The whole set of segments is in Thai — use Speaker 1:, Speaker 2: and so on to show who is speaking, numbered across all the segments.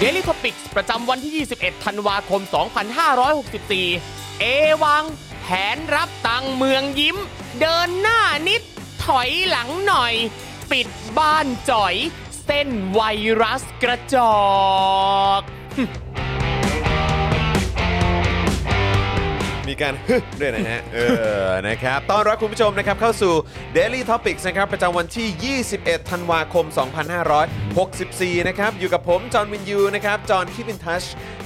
Speaker 1: d a i l y Topics ประจำวันที่ 21 ธันวาคม 2564 เอวัง แผนรับตังเมืองยิ้ม เดินหน้านิด ถอยหลังหน่อย ปิดบ้านจ่อย เส้นไวรัสกระจอก
Speaker 2: มีการ ด้วยนะฮะ เออ นะครับ ต้อนรับคุณผู้ชมนะครับเข้าสู่ Daily Topics นะครับ ประจำวันที่ 21 ธันวาคม 2564 นะครับ อยู่กับผม จอห์นวินยู นะครับ จอห์นคีปินทัช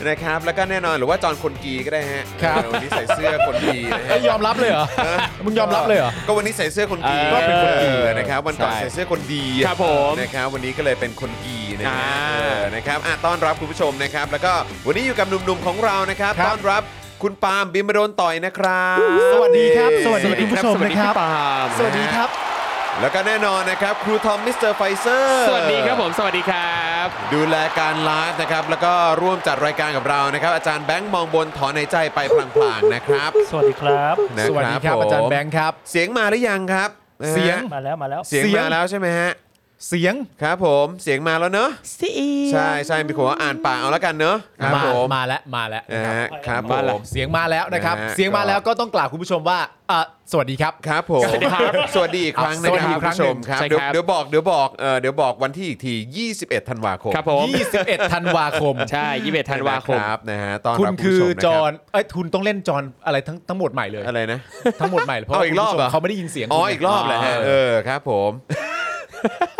Speaker 2: นะครับ แล้วก็แน่นอนหรือว่าจอห์นคนกีก็ได้ฮะ
Speaker 3: ครับ
Speaker 2: เออวันนี้ใส่เสื้อคนกีนะฮะ
Speaker 3: เอ้ยยอมรับเลยเหรอ มึงยอมรับเลยเหรอ
Speaker 2: ก็วันนี้ใส่เสื้อคนกี
Speaker 3: ก็เป็นคนกี
Speaker 2: ออนะครับ วันก่อน
Speaker 1: ใช่
Speaker 2: ใส่เสื้อคนดี
Speaker 1: ครับผม
Speaker 2: นะครับ วันนี้ก็เลยเป็นคนกีนะฮะ
Speaker 1: อ่า
Speaker 2: เออนะครับอ่ะต้อนรับคุณผู้ชมนะครับ แล้วก็วันนี้อยู่กับหนุ่มๆของเรา นะครับ ต้อนรับคุณปาล์มบิมโดนต่อยนะครับ
Speaker 3: สวัสดีครับ สวัสดีคุณผู้ชมนะครับ สวัสดีครับ
Speaker 2: แล้วก็แน่นอนนะครับ ครูทอมมิสเตอร์ไฟเซอร์
Speaker 1: สวัสดีครับผม สวัสดีครับ
Speaker 2: ดูแลการไลฟ์นะครับ แล้วก็ร่วมจัดรายการกับเรานะครับ อาจารย์แบงค์มองบนถอนในใจไปพลางๆนะครับ
Speaker 4: สวัสดีครับ
Speaker 2: นะ
Speaker 3: สวัสดีครับ
Speaker 2: ผม
Speaker 3: อาจารย์แบงค์ครับ
Speaker 2: เสียงมาหรือยังครับนะฮะ
Speaker 3: เสียง
Speaker 4: มาแล้วมาแล้ว
Speaker 2: เสียง
Speaker 3: เสียง
Speaker 2: มาแล้วใช่ไหมฮะ
Speaker 3: เสียง
Speaker 2: ครับผมเสียงมาแล้วเนอะ
Speaker 3: เสียง
Speaker 2: ใช่ใช่มีคนว่าอ่านปากเอาแล้วกันเนอะครับ
Speaker 3: มา
Speaker 2: ผม
Speaker 3: มาแล้วมาแล้ว
Speaker 2: นะ
Speaker 3: นะครั
Speaker 2: ฮะ
Speaker 3: บ
Speaker 2: ครับผม
Speaker 3: เสียงมาแล้วนะครับ
Speaker 2: นะฮะ
Speaker 3: เสียงมาแล้วก็ต้องกล่าวคุณผู้ชมว่าเอ่อสวัสดีครับ
Speaker 2: ครับผม
Speaker 1: สวัสดีครับ
Speaker 2: สวัสดีอีกครั้งนะ
Speaker 3: สวัส
Speaker 2: ค
Speaker 3: ดี
Speaker 2: รับ
Speaker 3: อี
Speaker 2: คุณ
Speaker 3: กครั้ง
Speaker 2: ผู้ชมครับ
Speaker 1: ใช่
Speaker 2: เดี๋ยว
Speaker 1: ครับ
Speaker 2: เดี๋ยวบอกเดี๋ยวบอกเออเดี๋ยวบอกวันที่อีกที 21 ธันวาคม
Speaker 1: ครับผม
Speaker 3: 21ธันวาคม
Speaker 1: ใช่ 21 ธันวาคม
Speaker 2: รับนะฮะตอน
Speaker 3: คุณ
Speaker 2: รับ
Speaker 3: คื
Speaker 2: ผู้ชม
Speaker 3: อ
Speaker 2: นะ
Speaker 3: จ
Speaker 2: รั
Speaker 3: อบ นเอ้ยคุณต้องเล่นจอนอะไรทั้งทั้งหมดใหม่เลย
Speaker 2: อะไรนะ
Speaker 3: ทั้งหมดใหม่เลยเพราะ
Speaker 2: เอาอีกรอบ
Speaker 3: คุณ
Speaker 2: เหรอ
Speaker 3: ผู้ชมเขาไม่ได้ยินเสียง
Speaker 2: อ๋อ
Speaker 3: คุณ
Speaker 2: อีกรอบเหรอฮะ เออครับผม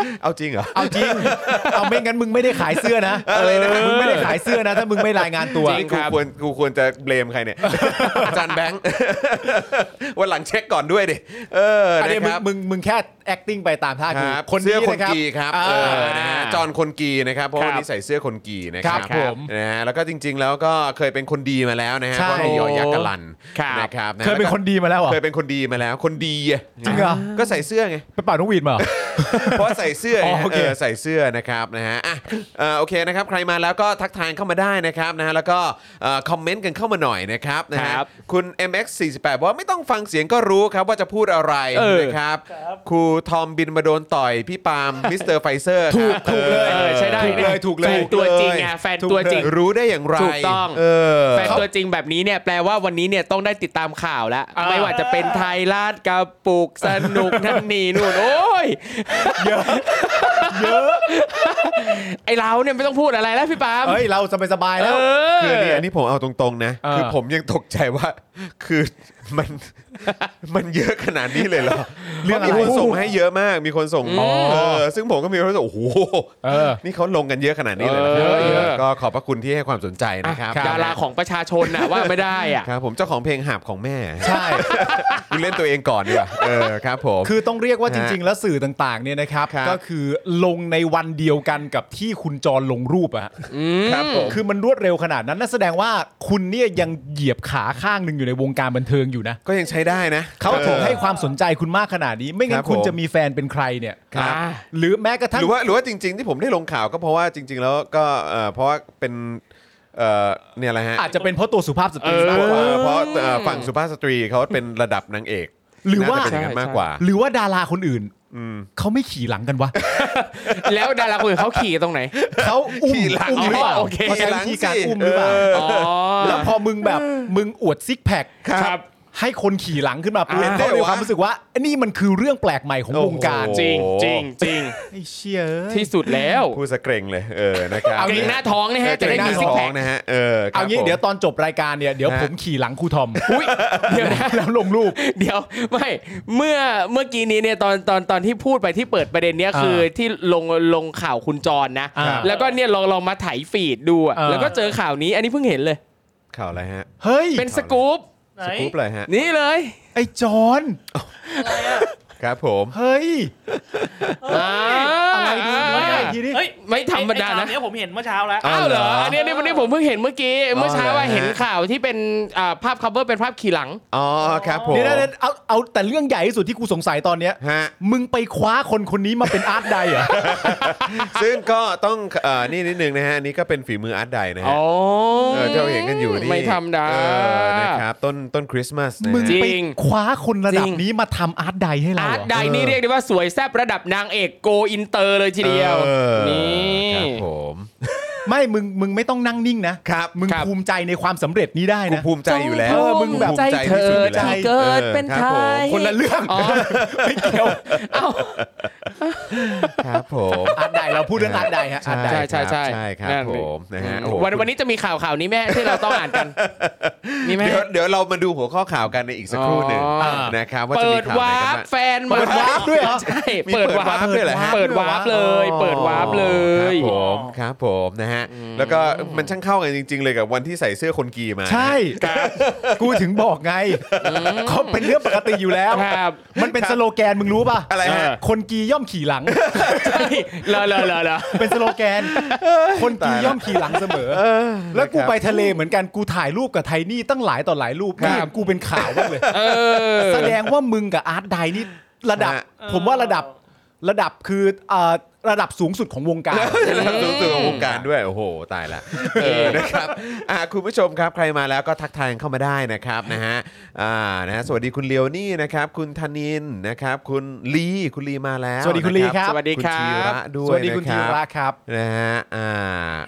Speaker 2: เอาจริงเหรอ
Speaker 3: เอา จริง เอาไม่งั้นมึงไม่ได้ขายเสื้อนะ
Speaker 2: อะไรนะ
Speaker 3: มึงไม่ได้ขายเสื้อนะ ถ้ามึงไม่รายงานตัว
Speaker 2: จริงกูควรกูควรจะเบลมใครเนี่ย อาจารย์แบงค์ วันหลังเช็คก่อนด้วยดิ เออ
Speaker 3: อัน
Speaker 2: นะ
Speaker 3: นี้
Speaker 2: ค
Speaker 3: มึง
Speaker 2: รับ
Speaker 3: มึงมึงแค่ acting ไปตามท่า
Speaker 2: ค
Speaker 3: คือ
Speaker 2: รับ
Speaker 3: คน
Speaker 2: เสื้อ
Speaker 3: นี้
Speaker 2: คน
Speaker 3: นะครับ
Speaker 2: กีครับ
Speaker 3: อ่า
Speaker 2: เออนะฮะจอนคนกีนะครับ เพราะ
Speaker 1: ครั
Speaker 2: วั
Speaker 1: บ
Speaker 2: นนี้ใส่เสื้อคนกีนะครับ
Speaker 3: ครับผม
Speaker 2: นะฮะแล้วก็จริง ๆ แล้วก็เคยเป็นคนดีมาแล้วนะฮะ
Speaker 3: ใช่
Speaker 2: เพราะมียอยักษ์กะลัน
Speaker 1: ครับ
Speaker 2: นะครับะ
Speaker 3: เคยเป็นคนดีมาแล้วเหรอ
Speaker 2: เคยเป็นคนดีมาแล้ว คนดีอะ
Speaker 3: จริงเหรอ
Speaker 2: ก็ใส่เสื้อไง
Speaker 3: ไปเป่านกหวีดมาเหรอ
Speaker 2: เพราะใส่เสื้อ
Speaker 3: อ๋อโอเค
Speaker 2: เออใส่เสื้อนะครับนะฮะอ่ะเอ่อโอเคนะครับใครมาแล้วก็ทักทายเข้ามาได้นะครับนะฮะแล้วก็เอ่อคอมเมนต์กันเข้ามาหน่อยนะครับนะฮะ
Speaker 1: ครับ
Speaker 2: คุณ MX48 บอกว่าไม่ต้องฟังเสียงก็รู้ครับว่าจะพูดอะไร
Speaker 1: เออ
Speaker 2: นะครับครูทอมบินมาโดนต่อยพี่ปาล์ม มิสเตอร์ไฟเซอร์
Speaker 3: ถูกถูกเลย
Speaker 1: เออใช่ได้
Speaker 3: ถูกเลยถูกเลย
Speaker 1: ถูกตัวจริงไงแฟนตัวจริง
Speaker 2: รู้ได้อย่างไร
Speaker 1: ถูกต้อง
Speaker 2: เออ
Speaker 1: แฟนตัวจริงแบบนี้เนี่ยแปลว่าวันนี้เนี่ยต้องได้ติดตามข่าวแล้ว
Speaker 3: อ่า
Speaker 1: ไม่ว่าจะเป็นไทยราชกระปุกสนุกนั่นนี่นู่นโอ้ย
Speaker 3: เยอะ
Speaker 1: ไอเราเนี่ยไม่ต้องพูดอะไรแล้วพี่ปาล์ม
Speaker 3: เอ้ยเราสบายสบายๆ
Speaker 1: เอ
Speaker 3: แล้ว
Speaker 1: อ
Speaker 2: คือเนี่ยอันนี้ผมเอาตรงๆนะ
Speaker 3: เออ
Speaker 2: คือผมยังตกใจว่า คือมัน มันเยอะขนาดนี้เลยเหรอเรื่องมีคนส่งมาให้เยอะมาก มีคนส่งเออซึ่งผมก็มีความรู้สึกโอ้โห
Speaker 3: เออ
Speaker 2: นี่เขาลงกันเยอะขนาดนี้เลยเหร
Speaker 1: เออเยอะ
Speaker 2: ก็ขอบพระคุณที่ให้ความสนใจนะครับ
Speaker 1: ดาราของประชาชนน่ะว่า ไม่ได้อ่ะ
Speaker 2: ครับ ผมเจ้าของเพลงหาบของแม่
Speaker 3: ใช่
Speaker 2: คุณเล่นตัวเองก่อนดีกว่าเออครับผม
Speaker 3: คือต้องเรียกว่าจริง
Speaker 2: ฮะ
Speaker 3: ๆ แล้วสื่อต่างๆ เนี่ยนะครับ
Speaker 2: ครับ
Speaker 3: ก็คือลงในวันเดียวกันกับที่คุณจรลงรูปอะฮะ
Speaker 2: ครับผม
Speaker 3: คือมันรวดเร็วขนาดนั้นนั่นแสดงว่าคุณเนี่ยยังเหยียบขาข้างหนึ่งอยู่ในวงการบันเทิงอยู่นะ
Speaker 2: ก็ยังใช้ได้นะ
Speaker 3: เขาถึงให้ความสนใจคุณมากขนาดนี้ ไม่
Speaker 2: ค
Speaker 3: งั้
Speaker 2: รั
Speaker 3: น
Speaker 2: บ
Speaker 3: คุณ
Speaker 2: ผม
Speaker 3: จะมีแฟนเป็นใครเนี่ย
Speaker 2: ครับ
Speaker 3: หรือแม้กระทั่
Speaker 2: ห
Speaker 3: ง
Speaker 2: รือว่าหรือว่าจริง ๆ ที่ผมได้ลงข่าวก็เพราะว่าจริง ๆ แล้วก็เอ่อเพราะว่าเป็น เอ่อเนี่ยแหละฮะ
Speaker 3: อาจจะเป็นเพราะตัวสุภาพสต
Speaker 2: เอ
Speaker 3: รี
Speaker 2: อ
Speaker 3: มากกว่า
Speaker 2: เพราะเอ่อฝั่งสุภาพสตรีเขาเป็นระดับนางเอก
Speaker 3: หรือว่า
Speaker 2: น่จะเป็นย่งนั้นมากกว่า
Speaker 3: หรือว่าดาราคนอื่นเขาไม่ขี่หลังกันวะ
Speaker 1: แล้วดาราคนอื่นเขาขี่ตรงไหน
Speaker 3: เขาอุ้ม
Speaker 2: ขี่หลัง
Speaker 3: อุ้มหรือเปล่า
Speaker 1: อ๋อโอเค
Speaker 3: เขาใช้วิธีการอุ้มหรือเปล่า
Speaker 2: เออ
Speaker 1: อ๋อ
Speaker 3: แล้วพอมึงแบบมึงอวดซิกแพค
Speaker 2: ครับ
Speaker 3: ให้คนขี่หลังขึ้นมาปุ๊บ
Speaker 2: อ่า
Speaker 3: เขา
Speaker 2: ได้
Speaker 3: มี
Speaker 2: วะ
Speaker 3: ความรู้สึกว่านี่มันคือเรื่องแปลกใหม่ของวงการ
Speaker 2: โอ้โห
Speaker 1: จริงจริงจริง
Speaker 3: ไอ้เชี่ย
Speaker 1: ที่สุดแล้ว
Speaker 2: ผู้สะเกรงเลยเออนะครับ
Speaker 1: เอาเกรงหน้าท้องนะฮะ
Speaker 2: เก
Speaker 1: จะ
Speaker 2: รง
Speaker 1: ได้
Speaker 2: ห
Speaker 1: มี
Speaker 2: น้า
Speaker 1: ซิก
Speaker 2: ท้อ
Speaker 1: แพ
Speaker 2: ง
Speaker 1: ค
Speaker 2: นะฮะเออครับ
Speaker 3: เอางี้เดี๋ยว
Speaker 2: ผม
Speaker 3: ตอนจบรายการเนี่ยเดี๋ยว
Speaker 2: ฮะ
Speaker 3: ผมขี่หลังครูทอม
Speaker 1: อุ้ยเดี๋ยวนะ
Speaker 3: แล้วลงรูป
Speaker 1: เดี๋ยวไม่เมื่อเมื่อกี้นี้เนี่ยตอนตอนตอนที่พูดไปที่เปิดประเด็นเนี้ย
Speaker 3: อ่า
Speaker 1: คือที่ลงลงข่าวคุณจรนะ
Speaker 3: อ่า
Speaker 1: แล้วก็เนี่ยลองลองมาไถฟีดดูอะ
Speaker 3: อ่า
Speaker 1: แล้วก็เจอข่าวนี้อันนี้เพิ่งเห็นเลย
Speaker 2: ข่าวอะไรฮะ
Speaker 3: เฮ้ย
Speaker 1: เป็นสกู๊ป
Speaker 4: ไหน
Speaker 2: สกู๊ปเลยฮะ
Speaker 1: นี่เลย
Speaker 3: ไอ้จอน
Speaker 4: อะไรอะ
Speaker 2: ครับผม
Speaker 3: เฮ้ย
Speaker 1: อ่า
Speaker 3: อะไรดูไม่ได้ทีนี้
Speaker 4: เฮ้ย
Speaker 1: ไม่ธรรมดา
Speaker 4: ไอ้ข่
Speaker 1: นะ
Speaker 4: วเนี้ยผมเห็นเมื่อเช้าแล้ว
Speaker 1: อ้าวเหรออันเนี้ยอันนี้วันนี้ผมเพิ่งเห็นเมื่อกี้เมื่อเช้า
Speaker 2: าวเหรอ
Speaker 1: ว่าเห็น
Speaker 2: ฮะ
Speaker 1: ข่าวที่เป็นอ่าภาพคัฟเวอร์เป็นภาพขี่หลัง
Speaker 2: อ๋อครับผม
Speaker 3: เดี๋ยวๆๆเอาเอาแต่เรื่องใหญ่ที่สุดที่กูสงสัยตอนเนี้ย
Speaker 2: ฮะ
Speaker 3: มึงไปคว้าคนคนนี้มาเป็นอาร์ตไดเหรอ
Speaker 2: ซึ่งก็ต้องเอ่อนี่นิดนึงนะฮะอันนี่ก็เป็นฝีมืออาร์ตไดนะฮะ
Speaker 1: อ๋อ
Speaker 2: เออที่เราเห็นกันอยู่นี่
Speaker 1: ไม่ธรรมดา
Speaker 2: เออนะครับต้นต้นคริสต์มาสนะ
Speaker 3: มึง
Speaker 2: ฮะ
Speaker 1: จริง
Speaker 3: ไปคว้าคนระดับนี้มาทำอาร์ตไดให้เรา
Speaker 1: อา
Speaker 3: เห
Speaker 1: ร์ต
Speaker 3: รอ
Speaker 1: ไดนี่เรียกได้ว่าสวยแซบระดับนางเอกโกอินเตอร์เลยทีเดียว
Speaker 2: ออ
Speaker 1: นี่
Speaker 2: ครับผม
Speaker 3: ไม่ มึง มึงไม่ต้องนั่งนิ่งนะ
Speaker 2: ครับ
Speaker 3: มึง
Speaker 1: ครับ
Speaker 3: ภูมิใจในความสำเร็จนี้ได้
Speaker 2: กู
Speaker 3: นะ
Speaker 2: ภูมิใจอยู่แล้ว
Speaker 3: เออมึงแบบ
Speaker 2: ภูมิใจที่สุดอยู่แล้ว
Speaker 1: ที่เกิดเป็นไทย
Speaker 2: คนละเรื่อง
Speaker 1: อ๋อ
Speaker 3: ไม่เกี่ยว
Speaker 1: เอ้า
Speaker 2: ครับผม
Speaker 3: อาร์ตไดเราพูดเรื่องอาร์ตไดฮะอาร์ตได
Speaker 1: ใช่ใช่ใช่
Speaker 2: ใช่ครับ
Speaker 1: นั่น
Speaker 2: ผมนะฮะโอ้โห
Speaker 1: วันวันนี้จะมีข่าวข่าวนี้แม่ที่เราต้องอ่านกัน มีไหม
Speaker 2: เดี๋ยวเดี๋ยวเรามาดูหัวข้อข่าวกันในอีกสักครู่หนึ่ง
Speaker 1: อ๋อ
Speaker 2: นะครับว่าจะ
Speaker 1: เปิ
Speaker 2: มี
Speaker 1: ด
Speaker 2: ข่าว
Speaker 1: วา
Speaker 2: ไหนกัน
Speaker 1: ร์ป
Speaker 2: บ้าง
Speaker 1: แฟนมา
Speaker 2: เปิดวาร์ปด้วยเหรอ
Speaker 1: ใช่
Speaker 2: มี
Speaker 1: เปิดวาร์ป
Speaker 2: เปิดวาร์ปด้วยเหรอฮะ
Speaker 1: เปิดวาร์ปเลย เปิดวาร์ปเลย
Speaker 2: ครับผมครับผมนะฮะแล้วก็มันช่างเข้ากันจริง ๆ เลยกับวันที่ใส่เสื้อคนกีมา
Speaker 3: ใช่ กูถึงบอกไงเขาเป็นเรื่องปกติอยู่แล้ว
Speaker 1: ครับ
Speaker 3: มันเป็นสโลแกนมึงรู้ป่ะ
Speaker 2: อะไรฮะ
Speaker 3: คนกีย่อมขี่หลัง
Speaker 1: ใช่เหรอเหรอเหรอเหรอ
Speaker 3: เป็นสโลแกน คนกีย่อมขี่หลังเสมอ แล้วกูไปทะเลเหมือนกัน กูถ่ายรูปกับไทนี่ตั้งหลายต่อหลายรูปไม่เห็นกูเป็นข่าวบ้างเลย
Speaker 1: เออ
Speaker 3: แสดงว่ามึงกับอาร์ตไดนี่ระดับ
Speaker 2: ฮะ
Speaker 3: ผมว่าระดับระดับคือเอ่อระดับสูงสุดของวงการ
Speaker 2: แล้วสูงสุดของวงการด้วย โอ้โห ตายละเออนะครับอ่ะคุณผู้ชมครับใครมาแล้วก็ทักทายเข้ามาได้นะครับนะฮะอ่านะฮะสวัสดีคุณเลียวนี่นะครับคุณธนินนะครับ คุณลีคุณลีมาแล้ว
Speaker 3: สวัสดีคุณลีครับ
Speaker 2: นะ
Speaker 1: สวัสดีครั
Speaker 2: ณ
Speaker 1: บ
Speaker 2: ธีระด้วย
Speaker 3: สวัสดีคุณธี
Speaker 2: นะ
Speaker 3: ระ
Speaker 2: รับ
Speaker 3: ครับ
Speaker 2: นะฮะอ่า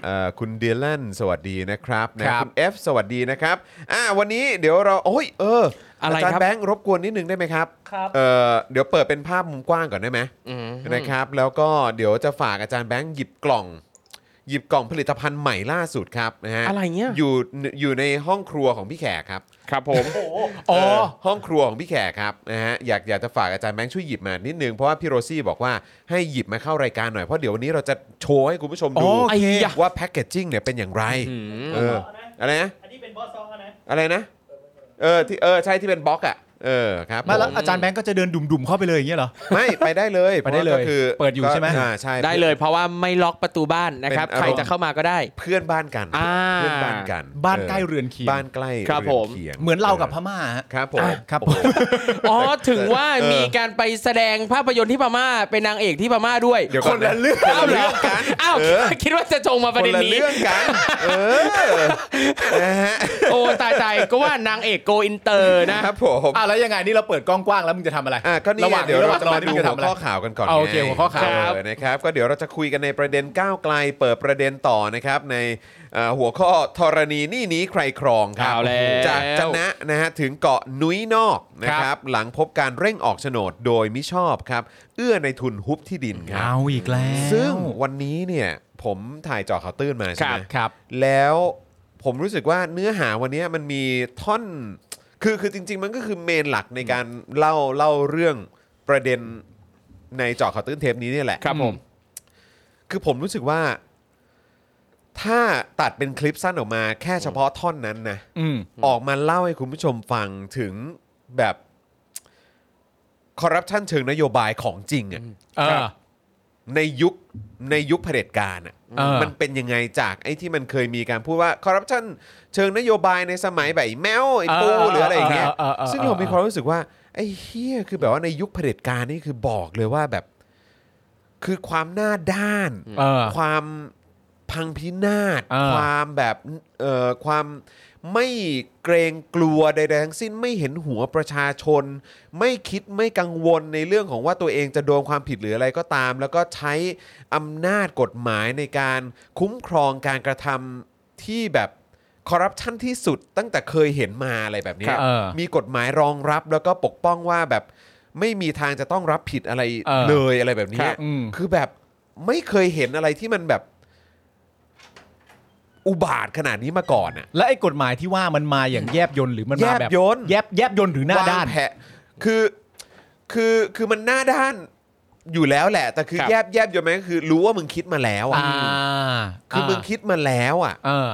Speaker 2: เอ่อคุณเดลันสวัสดีนะครับนะค
Speaker 3: ครับ
Speaker 2: คุณเอฟสวัสดีนะครับอ่าวันนี้เดี๋ยวเราโอ้ยเอออะ
Speaker 1: อะไร
Speaker 2: จาร
Speaker 1: ครับ
Speaker 2: ย์แบงค์รบกวนนิดนึงได้ไหมครับ
Speaker 4: ครับ
Speaker 2: เออเดี๋ยวเปิดเป็นภาพมุมกว้างก่อนได้ไหม
Speaker 1: อืม
Speaker 2: นะครับแล้วก็เดี๋ยวจะฝากอาจารย์แบงค์หยิบกล่อง หยิบกล่องผลิตภัณฑ์ใหม่ล่าสุดครับนะฮะ
Speaker 1: อะไรเนี่ย
Speaker 2: อยู่อยู่ในห้องครัวของพี่แขกครับ
Speaker 1: ครับผม
Speaker 4: โอ้โห
Speaker 3: อ๋อ
Speaker 2: เห้องครัวของพี่แขกครับนะฮะอยากอยากจะฝากอาจารย์แบงค์ช่วยหยิบมานิดนึงเพราะว่าพี่โรซี่บอกว่าให้หยิบมาเข้ารายการหน่อยเพราะเดี๋ยววันนี้เราจะโชว์ให้คุณผู้ชมดู
Speaker 3: โอเค
Speaker 2: ว่าแพ็กเกจจิ้งเนี่ยเป็นอย่างไรเอออะไรนะ
Speaker 4: อันนี้เป็นบอสซองนะ
Speaker 2: อะไรนะเออที่เออใช่ที่เป็นบล็อกอ่ะเออครับ
Speaker 3: ไมาแล้ว
Speaker 2: ผ
Speaker 3: อาจารย์แบงก์ก็จะเดินดุ่มๆเข้าไปเลยอย่างเงี้ยเหรอ
Speaker 2: ไม่ไปได้ เลย
Speaker 3: ไปได้เลย
Speaker 2: พราะว่าก็คือ
Speaker 3: เปิดอยู่ใช่ไหม
Speaker 2: ก็าใช่
Speaker 1: ได้เลยเพราะว่าไม่ล็อกประตูบ้านนะครับ
Speaker 2: เป็นอารมณ์
Speaker 1: ใครจะเข้ามาก็ได้
Speaker 2: เพื่อนบ้านกัน
Speaker 1: อ่า
Speaker 2: เพื่อนบ้านกัน
Speaker 3: บ้านใกล้
Speaker 2: เออ
Speaker 3: เรือนเคียง
Speaker 2: บ้านใกล้
Speaker 1: ครับผม
Speaker 2: เคียง
Speaker 3: เหมือนเรากับพม่าฮะ
Speaker 2: ครับผม
Speaker 3: อ่ะครับ
Speaker 2: โอ้โห
Speaker 1: อ๋ อ ถึงว่า
Speaker 2: เออ
Speaker 1: มีการไปแสดงภาพยนตร์ที่พม่าเป็นนางเอกที่พม่าด้วย
Speaker 2: เดี๋ยวก่อน
Speaker 3: คนละเรื่อง
Speaker 2: คนละเรื่องกัน
Speaker 1: อ้าว
Speaker 2: เออ
Speaker 1: คิดว่าจะจงมาป
Speaker 2: ค
Speaker 1: ระ
Speaker 2: น
Speaker 1: เด็น
Speaker 2: ละ
Speaker 1: นี้
Speaker 2: เรื่องกันเออนะฮะ
Speaker 1: โอ้ตายใจก็ว่านางเอกโกอินเตอร์นะ
Speaker 2: ครับผม
Speaker 3: อ่ะแล้วยังไงนี่เราเปิดกล้องกว้างแล้วมึงจะทำอะไร
Speaker 2: อ่ะก็นี่
Speaker 3: ระหว่าง
Speaker 2: เดี๋ยว
Speaker 3: ระห
Speaker 2: เรา
Speaker 3: ว่าง
Speaker 2: จะมา
Speaker 3: รอนี่
Speaker 2: ดู
Speaker 3: มึ
Speaker 2: หั
Speaker 3: งจะทำ
Speaker 2: ว
Speaker 3: อะไร
Speaker 2: ข้อข่าวกันก่อน
Speaker 3: อ่ะโอเค
Speaker 2: ไง
Speaker 3: หัวข้อข่าว
Speaker 2: เอนะครับก็เดี๋ยวเราจะคุยกันในประเด็นก้าวไกลเปิดประเด็นต่อนะครับในเอ่อหัวข้อธรณีหนี่นี้ใครครองครับ
Speaker 1: เอาแล้ว
Speaker 2: จากจะนะนะฮะถึงเกาะนุ้ยนอกนะค
Speaker 3: ครั
Speaker 2: รับ
Speaker 3: บ
Speaker 2: หลังพบการเร่งออกโฉนดโดยมิชอบครับ เอื้อในทุนฮุบที่ดินครับ
Speaker 3: เอาอีกแล้ว
Speaker 2: ซึ่งวันนี้เนี่ยผมถ่ายเจอข่าวตื้นมาใช่ไหม
Speaker 3: ครับ
Speaker 2: แล้วผมรู้สึกว่าเนื้อหาวันนี้มันมีท่อน คือคือจริง ๆ มันก็คือเมนหลักในการเล่าเล่าเรื่องประเด็นในเจอข่าวตื้นเทปนี้เนี่ยแหละ
Speaker 1: ครับผม
Speaker 2: คือผมรู้สึกว่า ถ้าตัดเป็นคลิปสั้นออกมา แค่เฉพาะท่อนนั้นนะ
Speaker 3: อืม
Speaker 2: ออกมาเล่าให้คุณผู้ชมฟังถึงแบบคอร์รัปชันเชิงนโยบายของจริงอ่ะ
Speaker 3: เออ
Speaker 2: ในยุคในยุคเผด็จการอ่ะ
Speaker 3: เออ
Speaker 2: มันเป็นยังไงจากไอ้ที่มันเคยมีการพูดว่าคอร์รัปชันเชิงนโยบายในสมัยแบบไอ้แมวไอ้ปู
Speaker 3: เออ
Speaker 2: หรืออะไรอย่างเงี้ย
Speaker 3: เออเออเออเออ
Speaker 2: ซึ่งผมมีความรู้สึกว่าไอ้เฮียคือแบบว่าในยุคเผด็จการนี่คือบอกเลยว่าแบบ คือความหน้าด้าน
Speaker 3: เออ
Speaker 2: ความ พังพินาศ
Speaker 3: อ่า
Speaker 2: ความแบบเอ่อความไม่เกรงกลัวใดๆทั้งสิ้นไม่เห็นหัวประชาชน ไม่คิดไม่กังวลในเรื่องของว่าตัวเองจะโดนความผิดหรืออะไรก็ตาม แล้วก็ใช้อำนาจกฎหมายในการคุ้มครองการกระทำที่แบบคอร์รัปชันที่สุดตั้งแต่เคยเห็นมาอะไรแบบเนี้ย
Speaker 3: ครับเออ
Speaker 2: มีกฎหมายรองรับแล้วก็ปกป้องว่าแบบไม่มีทางจะต้องรับผิดอะไร
Speaker 3: เออ
Speaker 2: เลยอะไรแบบเนี้
Speaker 3: ค
Speaker 2: ย
Speaker 3: รับอืม
Speaker 2: คือแบบไม่เคยเห็นอะไรที่มันแบบ อุบาทขนาดนี้มาก่อนอะ
Speaker 3: และไอ้กฎหมายที่ว่ามันมาอย่างแยบยนหรือมันมาแบบ
Speaker 2: แยบยล
Speaker 3: แยบแยบยนหรือหน้าด้าน
Speaker 2: วงแผะคือคือคือมันหน้าด้านอยู่แล้วแหละ แต่คือ
Speaker 3: ครับ
Speaker 2: แยบแยบอยู่ไหมก็คือ รู้ว่ามึงคิดมาแล้วอ่ะ
Speaker 3: อ่า
Speaker 2: คือมึงคิดมาแล้วอ่ะ
Speaker 3: เออ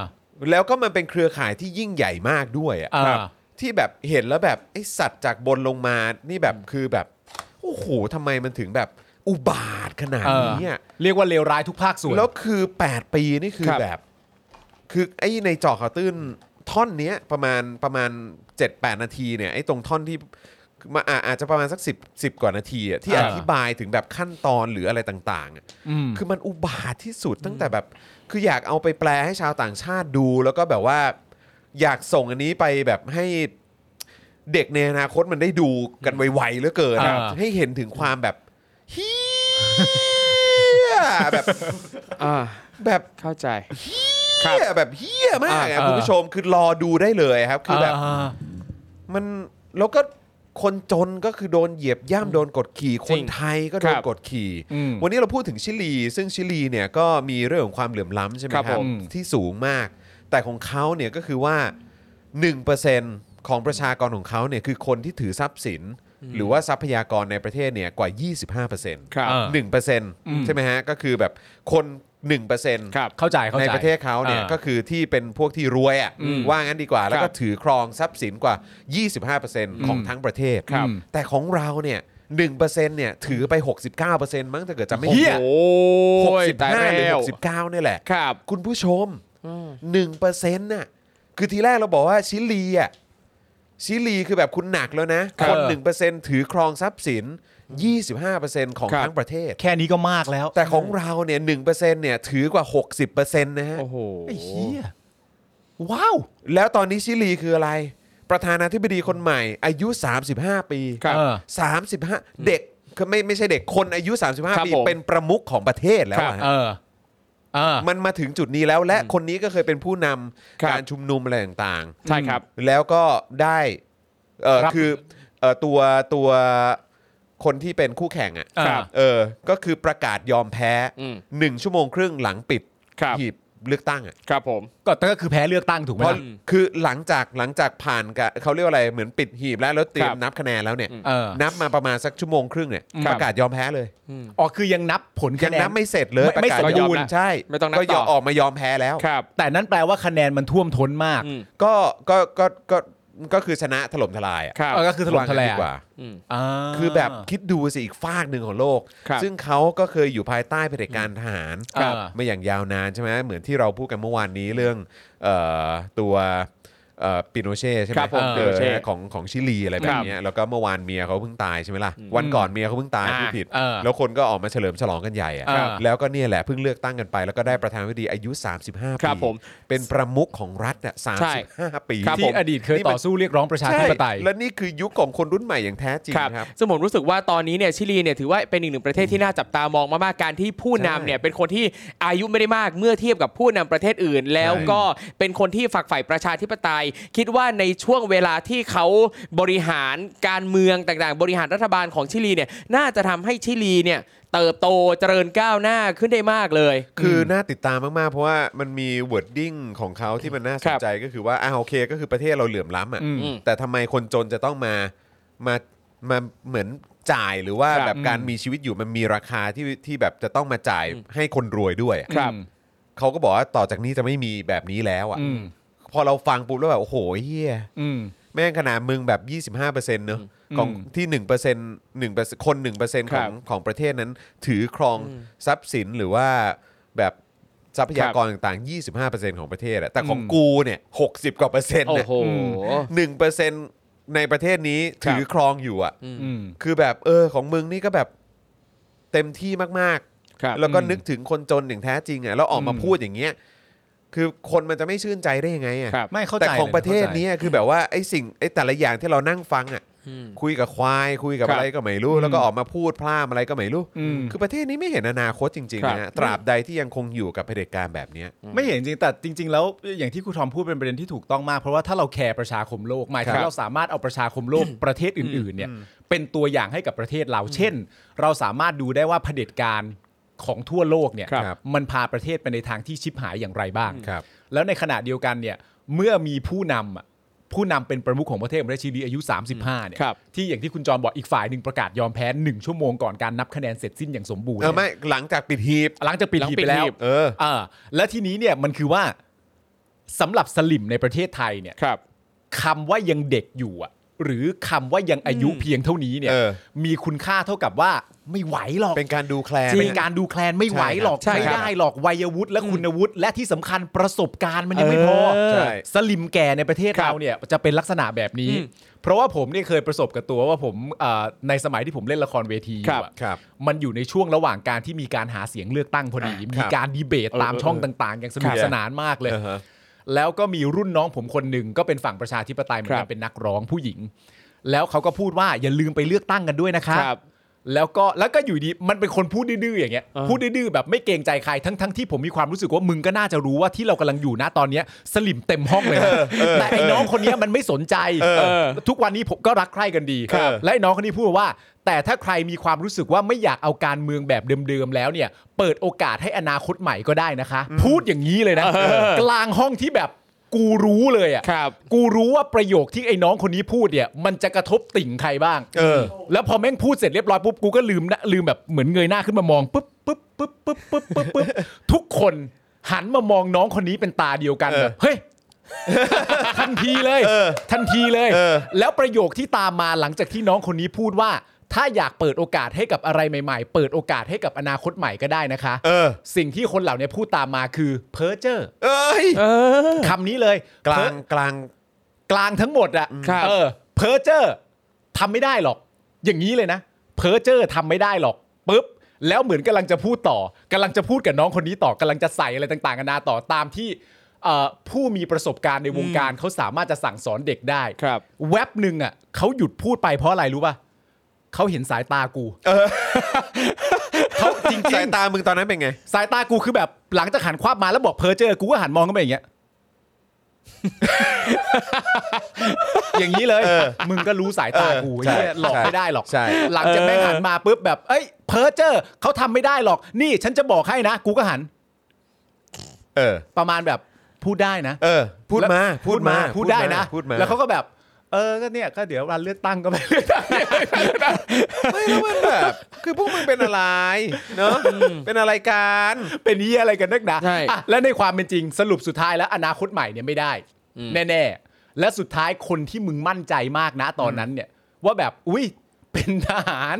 Speaker 2: แล้วก็มันเป็นเครือข่ายที่ยิ่งใหญ่มากด้วยอ่ะ
Speaker 3: อ่า
Speaker 2: ครับที่แบบเห็นแล้วแบบไอสัตว์จากบนลงมานี่แบบคือแบบโอ้โหทำไมมันถึงแบบอุบาทขนาด
Speaker 3: เออ
Speaker 2: นี้อะ
Speaker 3: เรียกว่าเลวร้ายทุกภาคส่วน
Speaker 2: แล้วคือ 8 ปีนี่คือ
Speaker 3: ครับ
Speaker 2: แบบ คือไอ้ในเจอข่าวตื้นท่อนเนี้ยประมาณประมาณ 7-8 นาทีเนี่ยไอ้ตรงท่อนที่มาอ่ะอาจจะประมาณสัก 10 10 กว่านาทีอะที่อธิบายถึงแบบขั้นตอนหรืออะไรต่างๆอะ
Speaker 3: อืม
Speaker 2: คือมันอุบาทที่สุดตั้งแต่แบบ คืออยากเอาไปแปลให้ชาวต่างชาติดู แล้วก็แบบว่า อยากส่งอันนี้ไปแบบให้เด็กในอนาคตมันได้ดูกันไวๆเหลือเกินอะ
Speaker 3: อ่า
Speaker 2: ให้เห็นถึงความแบบเฮียแบบ
Speaker 5: อ่า
Speaker 2: แบบ
Speaker 5: เข้าใจ
Speaker 2: เฮียแบบเฮียมากอะ
Speaker 3: อ่า
Speaker 2: คุณผู้ชมคือรอดูได้เลยครับ คือแบบ
Speaker 3: า
Speaker 2: มันแล้วก็คนจนก็คือโดนเหยียบย่ำโดนกดขี่ คนไทยก็โดน
Speaker 5: ครับ
Speaker 2: กดขี่
Speaker 3: อืม
Speaker 2: วันนี้เราพูดถึงชิลี ซึ่งชิลีเนี่ยก็มีเรื่องของความเหลื่อมล้ำใช่ไหมค
Speaker 5: ครั
Speaker 2: รับบ
Speaker 5: ผม
Speaker 2: ที่สูงมาก แต่ของเขาเนี่ยก็คือว่า 1%ของประชากรของเขาเนี่ยคือคนที่ถือทรัพย์สิน หรือว่าทรัพยากรในประเทศเนี่ยกว่า 25%
Speaker 5: ครับ
Speaker 3: อ่า
Speaker 2: 1%ใช่ไหมฮะก็คือแบบคน 1%
Speaker 5: ครับ
Speaker 3: เข้าใจเข้าใจ
Speaker 2: ในประเทศเขาเนี่ย
Speaker 3: อ่า
Speaker 2: ก็คือที่เป็นพวกที่รวยอ่ะ
Speaker 3: อืม
Speaker 2: ว่างั้นดีกว่า แล้วก็ถือครองทรัพย์สินกว่า 25%ของทั้งประเทศ
Speaker 3: ครับ
Speaker 2: แต่ของเราเนี่ย1%เนี่ยถือไป 69%มั้งถ้าเกิดจะไม่
Speaker 3: เหี้ย
Speaker 2: โอ้
Speaker 5: โอ้
Speaker 2: โห
Speaker 5: ยตายแล้
Speaker 2: 65หรือ
Speaker 5: ว
Speaker 2: 69เนี่ยแหละ
Speaker 5: ครับ
Speaker 2: คุณผู้ชม 1%น่ะคือทีแรกเราบอกว่าชิลีอ่ะชิลีคือแบบคุณหนักแล้วนะ
Speaker 3: ครับ
Speaker 2: คน 1%ถือครองทรัพย์สิน 25%ของ
Speaker 5: ครับ
Speaker 2: ทั้งประเทศ
Speaker 3: แค่นี้ก็มากแล้ว
Speaker 2: แต่ของเราเนี่ย1%เนี่ยถือกว่า 60%นะฮะ
Speaker 5: โอ้โห
Speaker 3: ไอ้เหี้ยว้าว
Speaker 2: แล้วตอนนี้ชิลีคืออะไร ประธานาธิบดีคนใหม่ อายุ 35 ปี
Speaker 5: ครับ
Speaker 3: เออ
Speaker 2: 35 เด็กคือไม่ไม่ใช่เด็กคนอายุ
Speaker 5: ครับ
Speaker 2: 35 ปี
Speaker 5: ผม
Speaker 2: เป็นประมุขของประเทศแล้วอะ
Speaker 3: เออเออ
Speaker 2: มันมาถึงจุดนี้แล้วและคนนี้ก็เคยเป็นผู้
Speaker 5: ครั
Speaker 2: นำ
Speaker 5: บ
Speaker 2: การชุมนุมอะไรต่าง
Speaker 5: ใช่ครับ
Speaker 2: ๆ แล้วก็ได้เออ
Speaker 3: ครับ
Speaker 2: คือเออตัวตัวคนที่เป็นคู่แข่งอ่ะ
Speaker 3: เออ
Speaker 5: ครับ
Speaker 2: เออก็คือประกาศยอมแพ้
Speaker 5: อืม
Speaker 2: หนึ่งชั่วโมงครึ่งหลังปิด
Speaker 5: ครับ
Speaker 2: หีบเลือกตั้งอ่ะ
Speaker 5: ครับผม
Speaker 3: ก็ก็คือแพ้เลือกตั้งถูกไหม
Speaker 2: เพราะ
Speaker 3: ล่ะ
Speaker 2: คือหลังจากหลังจากผ่านกะเขาเรียกว่าอะไรเหมือนปิดหีบแล้วแล้วเตรียม
Speaker 5: ครับ
Speaker 2: นับคะแนนแล้วเนี่ย
Speaker 3: เออ
Speaker 2: นับมาประมาณสักชั่วโมงครึ่งเนี่ย
Speaker 5: ค
Speaker 2: ป
Speaker 5: รับ
Speaker 2: ระกาศยอมแพ้เลย
Speaker 3: อ๋อคือยังนับผล
Speaker 2: ยั
Speaker 3: คะ
Speaker 2: ง
Speaker 3: แน
Speaker 2: นั
Speaker 3: น
Speaker 2: บไม่เสร็จเลย
Speaker 3: ไม่
Speaker 2: ประ
Speaker 3: ไม่
Speaker 2: กาศ
Speaker 3: สมบู
Speaker 2: ยอม
Speaker 3: รณ์
Speaker 2: ใช่
Speaker 5: ไม่ต้องนับ
Speaker 2: ก็ยอม
Speaker 5: ต่อ
Speaker 2: ออกมายอมแพ้แล้ว
Speaker 5: ครับ
Speaker 3: แต่นั่นแปลว่าคะแนนมันท่วมท้นมาก
Speaker 5: อืม
Speaker 2: ก็ก็ก็ก็ก็คือชนะถล่มทลายอ่ะ
Speaker 5: ครับ
Speaker 3: เออก็คือถล่มทลาย
Speaker 2: ว่างั้นดีกว่า
Speaker 5: อืม
Speaker 3: อ่า
Speaker 2: คือแบบคิดดูสิอีกฝากหนึ่งของโลก
Speaker 5: ครับ
Speaker 2: ซึ่งเขาก็เคยอยู่ภายใต้เผด็จการทหาร
Speaker 3: เออ
Speaker 2: มาอย่างยาวนานใช่ไหมเหมือนที่เราพูดกันเมื่อวานนี้เรื่องเอ่อตัวปิโนเช่อ Pinochet ใช่ไหม
Speaker 5: ครับผม
Speaker 2: เออ
Speaker 5: Pinochet
Speaker 2: ของของชิลีอะไรแบบเนี้ยแล้วก็เมื่อวานเมียเขาเพิ่งตายใช่ไหมล่ะวันก่อนเมียเขาเพิ่งตาย
Speaker 3: อ่า
Speaker 2: พูดผิด
Speaker 3: เออ
Speaker 2: แล้วคนก็ออกมาเฉลิมฉลองกันใหญ่อะ
Speaker 3: ครับ
Speaker 2: แล้วก็เนี่ยแหละเพิ่งเลือกตั้งกันไป แล้วก็ได้ประธานาธิบดีอายุ 35
Speaker 5: ค
Speaker 2: ปี
Speaker 5: รับผม
Speaker 2: เป็นประมุขของรัฐอะ
Speaker 5: ใช่
Speaker 2: 35 ปี
Speaker 5: ครับ
Speaker 3: ที่
Speaker 5: ผม
Speaker 3: อดีตเคยต่อสู้เรียกร้องประชาธิปไตย
Speaker 2: และนี่คือยุคของคนรุ่นใหม่อย่างแท้จริง
Speaker 5: ครับ
Speaker 2: ครับ
Speaker 5: ซึ่งผมรู้สึกว่าตอนนี้เนี่ยชิลีเนี่ยถือว่าเป็นอีกหนึ่งประเทศที่น่าจับตามองมากๆการที่ผู้
Speaker 2: ใช่
Speaker 5: นำเนี่ยเป็นคนที่อายุไม่ได้มากเมื่อเทียบกับผู้นำประเทศอื่น แล้วก็เป็นคนที่ฝักใฝ่ประชาธิปไตย คิดว่าในช่วงเวลาที่เขาบริหารการเมืองต่างๆ บริหารรัฐบาลของชิลีเนี่ยน่าจะทำให้ชิลีเนี่ยเติบโตเจริญก้าวหน้าขึ้นได้มากเลย
Speaker 2: คือน่าติดตามมาก ๆ เพราะว่ามันมี wording ของเขาที่มันน่าส
Speaker 5: คน รับ
Speaker 2: ใจก็คือว่าอ่าโอเคก็คือประเทศเราเหลื่อมล้ำอ่ะ
Speaker 3: อืม
Speaker 2: แต่ทำไมคนจนจะต้องมามามาเหมือนจ่ายหรือว่า
Speaker 5: ครับ
Speaker 2: แบบการมีชีวิตอยู่มันมีราคาที่ที่แบบจะต้องมาจ่ายให้คนรวยด้วยอะ
Speaker 5: ครับ
Speaker 2: เขาก็บอกว่าต่อจากนี้จะไม่มีแบบนี้แล้วอ่ะ
Speaker 3: อืม
Speaker 2: พอเราฟังปุ๊บแล้วแบบโอ้โหเฮีย
Speaker 3: อืม
Speaker 2: แม่งขนาดมึงแบบ 25%เนอะของที่1% 1%คน 1%
Speaker 5: ค
Speaker 2: ข
Speaker 5: รั
Speaker 2: อบ งของประเทศนั้นถือครองทรัพย์สินหรือว่าแบบ ทรัพยากรต่างๆ 25%ของประเทศอะแต่ของ
Speaker 3: อืม
Speaker 2: กูเนี่ย 60 กว่าเปอร์เซ็นต์
Speaker 5: โอ้
Speaker 2: เนี่ย
Speaker 5: โห
Speaker 2: หนึ่งเปอร์เซ็นต์ในประเทศนี้
Speaker 5: ครับ
Speaker 2: ถือครองอยู่อะ
Speaker 3: อืม
Speaker 2: คือแบบเออของมึงนี่ก็แบบเต็มที่มาก
Speaker 5: ครับ
Speaker 2: แล้วก็นึกถึงคนจนอย่างแท้จริงอ่ะแล้วออกมา
Speaker 3: อืม
Speaker 2: พูดอย่างเงี้ยคือคนมันจะไม่ชื่นใจได้ยังไงอ่ะ
Speaker 5: ครับ
Speaker 3: ไม่เข้าใจ
Speaker 2: แต่ของ
Speaker 3: ลย
Speaker 2: ประเทศเนี้ยคือแบบว่าไอ้สิ่งไอ้แต่ละอย่างที่เรานั่งฟังอ่ะ
Speaker 5: อืม
Speaker 2: คุยกับควายคุยกับ
Speaker 5: ครับ
Speaker 2: อะไรก็ไม่รู้ แล้วก็ออกมาพูดพล่ามอะไรก็ไม่รู้
Speaker 3: อืม
Speaker 2: คือประเทศนี้ไม่เห็นอนาคตจริงๆนะฮะตราบใดที่ยังคงอยู่กับเผด็จการแบบเนี้ย
Speaker 3: ไม่เห็นจริงแต่จริง ๆ แล้วอย่างที่ครูทอมพูดเป็นประเด็นที่ถูกต้องมาก เพราะว่าถ้าเราแคร์ประชาคมโลกหมายถึ
Speaker 2: ครับ
Speaker 3: งเราสามารถเอาประชาคมโลกประเทศอื่นๆเนี่ยเป็นตัวอย่างให้กับประเทศเรา เช่น เราสามารถดูได้ว่าเผด็จการของทั่วโลกเนี่ย
Speaker 2: ครับ
Speaker 3: มันพาประเทศไปในทางที่ชิบหายอย่างไรบ้าง
Speaker 2: ครับ
Speaker 3: แล้วในขณะเดียวกันเนี่ยเมื่อมีผู้นำอะผู้นำเป็นประมุขของประเทศประเทศชิลีอายุ 35เนี่ย
Speaker 5: ครับ
Speaker 3: ที่อย่างที่คุณจรบอกอีกฝ่ายหนึ่งประกาศยอมแพ้หนึ่งชั่วโมงก่อนการนับคะแนนเสร็จสิ้นอย่างสมบูรณ์
Speaker 2: เออไม่หลังจากปิดหีบ
Speaker 3: หลังจากปิด
Speaker 5: หลัง
Speaker 3: หีบ
Speaker 5: ปิด
Speaker 3: ไปแล้
Speaker 5: หี
Speaker 3: ว
Speaker 5: บ
Speaker 2: เออ
Speaker 3: อ่าและทีนี้เนี่ยมันคือว่าสำหรับสลิมในประเทศไทยเนี่ย
Speaker 5: ครับ
Speaker 3: คำว่ายังเด็กอยู่อะหรือคำว่ายังอายุเพียงเท่านี้เนี่ย
Speaker 2: เออ
Speaker 3: มีคุณค่าเท่ากับว่าไม่ไหวหรอก
Speaker 2: เป็นการดูแคลน
Speaker 3: เป็นการดูแคลนไม่ไหวหรอก
Speaker 5: ใช่ครับ
Speaker 3: ไม่ได้หรอกวัยวุฒิและคุณวุฒิและที่สำคัญประสบการณ์มันยังไม่พอ
Speaker 5: เออใช่
Speaker 3: สลิมแก่ในประเทศ
Speaker 5: ครับ
Speaker 3: เราเนี่ยจะเป็นลักษณะแบบนี้
Speaker 5: อืม
Speaker 3: เพราะว่าผมเนี่ยเคยประสบกับตัวว่าผมเอ่อในสมัยที่ผมเล่นละครเวทีอยู่
Speaker 5: ครับ
Speaker 3: อะ
Speaker 2: ครับ
Speaker 3: มันอยู่ในช่วงระหว่างการที่มีการหาเสียงเลือกตั้งพอดี
Speaker 2: ค
Speaker 3: มี
Speaker 2: รับ
Speaker 3: การดีเบต
Speaker 5: เออ
Speaker 3: ตาม
Speaker 5: เออ
Speaker 3: ช่องต่างๆ อย่างสนุ
Speaker 5: ค
Speaker 3: ก
Speaker 5: รับ
Speaker 3: สนานมากเลย
Speaker 2: อ่าฮะ
Speaker 3: แล้วก็มีรุ่นน้องผมคนหนึ่งก็เป็นฝั่งประชาธิปไตยเหมือน
Speaker 5: ครั
Speaker 3: กับ นเป็นนักร้องผู้หญิง แล้วเขาก็พูดว่าอย่าลืมไปเลือกตั้งกันด้วยนะคะ
Speaker 5: ครับ
Speaker 3: แล้วก็แล้วก็อยู่ดีมันเป็นคนพูดดื้อๆอย่างเงี้ย
Speaker 5: อ่า
Speaker 3: พูดดื้อๆแบบไม่เกรงใจใครทั้งทั้งที่ผมมีความรู้สึกว่ามึงก็น่าจะรู้ว่าที่เรากำลังอยู่นะตอนเนี้ยสลิมเต็มห้องเลยนะแต่ไอ้น้องคนเนี้ยมันไม่สนใจ
Speaker 5: เออ
Speaker 3: ทุกวันนี้ผมก็รักใคร่กันดี
Speaker 5: ครับ
Speaker 3: และไอ้น้องคนนี้พูดว่า แต่ถ้าใครมีความรู้สึกว่าไม่อยากเอาการเมืองแบบเดิมๆแล้วเนี่ย เปิดโอกาสให้อนาคตใหม่ก็ได้นะคะ พูดอย่างนี้เลยนะ
Speaker 5: เออ
Speaker 3: กลางห้องที่แบบกูรู้เลย
Speaker 5: ค
Speaker 3: อะ่ะ
Speaker 5: รับ
Speaker 3: กูรู้ว่าประโยคที่ไอ้น้องคนนี้พูดเนี่ย มันจะกระทบติ่งใครบ้าง
Speaker 2: เออ
Speaker 3: แล้วพอแม่งพูดเสร็จเรียบร้อยปุ๊บกูก็ลืมนะลืมแบบเหมือนเงยหน้าขึ้นมามองปุ๊บปุ๊บปุ๊บปุ๊บปุ๊บปุ๊บปุ๊บทุกคนหันมามองน้องคนนี้เป็นตาเดียวกัน
Speaker 2: เออ
Speaker 3: แบบเฮ้ย ทันทีเลยทันทีเลย
Speaker 2: เออ
Speaker 3: แล้วประโยคที่ตามมาหลังจากที่น้องคนนี้พูดว่า ถ้าอยากเปิดโอกาสให้กับอะไรใหม่ ๆ เปิดโอกาสให้กับอนาคตใหม่ก็ได้นะคะ
Speaker 2: เออ
Speaker 3: สิ่งที่คนเหล่านี้พูดตามมาคือเพ้อเจ้อ
Speaker 2: เอ้ย
Speaker 5: เออ
Speaker 3: คำนี้เลย
Speaker 2: กลาง
Speaker 3: เพ้อก
Speaker 2: ลาง
Speaker 3: กลางทั้งหมดอะ
Speaker 5: ครับ
Speaker 3: เออเพ้อเจ้อทำไม่ได้หรอก อย่างนี้เลยนะเพ้อเจ้อทำไม่ได้หรอกปุ๊บแล้วเหมือนกำลังจะพูดต่อกำลังจะพูดกับน้องคนนี้ต่อกำลังจะใส่อะไรต่างๆกันานาต่อตามที่เอ่อผู้มีประสบการณ์ในวงการเขาสามารถจะสั่งสอนเด็กได้
Speaker 5: ครับ
Speaker 3: แว็บหนึ่งอ่ะเขาหยุดพูดไปเพราะอะไรรู้ป่ะเขาเห็นสายตากูเขาจริง
Speaker 2: สายตามึงตอนนั้นเป็นไง
Speaker 3: ๆสายตากูคือแบบหลังจากหันควับมาแล้วบอกเพอเจอกูก็หันมองเข้าไปอย่างเงี้ ย อย่างนี้เลย มึงก็รู้สายตากู
Speaker 2: เออใช่
Speaker 3: เหี้ยหลอกไม่ได้หรอก
Speaker 2: ใช่
Speaker 3: หลังจากแม่งหันมาปุ๊บแบบ เอ้ยเพอเจอเขาทำไม่ได้หรอก นี่ฉันจะบอกให้นะกูก็หัน
Speaker 2: เออ
Speaker 3: ประมาณแบบพูดได้นะ
Speaker 2: เออ พูดมา
Speaker 3: แล้ว
Speaker 2: พูดมา
Speaker 3: พูดได้นะ
Speaker 2: พูดมา
Speaker 3: แล้วเขาก็แบบ เออก็เนี่ยก็เดี๋ยววันเลือกตั้งก็ไปเลือก ตั้ง
Speaker 2: ไม่แล้วมันแบบ คือพวกมึงเป็นอะไร เนอะเป็นอะไรกัน
Speaker 3: เป็นเยี่ยอะไรกันนักหนา
Speaker 5: ใช่
Speaker 3: อ่ะและในความเป็นจริงสรุปสุดท้ายแล้วอนาคตใหม่เนี่ยไม่ได้ แน่ๆ และสุดท้ายคนที่มึงมั่นใจมากนะตอนนั้นเนี่ย ว่าแบบอุ้ยเป็นทหาร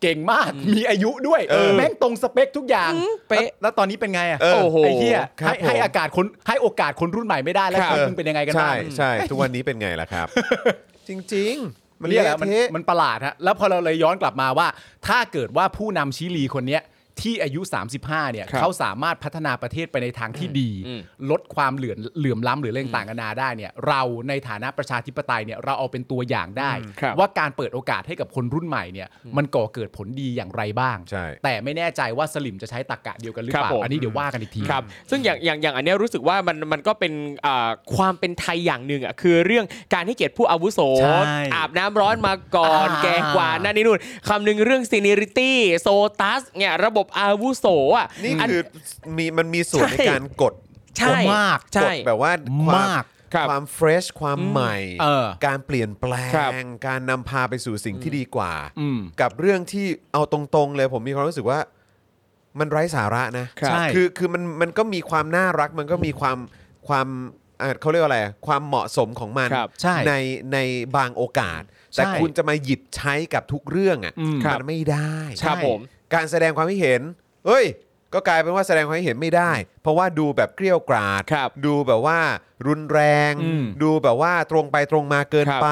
Speaker 3: เก่งมากมีอายุด้วย
Speaker 2: เออ
Speaker 3: แม่งตรงสเปคทุกอย่าง
Speaker 5: อืมเป๊ะ
Speaker 3: แล้วแล้วตอนนี้เป็นไงอ่ะ
Speaker 2: เออ
Speaker 5: โอ้โห
Speaker 3: ไอ้เหี้ย
Speaker 2: ครับผม
Speaker 3: ให้ให้อากาศคนให้โอกาสคนรุ่นใหม่ไม่ได้แล้ว
Speaker 5: ครับ
Speaker 3: ชีวิตมึงเป็นยังไงกัน
Speaker 2: ใช่
Speaker 3: บ้าง
Speaker 2: ใช่ ทุกวันนี้เป็นไงล่ะครับ จริง ๆ มัน
Speaker 3: เรียกแห
Speaker 2: เละ
Speaker 3: ละมัน
Speaker 2: เทะ
Speaker 3: มันประหลาดฮะแล้วพอเราเลยย้อนกลับมาว่า ถ้าเกิดว่าผู้นำชิลีคนเนี้ยที่อายุ 35 เนี่ย
Speaker 5: ครับ
Speaker 3: เขาสามารถพัฒนาประเทศไปในทางที่ดี
Speaker 5: อืม
Speaker 3: ลดความเหลื่อมเหลื่อมล้ำหรือเรื่องต่างกันานาได้เนี่ย เราในฐานะประชาธิปไตยเนี่ยเราเอาเป็นตัวอย่างได้
Speaker 5: ครับ
Speaker 3: ว่าการเปิดโอกาสให้กับคนรุ่นใหม่เนี่ย มันก่อเกิดผลดีอย่างไรบ้าง
Speaker 2: ใช่
Speaker 3: แต่ไม่แน่ใจว่าสลิมจะใช้ตรกกะเดียวกันหรือ
Speaker 5: ครับ
Speaker 3: เปล่า
Speaker 5: ผม
Speaker 3: อันนี้เดี๋ยวว่ากันอีกที
Speaker 5: ครับซึ่งอย่างอย่างอย่างอันเนี้ยรู้สึกว่ามันมันก็เป็นอ่าความเป็นไทยอย่างหนึ่งอ่ะคือเรื่องการให้เกียรติผู้อาวุโส
Speaker 3: ใช่
Speaker 5: อาบน้ำร้อนมาก่อน
Speaker 3: อ่า
Speaker 5: แกงกว่านั่นนี่นู่นคำหนึ่งเรื่องซีเนริตี้โซตัสเนี่ยระบบอาวุโสอ่ะ
Speaker 2: นี่
Speaker 5: อั
Speaker 2: คือมีมันมีส่วนใน
Speaker 5: ใช่
Speaker 2: การกด
Speaker 5: ใช่
Speaker 3: มาก
Speaker 2: ก
Speaker 5: ใช่
Speaker 2: ดแบบว่า
Speaker 3: มา
Speaker 2: คว
Speaker 3: ก
Speaker 5: ครับ
Speaker 2: ความเฟรชความใหม่
Speaker 3: เออ
Speaker 2: การเปลี่ยนแปล
Speaker 5: ครับ
Speaker 2: ง การนำพาไปสู่สิ่งที่ดีกว่า
Speaker 3: อืม
Speaker 2: กับเรื่องที่เอาตรงๆเลยผมมีความรู้สึกว่ามันไร้สาระนะครับ
Speaker 3: ใช่
Speaker 2: คือคือมันมันก็มีความน่ารักมันก็มีความความเอ่อเขาเรียกว่าอะไรอะความเหมาะสมของมัน
Speaker 5: ครับ
Speaker 3: ใช่
Speaker 2: ในบางโอกาส แต่
Speaker 3: ใช่
Speaker 2: คุณจะมาหยิบใช้กับทุกเรื่องอ่ะ
Speaker 3: อืม
Speaker 5: ครั
Speaker 2: มั
Speaker 5: บ
Speaker 2: นไม่ได้
Speaker 3: ใช่
Speaker 5: ครับผม
Speaker 2: การแสดงความคิดเห็น เฮ้ย ก็ ก็กลายเป็นว่าแสดงความเห็นไม่ได้ เพราะว่าดูแบบเกลี้ยวกราด
Speaker 5: ครับ
Speaker 2: ดูแบบว่ารุนแรง
Speaker 3: อืม
Speaker 2: ดูแบบว่าตรงไปตรงมาเกิน
Speaker 5: ครับ
Speaker 2: ไป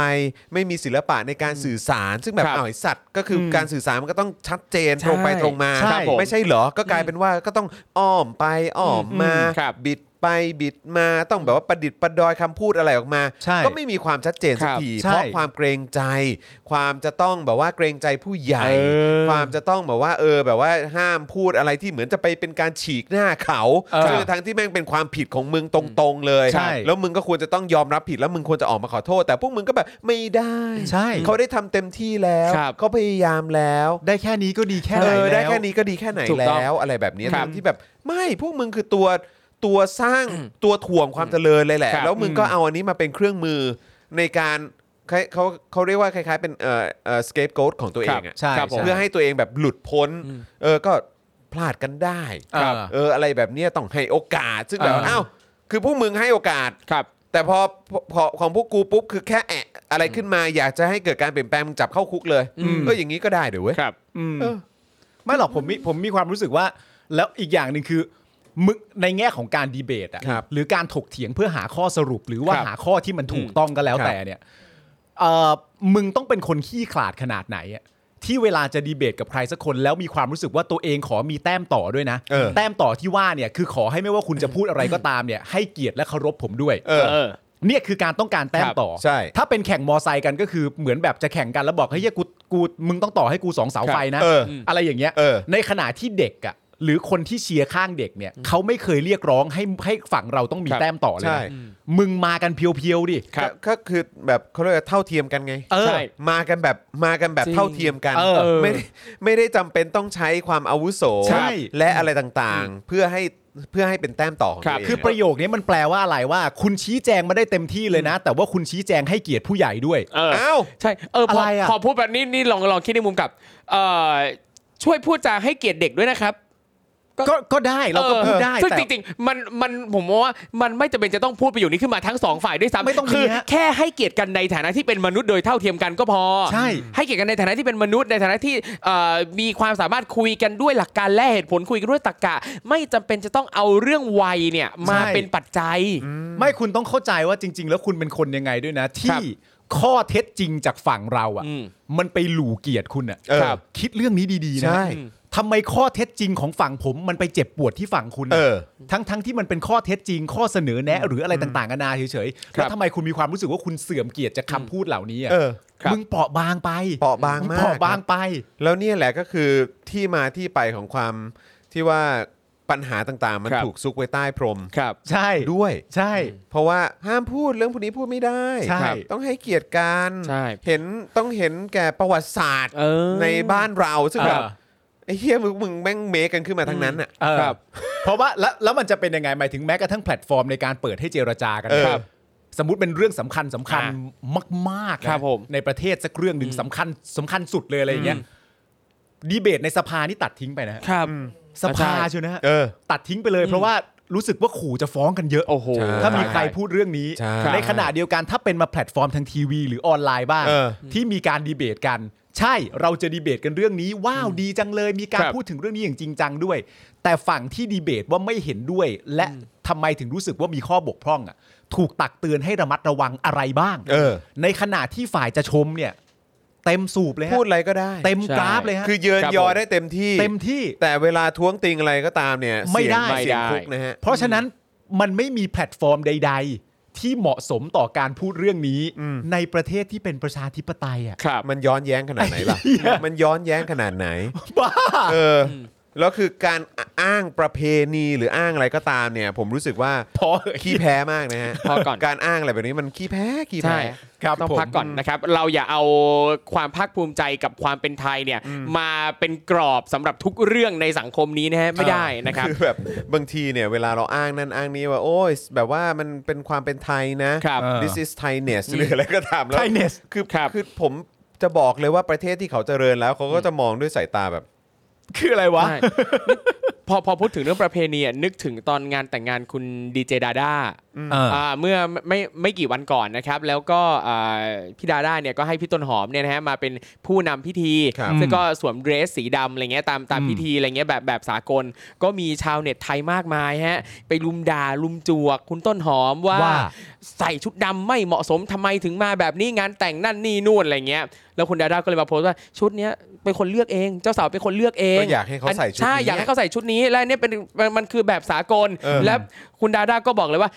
Speaker 2: ไม่มีศิลปะในการสื่อสาร ซึ่งแบบ
Speaker 5: ครับ
Speaker 2: อ้าวไอ้สัตว์ ก็คืออ
Speaker 5: ม
Speaker 2: การสื่อสารมันก็ต้องชัดเจน
Speaker 5: ใช่
Speaker 2: ตรงไปตรงมา
Speaker 3: ใช่ครับผม
Speaker 2: ไม่ใช่เหรอ ก็กลายเป็นว่าก็ต้องอ้อมไปอ้อมมา
Speaker 5: อืมครับ
Speaker 2: บิดไปบิดมาต้องแบบว่าประดิษฐ์ประดอยคำพูดอะไรออกมา
Speaker 3: ใช่
Speaker 2: ก็ไม่มีความชัดเจนสัก
Speaker 5: ครับ
Speaker 2: ที
Speaker 3: ใช่
Speaker 2: เพราะความเกรงใจ ความจะต้องแบบว่าเกรงใจผู้ใหญ่
Speaker 3: เออ
Speaker 2: ความ จะต้องแบบว่าเออแบบว่าห้ามพูดอะไรที่เหมือนจะไปเป็นการฉีกหน้าเขา
Speaker 3: เออ
Speaker 2: ซึ่งทั้งที่แม่งเป็นความผิดของมึงตรงๆเลย
Speaker 3: ใช่
Speaker 2: แล้วมึงก็ควรจะต้องยอมรับผิดแล้วมึงควรจะออกมาขอโทษ แต่พวกมึงก็แบบไม่ได้
Speaker 3: ใช่
Speaker 2: เขาได้ทำเต็มที่แล้ว
Speaker 5: ครับ
Speaker 2: เขาพยายามแล้ว
Speaker 3: ได้แค่นี้ก็ดีแค่ไหน
Speaker 2: เออได้
Speaker 3: ล้ว
Speaker 2: แค่นี้ก็ดีแค่ไหน
Speaker 5: ถูกต้อง
Speaker 2: แล้วอะไรแบบนี้
Speaker 5: ครับ
Speaker 2: ทั้งที่แบบไม่พวกมึงคือตัวตัวสร้างตัวถ่วงความเจริญเลยแหละ
Speaker 5: ครับ
Speaker 2: แล้วมึงก็เอาอันนี้มาเป็นเครื่องมือในการเขาเขาเขาเรียกว่าคล้ายๆ เป็นเอ่อเอ่อ scapegoat ของตัวเองอะ
Speaker 3: ใช่
Speaker 5: ครับผม
Speaker 2: เพื่อให้ตัวเองแบบหลุดพ้น
Speaker 5: อืม
Speaker 2: เออ ก็พลาดกันได้
Speaker 3: ครับ
Speaker 2: เออ อะไรแบบเนี้ยต้องให้โอกาส ซึ่งแบบ
Speaker 3: เออ
Speaker 2: เอ้าว คือพวกมึงให้โอกาส
Speaker 5: ครับ
Speaker 2: แต่พอพอพอของพวกกูปุ๊บ คือแค่แอะอะไรขึ้นมา อยากจะให้เกิดการเปลี่ยนแปลงมึงจับเข้าคุกเลย
Speaker 5: อืม
Speaker 2: ก็อย่างนี้ก็ได้เดี๋ยวเว้ย
Speaker 5: ครับ
Speaker 3: อืม
Speaker 2: เออ
Speaker 3: ไม่หรอกผมมีผมมีความรู้สึกว่า แล้วอีกอย่างหนึ่งคือมึงในแง่ของการดีเบตอะ
Speaker 2: ครับ
Speaker 3: หรือการถกเถียงเพื่อหาข้อสรุป หรือว่า
Speaker 5: ครับ
Speaker 3: หาข้อที่มันถูกต้องก็แล้ว
Speaker 2: ครับ
Speaker 3: แต่เนี่ยเอ่อมึงต้องเป็นคนขี้ขลาดขนาดไหนอะที่เวลาจะดีเบตกับใครสักคน แล้วมีความรู้สึกว่าตัวเองขอมีแต้มต่อด้วยนะ
Speaker 2: เออ
Speaker 3: แต้มต่อที่ว่าเนี่ยคือขอให้ไม่ว่าคุณจะพูดอะไรก็ตามเนี่ย ให้เกียรติและเคารพผมด้วย
Speaker 2: เออ
Speaker 3: เนี่ยคือการต้องการแต้ม
Speaker 5: ครับ
Speaker 3: ต่อ
Speaker 2: ใช่
Speaker 3: ถ้าเป็นแข่งมอไซค์กันก็คือเหมือนแบบจะแข่งกันแล้วบอกเฮ้ยเหี้ยกูกูมึงต้องต่อให้กูสองเสาไฟนะ
Speaker 2: เออ
Speaker 3: อะไรอย่างเงี้ย
Speaker 2: เออ
Speaker 3: ในขณะที่เด็กอะหรือคนที่เชียร์ข้างเด็กเนี่ยเขาไม่เคยเรียกร้องให้ให้ฝั่งเราต้องมี
Speaker 5: ครับ
Speaker 3: แต้มต่อเลย
Speaker 2: ใช่
Speaker 3: นะมึงมากันเพียวๆดิ
Speaker 5: ครับ
Speaker 2: ก็ก็คือแบบเขาเรียกว่าเท่าเทียมกันไง
Speaker 3: เออ
Speaker 5: ใช่
Speaker 2: มากันแบบมากันแบบ
Speaker 5: จริง
Speaker 2: เท่าเทียมกัน
Speaker 3: เออ
Speaker 2: ไม่ได้ไม่ได้จำเป็นต้องใช้ความอาวุโส
Speaker 3: ใช่
Speaker 2: และอะไรต่างๆ เพื่อให้เพื่อให้เป็นแต้มต่อของ
Speaker 5: ค
Speaker 2: ตั
Speaker 5: รั
Speaker 2: ว
Speaker 5: บ
Speaker 2: เอง
Speaker 3: คือประโยคนี้มันแปลว่าอะไรว่า คุณชี้แจงมาได้เต็มที่เลยนะ แต่ว่าคุณชี้แจงให้เกียรติผู้ใหญ่ด้วย
Speaker 5: เออ
Speaker 2: เอ้า
Speaker 5: ใช่ เออพอ
Speaker 3: อะไรอะ
Speaker 5: พอพูดแบบนี้นี่ลองลองคิดในมุมกลับเอ่อช่วยพูดจาให้เกียรติเด็กด้วยนะครับ
Speaker 3: ก็ก็ได้เราก็พูดได้
Speaker 5: ซึ่ง
Speaker 3: แต่
Speaker 5: จริงๆมันมันผมว่ามันไม่จำเป็นจะต้องพูดประโยคนี้ขึ้นมาทั้งสองฝ่ายด้วยซ้ำ
Speaker 3: ไม่ต้องมี
Speaker 5: คือ
Speaker 3: ฮะ
Speaker 5: แค่ให้เกียรติกันในฐานะที่เป็นมนุษย์โดยเท่าเทียมกันก็พอ
Speaker 3: ใช่
Speaker 5: เกียรติกันในฐานะที่เป็นมนุษย์ในฐานะที่เอ่อมีความสามารถคุยกันด้วยหลักการและเหตุผลคุยกันด้วยตรรกะ ไม่จำเป็นจะต้องเอาเรื่องวัยเนี่ยมาเป็นปัจจัย
Speaker 3: ไม่คุณต้องเข้าใจว่าจริง ๆ แล้วคุณเป็นคนยังไงด้วยนะ
Speaker 5: ครั
Speaker 3: ที่
Speaker 5: บ
Speaker 3: ข้อเท็จจริงจากฝั่งเรา
Speaker 5: อืม
Speaker 3: อะ่ะมันไปหลู่เกียรติคุณ
Speaker 2: เออ
Speaker 3: อะ่ะคิดเรื่องนี้ดีๆนะ
Speaker 2: ใช่
Speaker 3: ทำไมข้อเท็จจริงของฝั่งผมมันไปเจ็บปวดที่ฝั่งคุณะ
Speaker 2: เออ
Speaker 3: ทั้งทั้งที่มันเป็นข้อเท็จจริง ข้อเสนอแนะ หรืออะไรต่างๆกันานาเฉยๆ
Speaker 5: ครับ
Speaker 3: แล้วทำไมคุณมีความรู้สึกว่าคุณเสื่อมเกียรติจากคำพูดเหล่านี้
Speaker 2: เอ
Speaker 3: อะ่ะ
Speaker 2: อ
Speaker 5: ครับ
Speaker 3: มึงเปราะบางไป
Speaker 2: เปราะบางมาก
Speaker 3: เปราะบางไป
Speaker 2: แล้วเนี่ยแหละก็คือที่มาที่ไปของความที่ว่าปัญหาต่างๆ มัน
Speaker 5: ครับ
Speaker 2: ถูกซุกไว้ใต้พรม
Speaker 5: ครับ
Speaker 3: ใช่
Speaker 2: ด้วย
Speaker 3: ใช่
Speaker 2: เพราะว่าห้ามพูดเรื่องพวกนี้พูดไม่ได้
Speaker 3: ใช่
Speaker 2: ครับต้องให้เกียรติกัน
Speaker 5: ใช่
Speaker 2: เห็นต้องเห็นแก่ประวัติศาสตร์
Speaker 5: เออ
Speaker 2: ในบ้านเราซึ่งแบบ
Speaker 3: เออ
Speaker 2: ไอ้เฮียมึงมึงแม่งเมคกันขึ้นมาทั้งนั้นอ่ะ
Speaker 3: เออ
Speaker 5: ครับ
Speaker 3: เพราะว่าแล้วแล้วมันจะเป็นยังไงหมายถึงแม้กระทั่งแพลตฟอร์มในการเปิดให้เจรจากัน
Speaker 2: เออ
Speaker 3: ครับ สมมติเป็นเรื่องสำคัญสำคัญ
Speaker 5: อ่
Speaker 3: มากๆ
Speaker 5: ครับ
Speaker 3: นะ
Speaker 5: ผม
Speaker 3: ในประเทศสักเรื่องหนึ่งสำคัญสำคัญสุดเลยอะไรอย่างเงี้ยดีเบตในสภานี่ตัดทิ้งไปนะฮะ
Speaker 5: ครับ
Speaker 3: สภา
Speaker 5: ใช่
Speaker 3: เชียวนะฮะ
Speaker 2: เออ
Speaker 3: ตัดทิ้งไปเลยเพราะว่ารู้สึกว่าขู่จะฟ้องกันเยอะ
Speaker 5: โอ้โห
Speaker 3: ถ้ามีใครพูดเรื่องนี้
Speaker 2: ใช่
Speaker 3: ในขณะเดียวกันถ้าเป็นมาแพลตฟอร์มทางทีวี หรือออนไลน์บ้าง
Speaker 2: เออ
Speaker 3: ที่มีการดีเบตกัน ใช่เราจะดีเบตกันเรื่องนี้ ว้าวดีจังเลย มีการ
Speaker 5: ครับ
Speaker 3: พูดถึงเรื่องนี้อย่างจริงจังด้วย แต่ฝั่งที่ดีเบตว่าไม่เห็นด้วย และทำไมถึงรู้สึกว่ามีข้อบกพร่องอ่ะ ถูกตักเตือนให้ระมัดระวังอะไรบ้าง
Speaker 2: เออ
Speaker 3: ในขณะที่ฝ่ายจะชมเนี่ย เต็มสูบเลยฮะ
Speaker 2: พูดอะไรก็ได้
Speaker 3: เต็ม
Speaker 5: ใช่
Speaker 3: กราฟเลยฮะ
Speaker 2: คือเยิน
Speaker 5: ครับ
Speaker 2: ยอ
Speaker 5: ผม
Speaker 2: ได้เต็มที่
Speaker 3: เต็มที่
Speaker 2: แต่เวลาท้วงติงอะไรก็ตามเนี่ย
Speaker 3: ไม่ได้
Speaker 2: เสียงเสียงคุกนะฮะ
Speaker 3: เพราะฉะนั้นมันไม่มีแพลตฟอร์มใด ๆ ที่เหมาะสมต่อการพูดเรื่องนี้ ในประเทศที่เป็นประชาธิปไตยอ่ะ
Speaker 5: ครับ
Speaker 2: มันย้อนแย้งขนาดไหนล่ะ
Speaker 3: ไอ้เหี้ย
Speaker 2: มันย้อนแย้งขนาดไหน
Speaker 3: บ้า
Speaker 2: เอออแล้วคือการอ้างประเพณีหรืออ้างอะไรก็ตามเนี่ย ผมรู้สึกว่า
Speaker 3: พอเหอะ
Speaker 2: ขี้แพ้มากนะ ฮะ
Speaker 5: พอก่อน
Speaker 2: การอ้างอะไรแบบนี้มันขี้แพ้ขี้
Speaker 5: ใช่
Speaker 2: แพ้
Speaker 3: ครับ
Speaker 5: ต้อง
Speaker 3: ผม
Speaker 5: พักก่อนนะครับ เราอย่าเอาความภาคภูมิใจกับความเป็นไทยเนี่ย มาเป็นกรอบสำหรับทุกเรื่องในสังคมนี้นะฮะไม่ได้นะครับ
Speaker 2: คือแบบบางทีเนี่ยเวลาเราอ้างนั่นอ้างนี้ว่าโอ้ยแบบว่ามันเป็นความเป็นไทยนะ
Speaker 5: ครับ
Speaker 2: this is Thainess หรืออะไรก็ตามแล้ว
Speaker 3: Thainess
Speaker 2: คือ
Speaker 5: ครับ
Speaker 2: คือผมจะบอกเลยว่าประเทศที่เขาเจริญแล้วเขาก็จะมองด้วยสายตาแบบ
Speaker 3: คืออะไรวะ
Speaker 5: ใช่นี่ พอพอพูดถึงเรื่องประเพณีอะนึกถึงตอนงานแต่งงานคุณดีเจดาด้า
Speaker 3: เออ
Speaker 5: อ่าเมื่อไม่ไม่ไม่กี่วันก่อนนะครับ แล้วก็อ่าพี่ดาด้าเนี่ยก็ให้พี่ต้นหอมเนี่ยนะฮะมาเป็นผู้นำพิธี
Speaker 2: ครับ
Speaker 5: ซึ่งก็สวมเดรสสีดำอะไรเงี้ยตามตามพิธีอะไรเงี้ยแบบแบบสากล ก็มีชาวเน็ตไทยมากมายฮะไปลุมด่าลุมจวก คุณต้นหอมว่า
Speaker 3: ว่า
Speaker 5: ใส่ชุดดำไม่เหมาะสมทำไมถึงมาแบบนี้งานแต่งนั่นนี่นู่นอะไรเงี้ยแล้วคุณดาด้าก็เลยมาโพสต์ว่าชุดเนี้ยเป็นคนเลือกเอง เจ้าสาวเป็นคนเลือกเอง
Speaker 2: ก็อยากให้เขาใส่ชุดนี้
Speaker 5: ใช่ อยากให้เขาใส่ชุดนี้ และอันเนี่ยเป็นมันมันคือแบบสากล
Speaker 2: เออ
Speaker 5: และคุณดาด้าก็บอกเลยว่า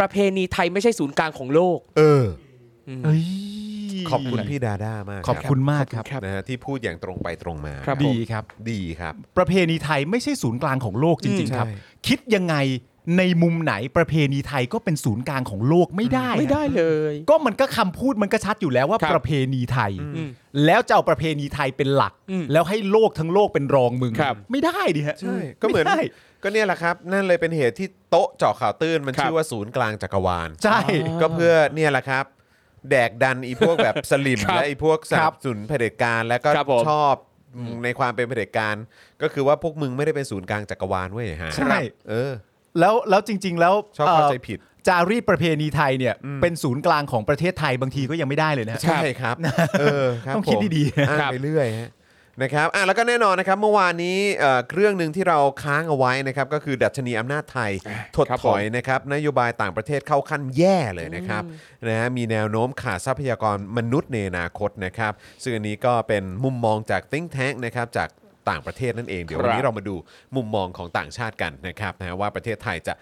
Speaker 5: ประเพณีไทยไม่ใช่ศูนย์กลางของโลก
Speaker 2: เออ
Speaker 3: เอ้ย
Speaker 2: ขอบคุณพี่ดาด้ามาก
Speaker 3: ขอบคุณมากครับ
Speaker 2: นะฮะที่พูดอย่างตรงไปตรงมา
Speaker 5: ครับ
Speaker 3: ดีครับ
Speaker 2: ดีครับ
Speaker 3: ประเพณีไทยไม่ใช่ศูนย์กลางของโลกจริง
Speaker 2: อืม
Speaker 3: ๆ ครับ
Speaker 2: ใช่
Speaker 3: คิดยังไงในมุมไหนประเพณีไทยก็เป็นศูนย์กลางของโลกไม่ได้นะ
Speaker 5: ไม่ได้เลย
Speaker 3: ก็มันก็คำพูดมันก็ชัดอยู่แล้วว่า
Speaker 5: ครับ
Speaker 3: ประเพณีไทย
Speaker 5: อืม
Speaker 3: แล้วจะเอาประเพณีไทยเป็นหลัก
Speaker 5: อืม
Speaker 3: แล้วให้โลกทั้งโลกเป็นรองมึง
Speaker 5: ครับ
Speaker 3: ไม่ได้ดิฮะ
Speaker 2: ใช่ก็เหมือน
Speaker 3: ไได้
Speaker 2: ก็เนี่ยแหละครับ นั่นเลยเป็นเหตุที่โต๊ะเจาะข่าวตื้นมัน
Speaker 5: ครับ
Speaker 2: ชื่อว่าศูนย์กลางจักรวาล
Speaker 3: ใช่
Speaker 2: ก็เพื่อเนี่ยแหละครับ แดกดันไอีพวกแบบ สลิม
Speaker 5: ครับ
Speaker 2: และไอีพวกส
Speaker 3: ครั
Speaker 2: นับบ สนุนเผด็จการแล้วก็
Speaker 5: ครับผม
Speaker 2: ชอบในความเป็นเผด็จการ ก็คือว่าพวกมึงไม่ได้เป็นศูนย์กลางจักรวาลเว้ยฮะ
Speaker 3: ใช่
Speaker 2: เออ
Speaker 3: แล้วแล้วจริง ๆ แล้ว
Speaker 2: ชอบเข้าใจ
Speaker 3: เ
Speaker 2: ผิด
Speaker 3: จารีตประเพณีไทยเนี่ยเป็นศูนย์กลางของประเทศไทยบางทีก็ยังไม่ได้เลยนะ
Speaker 2: ใช่ครับเออครับ
Speaker 3: ต้องคิด
Speaker 2: ผม
Speaker 3: ดีๆ
Speaker 2: อ่าน
Speaker 5: ครับ
Speaker 2: ไปเรื่อยฮะนะครับอ่ะแล้วก็แน่นอนนะครับเมื่อวานนี้เอ่อเรื่องหนึ่งที่เราค้างเอาไว้นะครับก็คือดัชนีอำนาจไทยถด
Speaker 5: ครับ
Speaker 2: ถอยนะครับนโยบายต่างประเทศเข้าขั้นแย่เลยนะครับนะฮะมีแนวโน้มขาดทรัพยากรมนุษย์ในอนาคตนะครับซึ่งอันนี้ก็เป็นมุมมองจาก think tank นะครับจากต่างประเทศนั่นเองเดี๋ยววันนี้
Speaker 5: ครับ
Speaker 2: เรามาดูมุมมองของต่างชาติกันนะครับนะฮะว่าประเทศไทยจะ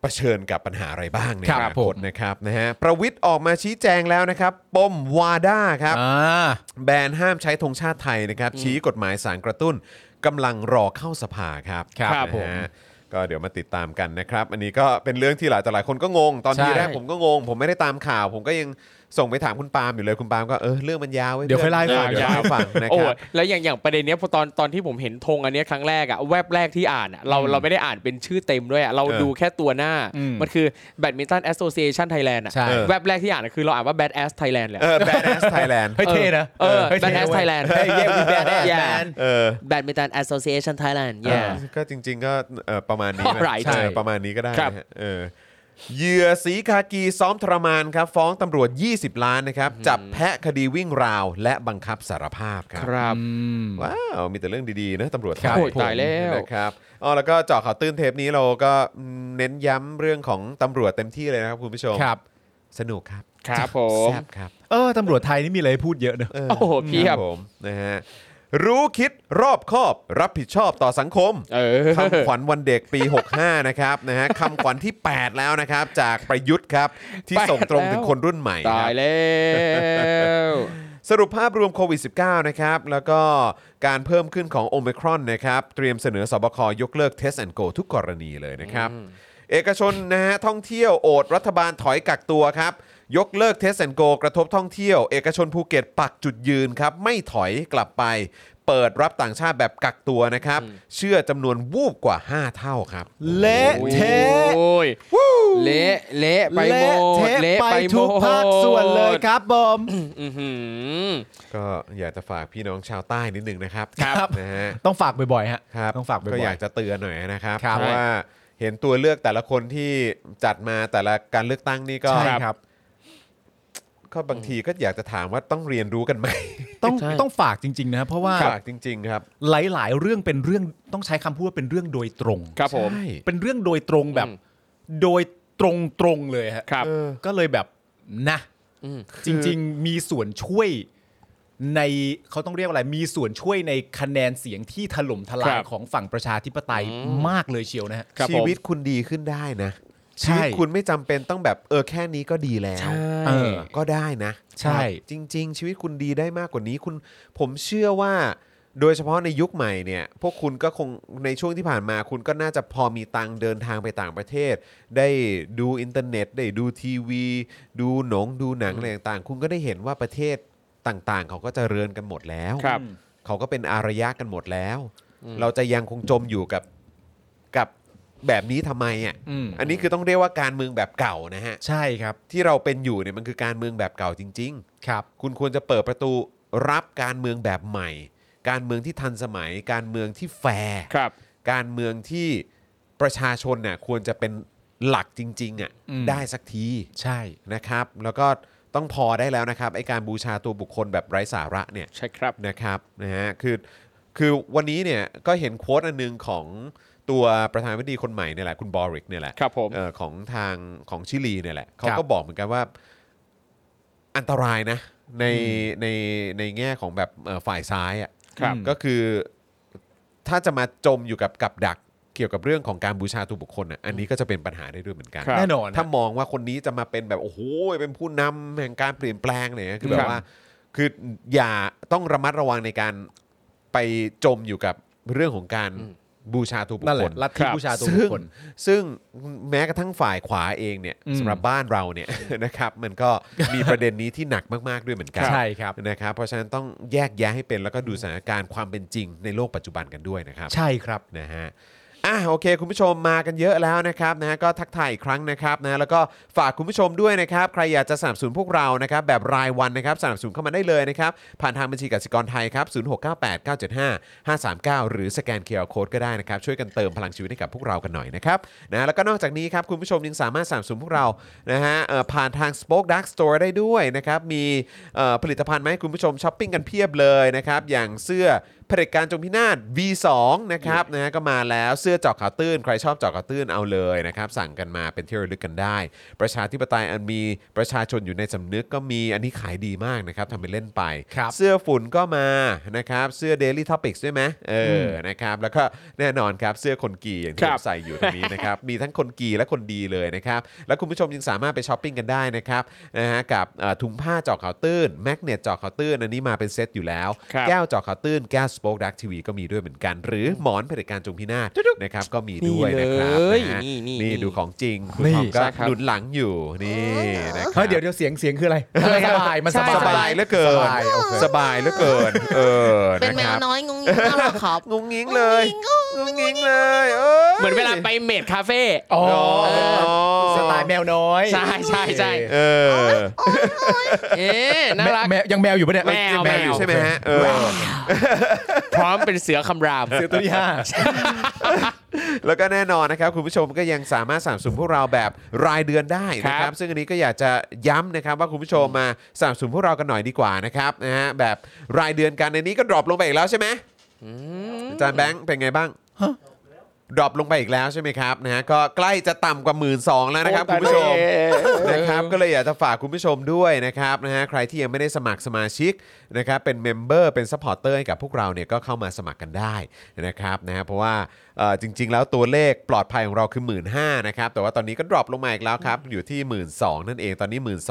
Speaker 2: เผชิญกับปัญหาอะไรบ้างใน
Speaker 3: ค
Speaker 2: อ
Speaker 3: รั
Speaker 2: บ นา
Speaker 3: ผ
Speaker 2: คต
Speaker 3: ม
Speaker 2: นะครับนะฮะประวิทย์ออกมาชี้แจงแล้วนะครับปมวาด้าครับ
Speaker 3: อ่า
Speaker 2: แบนห้ามใช้ธงชาติไทยนะครับ ชี้กฎหมายสารกระตุ้นกำลังรอเข้าสภาครับ
Speaker 3: ครับ
Speaker 2: นะฮะ
Speaker 3: ผม
Speaker 2: ก็เดี๋ยวมาติดตามกันนะครับ อันนี้ก็เป็นเรื่องที่หลายต่อหลายคนก็งง ตอน
Speaker 3: ใช่
Speaker 2: ที่แรกผมก็งง ผมไม่ได้ตามข่าว ผมก็ยังส่งไปถามคุณปาล์มอยู่เลยคุณปาล์มก็เออเรื่องมันยาวว้
Speaker 3: เดี๋ยวค่อยเล่าให้ฟัง
Speaker 2: เดี๋ยวค่อยเล่าให้ฟังนะ
Speaker 5: โอ้
Speaker 2: ครับ
Speaker 5: แล้วอย่างอย่างประเด็นเนี้ยพอตอนตอนที่ผมเห็นธงอันเนี้ยครั้งแรกอะแวบแรกที่อ่านอะเราเราไม่ได้อ่านเป็นชื่อเต็มด้วยอะเรา
Speaker 2: เออ
Speaker 5: ดูแค่ตัวหน้า
Speaker 3: อืม
Speaker 5: มันคือแบดมินตันแอสโซเชชันไทยแลนด์อะ
Speaker 3: ใช่
Speaker 5: แวบแรกที่อ่านอะคือเราอ่านว่าแบดแอสไทยแลนด์เลย
Speaker 2: เออแบนแอสไทยแลนด์
Speaker 3: เฮ้ยเท่นะ
Speaker 5: เออ
Speaker 3: ฮ้
Speaker 5: แบดแอสไทยแลนด์
Speaker 3: เฮ้ยเย้วีแบดแอส
Speaker 5: Yeah
Speaker 3: แมน
Speaker 2: เออ
Speaker 5: แบดมินตันแอสโซเชชันไทยแลนด์ yeah
Speaker 2: ก็จริงๆก็เอ่อประมาณนี้นะ
Speaker 5: Alright
Speaker 2: ใช่ประมาณนี้ก็ได้
Speaker 5: ครับ
Speaker 2: นะฮะเออเหยื่อสีกากีซ้อมทรมานครับ ฟ้องตำรวจ 20 ล้านนะครับ จับแพะคดีวิ่งราว และบังคับสารภาพค
Speaker 5: ครับ รับ
Speaker 2: ว้าว มีแต่เรื่องดีๆนะตำรวจ
Speaker 5: ครับ
Speaker 2: ไท
Speaker 5: โอ้ยตายแล้ว
Speaker 2: นะครับอ๋อแล้วก็เจาะข่าวตื้นเทปนี้เราก็เน้นย้ำเรื่องของตำรวจเต็มที่เลยนะครับคุณผู้ชม
Speaker 3: ครับ
Speaker 2: สนุกครับ
Speaker 5: ครับผม
Speaker 2: แซ่บครับ
Speaker 3: เออตำรวจไทยนี่มีอะไรให้พูดเยอะเนอะ
Speaker 2: เออ
Speaker 5: โอ้โหเพียบ
Speaker 2: ครับผมนะฮะรู้คิดรอบคอบ รับผิดชอบต่อสังคม
Speaker 5: เออ
Speaker 2: คำขวัญวันเด็กปี 65 นะครับนะฮะคำขวัญที่ 8 แล้วนะครับ จากประยุทธ์ครับ ที่
Speaker 5: แปด
Speaker 2: ส่งตรง
Speaker 5: แล้ว
Speaker 2: ถึงคนรุ่นใหม่ค
Speaker 5: ตา
Speaker 2: รั
Speaker 5: ย
Speaker 2: บ
Speaker 5: แล้ว
Speaker 2: สรุปภาพรวมโควิด -19 นะครับ แล้วก็การเพิ่มขึ้นของโอมครอนนะครับ เตรียมเสนอสบคยกเลิก Test and Go ทุกกรณีเลยนะครับ เอกชนนะฮะท่องเที่ยวโอดรัฐบาลถอยกักตัวครับ ยกเลิกเทสแอนโกกระทบท่องเที่ยว เอกชนภูเก็ตปักจุดยืนครับ ไม่ถอยกลับไป เปิดรับต่างชาติแบบกักตัวนะครับ เชื่อจำนวนวูบกว่า 5 เท่าครับ
Speaker 3: เละเทะ
Speaker 5: โอ้ยเละเละไปหมด
Speaker 3: เทะไป
Speaker 5: หม
Speaker 3: ทุ
Speaker 5: ด
Speaker 3: กภาคส่วนเลยครับบอม
Speaker 5: อื้อหือ
Speaker 2: ก็อยากจะฝากพี่น้องชาวใต้นิดหนึ่งนะครับ
Speaker 3: ครับ
Speaker 2: นะฮะ
Speaker 3: ต้องฝากบ่อยๆฮะ
Speaker 2: ครับ
Speaker 3: ต้องฝากบ่
Speaker 2: ก็
Speaker 3: อย
Speaker 2: อาย กจะเตือนหน่อยนะครับ
Speaker 3: ครับ
Speaker 2: เพราะว่าเห็นตัวเลือกแต่ละคนที่จัดมาแต่ละการเลือกตั้งนี่
Speaker 3: ๆ
Speaker 2: ก็
Speaker 3: ใช่ครับ
Speaker 2: ก็บางทีก็อยากจะถามว่าต้องเรียนรู้กันไหม
Speaker 3: ต้อง
Speaker 5: ใช่
Speaker 3: ต้องฝากจริงๆนะเพราะว่า
Speaker 2: ฝากจริง ๆ ครับ
Speaker 3: หลายๆ เรื่องเป็นเรื่องต้องใช้คำพูดว่าเป็นเรื่องโดยตรง
Speaker 5: ครับผม
Speaker 2: ใช่
Speaker 3: เป็นเรื่องโดยตรงแบบ
Speaker 5: อืม
Speaker 3: โดยตรงตรงๆเลยฮะ
Speaker 5: ครับ
Speaker 2: เออ
Speaker 3: ก็เลยแบบนะ
Speaker 5: อืม
Speaker 3: จริง ๆ มีส่วนช่วยในเขาต้องเรียกว่าอะไร มีส่วนช่วยในคะแนนเสียงที่ถล่มทลาย
Speaker 5: ครับ
Speaker 3: ของฝั่งประชาธิปไตยมากเลยเชียวนะฮะ
Speaker 5: ครับ
Speaker 2: ชีวิตคุณดีขึ้นได้นะ
Speaker 3: ใช่
Speaker 2: ชีวิตคุณไม่จำเป็นต้องแบบเออแค่นี้ก็ดีแล้ว
Speaker 3: เออ
Speaker 2: ก็ได้นะ
Speaker 3: ใช่
Speaker 2: ครับจริง ๆ ชีวิตคุณดีได้มากกว่านี้คุณผมเชื่อว่า โดยเฉพาะในยุคใหม่เนี่ย พวกคุณก็คงในช่วงที่ผ่านมา คุณก็น่าจะพอมีตังค์เดินทางไปต่างประเทศ ได้ดูอินเทอร์เน็ต ได้ดูทีวี ดูหนงดูหนังอะไรต่างๆ คุณก็ได้เห็นว่าประเทศต่างๆ เขาก็เจริญกันหมดแล้ว
Speaker 5: ครับ
Speaker 2: เขาก็เป็นอารยะกันหมดแล้ว เราจะยังคงจมอยู่กับกับแบบนี้ทำไมอ่ะ
Speaker 3: อืม
Speaker 2: อันนี้คือต้องเรียกว่าการเมืองแบบเก่านะฮะ
Speaker 3: ใช่ครับ
Speaker 2: ที่เราเป็นอยู่เนี่ยมันคือการเมืองแบบเก่าจริง
Speaker 3: ครับ
Speaker 2: ๆ คุณควรจะเปิดประตูรับการเมืองแบบใหม่ การเมืองที่ทันสมัย การเมืองที่แฟร์
Speaker 5: ครับ
Speaker 2: การเมืองที่ประชาชนน่ะควรจะเป็นหลักจริงๆอ่ะ
Speaker 3: อืม
Speaker 2: ได้สักที
Speaker 3: ใช่
Speaker 2: นะครับแล้วก็ต้องพอได้แล้วนะครับไอการบูชาตัวบุคคลแบบไร้สาระเนี่ย
Speaker 5: ใช่ครับ
Speaker 2: นะครับนะฮะคือคือวันนี้เนี่ยก็เห็นโค้ดอันหนึงของตัวประธานาธิบดีคนใหม่เนี่ยแหละคุณบอริกเนี่ยแหละ
Speaker 5: ครับผม
Speaker 2: เอ่อของทางของชิลีเนี่ยแหละเขา
Speaker 3: ครั
Speaker 2: ก็
Speaker 3: บ
Speaker 2: บอกเหมือนกันว่าอันตรายนะในในในแง่ของแบบเอ่อฝ่ายซ้ายอ่ะ
Speaker 5: ครับ
Speaker 2: ก็คือถ้าจะมาจมอยู่กับกับดักเกี่ยวกับเรื่องของการบูชาตัวบุคคลน่ะอันนี้ก็จะเป็นปัญหาได้ด้วยเหมือนกัน
Speaker 5: ครับ
Speaker 3: แน่นอน
Speaker 2: ถ้ามองว่าคนนี้จะมาเป็นแบบโอ้โหเป็นผู้นำแห่งการเปลี่ยนแปลงเนี่ยคือแบ
Speaker 5: ครับ บ
Speaker 2: ว่า คืออย่าต้องระมัดระวังในการไปจมอยู่กับเรื่องของการบูชาตัวบุค
Speaker 3: นั่นแห
Speaker 2: ค
Speaker 3: ละ
Speaker 2: ล
Speaker 3: ลัทธิ
Speaker 5: ครับ
Speaker 3: บูชาตัวบุ
Speaker 2: ซึ่
Speaker 3: ค
Speaker 2: ง
Speaker 3: คล
Speaker 2: ซึ่งแม้กระทั่งฝ่ายขวาเองเนี่ย
Speaker 3: อืม
Speaker 2: สำหรับบ้านเราเนี่ย นะครับ มัน ก็มีประเด็นนี้ที่หนักมากๆด้วยเหมือนกัน
Speaker 3: ใช่ครับ
Speaker 2: นะครับเพราะฉะนั้นต้องแยกแยะให้เป็นแล้วก็ดูสถานการณ์ความเป็นจริงในโลกปัจจุบันกันด้วยนะครับ
Speaker 3: ใช่ครับ
Speaker 2: นะฮะอ่ะโอเค คุณผู้ชมมากันเยอะแล้วนะครับนะฮะก็ทักทายอีกครั้งนะครับนะแล้วก็ฝากคุณผู้ชมด้วยนะครับ ใครอยากจะสนับสนุนพวกเรานะครับแบบรายวันนะครับสนับสนุนเข้ามาได้เลยนะครับ ผ่านทางบัญชีกสิกรไทยครับ 0698975539 หรือสแกนเคอร์โคดก็ได้นะครับ ช่วยกันเติมพลังชีวิตให้กับพวกเรากันหน่อยนะครับนะแล้วก็นอกจากนี้ครับ คุณผู้ชมยังสามารถสนับสนุนพวกเรานะฮะเอ่อผ่านทาง Spoke Dark Store ได้ด้วยนะครับ มีเอ่อผลิตภัณฑ์มาให้คุณผู้ชมช้อปปิ้งกันเพียบเลยนะครับ อย่างเสื้อเผด็จการจงพินาศ V2 นะครับนะฮะก็มาแล้วเสื้อเจอกขาวตื้น ใครชอบเจอกขาวตื้นเอาเลยนะครับ สั่งกันมาเป็นที่ระลึกกันได้ ประชาธิปไตยอันมีประชาชนอยู่ในสำนึกก็มีอันนี้ขายดีมากนะครับทำเป็นเล่นไป
Speaker 3: ครับ
Speaker 2: เสื้อฝุ่นก็มานะครับเสื้อ Daily Topics ด้วยไหมเอออนะครับแล้วก็แน่นอนครับเสื้อคนกีอย่างที่
Speaker 5: ครั
Speaker 2: ผ
Speaker 5: บ
Speaker 2: มใส่อยู่ตรงนี้นะครับ มีทั้งคนกีและคนดีเลยนะครับ แล้วคุณผู้ชมยังสามารถไปช้อปปิ้งกันได้นะครับนะฮะกับเอ่อถุงผ้าเจาะขาวตื้นแมกเนตเจาะขาวตื้นอันนี้มาเป็นเซตอยู่แล้ว
Speaker 5: ครับ
Speaker 2: แก้วเจาะขาวตื้นแก้วสป o อ e ดักทีวีก็มีด้วยเหมือนกัน หรือหมอนเผด็จการจงพินาศนะครับก็มีด้วยนะครับ
Speaker 5: นี่เลย
Speaker 2: ะฮะ
Speaker 5: นี่นี่
Speaker 2: นี่
Speaker 5: นี่
Speaker 2: ดูของจริงคุณ
Speaker 3: นี่
Speaker 2: ทอมก็
Speaker 5: ใช่ครับ
Speaker 2: หนุนหลังอยู่นี่นะครับ
Speaker 3: เฮ้ยเดี๋ยวเดี๋ยวเสียงเสียงคืออะไร
Speaker 2: อะไร
Speaker 3: มัน
Speaker 2: ค
Speaker 3: ส
Speaker 2: รับ
Speaker 3: บายมันสบา
Speaker 2: ส
Speaker 3: ย
Speaker 2: บายเหลือเกิน
Speaker 3: สบายโอเค
Speaker 2: สบายเหลือเกิน เออ
Speaker 6: เป็นแม
Speaker 2: ะควรับ
Speaker 6: น้อยงงงิ้งน่ารักครับ
Speaker 2: งุงงิงเลยงุงงิงเลยเอ้ย
Speaker 5: เหมือนเวลาไปเมดคาเฟ่
Speaker 3: อ๋อ
Speaker 2: อ๋อ
Speaker 3: สไตล์แมวน้อย
Speaker 5: ใช่ใช่ใช่
Speaker 2: เออ
Speaker 5: เอ๊ะ
Speaker 3: แม
Speaker 5: น่าว รัก
Speaker 3: แมวยังแมวอยู่ปะเนี่ย
Speaker 5: แมว
Speaker 2: แมวอยู่ใช่ไหมฮะเออ
Speaker 5: พร้อมเป็นเสือคำราม
Speaker 3: เสือตัวที่ห้า
Speaker 2: แล้วก็แน่นอนนะครับ คุณผู้ชมก็ยังสามารถสนับสนุนพวกเราแบบรายเดือนได้นะค
Speaker 5: ครั
Speaker 2: รับ
Speaker 5: บ
Speaker 2: ซึ่งอันนี้ก็อยากจะย้ำนะครับว่าคุณผู้ชมมาสนับสนุนพวกเรากันหน่อยดีกว่านะครับนะฮะแบบรายเดือนกันในนี้ก็ดรอปลงไปอีกแล้วใช่ไหมอาจารย์แบงค์เป็นไงบ้างดรอปลงไปอีกแล้วใช่ไหมครับนะฮะก็ใกล้จะต่ำกว่าหมื่นสองแล้วนะครับคุณผู้ชม นะครับก็เลยอยากจะฝากคุณผู้ชมด้วยนะครับนะฮะใครที่ยังไม่ได้สมัครสมาชิกนะครับเป็นเมมเบอร์เป็นซัพพอร์เตอร์ให้กับพวกเราเนี่ยก็เข้ามาสมัครกันได้นะครับนะฮะเพราะว่าเอ่อจริง ๆ แล้วตัวเลขปลอดภัยของเราคือ 1 5ื่นนะครับแต่ว่าตอนนี้ก็ดรอปลงมาอีกแล้วครับ อยู่ที่ 1 2ื่นนั่นเองตอนนี้ 1 2ื่น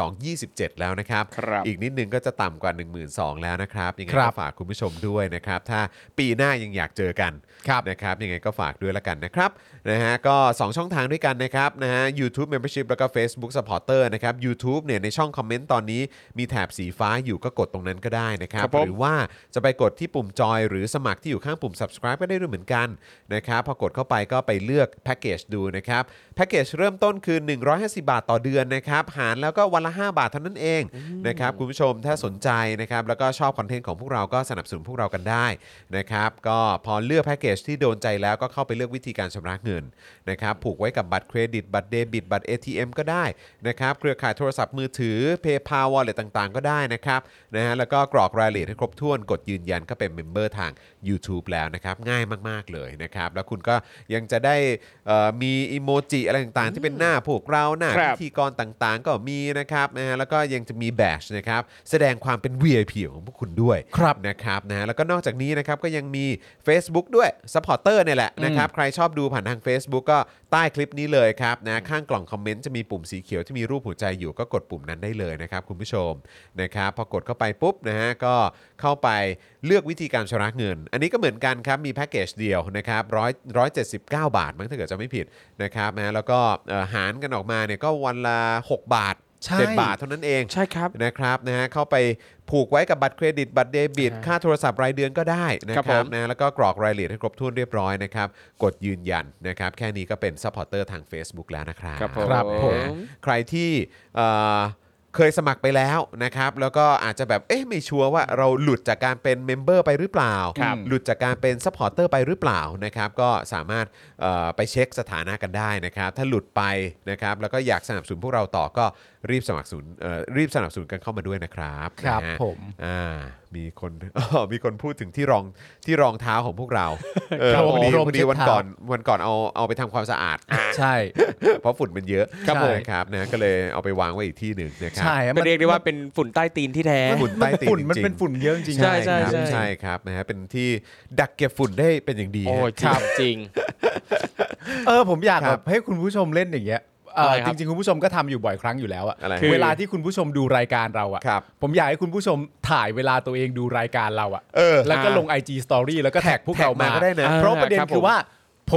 Speaker 2: แล้วนะครับ
Speaker 5: ครับ
Speaker 2: อีกนิดนึงก็จะต่ำกว่า 1 2 0 0 0แล้วนะครับยังไง
Speaker 3: ครั
Speaker 2: ก็
Speaker 3: บ
Speaker 2: ฝากคุณผู้ชมด้วยนะครับถ้าปีหน้ายังอยากเจอกัน
Speaker 3: ครับ
Speaker 2: นะครับยังไงก็ฝากด้วยละกันนะครับนะฮะก็ 2 ช่องทางด้วยกันนะครับนะฮะ YouTube Membership แล้วก็ Facebook Supporter นะครับ YouTube เนี่ยในช่องคอมเมนต์ตอนนี้มีแถบสีฟ้าอยู่ก็กดตรงนั้นก็ได้นะครับ
Speaker 5: ครับผม
Speaker 2: หรือว่าจะไปกดที่ปุ่มจอยหรือสมัครที่อยู่ข้างปุ่ม subscribe ก็ได้ด้วยเหมือนกันนะครับพอกดเข้าไปก็ไปเลือกแพ็กเกจดูนะครับแพ็กเกจเริ่มต้นคือ 150 บาทต่อเดือนนะครับหารแล้วก็วันละ 5 บาทเท่านั้นเองนะครับคุณผู้ชมถ้าสนใจนะครับแล้วก็ชอบคอนเทนต์ของพวกเราก็สนับสนุนพวกเรากันได้ นะครับก็พอเลือกแพ็กเกจที่โดนใจแล้วก็เข้าไปเลือกวิธีการชำระเงินนะครับผูกไว้กับบัตรเครดิต บัตรเดบิต บัตร ATM ก็ได้นะครับเครือข่ายโทรศัพท์มือถือ PayPal Wallet ต่างๆ ก็ได้นะครับนะฮะแล้วก็กรอกรายละเอียดให้ครบถ้วนกดยืนยันก็เป็นเมมเบอร์ทาง YouTube แล้วนะครับง่ายมากๆเลยนะครับแล้วคุณก็ยังจะได้เอ่อมีอีโมจิอะไรต่างๆ ที่เป็นหน้าพวกเราหน้า
Speaker 5: ครั
Speaker 2: พิ
Speaker 5: บ
Speaker 2: ธีกรต่างๆ ก็มีนะครับนะฮะแล้วก็ยังจะมีแบชนะครับแสดงความเป็น VIP ของพวกคุณด้วย
Speaker 3: ครับ
Speaker 2: นะครับนะฮะแล้วก็นอกจากนี้นะครับก็ยังมี Facebook ด้วยซัพพอร์เตอร์เนี่ยแหละนะครับใครชอบดูผ่านทาง Facebook ก็ใต้คลิปนี้เลยครับนะข้างกล่องคอมเมนต์จะมีปุ่มสีเขียวที่มีรูปหัวใจอยู่ก็กดปุ่มนั้นได้เลยนะครับคุณผู้ชมนะครับพอกดเข้าไปปุ๊บนะฮะก็เข้าไปเลือกวิธีการชำระเงิน อันนี้ก็เหมือนกันครับมีแพ็กเกจเดียวนะครับร้อยร้อยเจ็ดสิบเก้าบาทมั้งถ้าเกิดจะไม่ผิดนะครับนะฮะแล้วก็เอ่อหารกันออกมาเนี่ยก็วันละหกบาท
Speaker 3: ใช่
Speaker 2: เจ็ดบาทเท่านั้นเอง
Speaker 5: ใช่ครับ
Speaker 2: นะครับนะฮะเข้าไปผูกไว้กับบัตรเครดิต บัตรเดบิต
Speaker 5: ใช่
Speaker 2: ค่าโทรศัพท์รายเดือนก็ได้นะค
Speaker 5: ครั
Speaker 2: รับบ
Speaker 5: ผม
Speaker 2: นะแล้วก็กรอกรายละเอียดให้ครบถ้วนเรียบร้อยนะครับ กดยืนยันนะครับ แค่นี้ก็เป็นซัพพอร์เตอร์ทาง Facebook แล้วนะครับ
Speaker 5: ครับผม
Speaker 3: ครับผม
Speaker 2: ใครที่เอ่อ เคยสมัครไปแล้วนะครับ แล้วก็อาจจะแบบเอ๊ะไม่ชัวร์ว่าเราหลุดจากการเป็นเมมเบอร์ไปหรือเปล่า
Speaker 3: ครับ
Speaker 2: หลุดจากการเป็นซัพพอร์เตอร์ไปหรือเปล่านะครับ ก็สามารถเอ่อไปเช็คสถานะกันได้นะครับ ถ้าหลุดไปนะครับ แล้วก็อยากสนับสนุนพวกเราต่อก็รีบสมัครสนุนเอ่อรีบสนับสนุนกันเข้ามาด้วยนะครับ
Speaker 3: ครับ
Speaker 2: นะฮะ
Speaker 3: ผม
Speaker 2: อ่ามีคน อ๋อมีคนพูดถึงที่รองที่รองเท้าของพวกเราเออ
Speaker 3: ครับผม
Speaker 2: พอดี
Speaker 3: รอง
Speaker 2: พอดี
Speaker 3: เช็ด
Speaker 2: วัน
Speaker 3: เท้า
Speaker 2: ก่อนวันก่อนเอาเอาไปทำความสะอาด
Speaker 3: ใช่
Speaker 2: เพราะฝุ่นมันเยอะ
Speaker 3: ครับผม
Speaker 2: นะครับนะก็เลยเอาไปวางไว้อีกที่หนึ่งนะครับ
Speaker 3: ใช่
Speaker 5: ก็เรียกได้ว่าเป็นฝุ่นใต้ตีนที่แท้
Speaker 2: ฝุ่นใต้ตีน
Speaker 3: ฝุ่นมัน
Speaker 2: จริงๆ
Speaker 3: เป็นฝุ่นเยอะจริงๆ
Speaker 5: ใช่ใช่
Speaker 2: ครับใช่ครับนะฮะเป็นที่ดักเก็บฝุ่นได้เป็นอย่างดี
Speaker 5: โอ้ย
Speaker 2: ฮะ
Speaker 5: จริงจริง
Speaker 3: เออผมอยาก
Speaker 2: ครั
Speaker 3: แบบ บให้คุณผู้ชมเล่นอย่างเงี้ยเอ่อ
Speaker 5: อะไรครั
Speaker 3: จ
Speaker 5: บ
Speaker 3: ริงๆคุณผู้ชมก็ทำอยู่บ่อยครั้งอยู่แล้วอะ
Speaker 2: อะไรฮะ
Speaker 3: เวลาที่คุณผู้ชมดูรายการเราอะ
Speaker 2: ครับ
Speaker 3: ผมอยากให้คุณผู้ชมถ่ายเวลาตัวเองดูรายการเราอะ
Speaker 2: เออ
Speaker 3: แล้วก็
Speaker 5: อ่า
Speaker 3: ลง IG Story แล้วก็แท็กพวกเรามา
Speaker 2: แท็กมาก็ได้นะ
Speaker 3: เพราะประเด็น
Speaker 5: ครับผม
Speaker 3: คือว่า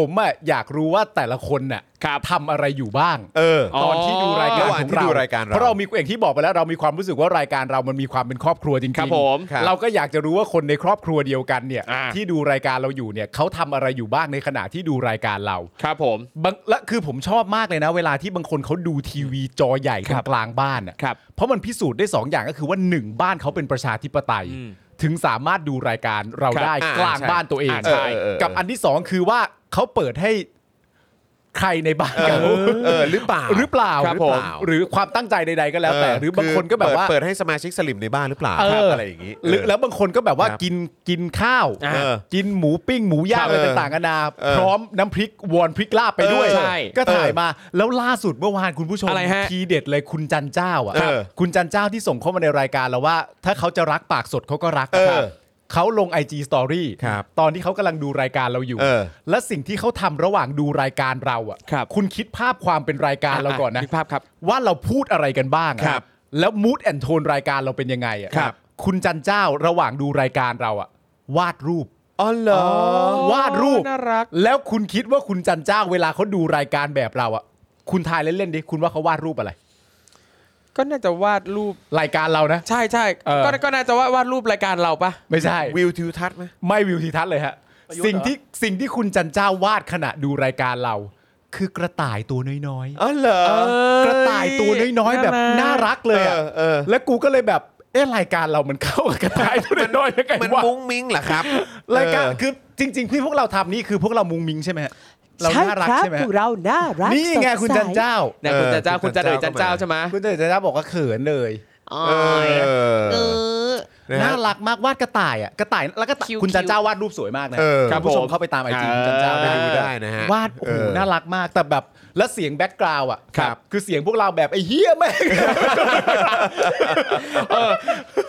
Speaker 3: ผมอะอยากรู้ว่าแต่ละคนน่ะทำอะไรอยู่บ้าง
Speaker 2: เออ
Speaker 5: อ๋อ
Speaker 3: ตอนที่ดูรายการ
Speaker 2: ระหว่าง
Speaker 3: ของ
Speaker 2: ที่
Speaker 3: เรา
Speaker 2: ดูรายการเรา
Speaker 3: เพราะเรามีอย่างที่บอกไปแล้วเรามีความรู้สึกว่ารายการเรามันมีความเป็นครอบครัวจริงๆ
Speaker 5: ครับผม
Speaker 2: ครับ
Speaker 3: เราก็อยากจะรู้ว่าคนในครอบครัวเดียวกันเนี่ย
Speaker 5: อ่า
Speaker 3: ที่ดูรายการเราอยู่เนี่ยเขาทำอะไรอยู่บ้างในขณะที่ดูรายการเรา
Speaker 5: ๆครับผม
Speaker 3: บางและคือผมชอบมากเลยนะ เวลาที่บางคนเขาดูทีวีจอใหญ่
Speaker 5: ครับ
Speaker 3: กลางบ้านอะ
Speaker 5: ครับ
Speaker 3: เพราะมันพิสูจน์ได้สองอย่างก็คือว่าหนึ่งบ้านเขาเป็นประชาธิปไตย
Speaker 5: อืม
Speaker 3: ถึงสามารถดูรายการเรา
Speaker 5: ครับ
Speaker 3: ได้
Speaker 2: อ่าก
Speaker 3: ลาง
Speaker 2: ใช่
Speaker 3: บ้านตัวเอง
Speaker 5: อ่าใช่
Speaker 2: เ
Speaker 3: กับอันที่สองคือว่าเขาเปิดให้ใครในบ้าน
Speaker 2: เออ
Speaker 3: เขา
Speaker 2: เออหรือเปล่า
Speaker 3: หรือเปล่า
Speaker 5: ครับ
Speaker 3: หรือ
Speaker 2: ผ
Speaker 3: เปล่าม หรือความตั้งใจใด ๆ ก็แล้วแต่
Speaker 2: เห
Speaker 3: รือบางคนก็แบบว่า
Speaker 2: เปิดให้สมาชิกสลิมในบ้านหรือเปล่า
Speaker 3: เอ
Speaker 2: ครับ
Speaker 3: ออ
Speaker 2: อะไรอย่างนี้
Speaker 3: หรือแล้วบางคนก็แบบว่า
Speaker 2: ครับ
Speaker 3: กินกินข้าว
Speaker 5: อ่ะ
Speaker 2: เออ
Speaker 3: กินหมูปิ้งหมูย่า
Speaker 2: ครั
Speaker 3: ง
Speaker 2: บ
Speaker 3: อะไรต่างๆกันานา
Speaker 2: เออ
Speaker 3: พร้อมน้ำพริกวอนพริกลาบไปด้วย
Speaker 5: เออใช่
Speaker 3: ก็ถ่ายมาแล้วล่าสุดเมื่อวานคุณผู้ชม
Speaker 5: อะไรฮะ
Speaker 3: ทีเด็ดเลยคุณจันเจ้าอ่ะ
Speaker 2: เออ
Speaker 3: คุณจันเจ้าที่ส่งเข้ามาในรายการแล้วว่า ถ้าเขาจะรักปากสดเขาก็รัก
Speaker 2: เออ
Speaker 3: ครับเขาลง IG Story
Speaker 2: ครับ
Speaker 3: ตอนที่เขากำลังดูรายการเราอยู่
Speaker 2: เออ
Speaker 3: และสิ่งที่เขาทำระหว่างดูรายการเราอ่ะ
Speaker 5: ครับ
Speaker 3: คุณคิดภาพความเป็นรายการเราก่อนนะ
Speaker 5: กภาพครับ
Speaker 3: ว่าเราพูดอะไรกันบ้างอะ
Speaker 2: ครับ
Speaker 3: แล้วมูดแอนโทนรายการเราเป็นยังไงอะ
Speaker 2: ครับ
Speaker 3: คุณจันเจ้าระหว่างดูรายการเราอะวาดรูป
Speaker 2: อ๋อเหรอ
Speaker 3: วาดรูป
Speaker 5: น่ารัก
Speaker 3: แล้วคุณคิดว่าคุณจันเจ้าเวลาเขาดูรายการแบบเราอะคุณทายเล่นๆดิคุณว่าเขาวาดรูปอะไร
Speaker 5: ก็น่าจะวาดรูป
Speaker 3: รายการเรานะ
Speaker 5: ใช่ใช่
Speaker 3: เออ
Speaker 5: ก็ก็น่าจะวาดวาดรูปรายการเราปะ
Speaker 3: ไม่ใช่
Speaker 2: วิวทิวทัศน์ไหม
Speaker 3: ไม่วิวทิวทัศน์เลยฮะ
Speaker 4: ประยุทธ์
Speaker 3: สิ่ง
Speaker 4: เหรอ
Speaker 3: ที่สิ่งที่คุณจันเจ้าวาดขณะดูรายการเรา คือกระต่ายตัวน้อย
Speaker 2: อ๋อเหรอ
Speaker 3: ๆกระต่ายตัวน้อยๆแบบน่า
Speaker 5: น่ารัก
Speaker 3: รักเลยอะ
Speaker 2: เออเออ
Speaker 3: แล้วกูก็เลยแบบเอ๊ะรายการเรามันเข้ากับกระต่ายตัวน้อยๆยังไง
Speaker 2: มัน
Speaker 3: วะ
Speaker 2: มุ้งมิ้งเหรอครับ
Speaker 3: รายการ
Speaker 2: เออ
Speaker 3: คือจริง ๆ ที่พวกเราทำนี่คือพวกเรามุงมิงใช่ไหมฮะเราน่ารักใช่ไหม
Speaker 6: พ
Speaker 3: ฮะ
Speaker 6: วกเราน่ารัก
Speaker 3: นี่ไง
Speaker 6: สด
Speaker 3: คุณ
Speaker 6: ใส
Speaker 3: จันเจ้า
Speaker 5: นะคุณ
Speaker 2: เออ
Speaker 5: จันเจ้า
Speaker 2: คุ
Speaker 5: คุณ ณ
Speaker 2: จัน
Speaker 5: จัน
Speaker 2: เจ้า
Speaker 5: เอ๋ยจันเจ้า
Speaker 2: ก็มา
Speaker 5: ใช่ไหม
Speaker 3: คุณจันเจ้าบอกว่าเขินเลย
Speaker 2: เออเออนะฮะ
Speaker 3: น่ารักมากวาดกระต่ายอ่ะกระต่ายแล้วก็
Speaker 5: คิ้ว
Speaker 3: คุณจัน
Speaker 5: คิ้ว
Speaker 3: เจ้าวาดรูปสวยมากนะครับ ณผู้ชมเข้าไปตามไอจีคุณจันเจ้า
Speaker 2: ไปดูได้นะฮะ
Speaker 3: วาดโอ้
Speaker 2: เอ
Speaker 3: โห
Speaker 2: อ
Speaker 3: น่ารักมากแต่แบบแล้วเสียงแบ็กกราวด์อ่ะ
Speaker 5: ครับ
Speaker 3: คือเสียงพวกเราแบบไอ้เหี้ยแม่ง
Speaker 5: เออ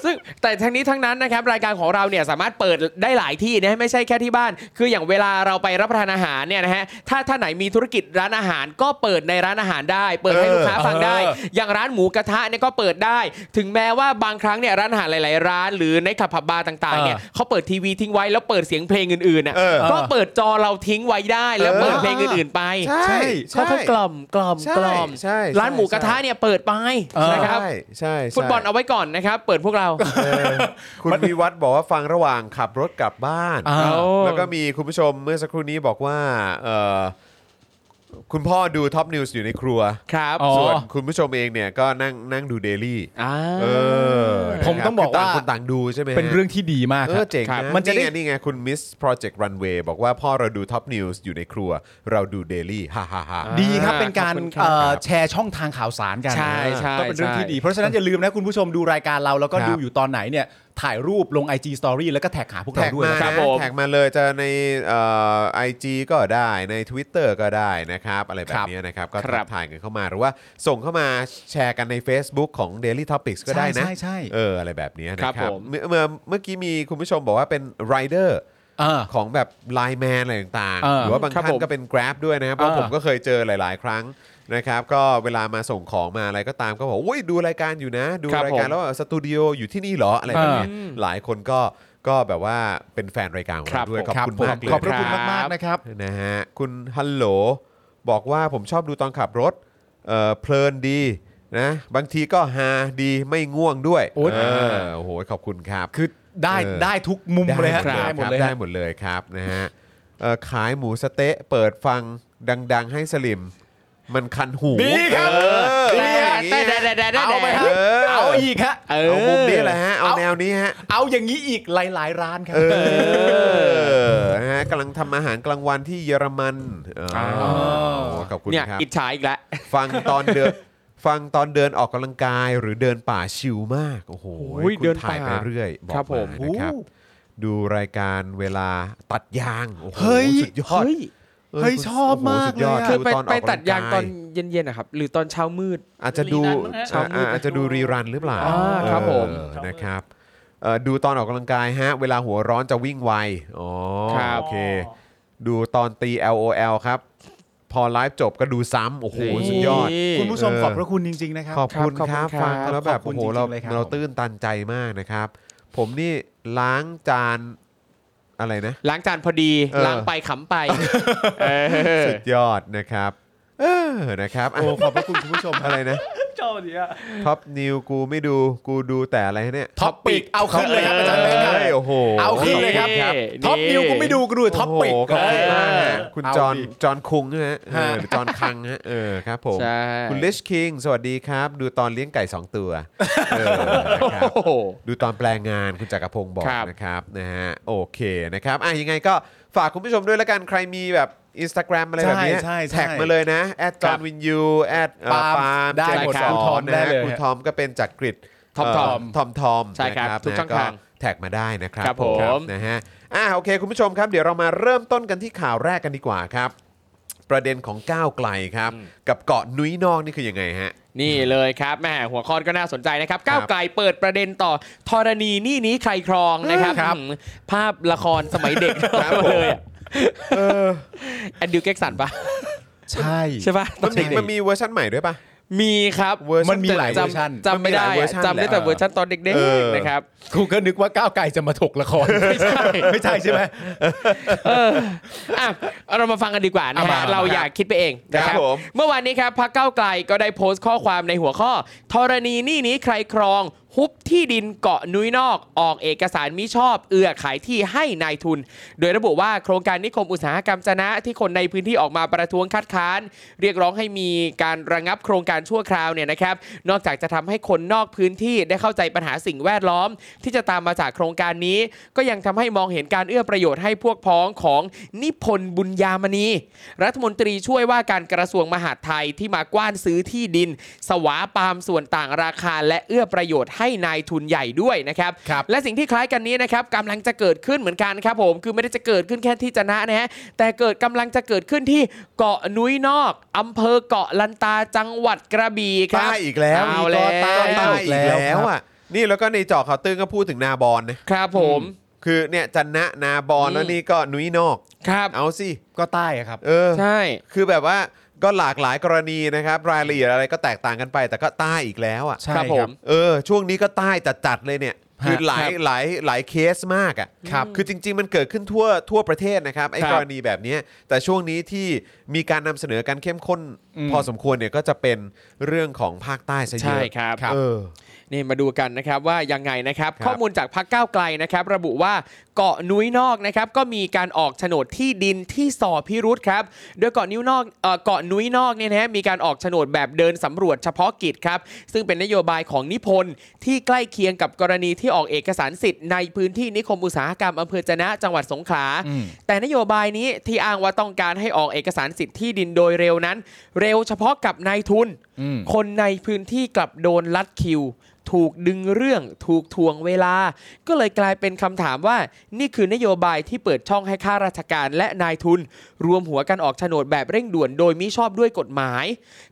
Speaker 5: ซึ่งแต่ทั้งนี้ทั้งนั้นนะครับรายการของเราเนี่ยสามารถเปิดได้หลายที่นะไม่ใช่แค่ที่บ้าน คืออย่างเวลาเราไปรับประทานอาหารเนี่ยนะฮะถ้าท่านไหนมีธุรกิจร้านอาหารก็เปิดในร้านอาหารได้ เปิดให้
Speaker 2: เออ
Speaker 5: ลูกค้าฟังได้
Speaker 3: เออ
Speaker 5: อย่างร้านหมูกระทะเนี่ยก็เปิดได้ ถึงแม้ว่าบางครั้งเนี่ยร้านอาหารหลาย ๆ ร้านหรือในขับผับบาร์ต่าง ๆเนี่ย
Speaker 3: เออ
Speaker 5: เขาเปิดทีวีทิ้งไว้แล้วเปิดเสียงเพลงอื่นๆน่ะ
Speaker 2: เออ
Speaker 5: ก็เปิดจอเราทิ้งไว้ได้แล้วเปิดเพลงอื่น ๆ ไป
Speaker 2: ใช่ใช่
Speaker 5: ค่อยๆกล่อมกล่อม
Speaker 2: ใช่
Speaker 5: กล่อม
Speaker 2: ใช่
Speaker 5: ร้านหมูกระทะเนี่ยเปิดไป
Speaker 3: เออ
Speaker 5: นะครับ
Speaker 2: ใช่ใช่ใช่
Speaker 5: ฟุตบอลเอาไว้ก่อนนะครับ เปิดพวกเรา
Speaker 2: เออคุณวิวัฒน์บอกว่าฟังระหว่างขับรถกลับบ้าน
Speaker 3: อ้าว
Speaker 2: แล้วก็มีคุณผู้ชมเมื่อสักครู่นี้บอกว่าเอ่อคุณพ่อดูท็อปนิวส์อยู่ในครัว
Speaker 5: ครับ
Speaker 3: อ๋อ
Speaker 2: ส่วนคุณผู้ชมเองเนี่ยก็นั่งนั่งดูเดลี่
Speaker 5: อ่า
Speaker 2: เออ
Speaker 3: ผม
Speaker 2: นะครับ
Speaker 3: ต้องบอกว่า
Speaker 2: คืต่างคนต่างดูใช่ไหมฮะ
Speaker 3: เป็นเรื่องที่ดีมาก
Speaker 2: เอ
Speaker 3: ค
Speaker 2: อ
Speaker 3: รับ
Speaker 2: เจ๋ง
Speaker 5: ครับ
Speaker 2: นะ
Speaker 3: มันจะได้
Speaker 2: นี่ไงนี่ไงคุณ Miss Project Runway บอกว่าพ่อเราดูท็อปนิวส์อยู่ในครัว เราดูเดลี่ฮ่าฮ่าฮ่า
Speaker 3: ดีครับเป็นการ
Speaker 5: ขอบคุณครับ
Speaker 3: เอ่อแชร์ช่องทางข่าวสารกัน
Speaker 5: ใช่ใช่
Speaker 3: ก็เป็นเรื่องที่
Speaker 5: ใช่
Speaker 3: ดี เพราะฉะนั้นอย่าลืมนะคุณผู้ชมดูรายการเราแล้วก็
Speaker 2: ครับ
Speaker 3: ดูอยู่ตอนไหนเนี่ยถ่ายรูปลง IG Story แล้วก็แท็กหาพวกเรา
Speaker 2: แท็ก
Speaker 3: ด้วย
Speaker 2: มา
Speaker 3: นะ
Speaker 5: ค
Speaker 3: ค
Speaker 5: รั
Speaker 3: รั
Speaker 5: บบ ผม
Speaker 2: แท็กมาเลยจะในไอจีก็ได้ใน Twitter ก็ได้นะครับ อะไรแบบนี้นะครับ ก็
Speaker 5: ครับ
Speaker 2: ถ่ายกันเข้ามาหรือว่าส่งเข้ามาแชร์กันใน Facebook ของ Daily Topics ก็ได้นะ
Speaker 3: ใช่ใช่ใช่
Speaker 2: เอออะไรแบบนี้นะค
Speaker 5: ครั
Speaker 2: รับบ
Speaker 5: ผม
Speaker 2: เมื่อเมื่อเมื่อกี้มีคุณผู้ชมบอกว่าเป็น Rider
Speaker 3: เออ
Speaker 2: ของแบบไลแมนอะไรต่าง
Speaker 3: เอ
Speaker 2: ๆ
Speaker 3: อ
Speaker 2: หรือว่าบาง
Speaker 5: ครับ
Speaker 2: ท่า
Speaker 5: ผ
Speaker 2: น
Speaker 5: ม
Speaker 2: ก็เป็น Grab ด้วยนะครับ เพราะ
Speaker 3: เออ
Speaker 2: ผมก็เคยเจอหลาย ๆ ครั้งนะครับ ก็เวลามาส่งของมาอะไรก็ตามก็บอกอุ้ยดูรายการอยู่นะ ดู
Speaker 5: ครับ
Speaker 2: รายการ
Speaker 5: ผม
Speaker 2: แล้วสตูดิโออยู่ที่นี่เหรออะไรแบบนี้
Speaker 5: เออ
Speaker 2: หลายคนก็ก็แบบว่าเป็นแฟนรายการของ
Speaker 5: ครั
Speaker 2: เรา
Speaker 5: บ
Speaker 2: ด้วย
Speaker 5: ผม
Speaker 2: ขอบคุณ
Speaker 3: ผม
Speaker 2: มากเลย
Speaker 3: ขอบพระคุณ
Speaker 5: ครับ
Speaker 3: มาก ๆ นะครับ
Speaker 2: นะฮะคุณฮัลโหลบอกว่าผมชอบดูตอนขับรถเออเพลินดีนะบางทีก็ฮาดีไม่ง่วงด้วย
Speaker 3: โอ๊ย
Speaker 2: เออโอ้โหขอบคุณครับ
Speaker 3: คือได้
Speaker 2: เออ
Speaker 3: ได้ทุกมุมเลยฮะ
Speaker 2: ได้หมดเลย
Speaker 3: ฮะ
Speaker 2: ได้หมดเลยครับนะฮะเอ่อขายหมูสะเต๊ะเปิดฟังดัง ๆ ให้สลิม มันคันหู
Speaker 3: ดีครับ
Speaker 2: เออ
Speaker 3: ดีครับ
Speaker 2: ไง นี้
Speaker 5: แต่
Speaker 2: ฮะ
Speaker 5: แต่แต่แต่แต่
Speaker 3: เอาไปฮะ
Speaker 2: เออ
Speaker 3: เอาอีกฮะ
Speaker 5: เออ
Speaker 2: เอามุมนี้แหละฮะ เอา
Speaker 3: เอา
Speaker 2: แนวนี้ฮะ
Speaker 3: เอาอย่างนี้อีกหลาย ๆ ร้านครับ
Speaker 2: เออฮะกำลังทำอาหารกลางวันที่เยอรมันเอออ
Speaker 5: อ
Speaker 2: โอ้ขอบคุณ
Speaker 5: เนี่ย
Speaker 2: ครับ
Speaker 5: อิจฉาอีกแล้ว
Speaker 2: ฟังตอนเดิน ฟังตอนเดินออกกำลังกายหรือเดินป่าชิลมาก โอ้โห
Speaker 5: โอ้ย
Speaker 2: คุณ
Speaker 5: เดิน
Speaker 2: ถ่ายไป
Speaker 5: ป่า
Speaker 2: เรื่อยบอก
Speaker 5: ครับผม
Speaker 2: านะครับ ดูรายการเวลาตัดยาง โอ้โห
Speaker 3: เฮ้ย
Speaker 2: สุดยอด
Speaker 5: เฮ้ย
Speaker 2: ออ
Speaker 3: เฮ้ยชอบมาก
Speaker 2: โโหสุดยอด
Speaker 3: เลยอะ
Speaker 5: คือไป
Speaker 2: ดูตอนอ
Speaker 5: ไป
Speaker 2: อกกำลั
Speaker 5: ตัดยางตอน
Speaker 2: ก
Speaker 5: เย็นๆนะครับหรือตอนเช้ามืด
Speaker 2: อาจจะดู
Speaker 4: รีรันมั้งฮะ
Speaker 2: อ่าอ่าอาจจะดูรีรันหรือเปล่า
Speaker 5: อ่าครับผม
Speaker 2: เออนะครับเอ่อดูตอนออกกำลังกายฮะ เวลาหัวร้อนจะวิ่งไวอ๋อ
Speaker 5: ครับ
Speaker 2: โอเค ดูตอนตี LOL ครับ พอไลฟ์จบก็ดูซ้ำโอ้โหสุดยอด
Speaker 5: นี่
Speaker 3: คุณผู้ชม
Speaker 2: เออ
Speaker 3: ขอบพระคุณจริง ๆ นะครับ
Speaker 2: ขอบคุณ
Speaker 5: ครับ
Speaker 2: ครับ
Speaker 5: ขอบคุณครับ
Speaker 2: ฟังแล้วแบบ
Speaker 3: ขอบคุ
Speaker 2: โอ้
Speaker 3: ณ
Speaker 2: โห
Speaker 3: จ
Speaker 2: เรา
Speaker 3: ริงๆเลยครับ
Speaker 2: เราตื้นตันใจมากนะครับ ผมนี่ล้างจานอะไรนะ
Speaker 5: ล้างจานพอดี
Speaker 2: เออ
Speaker 5: ล้างไปขำไปเออ
Speaker 2: สุดยอดนะครับ เออนะครับอ่ะ
Speaker 3: โอ้ขอบพระคุณคุณผู้ชมครับ
Speaker 2: อะไรนะ
Speaker 4: ชอบดีอ่ะ
Speaker 2: ท็อปนิวกูไม่ดูกูดูแต่อะไรเนี่ย
Speaker 3: ท็อปปิกเอาขึ้นเลยครับอาจารย์แบงค์ครับ
Speaker 2: เอ้ยโอ้โห
Speaker 3: เอาขึ้นเลยครับ
Speaker 5: นี่
Speaker 3: ท็อปนิวกูไม่ดูกูดูท็อปปิก
Speaker 2: โโหขอบคุณมากฮะ
Speaker 5: เออ
Speaker 2: คุณ
Speaker 3: เอา
Speaker 2: จอน
Speaker 3: ดิ
Speaker 2: จอนคุงนะฮะเออหรือจอนคังฮะเออครับผม
Speaker 5: ใช่
Speaker 2: คุณลิชคิงสวัสดีครับ ดูตอนเลี้ยงไก่ 2 ตัวเออนะครับ
Speaker 5: โอ้โห
Speaker 2: ดูตอนแปลงงานคุณจักรพงศ์บอก
Speaker 5: ครับ
Speaker 2: นะครับนะฮะโอเคนะครับอ่ะยังไงก็ฝากคุณผู้ชมด้วยละกันใครมีแบบ Instagram อะไรแบบเนี้ย
Speaker 3: ใช่ใช่ใช่
Speaker 2: แท็กมาเลยนะแอดจอห์นวินยูแอด
Speaker 3: ปาล์มได้
Speaker 2: เจ
Speaker 5: หมด
Speaker 2: ส
Speaker 5: ครับ
Speaker 2: น
Speaker 3: คุณทอม
Speaker 2: นะ
Speaker 3: ได้
Speaker 2: ฮะ
Speaker 3: เลย
Speaker 2: คุณทอมก็เป็นจักริด
Speaker 5: ทอมทอม
Speaker 2: ทอมทอม
Speaker 5: ใช่ครับ
Speaker 2: นะ
Speaker 5: ทุกช่อง
Speaker 2: นะ
Speaker 5: ทาง
Speaker 2: แท็กมาได้นะครับ
Speaker 5: ครับ
Speaker 2: ครั
Speaker 5: ผ
Speaker 2: บ
Speaker 5: ม
Speaker 2: นะฮะอ่ะโอเค คุณผู้ชมครับ เดี๋ยวเรามาเริ่มต้นกันที่ข่าวแรกกันดีกว่าครับ ประเด็นของก้าวไกลครับ กับเกาะนุ้ยนอกนี่คือยังไงฮะ
Speaker 5: นี่เลยครับแหมหัวข้อก็น่าสนใจนะครับ ก้าวไกลเปิดประเด็นต่อธรณีนี่นี้ใครครองนะครับ
Speaker 2: ครับ
Speaker 5: อืมภาพละครสมัยเด็ก
Speaker 2: ครับผม
Speaker 5: เลยอะแอนดิวเก็กสันปะ
Speaker 3: ใช่
Speaker 5: ใช่ปะต
Speaker 2: มั
Speaker 5: อน น
Speaker 2: มี
Speaker 5: เด็
Speaker 2: มั
Speaker 5: ก
Speaker 2: นมีเวอร์ชันใหม่ด้วยปะ
Speaker 5: ๆมีครับ
Speaker 2: เวอร์ชัน
Speaker 3: มันมีหลายเวอร์ชัน
Speaker 5: จำจำไม่ได้
Speaker 2: มันมีหลายเวอร์
Speaker 5: อะ
Speaker 2: ชัน
Speaker 5: จำได้แต่เวอร์ชันตอนเด็ก
Speaker 2: เออ
Speaker 5: ๆนะครับ
Speaker 3: กูก็นึกว่าก้าวไกลจะมาถกละคร ไม่ใช่ไม่ใช่ใช่ไหม
Speaker 5: อ่ะเรามาฟังกันดีกว่านะ
Speaker 3: เอามา
Speaker 5: ฮะเรา
Speaker 3: ครับ
Speaker 5: อยากคิดไปเองนะค
Speaker 2: ครั
Speaker 5: รับบ
Speaker 2: ผม
Speaker 5: เมื่อวานนี้ครับพักเก้าวไกลก็ได้โพสต์ข้อความในหัวข้อธรณีนี่นี้ใครครอง หุบที่ดินเกาะนุ้ยนอก ออกเอกสารมิชอบ เอื้อขายที่ให้นายทุน โดยระบุว่าโครงการนิคมอุตสาหกรรมจะนะที่คนในพื้นที่ออกมาประท้วงคัดค้าน เรียกร้องให้มีการระงับโครงการชั่วคราวเนี่ยนะครับ นอกจากจะทำให้คนนอกพื้นที่ได้เข้าใจปัญหาสิ่งแวดล้อม ที่จะตามมาจากโครงการนี้ ก็ยังทำให้มองเห็นการเอื้อประโยชน์ให้พวกพ้องของนิพนธ์บุญญามณี รัฐมนตรีช่วยว่าการกระทรวงมหาดไทยที่มากว้านซื้อที่ดิน สวาปามส่วนต่างราคา และเอื้อประโยชน์ให้นายทุนใหญ่ด้วยนะครับ
Speaker 3: ครับ
Speaker 5: และสิ่งที่คล้ายกันนี้นะครับกำลังจะเกิดขึ้นเหมือนกันครับผมคือไม่ได้จะเกิดขึ้นแค่ที่จะนะนะฮะแต่เกิดกำลังจะเกิดขึ้นที่เกาะนุ้ยนอกอำเภอเกาะลันตาจังหวัดกระบี่ครั
Speaker 2: ใต้
Speaker 5: บ
Speaker 2: อีกแล้ว
Speaker 5: เอาแล้ว
Speaker 2: ใต้อีกแล้วอ่ะนี่แล้วก็ในเจอข่าวตื้นก็พูดถึงนาบอลนะครับ
Speaker 5: ผม
Speaker 2: คือเนี่ยจันนะนาบอล
Speaker 5: อืม
Speaker 2: แล้วนี่ก็นุ้ยนอก
Speaker 5: ครับ
Speaker 2: เอาสิ
Speaker 3: ก็ใต้อะครับ
Speaker 2: เออ
Speaker 5: ใช่
Speaker 2: คือแบบว่าก็หลากหลายกรณีนะครับ รายละเอียดอะไรก็แตกต่างกันไป แต่ก็ใต้อีกแล้วอ่ะ
Speaker 3: ใช่
Speaker 5: ครับผม
Speaker 2: เออ ช่วงนี้ก็ใต้จัดๆเลยเนี่ยคือหลาย
Speaker 5: ครับ
Speaker 2: หลายหลายเคสมากอ่ะครับคือจริง ๆ มันเกิดขึ้นทั่วทั่วประเทศนะครับไอ้
Speaker 5: ครับ
Speaker 2: กรณีแบบเนี้ยแต่ช่วงนี้ที่มีการนำเสนอการเข้มข้น
Speaker 3: อืม
Speaker 2: พอสมควรเนี่ยก็จะเป็นเรื่องของภาคใต้ซะเย
Speaker 5: ใช่
Speaker 2: อะ
Speaker 5: ครับ
Speaker 2: เออ
Speaker 5: นี่มาดูกันนะครับว่ายังไงนะครับ
Speaker 2: ครับ
Speaker 5: ข้อมูลจากพักก้าวไกลนะครับ ระบุว่าเกาะนุ้ยนอกนะครับก็มีการออกโฉนดที่ดินที่สอพิรุธครับโดยเกาะนิ้วนอกเอ่อเกาะนุ้ยนอกเนี่ยนะฮะมีการออกโฉนดแบบเดินสำรวจเฉพาะกิจครับซึ่งเป็นนโยบายของนิพนธ์ที่ใกล้เคียงกับกรณีที่ออกเอกสารสิทธิ์ในพื้นที่นิคมอุตสาหกรรมอำเภอจะนะจังหวัดสงขลา
Speaker 3: อืม
Speaker 5: แต่นโยบายนี้ที่อ้างว่าต้องการให้ออกเอกสารสิทธิ์ที่ดินโดยเร็วนั้น เร็วเฉพาะกับนายทุน
Speaker 3: อืม
Speaker 5: คนในพื้นที่กลับโดนลัดคิว ถูกดึงเรื่อง ถูกทวงเวลา ก็เลยกลายเป็นคำถามว่า นี่คือนโยบายที่เปิดช่องให้ข้าราชการและนายทุน รวมหัวกันออกโฉนดแบบเร่งด่วนโดยมิชอบด้วยกฎหมาย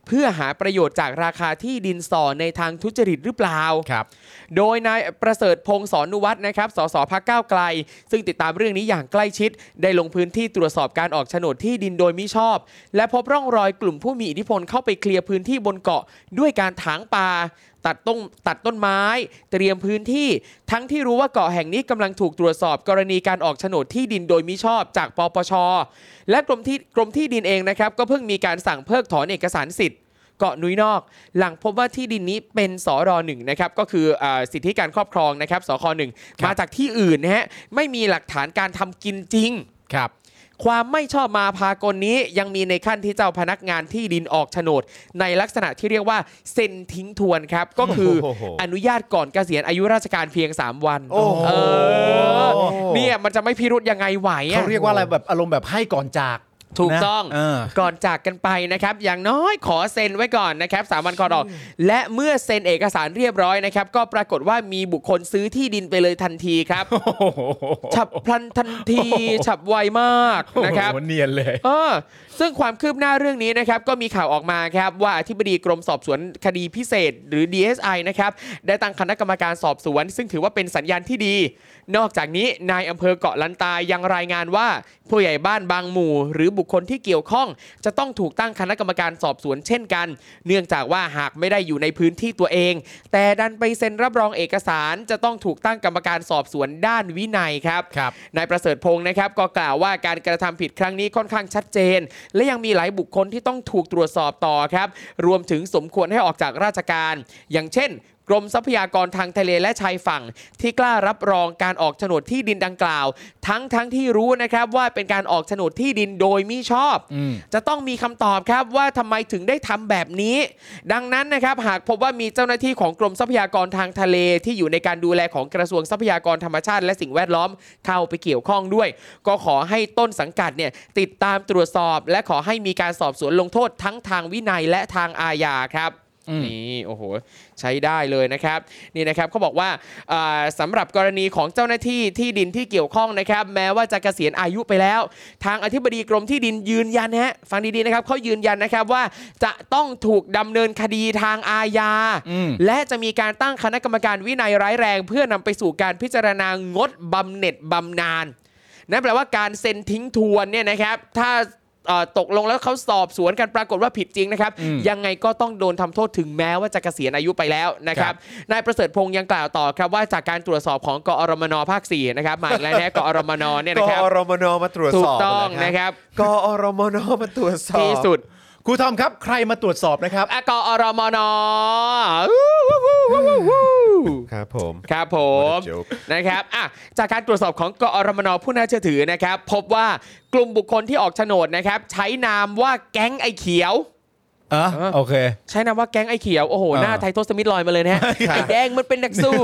Speaker 5: เพื่อหาประโยชน์จากราคาที่ดินสอในทางทุจริตหรือเปล่า
Speaker 3: ครับ
Speaker 5: โดยนายประเสริฐพงศรนุวัฒน์นะครับ สสพักก้าวไกล ซึ่งติดตามเรื่องนี้อย่างใกล้ชิด ได้ลงพื้นที่ตรวจสอบการออกโฉนดที่ดินโดยมิชอบ และพบร่องรอยกลุ่มผู้มีอิทธิพลเข้าไปเคลียร์พื้นที่บนเกาะ ด้วยการถางป่าตัดต้นตัดต้นไม้ เตรียมพื้นที่ ทั้งที่รู้ว่าเกาะแห่งนี้กำลังถูกตรวจสอบกรณีการออกโฉนดที่ดินโดยมิชอบจากปปช และกรมที่กรมที่ดินเองนะครับ ก็เพิ่งมีการสั่งเพิกถอนเอกสารสิทธิ์ เกาะนุ้ยนอก หลังพบว่าที่ดินนี้เป็นสอรอหนึ่งนะครับ ก็คืออาสิทธิการครอบครองนะครับสคหนึ่ง
Speaker 3: ครับ
Speaker 5: มาจากที่อื่นนะฮะไม่มีหลักฐานการทำกินจริง
Speaker 3: ครับ
Speaker 5: ความไม่ชอบมาพากลนี้ยังมีในขั้นที่เจ้าพนักงานที่ดินออกโฉนด ในลักษณะที่เรียกว่าเซ็นทิ้งทวนครับ ก็คือ
Speaker 2: โอ้โห
Speaker 5: อนุญาตก่อนเกษียณอายุราชการเพียง 3 วัน
Speaker 2: โอ้โห
Speaker 5: เออเนี่ยมันจะไม่พิรุษยังไงไหวอะ
Speaker 3: เขาเรียกว่าอะไรแบบอารมณ์แบบให้ก่อนจาก
Speaker 5: ถูกต้อง
Speaker 3: นะเออ
Speaker 5: ก่อนจากกันไปนะครับ อย่างน้อยขอเซ็นไว้ก่อนนะครับสามวันก่อนออกและเมื่อเซ็นเอกสารเรียบร้อยนะครับ ก็ปรากฏว่ามีบุคคลซื้อที่ดินไปเลยทันทีครับ ฉับพลันทันที ฉับไวมากนะครับ
Speaker 3: โอ้โหเนียนเลย
Speaker 5: เออซึ่งความคืบหน้าเรื่องนี้นะครับ ก็มีข่าวออกมาครับ ว่าอธิบดีกรมสอบสวนคดีพิเศษ หรือ DSI นะครับ ได้ตั้งคณะกรรมการสอบสวน ซึ่งถือว่าเป็นสัญญาณที่ดี นอกจากนี้นายอำเภอเกาะลันตายังรายงานว่า ผู้ใหญ่บ้านบางหมู่ หรือบุคคลที่เกี่ยวข้อง จะต้องถูกตั้งคณะกรรมการสอบสวนเช่นกัน เนื่องจากว่าหากไม่ได้อยู่ในพื้นที่ตัวเอง แต่ดันไปเซ็นรับรองเอกสาร จะต้องถูกตั้งกรรมการสอบสวนด้านวินัยครับ
Speaker 3: ครับ
Speaker 5: นายประเสริฐพงศ์นะครับก็กล่าวว่าการกระทำผิดครั้งนี้ค่อนข้างชัดเจน และยังมีหลายบุคคลที่ต้องถูกตรวจสอบต่อครับ รวมถึงสมควรให้ออกจากราชการ อย่างเช่น กรมทรัพยากรทางทะเลและชายฝั่ง ที่กล้ารับรองการออกโฉนดที่ดินดังกล่าว ทั้งทั้งที่รู้นะครับว่าเป็นการออกโฉนดที่ดินโดยมิชอบ
Speaker 3: อืม
Speaker 5: จะต้องมีคำตอบครับว่าทำไมถึงได้ทำแบบนี้ ดังนั้นนะครับหากพบว่ามีเจ้าหน้าที่ของกรมทรัพยากรทางทะเล ที่อยู่ในการดูแลของกระทรวงทรัพยากรธรรมชาติ และสิ่งแวดล้อมเข้าไปเกี่ยวข้องด้วย ก็ขอให้ต้นสังกัดเนี่ยติดตามตรวจสอบ และขอให้มีการสอบสวนลงโทษทั้งทางวินัยและทางอาญาครับ
Speaker 3: อืม
Speaker 5: นี่โอ้โห ใช้ได้เลยนะครับ นี่นะครับเขาบอกว่าอ่าสำหรับกรณีของเจ้าหน้าที่ที่ดินที่เกี่ยวข้องนะครับ แม้ว่าจะเกษียณอายุไปแล้ว ทางอธิบดีกรมที่ดินยืนยันนะฮะฟังดีๆนะครับเขายืนยันนะครับว่าจะต้องถูกดำเนินคดีทางอาญา
Speaker 3: อืม
Speaker 5: และจะมีการตั้งคณะกรรมการวินัยร้ายแรง เพื่อนำไปสู่การพิจารณางดบำเหน็จบำนาญนั่นแปลว่าการเซ็นทิ้งทวนเนี่ยนะครับถ้าเอ่อตกลงแล้วเขาสอบสวนกันปรากฏว่าผิดจริงนะครับ
Speaker 3: อืม
Speaker 5: ยังไงก็ต้องโดนทำโทษถึงแม้ว่าจะเกษียณอายุไปแล้วนะครับ นายประเสริฐพงษ์ยังกล่าวต่อครับว่าจากการตรวจสอบของกอรมนภาค4นะครับหมายแล้วนะกอรมนเนี่ย
Speaker 2: ก
Speaker 5: นะครับ
Speaker 2: อรมนมาตรวจ
Speaker 5: ถู
Speaker 2: ส
Speaker 5: ก
Speaker 2: อบ
Speaker 5: ต้องนะครับ
Speaker 2: กอรมนมาตรวจสอบ
Speaker 5: ที่สุด
Speaker 3: ครูทอมครับ ใครมาตรวจสอบนะครับ
Speaker 5: อะกอรมนอู้วู้วู้วู้วู้วู้
Speaker 2: ครับผม
Speaker 5: ครับผม
Speaker 2: What a joke
Speaker 5: นะครับอ่ะจากการตรวจสอบของกอรมนผู้น่าเชื่อถือนะครับ พบว่ากลุ่มบุคคลที่ออกโฉนดนะครับ ใช้นามว่าแก๊งไอ้เขียว
Speaker 3: เออโอเค
Speaker 5: ใช้นามว่าแก๊งไอ้เขียว โอ้โห
Speaker 3: อ่า
Speaker 5: หน้าไทโทสมิธลอยมาเลยนะฮะไอ้แดงมันเป็นนักสู้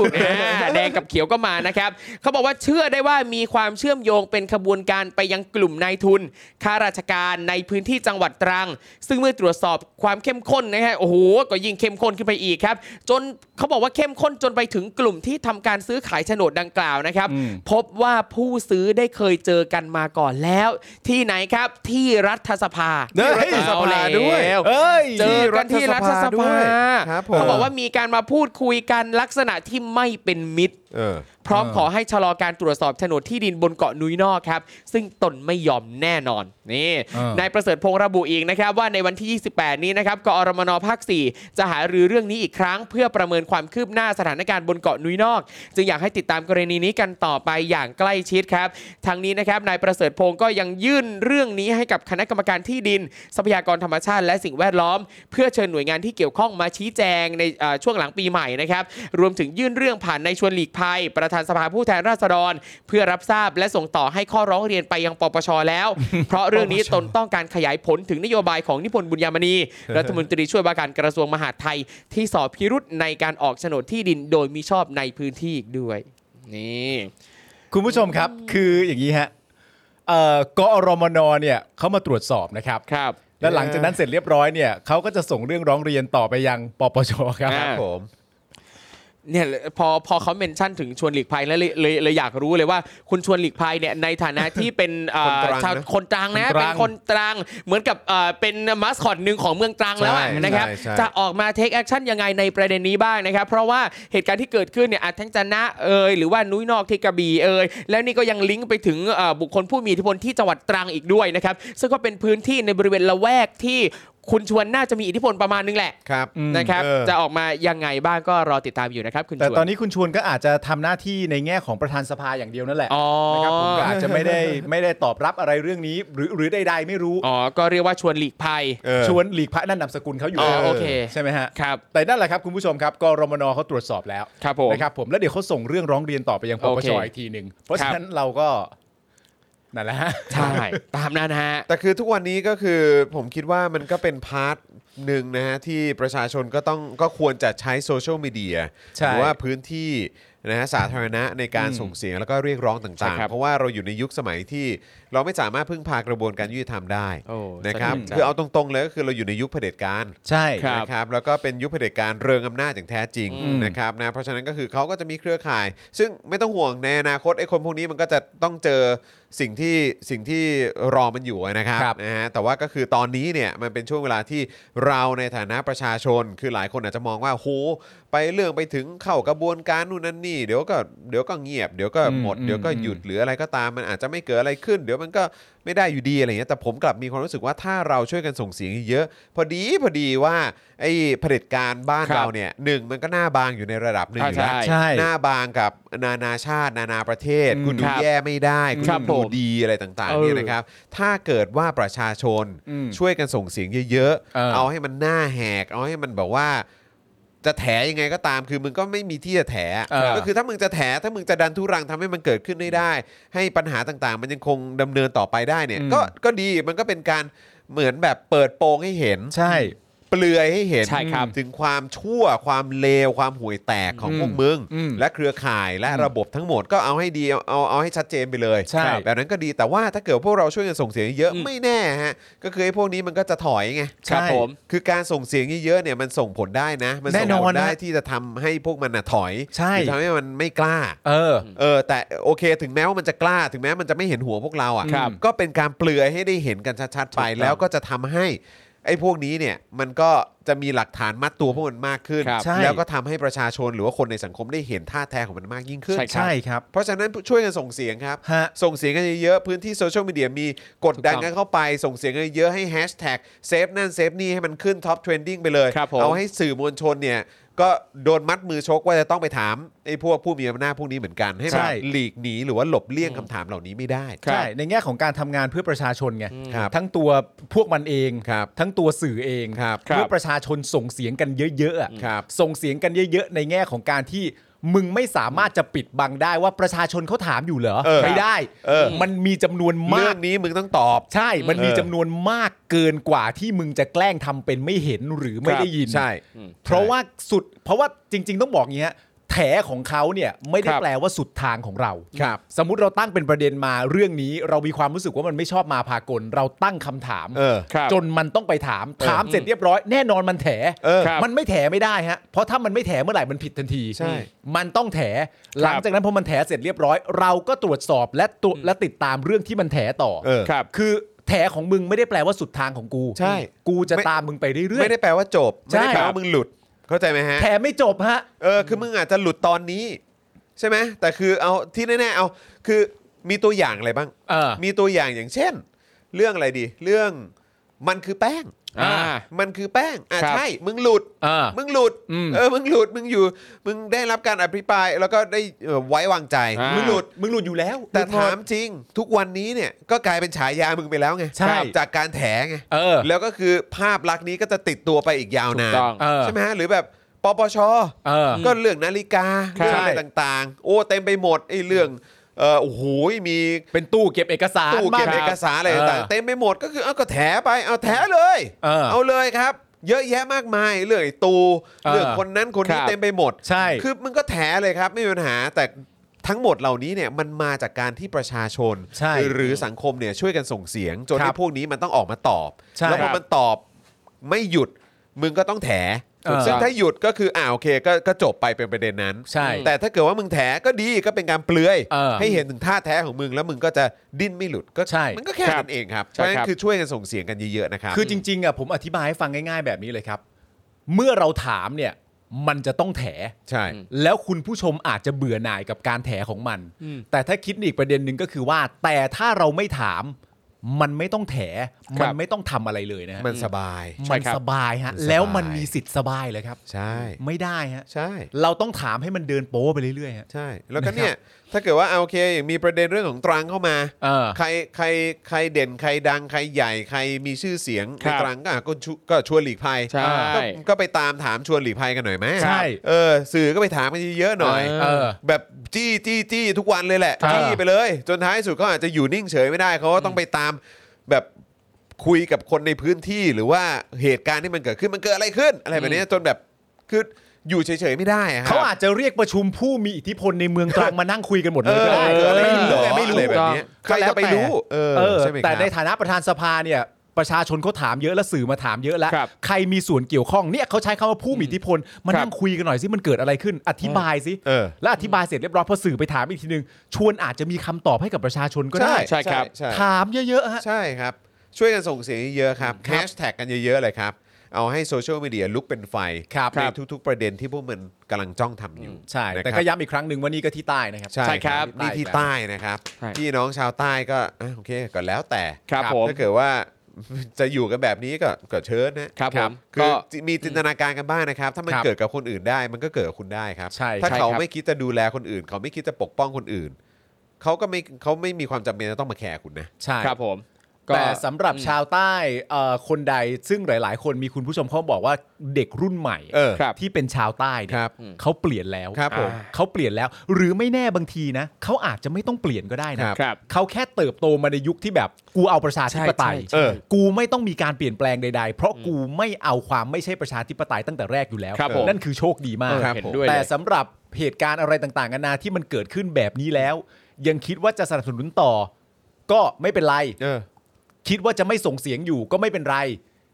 Speaker 5: อ่าแดงกับเขียวก็มานะครับ เขาบอกว่าเชื่อได้ว่ามีความเชื่อมโยงเป็นขบวนการไปยังกลุ่มนายทุน ข้าราชการในพื้นที่จังหวัดตรัง ซึ่งเมื่อตรวจสอบความเข้มข้นนะฮะ โอ้โห ก็ยิ่งเข้มข้นขึ้นไปอีกครับ จนเขาบอกว่าเข้มข้นจนไปถึงกลุ่มที่ทำการซื้อขายโฉนดดังกล่าวนะครับ
Speaker 3: อืม
Speaker 5: พบว่าผู้ซื้อได้เคยเจอกันมาก่อนแล้ว ที่ไหนครับ ที่รัฐสภา
Speaker 2: เฮ้ย
Speaker 5: เอาแล้ว
Speaker 3: เอ้ย
Speaker 5: เจอกันที่รัฐสภา
Speaker 2: ครับผม
Speaker 5: เขาบอกว่ามีการมาพูดคุยกันลักษณะที่ไม่เป็นมิตร
Speaker 2: เออ
Speaker 5: พร้อม
Speaker 3: เออ
Speaker 5: ขอให้ชะลอการตรวจสอบโฉนดที่ดินบนเกาะนุยนอกครับ ซึ่งตนไม่ยอมแน่นอนนี่นายประเสริฐพงษ์ระบุอีกนะครับ ว่าในวันที่ 28 นี้นะครับกอรมนภาค 4 จะหารือเรื่องนี้อีกครั้ง เพื่อประเมินความคืบหน้าสถานการณ์บนเกาะนุยนอก จึงอยากให้ติดตามกรณีนี้กันต่อไปอย่างใกล้ชิดครับทางนี้นะครับนายประเสริฐพงษ์ก็ยังยื่นเรื่องนี้ให้กับคณะกรรมการที่ดิน ทรัพยากรธรรมชาติและสิ่งแวดล้อม เพื่อเชิญหน่วยงานที่เกี่ยวข้องมาชี้แจงในเอ่อช่วงหลังปีใหม่นะครับ รวมถึงยื่นเรื่องผ่านในชวนหลีกภัย ประธานสภาผู้แทนราษฎร เพื่อรับทราบและส่งต่อให้ข้อร้องเรียนไปยังปปชแล้ว เพราะเรื่องนี้ตนต้องการขยายผลถึงนโยบายของนิพนธ์บุญยามณี รัฐมนตรีช่วยว่าการกระทรวงมหาดไทย ที่สอบพิรุษในการออกโฉนดที่ดินโดยมิชอบในพื้นที่อีกด้วยนี่
Speaker 3: คุณผู้ชมครับ คืออย่างนี้ฮะเอ่อกอรมนเนี่ยเขามาตรวจสอบนะครับ
Speaker 5: ครับ
Speaker 3: และหลังจากนั้นเสร็จเรียบร้อยเนี่ยเขาก็จะส่งเรื่องร้องเรียนต่อไปยังปปชครับ
Speaker 5: อ่า
Speaker 2: ผม
Speaker 5: เนี่ยพอพอเขาเมนชั่นถึงชวนหลีกภัยแล้วเลยเลยเลยอยากรู้เลยว่าคุณชวนหลีกภัยเนี่ยในฐานะที่ เป็นเอ่อ
Speaker 2: คนตรัง
Speaker 5: ชาว
Speaker 2: นะ
Speaker 5: คนตรังนะ
Speaker 3: คนตรัง
Speaker 5: เป็นคนตรังเหมือนกับเอ่อเป็นมาสคอตหนึ่งของเมืองตรังแล้วอะ
Speaker 2: ใช่
Speaker 5: นะครับ
Speaker 2: ใช่ใช่
Speaker 5: จะออกมาเทคแอคชั่นยังไงในประเด็นนี้บ้างนะครับ เพราะว่าเหตุการณ์ที่เกิดขึ้นเนี่ยอาจทั้งจะนะเอยหรือว่านุ้ยนอกที่กระบี่เอยแล้วนี่ก็ยังลิงก์ไปถึงเอ่อบุคคลผู้มีอิทธิพลที่จังหวัดตรังอีกด้วยนะครับซึ่งก็เป็นพื้นที่ในบริเวณละแวกที่คุณชวนน่าจะมีอิทธิพลประมาณนึงแหละ
Speaker 2: ครับ
Speaker 5: นะครับ
Speaker 2: เออ
Speaker 5: จะออกมายังไงบ้างก็รอติดตามอยู่นะครับคุณช
Speaker 3: แต่
Speaker 5: วน
Speaker 3: ตอนนี้คุณชวนก็อาจจะทำหน้าที่ในแง่ของประธานสภาอย่างเดียวนั่นแหละ
Speaker 5: อ๋อ
Speaker 3: นะครับผมก็อาจจะไม่ได้ ไม่ได้ตอบรับอะไรเรื่องนี้ หรือหรือใดๆไม่รู้
Speaker 5: อ๋อ ก็เรียกว่าชวนหลีกภัย
Speaker 2: เออ
Speaker 3: ชวนหลีกพระนั่นนามสกุลเขาอยู่
Speaker 5: อ๋อ
Speaker 3: แล้ว
Speaker 5: โอเค
Speaker 3: ใช่ไหมฮะ
Speaker 5: ครับ
Speaker 3: แต่นั่นแหละครับคุณผู้ชมครับกรมนเขาตรวจสอบแล้ว
Speaker 5: ครับผม
Speaker 3: นะครับผมแล้วเดี๋ยวเขาส่งเรื่องร้องเรียนต่อไปยังป
Speaker 5: โอ
Speaker 3: ป
Speaker 5: เค
Speaker 3: ชอีกทีหนึ่งเพราะ
Speaker 5: ค
Speaker 3: ฉะ
Speaker 5: รับ
Speaker 3: นั้นเราก็ นั่นแหละฮะ
Speaker 5: ใช่ ตามนั้นฮะ
Speaker 2: แต่คือทุกวันนี้ก็คือผมคิดว่ามันก็เป็นพาร์ทหนึ่งนะฮะที่ประชาชนก็ต้องก็ควรจะใช้โซเชียลมีเดีย
Speaker 3: ใช่
Speaker 2: หรืว่าพื้นที่นะฮะสาธารณะในการ
Speaker 3: อืม
Speaker 2: ส่งเสียงแล้วก็เรียกร้องต่าง
Speaker 5: ใช่ครั
Speaker 2: ๆ
Speaker 5: บ
Speaker 2: เพราะว่าเราอยู่ในยุคสมัยที่เราไม่สามารถพึ่งพากระบวนการยุติธรรมได้
Speaker 5: โอ้
Speaker 2: นะครับ
Speaker 5: สะเทือนใจ
Speaker 2: คือเอาตรงๆเลยก็คือเราอยู่ในยุคเผด็จการ
Speaker 3: ใช่
Speaker 5: ครับ
Speaker 2: นะครับแล้วก็เป็นยุคเผด็จการเริงอำนาจอย่างแท้จริง
Speaker 3: อืม
Speaker 2: นะครับนะเพราะฉะนั้นก็คือเขาก็จะมีเครือข่าย ซึ่งไม่ต้องห่วงในอนาคตไอ้คนพวกนี้มันก็จะต้องเจอสิ่งที่สิ่งที่รอมันอยู่นะครับ ค
Speaker 3: ครั
Speaker 2: รับบนะฮะแต่ว่าก็คือตอนนี้เนี่ยมันเป็นช่วงเวลาที่เราในฐานะประชาชน คือหลายคนอาจจะมองว่าโหไปเรื่องไปถึงเข้ากระบวนการนู่นนั่นนี่เดี๋ยวก็เดี๋ยวก็เงียบเดี๋ยวก็หมด
Speaker 3: อืม
Speaker 2: เดี๋ยวก็
Speaker 3: อืม
Speaker 2: หยุดหรืออะไรก็ตามมันอาจจะไม่เกิดอะไรขึ้น เดี๋ยวมันก็ไม่ได้อยู่ดีอะไรเงี้ยแต่ผมกลับมีความรู้สึกว่าถ้าเราช่วยกันส่งเสียงเยอะ พอดีพอดีว่าไอ้เผด็จการบ้าน
Speaker 5: ครับ
Speaker 2: เราเนี่ยหนึ่งมันก็หน้าบางอยู่ในระดับหนึ่งอยู่แล้ว
Speaker 5: ใช่
Speaker 3: ใช่
Speaker 2: หน้าบางกับนานาชาติ นานาประเทศ
Speaker 3: อืม
Speaker 2: คุณดู
Speaker 5: ครับ
Speaker 2: แย่ไม่ได้คุณ
Speaker 5: ครับ
Speaker 2: ดู
Speaker 5: ผม
Speaker 2: ดีอะไรต่าง
Speaker 3: เอ
Speaker 2: ๆ
Speaker 3: อ
Speaker 2: เนี่ยนะครับ ถ้าเกิดว่าประชาชน
Speaker 3: อืม
Speaker 2: ช่วยกันส่งเสียงเยอะ
Speaker 3: เออ
Speaker 2: เอาให้มันหน้าแหก เอาให้มันแบบว่า จะแถยังไงก็ตามคือมึงก็ไม่มีที่จะแถ
Speaker 3: เออ
Speaker 2: ก็คือถ้ามึงจะแถถ้ามึงจะดันทุรังทำให้มันเกิดขึ้นได้ได้ ให้ปัญหาต่างๆ มันยังคงดำเนินต่อไปได้เนี่ย
Speaker 3: อืม
Speaker 2: ก็ก็ดีมันก็เป็นการเหมือนแบบเปิดโปงให้เห็น
Speaker 3: ใช่
Speaker 2: เปลือยให้เห็น
Speaker 5: ใช่ครับ
Speaker 2: ถึงความชั่วความเลวความห่วยแตกของ
Speaker 3: อืม
Speaker 2: พวกมึง
Speaker 3: อืม
Speaker 2: และเครือข่ายและ
Speaker 3: อืม
Speaker 2: ระบบทั้งหมดก็เอาให้ดีเอาเอาเอาให้ชัดเจนไปเลย
Speaker 3: ใช่
Speaker 2: แบบนั้นก็ดีแต่ว่าถ้าเกิดพวกเราช่วยกันส่งเสียงเยอะ
Speaker 5: อืม
Speaker 2: ไม่แน่ฮะก็คือไอ้พวกนี้มันก็จะถอยไง
Speaker 3: ใช่
Speaker 5: ครับผม
Speaker 2: คือการส่งเสียงเยอะๆเนี่ยมันส่งผลได้นะ มันส่ง
Speaker 3: แน่น
Speaker 2: ผ
Speaker 3: อ
Speaker 2: ล
Speaker 3: นนะ
Speaker 2: ได้ที่จะทำให้พวกมันน่ะถอย
Speaker 3: ใช่
Speaker 2: หรือทำให้มันไม่กล้า
Speaker 3: เออ
Speaker 2: เออแต่โอเคถึงแม้ว่ามันจะกล้าถึงแม้มันจะไม่เห็นหัวพวกเรา
Speaker 3: ครั
Speaker 2: อะ่ะ
Speaker 3: บ
Speaker 2: ก็เป็นการเปลือยให้ได้เห็นกันชัดๆไป
Speaker 3: ถูกต้อง
Speaker 2: แล้วก็จะทำให้ไอ้พวกนี้เนี่ยมันก็จะมีหลักฐานมัดตัวพวกมันมากขึ้น
Speaker 5: ครับ
Speaker 3: ใช่
Speaker 2: แล้วก็ทำให้ประชาชนหรือว่าคนในสังคมได้เห็นท่าแท้ของมันมากยิ่งขึ้น
Speaker 5: ใช่
Speaker 3: ใช่ครับ
Speaker 2: เพราะฉะนั้นช่วยกันส่งเสียงครับ
Speaker 3: ฮะ
Speaker 2: ส่งเสียงกันเยอะๆพื้นที่โซเชียลมีเดียมีกดดัน
Speaker 5: ถูกต้อง
Speaker 2: กันเข้าไป ส่งเสียงกันเยอะให้แฮชแท็กเซฟนั่นเซฟนี่ให้มันขึ้นท็อปเทรนดิ้งไปเลย
Speaker 5: ครับผม
Speaker 2: เอาให้สื่อมวลชนเนี่ย ก็โดนมัดมือชกว่าจะต้องไปถามไอ้พวกผู้มีอำนาจพวกนี้เหมือนกันให้มั
Speaker 3: ใช่
Speaker 2: นหลีกหนีหรือว่าหลบเลี่ยงคำถามเหล่านี้ไม่ได้
Speaker 5: ครับ
Speaker 3: ใช่ในแง่ของการทำงานเพื่อประชาชนไง
Speaker 2: ครับ
Speaker 3: ทั้งตัวพวกมันเอง
Speaker 2: ครับ
Speaker 3: ทั้งตัวสื่อเอง
Speaker 2: ครับ
Speaker 3: เพื่อประชาชนส่งเสียงกันเยอะๆอะ
Speaker 2: ครับ
Speaker 3: ส่งเสียงกันเยอะ ๆ ในแง่ของการที่มึงไม่สามารถจะปิดบังได้ว่าประชาชนเขาถามอยู่เหรอ
Speaker 2: เออ
Speaker 3: ไม่ได้
Speaker 2: เออ
Speaker 3: มันมีจำนวน
Speaker 2: เรื่
Speaker 3: มา
Speaker 2: อก งนี้มึงต้องตอบ
Speaker 3: ใช่มันมี
Speaker 2: เออ
Speaker 3: จำนวนมากเกินกว่าที่มึงจะแกล้งทำเป็นไม่เห็นหรือไม่ได้ยิน
Speaker 2: ใช่
Speaker 3: เพราะว่าสุดเพราะว่าจริง ๆ ต้องบอกอย่างเงี้ยแถของเขาเนี่ยไม่ได้
Speaker 5: ครับ
Speaker 3: แปลว่าสุดทางของเรา
Speaker 2: ครับ
Speaker 3: สมมติเราตั้งเป็นประเด็นมาเรื่องนี้เรามีความรู้สึกว่ามันไม่ชอบมาพากล เราตั้งคำถาม
Speaker 2: เออ
Speaker 5: ครับ
Speaker 3: จนมันต้องไปถามถามเสร็จเรียบร้อยแน่นอนมันแถ
Speaker 2: เออ
Speaker 5: ครับ
Speaker 3: มันไม่แถไม่ได้ฮะเพราะถ้ามันไม่แถเมื่อไหร่มันผิดทันที
Speaker 2: ใช่
Speaker 3: มันต้องแถ
Speaker 5: ครับ
Speaker 3: หลังจากนั้นพอมันแถเสร็จเรียบร้อย เราก็ตรวจสอบและตรวจและติดตามเรื่องที่มันแถต่อ
Speaker 2: เออ
Speaker 5: ครับ
Speaker 3: คือแถของมึงไม่ได้แปลว่าสุดทางของกู
Speaker 2: ใช่
Speaker 3: กูจะ
Speaker 2: ไม่
Speaker 3: ตามมึงไปเรื่อย
Speaker 2: ไม่ได้แปลว่าจบ ไม่ได้
Speaker 3: ใช่
Speaker 2: แปลว่ามึงหลุดเข้าใจไหมฮะ
Speaker 3: ๆแถไม่จบฮะ
Speaker 2: เออคือมึงอาจจะหลุดตอนนี้ ใช่ไหมแต่คือเอาที่แน่ๆเอาคือมีตัวอย่างอะไรบ้าง
Speaker 3: เออ
Speaker 2: มีตัวอย่างอย่างเช่น เรื่องอะไรดี เรื่องมันคือแป้ง
Speaker 5: อ่า
Speaker 2: มันคือแป้งอ่ะ
Speaker 5: ครับ
Speaker 2: ใช่ มึงหลุด
Speaker 3: อ่า
Speaker 2: มึงหลุด
Speaker 3: อืม
Speaker 2: เออมึงหลุดมึงอยู่ มึงได้รับการอภิปรายแล้วก็ได้เอ่อไว้วางใจ
Speaker 5: อ่ามึ
Speaker 2: มึงหลุด
Speaker 3: มึงหลุดอยู่แล้ว
Speaker 2: แต่
Speaker 3: หลุดหม
Speaker 2: ถา
Speaker 3: ด
Speaker 2: มจริง ทุกวันนี้เนี่ยก็กลายเป็นฉายามึงไปแล้วไง
Speaker 3: ใช่
Speaker 2: ครับจากการแถไง
Speaker 3: เออ
Speaker 2: แล้วก็คือภาพลักษณ์นี้ก็จะติดตัวไปอีกยาวนาน
Speaker 5: ถูกต้อง
Speaker 3: เออ
Speaker 2: ใช่ไหมฮะหรือแบบปปช
Speaker 3: เออ
Speaker 2: ก็เรื่องนาฬิกา
Speaker 3: ครับ
Speaker 2: เรื่องอะไรต่างๆ โอ้เต็มไปหมดไอ้เรื่องเออโอ้โหมี
Speaker 3: เป็นตู้เก็บเอกสาร
Speaker 2: ตู้เก็บ
Speaker 3: บ้ง
Speaker 2: เอกสารอะไรต่าง
Speaker 3: เอ
Speaker 2: ๆ
Speaker 3: อ
Speaker 2: เต็มไปหมดก็คือเอาก็แถไปเอาแถเลย
Speaker 3: เออ
Speaker 2: เลยครับ เยอะแยะมากมายเรื่องไอ้ตู
Speaker 3: เออ
Speaker 2: เรื่องคนนั้นคนนี้
Speaker 5: ครับ
Speaker 2: เต็มไปหมด
Speaker 3: ใช่
Speaker 2: คือมันก็แถเลยครับไม่มีปัญหาแต่ทั้งหมดเหล่านี้เนี่ยมันมาจากการที่ประชาชน
Speaker 3: ใช่
Speaker 2: หรือสังคมเนี่ยช่วยกันส่งเสียง จน
Speaker 3: ครับ
Speaker 2: ให้พวกนี้มันต้องออกมาตอบ
Speaker 3: ใช่
Speaker 2: แล้วพอ
Speaker 3: ครับ
Speaker 2: มันตอบไม่หยุดมึงก็ต้องแถ
Speaker 3: เออ
Speaker 2: ซึ่งถ้าหยุดก็คืออ่าโอเคก็ก็จบไปเป็นประเด็นนั้น
Speaker 3: ใช่
Speaker 2: แต่ถ้าเกิดว่ามึงแถก็ดีก็เป็นการเปลือย
Speaker 3: เออ
Speaker 2: ให้เห็นถึงท่าแท้ของมึงแล้วมึงก็จะดิ้นไม่หลุดก็
Speaker 3: ใช่
Speaker 2: มันก็แค่
Speaker 5: ครับ
Speaker 2: นั้นเองครับเพ
Speaker 5: ใช่
Speaker 2: ราะฉะ
Speaker 5: ครับ
Speaker 2: นั้นคือช่วยกันส่งเสียงกันเยอะๆนะครับ
Speaker 3: คือจริงๆอ่ะผมอธิบายให้ฟังง่าย ๆ แบบนี้เลยครับ เมื่อเราถามเนี่ย มันจะต้องแถ
Speaker 2: ใช่
Speaker 3: แล้วคุณผู้ชมอาจจะเบื่อหน่ายกับการแถของมัน แต่ถ้าคิดอีกประเด็นหนึ่งก็คือว่า แต่ถ้าเราไม่ถาม มันไม่ต้องแถ
Speaker 5: ครั
Speaker 3: มั
Speaker 5: บ
Speaker 3: ไม่ต้องทำอะไรเลยนะฮะ
Speaker 2: มันสบาย
Speaker 5: ใช่
Speaker 3: มัน
Speaker 5: ครับ
Speaker 3: สบายฮะ
Speaker 2: มันสบาย
Speaker 3: แล้วมันมีสิทธิ์สบายเลยครับ
Speaker 2: ใช่
Speaker 3: ไม่ได้ฮะ
Speaker 2: ใช่
Speaker 3: เราต้องถามให้มันเดินโป๊ไปเรื่อยๆฮะ
Speaker 2: ใช่ แล้วก็เนี่ย ถ้าเกิดว่าเอาโอเค มีประเด็นเรื่องของตรังเข้ามา
Speaker 3: เออ
Speaker 2: ใครใครใครเด่นใครดังใครใหญ่ใครมีชื่อเสียง
Speaker 5: ค
Speaker 2: ใน
Speaker 5: รับ
Speaker 2: ตรังก็อ่ะก็ชวก็ชวนหลีกภัย
Speaker 5: ใช่
Speaker 2: ก็ก็ไปตามถามชวนหลีกภัยกันหน่อยไหม
Speaker 3: ใช่
Speaker 2: เออสื่อก็ไปถามกันเยอะๆหน่อย
Speaker 5: เออ
Speaker 3: เออ
Speaker 2: แบบจี้จี้จี้ทุกวันเลยแหละ
Speaker 3: ครับ
Speaker 2: จี้ไปเลย จนท้ายสุดเขาอาจจะอยู่นิ่งเฉยไม่ได้เขาก็ต้องไปตามแบบคุยกับคนในพื้นที่หรือว่าเหตุการณ์ที่มันเกิดขึ้นมันเกิดอะไรขึ้น อะไรแบบเนี้ยจนแบบคืออยู่เฉยๆไม่ได้อะครับ
Speaker 3: เขาอาจจะเรียกประชุมผู้มีอิทธิพลในเมืองตรังมานั่งคุยกันหมด
Speaker 2: เอ
Speaker 3: เลย
Speaker 2: อ
Speaker 3: ก็ได้
Speaker 2: เกิดอะไรขึ้นเหรอ
Speaker 3: เออ
Speaker 2: ไม่รู้
Speaker 3: อะ
Speaker 2: อะไรไร
Speaker 3: แบ
Speaker 2: แบบ บเนี้ยใครจะไปรู้เออ
Speaker 3: เออ
Speaker 2: ใช่ไหมครับ
Speaker 3: แต่ในฐานะประธานสภาเนี่ยประชาชนเขาถามเยอะและสื่อมาถามเยอะแล้ว
Speaker 5: ครับ
Speaker 3: ใครมีส่วนเกี่ยวข้องเนี่ยเขาใช้คำว่าผู้มีอิทธิพลมา
Speaker 5: ครับ
Speaker 3: นั่งคุยกันหน่อยสิมันเกิดอะไรขึ้น อธิบายสิ
Speaker 2: เออ
Speaker 3: และอธิบายเสร็จเรียบร้อยพอสื่อไปถามอีกทีนึง ชวนอาจจะมีคำตอบให้กับประชาชนก็ได้
Speaker 5: ใช่ครับ
Speaker 2: ใช่
Speaker 3: ถามเยอะๆฮะ
Speaker 2: ใช่ครับ ช่วยกันส่งเสียงเยอะๆครับ
Speaker 3: ค
Speaker 2: แฮ
Speaker 3: รับ
Speaker 2: ชแท็กกันเยอะๆเลยครับ เอาให้โซเชียลมีเดียลุกเป็นไฟ
Speaker 3: ครับ
Speaker 2: ในทุกๆประเด็นที่พวกมันกำลังจ้องทำอยู่
Speaker 3: ใช่
Speaker 2: นะครับ
Speaker 3: แต่ก็ย้ำอีกครั้งหนึ่งว่านี่ก็ที่ใต้นะครับ
Speaker 2: ใช่
Speaker 5: ใช่ครับ
Speaker 2: นี่ที่ใต้นะครับ
Speaker 5: ใช่
Speaker 2: พี่น้องชาวใต้ก็อ่ะโอเคก็แล้วแต่
Speaker 5: ครับผม
Speaker 2: ถ้าเกิดว่า จะอยู่กันแบบนี้ก็ก็เชิญนะครับ
Speaker 5: ผม
Speaker 2: คือ
Speaker 5: ก็
Speaker 2: มีจินตนาการกันบ้างนะครับ ถ้ามัน
Speaker 3: ครับ
Speaker 2: เกิดกับคนอื่นได้มันก็เกิดกับคุณได้ครับ
Speaker 3: ใช่
Speaker 2: ถ้า
Speaker 5: ใช่
Speaker 2: เขา
Speaker 5: ครับ
Speaker 2: ไม่คิดจะดูแลคนอื่น เขาไม่คิดจะปกป้องคนอื่นเขาก็ไม่เขาไม่มีความจำเป็นจะต้องมาแคร์คุณนะ
Speaker 3: ใช่
Speaker 5: ครับผมก็
Speaker 3: แต่สำหรับชาวใต้เอ่อคนใดซึ่งหลาย ๆ คนมีคุณผู้ชมเขาบอกว่าเด็กรุ่นใหม่
Speaker 2: เออ
Speaker 5: ครับ
Speaker 3: ที่เป็นชาวใต้เนี่
Speaker 2: ค
Speaker 3: ย
Speaker 2: รับ
Speaker 3: เขาเปลี่ยนแล้ว
Speaker 2: ครับผม
Speaker 3: อ่าเขาเปลี่ยนแล้ว หรือไม่แน่บางทีนะเขาอาจจะไม่ต้องเปลี่ยนก็ได้นะครับ
Speaker 5: ครับ
Speaker 3: เขาแค่เติบโตมาในยุคที่แบบกูเอาประชาธิปไตย
Speaker 5: ใช่ใช่
Speaker 2: เออ
Speaker 3: กูไม่ต้องมีการเปลี่ยนแปลงใด ๆ เพราะกูไม่เอาความไม่ใช่ประชาธิปไตยตั้งแต่แรกอยู่แล้ว
Speaker 5: ครับผม
Speaker 3: นั่นคือโชคดีมาก
Speaker 5: เออ
Speaker 2: ครับ
Speaker 5: เห็น
Speaker 2: ผม
Speaker 5: ด้วย
Speaker 3: แต่
Speaker 5: เลย
Speaker 3: สำหรับเหตุการณ์อะไรต่างๆนานาที่มันเกิดขึ้นแบบนี้แล้ว ยังคิดว่าจะสนับสนุนต่อ ก็ไม่เป็นไร
Speaker 2: เออ
Speaker 3: คิดว่าจะไม่ส่งเสียงอยู่ก็ไม่เป็นไร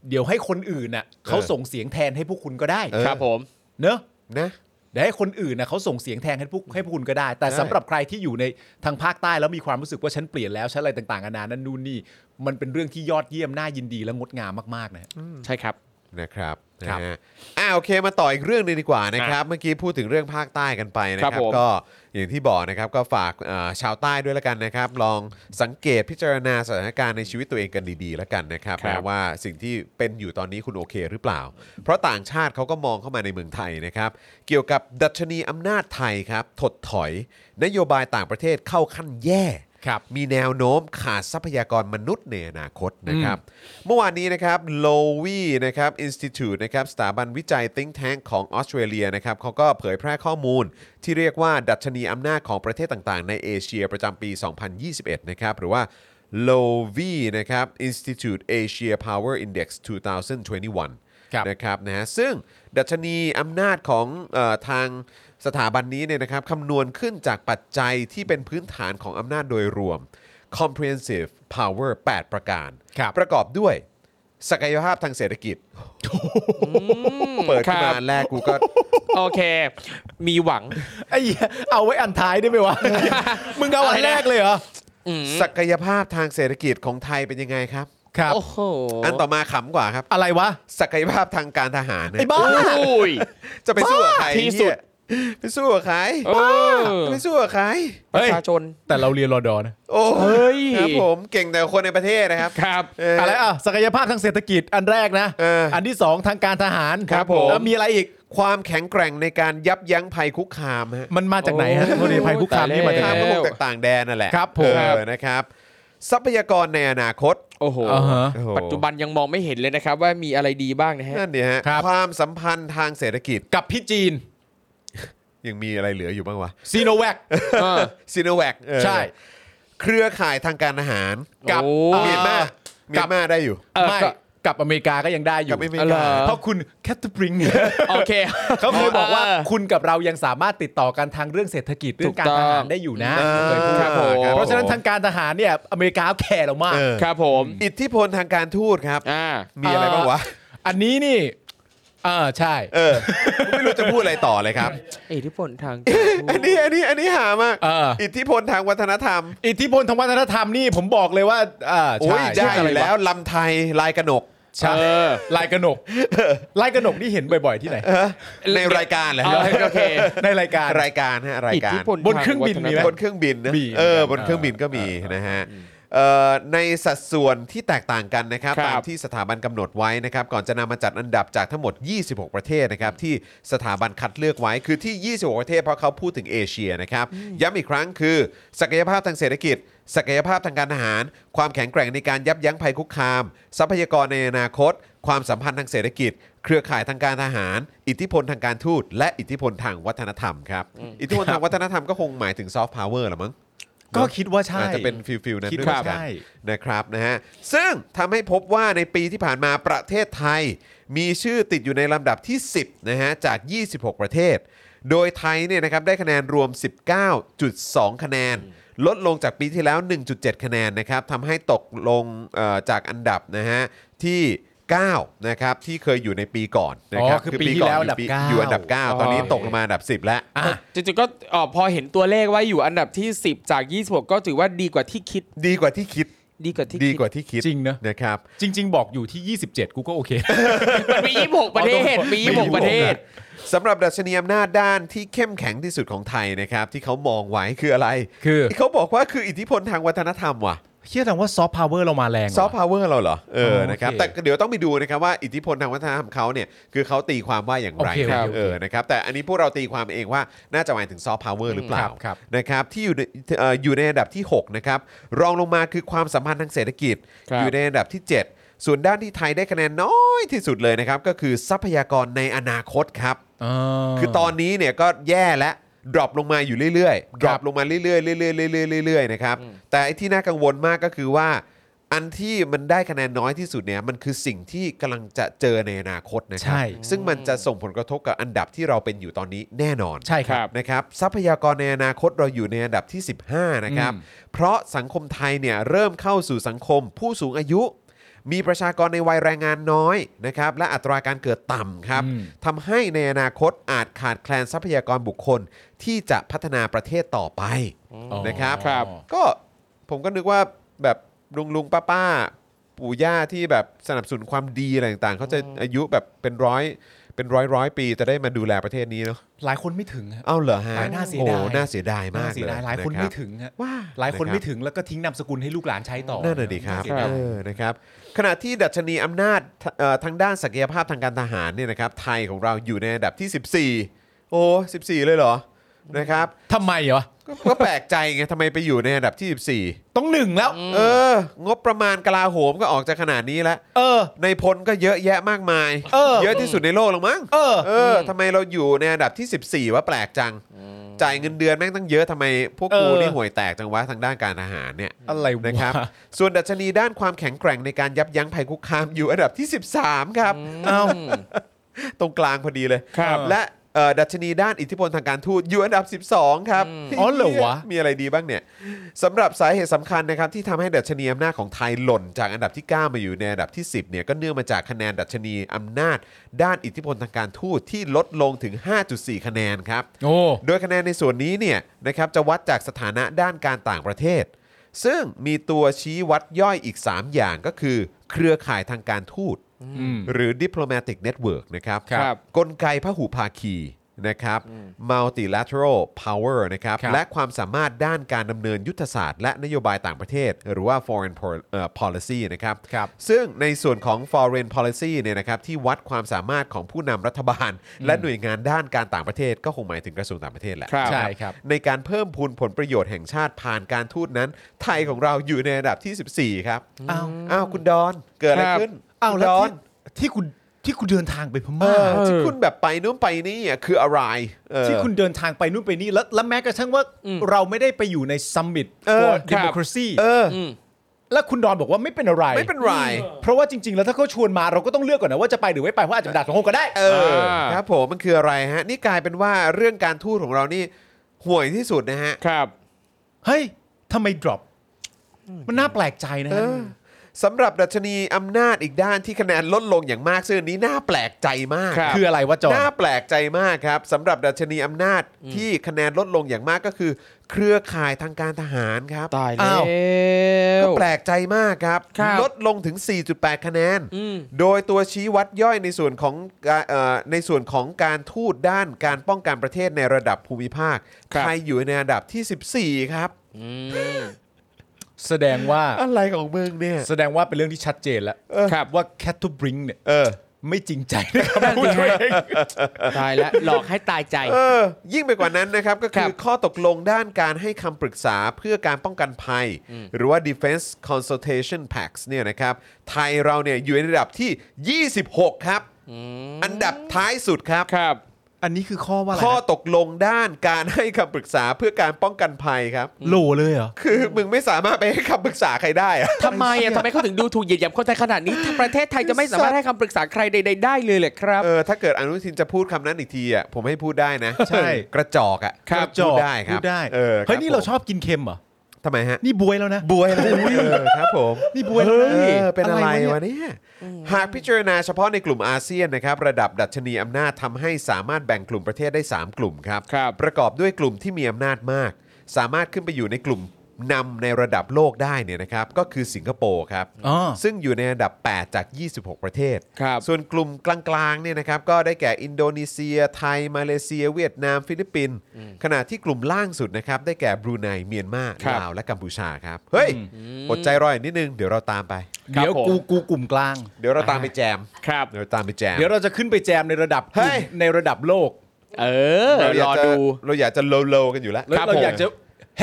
Speaker 3: เดี๋ยวให้คนอื่นน่ะเขาส่งเสียงแทนให้พวกคุณก็ได้
Speaker 2: เออ
Speaker 5: ครับผม
Speaker 3: เนอะ
Speaker 2: นะ
Speaker 3: เดี๋ยวให้คนอื่นน่ะเขาส่งเสียงแทนให้พวกให้พวกคุณก็ได้ แต่
Speaker 2: ใช่
Speaker 3: สำหรับใครที่อยู่ในทางภาคใต้แล้วมีความรู้สึกว่าฉันเปลี่ยนแล้วฉันอะไรต่างๆนานานั่นนู่นนี่มันเป็นเรื่องที่ยอดเยี่ยมน่ายินดีและงดงามมากๆนะฮะ
Speaker 5: ใช่ครับ
Speaker 2: นะครับ
Speaker 3: ครับ
Speaker 2: นะฮะอ่าโอเคมาต่ออีกเรื่องหนึงดีกว่านะครับ เมื่อกี้พูดถึงเรื่องภาคใต้กันไปนะค
Speaker 5: ครั
Speaker 2: รับบ
Speaker 5: ผม
Speaker 2: ก็อย่างที่บอกนะครับก็ฝากเอ่อชาวใต้ด้วยละกันนะครับ ลองสังเกตพิจารณาสถานการณ์ในชีวิตตัวเองกันดีๆละกันนะครับ
Speaker 5: ครับ
Speaker 2: นะว่าสิ่งที่เป็นอยู่ตอนนี้คุณโอเคหรือเปล่า เพราะต่างชาติเขาก็มองเข้ามาในเมืองไทยนะครับ เกี่ยวกับดัชนีอำนาจไทยครับถดถอย นโยบายต่างประเทศเข้าขั้นแย่
Speaker 3: ครับ
Speaker 2: มีแนวโน้มขาดทรัพยากรมนุษย์ในอนาคตนะครับ เมื่อวานนี้นะครับโลวีนะครับอินสติทูตนะครับสถาบันวิจัย think tank ของออสเตรเลียนะครับเขาก็เผยแพร่ข้อมูล ที่เรียกว่าดัชนีอำนาจของประเทศต่างๆ ในเอเชียประจำปี 2021 นะครับ หรือว่า l o v นะครับ Institute Asia Power Index 2021
Speaker 3: ครับ
Speaker 2: นะครับนะฮะซึ่งดัชนีอำนาจของเออทางสถาบันนี้เนี่ยนะครับคำนวณขึ้นจากปัจจัยที่เป็นพื้นฐานของอำนาจโดยรวม comprehensive power 8 ประการ
Speaker 3: ครับ
Speaker 2: ประกอบด้วย ศักยภาพทางเศรษฐกิจ เปิดขึ้นมาอันแรกกูก็
Speaker 5: โอเค มีหวัง
Speaker 3: ไอ้เหี้ยเอาไว้อันท้ายได้ไหมวะ มึงเอาอันแรกเลยเหรอ
Speaker 2: ศักยภาพทางเศรษฐกิจของไทยเป็นยังไงครับ
Speaker 3: ครับ
Speaker 5: โอ้โห
Speaker 2: อันต่อมาขำกว่าครับ
Speaker 3: อะไรวะ
Speaker 2: ศักยภาพทางการทหารเนี่ย
Speaker 3: ไอ้บ้า
Speaker 5: อุ้ย
Speaker 2: จะไปสู้กับใคร
Speaker 5: ที่สุด
Speaker 2: เนี่ยไปสู้กับใคร
Speaker 5: เออ
Speaker 2: จะไปสู้กับใคร
Speaker 5: ป
Speaker 3: เฮ้
Speaker 5: ระ
Speaker 3: ย
Speaker 5: ชาชน
Speaker 3: แต่เราเรียนรอดอนะ
Speaker 2: โอ้
Speaker 5: เฮ้ย
Speaker 2: ครับผมเก่งแต่คนในประเทศนะครับ
Speaker 5: ครับ
Speaker 2: เอออ
Speaker 3: อะไรอ่ะศักยภาพทางเศรษฐกิจอันแรกนะ
Speaker 2: เอออั
Speaker 3: นที่สองทางการทหาร
Speaker 2: ครับผม
Speaker 3: แล้วมีอะไรอีก
Speaker 2: ความแข็งแกร่งในการยับยั้งภัยคุกคามฮะ
Speaker 3: มันมาจากไหนฮะ
Speaker 5: โอ้ย
Speaker 3: โทษทีภัยคุกคามนี่มาจาก
Speaker 2: ข้า
Speaker 3: ไห
Speaker 2: ม
Speaker 3: น
Speaker 5: แล้ว
Speaker 2: พวกจากต่างแดนนั่นแหละ
Speaker 3: ครับผม
Speaker 2: เออนะครับ ทรัพยากรในอนาคต
Speaker 5: โอ้โห
Speaker 3: อ่าฮะ
Speaker 2: โอ้โห
Speaker 5: ปัจจุบันยังมองไม่เห็นเลยนะครับ ว่ามีอะไรดีบ้างนะฮะ
Speaker 2: นั่นดิฮะ
Speaker 3: ครับ
Speaker 2: ความสัมพันธ์ทางเศรษฐกิจ
Speaker 3: กับพี่จีน
Speaker 2: ยังมีอะไรเหลืออยู่บ้างวะ
Speaker 3: ซีโนแวค
Speaker 5: เออ
Speaker 2: ซีโนแวค
Speaker 3: ใช่
Speaker 2: เครือข่ายทางการอาหาร
Speaker 3: กับ
Speaker 5: โอ้
Speaker 3: อ่อ
Speaker 2: เมียนมาเมียนมาได้อยู่
Speaker 5: เออ
Speaker 3: ไม่
Speaker 5: ก็
Speaker 3: กับอเมริกาก็ยังได้อยู่
Speaker 2: กับอเมริ
Speaker 5: เหร
Speaker 2: กา
Speaker 5: อ
Speaker 3: เพราะคุณแคทเธอริง
Speaker 5: โอเค
Speaker 3: เขาเคยบอกว่า
Speaker 5: เออ
Speaker 3: คุณกับเรายังสามารถติดต่อกันทางเรื่องเศรษฐกิจเรื่องการทหารได้อยู่นะ
Speaker 2: เออ
Speaker 3: เคยพูด
Speaker 5: ครับผม
Speaker 3: เพราะฉะนั้นทางการทหารเนี่ยอเมริกาแคร์เรามาก
Speaker 2: เออ
Speaker 5: ครับผม
Speaker 2: อิทธิพลทางการทูตครับ
Speaker 5: อ่า
Speaker 2: มีอะไรบ้างวะ
Speaker 3: อันนี้นี่อ่าใช่
Speaker 2: เอ อไม่รู้จะพูดอะไรต่อเลยครับ
Speaker 5: อิทธิพลทาง
Speaker 2: อันนี้อันนี้อันนี้หามาก
Speaker 3: เอออิ
Speaker 2: อิทธิพลทางวัฒนธรรม
Speaker 3: อิทธิพลทางวัฒนธรรมนี่ผมบอกเลยว่าอ่า
Speaker 2: โอ้
Speaker 3: ใช่
Speaker 2: ยได้
Speaker 3: ใช่
Speaker 2: อยู่แล้วลำไทยลายกระหนก
Speaker 3: ใช่ลายกระหนกลายกระหนกนี่เห็นบ่อยๆที่ไหน
Speaker 2: ในรายการเหรอ
Speaker 5: เอาโอเค
Speaker 3: ในรายการ
Speaker 2: รายการฮะราย
Speaker 5: อิท
Speaker 2: การ
Speaker 5: ธิพล
Speaker 3: บนเครื่องบินมีไหม
Speaker 2: บนเครื่องบินนะ
Speaker 3: มี
Speaker 2: เออบนเครื่องบินก็มีนะฮะ เอ่อในสัดส่วนที่แตกต่างกันนะครับ
Speaker 5: ครับ
Speaker 2: ตามที่สถาบันกำหนดไว้นะครับก่อนจะนำมาจัดอันดับจากทั้งหมด 26 ประเทศนะครับที่สถาบันคัดเลือกไว้คือที่ 26 ประเทศเพราะเขาพูดถึงเอเชียนะครับย้ำอีกครั้งคือ ศักยภาพทางเศรษฐกิจ ศักยภาพทางการทหาร ความแข็งแกร่งในการยับยั้งภัยคุกคาม ทรัพยากรในอนาคต ความสัมพันธ์ทางเศรษฐกิจ เครือข่ายทางการทหาร อิทธิพลทางการทูต และอิทธิพลทางวัฒนธรรมครับอิทธิพลทางวัฒนธรรมก็คงหมายถึงซอฟต์พาวเวอร์หรอมั้ง
Speaker 3: ก็คิดว่าใช่
Speaker 2: อาจจะเป็นฟิลฟิลนั้น
Speaker 3: คิด
Speaker 2: ด้วย
Speaker 3: ว่า
Speaker 2: เหมือนกัน
Speaker 3: ใช่
Speaker 2: นะครับนะฮะซึ่งทำให้พบว่าในปีที่ผ่านมาประเทศไทย มีชื่อติดอยู่ในลำดับที่ 10นะฮะจาก 26 ประเทศ โดยไทยเนี่ยนะครับได้คะแนนรวม 19.2 คะแนน ลดลงจากปีที่แล้ว 1.7 คะแนนนะครับทำให้ตกลงเอ่อจากอันดับนะฮะที่ 9 นะครับ ที่เคยอยู่ในปีก่อนนะครั
Speaker 3: อ๋อคือปีที่แล้วอันดับ
Speaker 2: ยู่
Speaker 3: เก้า
Speaker 2: อยู่อันดับ 9 ตอนนี้ตกลงมาอันดับ 10 แล้ว
Speaker 3: อ่ะ
Speaker 5: จริงๆก็เอ่อพอเห็นตัวเลขว่าอยู่อันดับที่ 10 จาก 26 ก็ถือว่าดีกว่าที่คิด
Speaker 2: ดีกว่าที่คิด
Speaker 5: ดีกว่าที่
Speaker 2: ดี
Speaker 5: คิด
Speaker 2: กว่าที่คิด
Speaker 3: จริงเนอะ
Speaker 2: นะครับ
Speaker 3: จริง ๆ บอกอยู่ที่ 27 กูก็ โอเค
Speaker 5: มันมี 26 ประเทศมี 26 ประเทศ
Speaker 2: สำหรับดัชนีอำนาจด้านที่เข้มแข็งที่สุดของไทยนะครับ ที่เขามองไว้คืออะไร
Speaker 3: คือ
Speaker 2: เขาบอกว่าคืออิทธิพลทางวัฒนธรรมว่ะ
Speaker 3: เชื่อแต่ว่าซอฟต์พาวเวอร์เรามาแรง
Speaker 2: ซอฟ
Speaker 3: ว่ะ
Speaker 2: ต์พาวเวอร์เราเหรอเออ
Speaker 3: โอเค
Speaker 2: นะครับแต่เดี๋ยวต้องไปดูนะครับว่าอิทธิพลทางวัฒนธรรมเขาเนี่ยคือเขาตีความว่าอย่างไร
Speaker 3: โอเค
Speaker 2: นะครับ
Speaker 3: โอเค
Speaker 2: เออนะครับแต่อันนี้พวกเราตีความเองว่าน่าจะหมายถึงซอฟต์พาวเวอร์หรือเปล่า
Speaker 3: ครับครับ
Speaker 2: นะครับที่อยู่ในเอ่ออยู่ในอันดับที่6นะครับรองลงมาคือความสัมพันธ์ทางเศรษฐกิจ
Speaker 5: ครั
Speaker 2: อ
Speaker 5: บ
Speaker 2: ยู่ในอันดับที่ 7 ส่วนด้านที่ไทยได้คะแนนน้อยที่สุดเลยนะครับก็คือทรัพยากรในอนาคตครับ คือตอนนี้เนี่ยก็แย่แล้วดรอปลงมาอยู่เรื่อยๆดรอปลงมาเรื่อยๆเรื่อยๆเรื่อยๆเรื่อยๆนะครับแต่ไอ้ที่น่ากังวลมากก็คือว่า อันที่มันได้คะแนนน้อยที่สุดเนี่ยมันคือสิ่งที่กำลังจะเจอในอนาคตนะครั
Speaker 3: ใช่
Speaker 2: ซึ่งมันจะส่งผลกระทบกับอันดับที่เราเป็นอยู่ตอนนี้แน่นอน
Speaker 3: ใช่ค
Speaker 5: ครั
Speaker 3: รับ
Speaker 5: บ
Speaker 2: นะครับทรัพยากรในอนาคตเราอยู่ในอันดับที่ 15 นะครับ เพราะสังคมไทยเนี่ยเริ่มเข้าสู่สังคมผู้สูงอายุ มีประชากรในวัยแรงงานน้อยนะครับและอัตราการเกิดต่ำครับ
Speaker 3: อืม
Speaker 2: ทำให้ในอนาคตอาจขาดแคลนทรัพยากรบุคคลที่จะพัฒนาประเทศต่อไปนะครับ
Speaker 5: ครับ
Speaker 2: ก็ผมก็นึกว่าแบบลุงลุงป้าป้าๆปู่ย่าที่แบบสนับสนุนความดีอะไรต่างๆเขาจะอายุแบบเป็นร้อยเป็นร้อยร้อยๆปีจะได้มาดูแลประเทศนี้เนาะ
Speaker 3: หลายคนไม่ถึงฮะ
Speaker 2: เอาเหรอฮะ
Speaker 3: หลายน่าเสียดาย
Speaker 2: โอ้น่าเสียดายมาก
Speaker 3: น่เสียดายหลายคนไม่ถึงฮะ
Speaker 2: ว่า
Speaker 3: หลายคนไม่ถึงแล้วก็ทิ้งนามสกุลให้ลูกหลานใช้ต่อ
Speaker 2: นั่นน่ะดีครับ
Speaker 3: าเสียดาย
Speaker 2: เออนะครับขณะที่ดัชนีอำนาจเอ่อทางด้านศักยภาพทางการทหารเนี่ยนะครับไทยของเราอยู่ในอันดับที่ 14 โอ้ 14 เลยเหรอ นะครับ
Speaker 3: ทำไมเหรอ
Speaker 2: ก็ก็แปลกใจไงทำไมไปอยู่ในอันดับที่
Speaker 3: ต้องหนึ่งแล้ว
Speaker 2: 14 เออ งบประมาณกลาโหมก็ออกจากขนาดนี้แล้ว
Speaker 3: เออ
Speaker 2: ในพลก็เยอะแยะมากมาย
Speaker 3: เออ
Speaker 2: อะที่สุดในโลกหรือมั้ง
Speaker 3: เออ
Speaker 2: เออทำไมเราอยู่ในอันดับที่ 14 ว่าแปลกจัง จ่ายเงินเดือนแม่งตั้งเยอะทำไมพวกกู
Speaker 3: เออ
Speaker 2: นี่ห่วยแตกจังวะทางด้านการทหารเนี่ย
Speaker 3: อะไรวะ
Speaker 2: นะครับ ส่วนดัชนีด้านความแข็งแกร่งในการยับยั้งภัยคุกคามอยู่อันดับที่ 13 ครับ
Speaker 5: เอ้า
Speaker 2: ตรงกลางพอดีเลย
Speaker 5: ครับ
Speaker 2: และเอ่อดัชนีด้านอิทธิพลทางการทูตอยู่อันดับ 12 ครับ
Speaker 3: อ๋อเหรอวะ
Speaker 2: มีอะไรดีบ้างเนี่ยสำหรับสาเหตุสำคัญนะครับที่ทำให้ดัชนีอำนาจของไทยหล่น จากอันดับที่ 9 มาอยู่ในอันดับที่ 10เนี่ยก็เนื่องมาจากคะแนนดัชนีอำนาจ ด้านอิทธิพลทางการทูตที่ลดลงถึง 5.4 คะแนนครับ
Speaker 3: โอ้
Speaker 2: โดยคะแนนในส่วนนี้เนี่ยนะครับจะวัดจากสถานะด้านการต่างประเทศ ซึ่งมีตัวชี้วัดย่อยอีก 3 อย่างก็คือ เครือข่ายทางการทูต หรือ diplomatic network นะครับ
Speaker 5: ครับ
Speaker 2: กลไกพหุภาคีนะครับ multilateral power นะครับ
Speaker 3: ครับ
Speaker 2: และความสามารถด้านการดำเนินยุทธศาสตร์และนโยบายต่างประเทศ หรือว่า foreign pol- เอ่อ policy นะครับ
Speaker 3: ครับ
Speaker 2: ซึ่งในส่วนของ foreign policy เนี่ยนะครับที่วัดความสามารถของผู้นำรัฐบาล และหน่วยงานด้านการต่างประเทศ ก็คงหมายถึงกระทรวงต่างประเทศแหละ
Speaker 5: ครับ
Speaker 3: ใช่ครับ
Speaker 2: ในการเพิ่มพูนผลประโยชน์แห่งชาติผ่านการทูตนั้น ไทยของเราอยู่ในอันดับที่ 14 ครับ
Speaker 3: อ้าว
Speaker 2: อ้าวคุณดอนเกิดอะไร
Speaker 5: ครับ
Speaker 2: ขึ้น
Speaker 3: อ้าว
Speaker 2: คุณ
Speaker 3: แล้ว
Speaker 2: ดอน
Speaker 3: ที่ที่คุณที่คุณเดินทางไปพ
Speaker 2: เอ
Speaker 3: ม่า
Speaker 2: อที่คุณแบบไปนู่นไปนี่อ่ะคืออะไรเออ
Speaker 3: ที่คุณเดินทางไปนู่นไปนี่แล้วแล้วแม้กระทั่งว่าเราไม่ได้ไปอยู่ในซัมมิต
Speaker 2: เออ
Speaker 3: for
Speaker 2: ครับ
Speaker 3: democracy
Speaker 2: เอออ
Speaker 3: แล้วคุณดอนบอกว่าไม่เป็นอะไร
Speaker 2: ไม่เป็นไร
Speaker 3: เพราะว่าจริง ๆ แล้วถ้าเขาชวนมาเราก็ต้องเลือกก่อนนะว่าจะไปหรือไม่ไปเพราะอาจจะด่าสองคนก็ได้
Speaker 2: เออ
Speaker 5: อ่า
Speaker 2: ครับผมมันคืออะไรฮะ นี่กลายเป็นว่าเรื่องการทูตของเรานี่ห่วยที่สุดนะฮะ
Speaker 5: ครับ
Speaker 3: เฮ้ยทำไม drop มันน่าแปลกใจนะฮะ
Speaker 2: สำหรับดัชนีอำนาจอีกด้านที่คะแนนลดลงอย่างมากซึ่งอันนี้น่าแปลกใจมาก
Speaker 5: ครับ
Speaker 3: คืออะไรวะจอห์น
Speaker 2: น่าแปลกใจมากครับสำหรับดัชนีอำนาจที่คะแนนลดลงอย่างมากก็คือ เครือข่ายทางการทหารครับ
Speaker 5: ตายแล้
Speaker 3: อ้าว
Speaker 5: ว
Speaker 2: ก็แปลกใจมากครับ
Speaker 5: ครับ
Speaker 2: ลดลงถึง 4.8 คะแนน
Speaker 5: อืม
Speaker 2: โดยตัวชี้วัดย่อยในส่วนของการเอ่อในส่วนของการทูตด้านการป้องกันประเทศในระดับภูมิภาค
Speaker 5: ครับ
Speaker 2: ไทยอยู่ในอันดับที่ 14 ครับ
Speaker 5: อืม
Speaker 3: แสดงว่า
Speaker 2: อะไรของมึงเนี่ย
Speaker 3: แสดงว่าเป็นเรื่องที่ชัดเจนแล้ว
Speaker 2: เออ
Speaker 5: ครับ
Speaker 3: ว่าแคททูบริงเนี่ย
Speaker 2: เออ
Speaker 3: ไม่จริงใจนะครับ
Speaker 5: นั่น
Speaker 3: พูด
Speaker 5: สิ
Speaker 3: ตัวเอง
Speaker 5: ตายแล้วหลอกให้ตายใจ
Speaker 2: เออ ยิ่งไปกว่านั้นนะครับ ก็
Speaker 5: ค
Speaker 2: คื
Speaker 5: รั
Speaker 2: อบข้อตกลงด้านการให้คำปรึกษาเพื่อการป้องกันภัย หรือว่า defense consultation pacts เนี่ยนะครับ ไทยเราเนี่ยอยู่ในระดับที่ 26 ครับ อันดับท้ายสุดครับ
Speaker 5: ครับ
Speaker 3: อันนี้คือข้อว่าอะไร
Speaker 2: ข้อ
Speaker 3: นะ
Speaker 2: ตกลงด้านการให้คำปรึกษาเพื่อการป้องกันภัยครับ
Speaker 3: โหลเลยเหรอ
Speaker 2: คือมึงไม่สามารถไปให้คำปรึกษาใครได้อะ
Speaker 5: ทำไมอ่ะทำไมเขาถึงดูถูกเหยียดหยามคนไทยขนาดนี้ ประเทศไทยจะไม่สามารถให้คำปรึกษาใครใดๆได้เลยเลยครับ
Speaker 2: เออถ้าเกิดอนุทินจะพูดคำนั้นอีกทีอ่ะผมให้พูดได้นะ
Speaker 3: ใช่
Speaker 2: กระจอกอ่ะ
Speaker 5: ครับ
Speaker 2: พูดได้ครับ
Speaker 3: พูดได้
Speaker 2: เออ
Speaker 3: เฮ้ยนี่เราช
Speaker 2: บ
Speaker 3: อบกินเค็มเหรอ
Speaker 2: ทำไมฮะ
Speaker 3: นี่บวยแล้วนะ
Speaker 2: บวยแล้วเออครับผม
Speaker 3: นี่บวยแล้วนะ
Speaker 2: เออเป็นอะไร
Speaker 3: ยว
Speaker 2: ะเนี่ยหากพิจารณาเฉพาะในกลุ่มอาเซียนนะครับ ระดับดัชนีอำนาจทำให้สามารถแบ่งกลุ่มประเทศได้ 3 กลุ่มครับ
Speaker 5: ครับ
Speaker 2: ประกอบด้วยกลุ่มที่มีอำนาจมาก สามารถขึ้นไปอยู่ในกลุ่มนำในระดับโลกได้เนี่ยนะครับ ก็คือสิงคโปร์ครับ
Speaker 3: อ๋อ
Speaker 2: ซึ่งอยู่ในอันดับ 8 จาก 26 ประเทศ
Speaker 5: ครับ
Speaker 2: ส่วนกลุ่มกลางๆ เนี่ยนะครับ ก็ได้แก่อินโดนีเซีย ไทย มาเลเซีย เวียดนาม ฟิลิปปินส์ ขณะที่กลุ่มล่างสุดนะครับ ได้แก่บรูไน เมียนมา
Speaker 5: ครับ
Speaker 2: ลาว และกัมพูชาครับ เฮ้ย อดใจรออีกนิดนึง เดี๋ยวเราตามไป
Speaker 5: ครับ
Speaker 3: เดี๋ยว
Speaker 5: ผม
Speaker 3: กูกูกลุ่มกลาง
Speaker 2: เดี๋ยวเราตามไปแจม
Speaker 5: ครับ
Speaker 2: เดี๋ยวตามไปแจม
Speaker 3: เดี๋ยวเราจะขึ้นไปแจมในระดับ
Speaker 2: เฮ้ย
Speaker 3: ในระดับโลก
Speaker 5: เออ
Speaker 2: เราอยาร
Speaker 5: อก
Speaker 2: จะ
Speaker 5: ดู
Speaker 2: เราอยากจะโลโลกันอยู่แล้ว
Speaker 3: แล้ว
Speaker 5: ครับ
Speaker 3: เรา
Speaker 5: ผม
Speaker 3: อยากจะ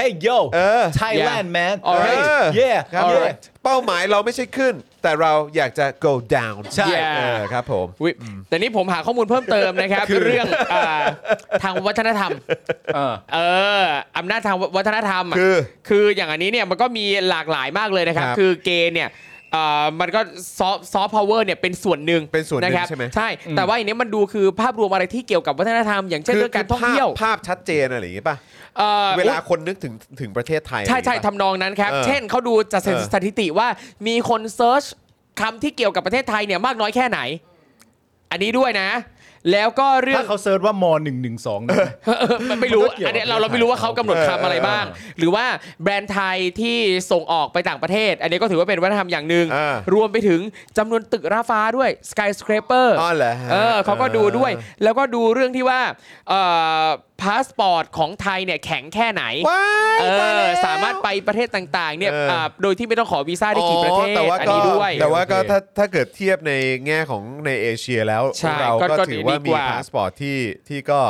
Speaker 3: Hey yo
Speaker 2: เออ
Speaker 3: Thailand man
Speaker 5: Alright
Speaker 3: yeah
Speaker 2: ครับ
Speaker 3: yeah
Speaker 2: เป้าหมายเราไม่ใช่ขึ้น แต่เราอยากจะ go down
Speaker 3: ใช่
Speaker 5: Yeah
Speaker 2: เออครับผม
Speaker 5: อุ๊ยแต่นี่ผมหาข้อมูลเพิ่มเติมนะครับ เรื่องอ่าทางวัฒนธรรม
Speaker 3: เออ
Speaker 5: เอออำนาจทางวัฒนธรรมะ
Speaker 2: คือ
Speaker 5: คืออย่างอันนี้เนี่ยมันก็มีหลากหลายมากเลยนะครับ
Speaker 2: ครับ
Speaker 5: คือเกย์เนี่ยเอ่อมันก็ซอฟซอฟต์พาวเวอร์เนี่ยเป็นส่วนหนึ่ง
Speaker 2: เป็นส่วนหนึ่ง
Speaker 5: ะครับ
Speaker 2: ใช่ไหม
Speaker 5: ใช่ แต่ว่าอย่างนี้ยมันดูคือภาพรวมอะไรที่เกี่ยวกับวัฒนธรรม อย่างเช่นเรื่องการท่องเที่ยว
Speaker 2: ภาพชัดเจนอะไรอย่างงี้ป่ะ
Speaker 5: เอ่อ
Speaker 2: เวลาคนนึกถึงถึงประเทศไทย
Speaker 5: ใช่
Speaker 2: อะไร
Speaker 5: ใช่
Speaker 2: อย่างงี้ปะ
Speaker 5: ทำนองนั้นครับ
Speaker 2: เออ
Speaker 5: เช่นเขาดูจาก
Speaker 2: เออ
Speaker 5: สถิติว่ามีคนเซิร์ชคำที่เกี่ยวกับประเทศไทยเนี่ยมากน้อยแค่ไหน อันนี้ด้วยนะ แล้วก็เรื่อ
Speaker 3: ถ้าง เขาเซิร์ชว่าม .112 นะ
Speaker 5: ไม่รู้
Speaker 3: มันก็เกี่ยว
Speaker 5: อันเนี้ยเราเราไม่รู้ว่าเขากำหนดคำอะไรบ้าง หรือว่าแบรนด์ไทยที่ส่งออกไปต่างประเทศ อันนี้ก็ถือว่าเป็นวัฒนธรรมอย่างหนึ่ง
Speaker 2: เออ
Speaker 5: รวมไปถึงจำนวนตึกราฟ้าด้วย skyscraper
Speaker 2: อ๋อเหรอฮะ
Speaker 5: เออเขาก็ดูด้วย แล้วก็ดูเรื่องที่ว่าพาสปอร์ตของไทยเนี่ยแข็งแค่ไหน
Speaker 2: ว้าย
Speaker 5: เอ
Speaker 2: ตย
Speaker 5: อ
Speaker 2: แล้ว
Speaker 5: สามารถไปประเทศต่างๆเนี่ย
Speaker 2: เอออ่
Speaker 5: าโดยที่ไม่ต้องขอวีซ่าได้กี่ประเทศ
Speaker 2: แต่ว่า
Speaker 5: อัน
Speaker 2: ก็
Speaker 5: นี้ด้วย
Speaker 2: แต่ว่าก็
Speaker 3: โอเค
Speaker 2: ถ้าถ้าเกิดเทียบในแง่ของในเอเชียแล้ว
Speaker 5: ใช่
Speaker 2: เรา
Speaker 5: ก็
Speaker 2: ก็
Speaker 5: ก็
Speaker 2: ถือว่า
Speaker 5: ดี
Speaker 2: มี
Speaker 5: กว่ามี
Speaker 2: พาสปอร์ตที่ที่ก็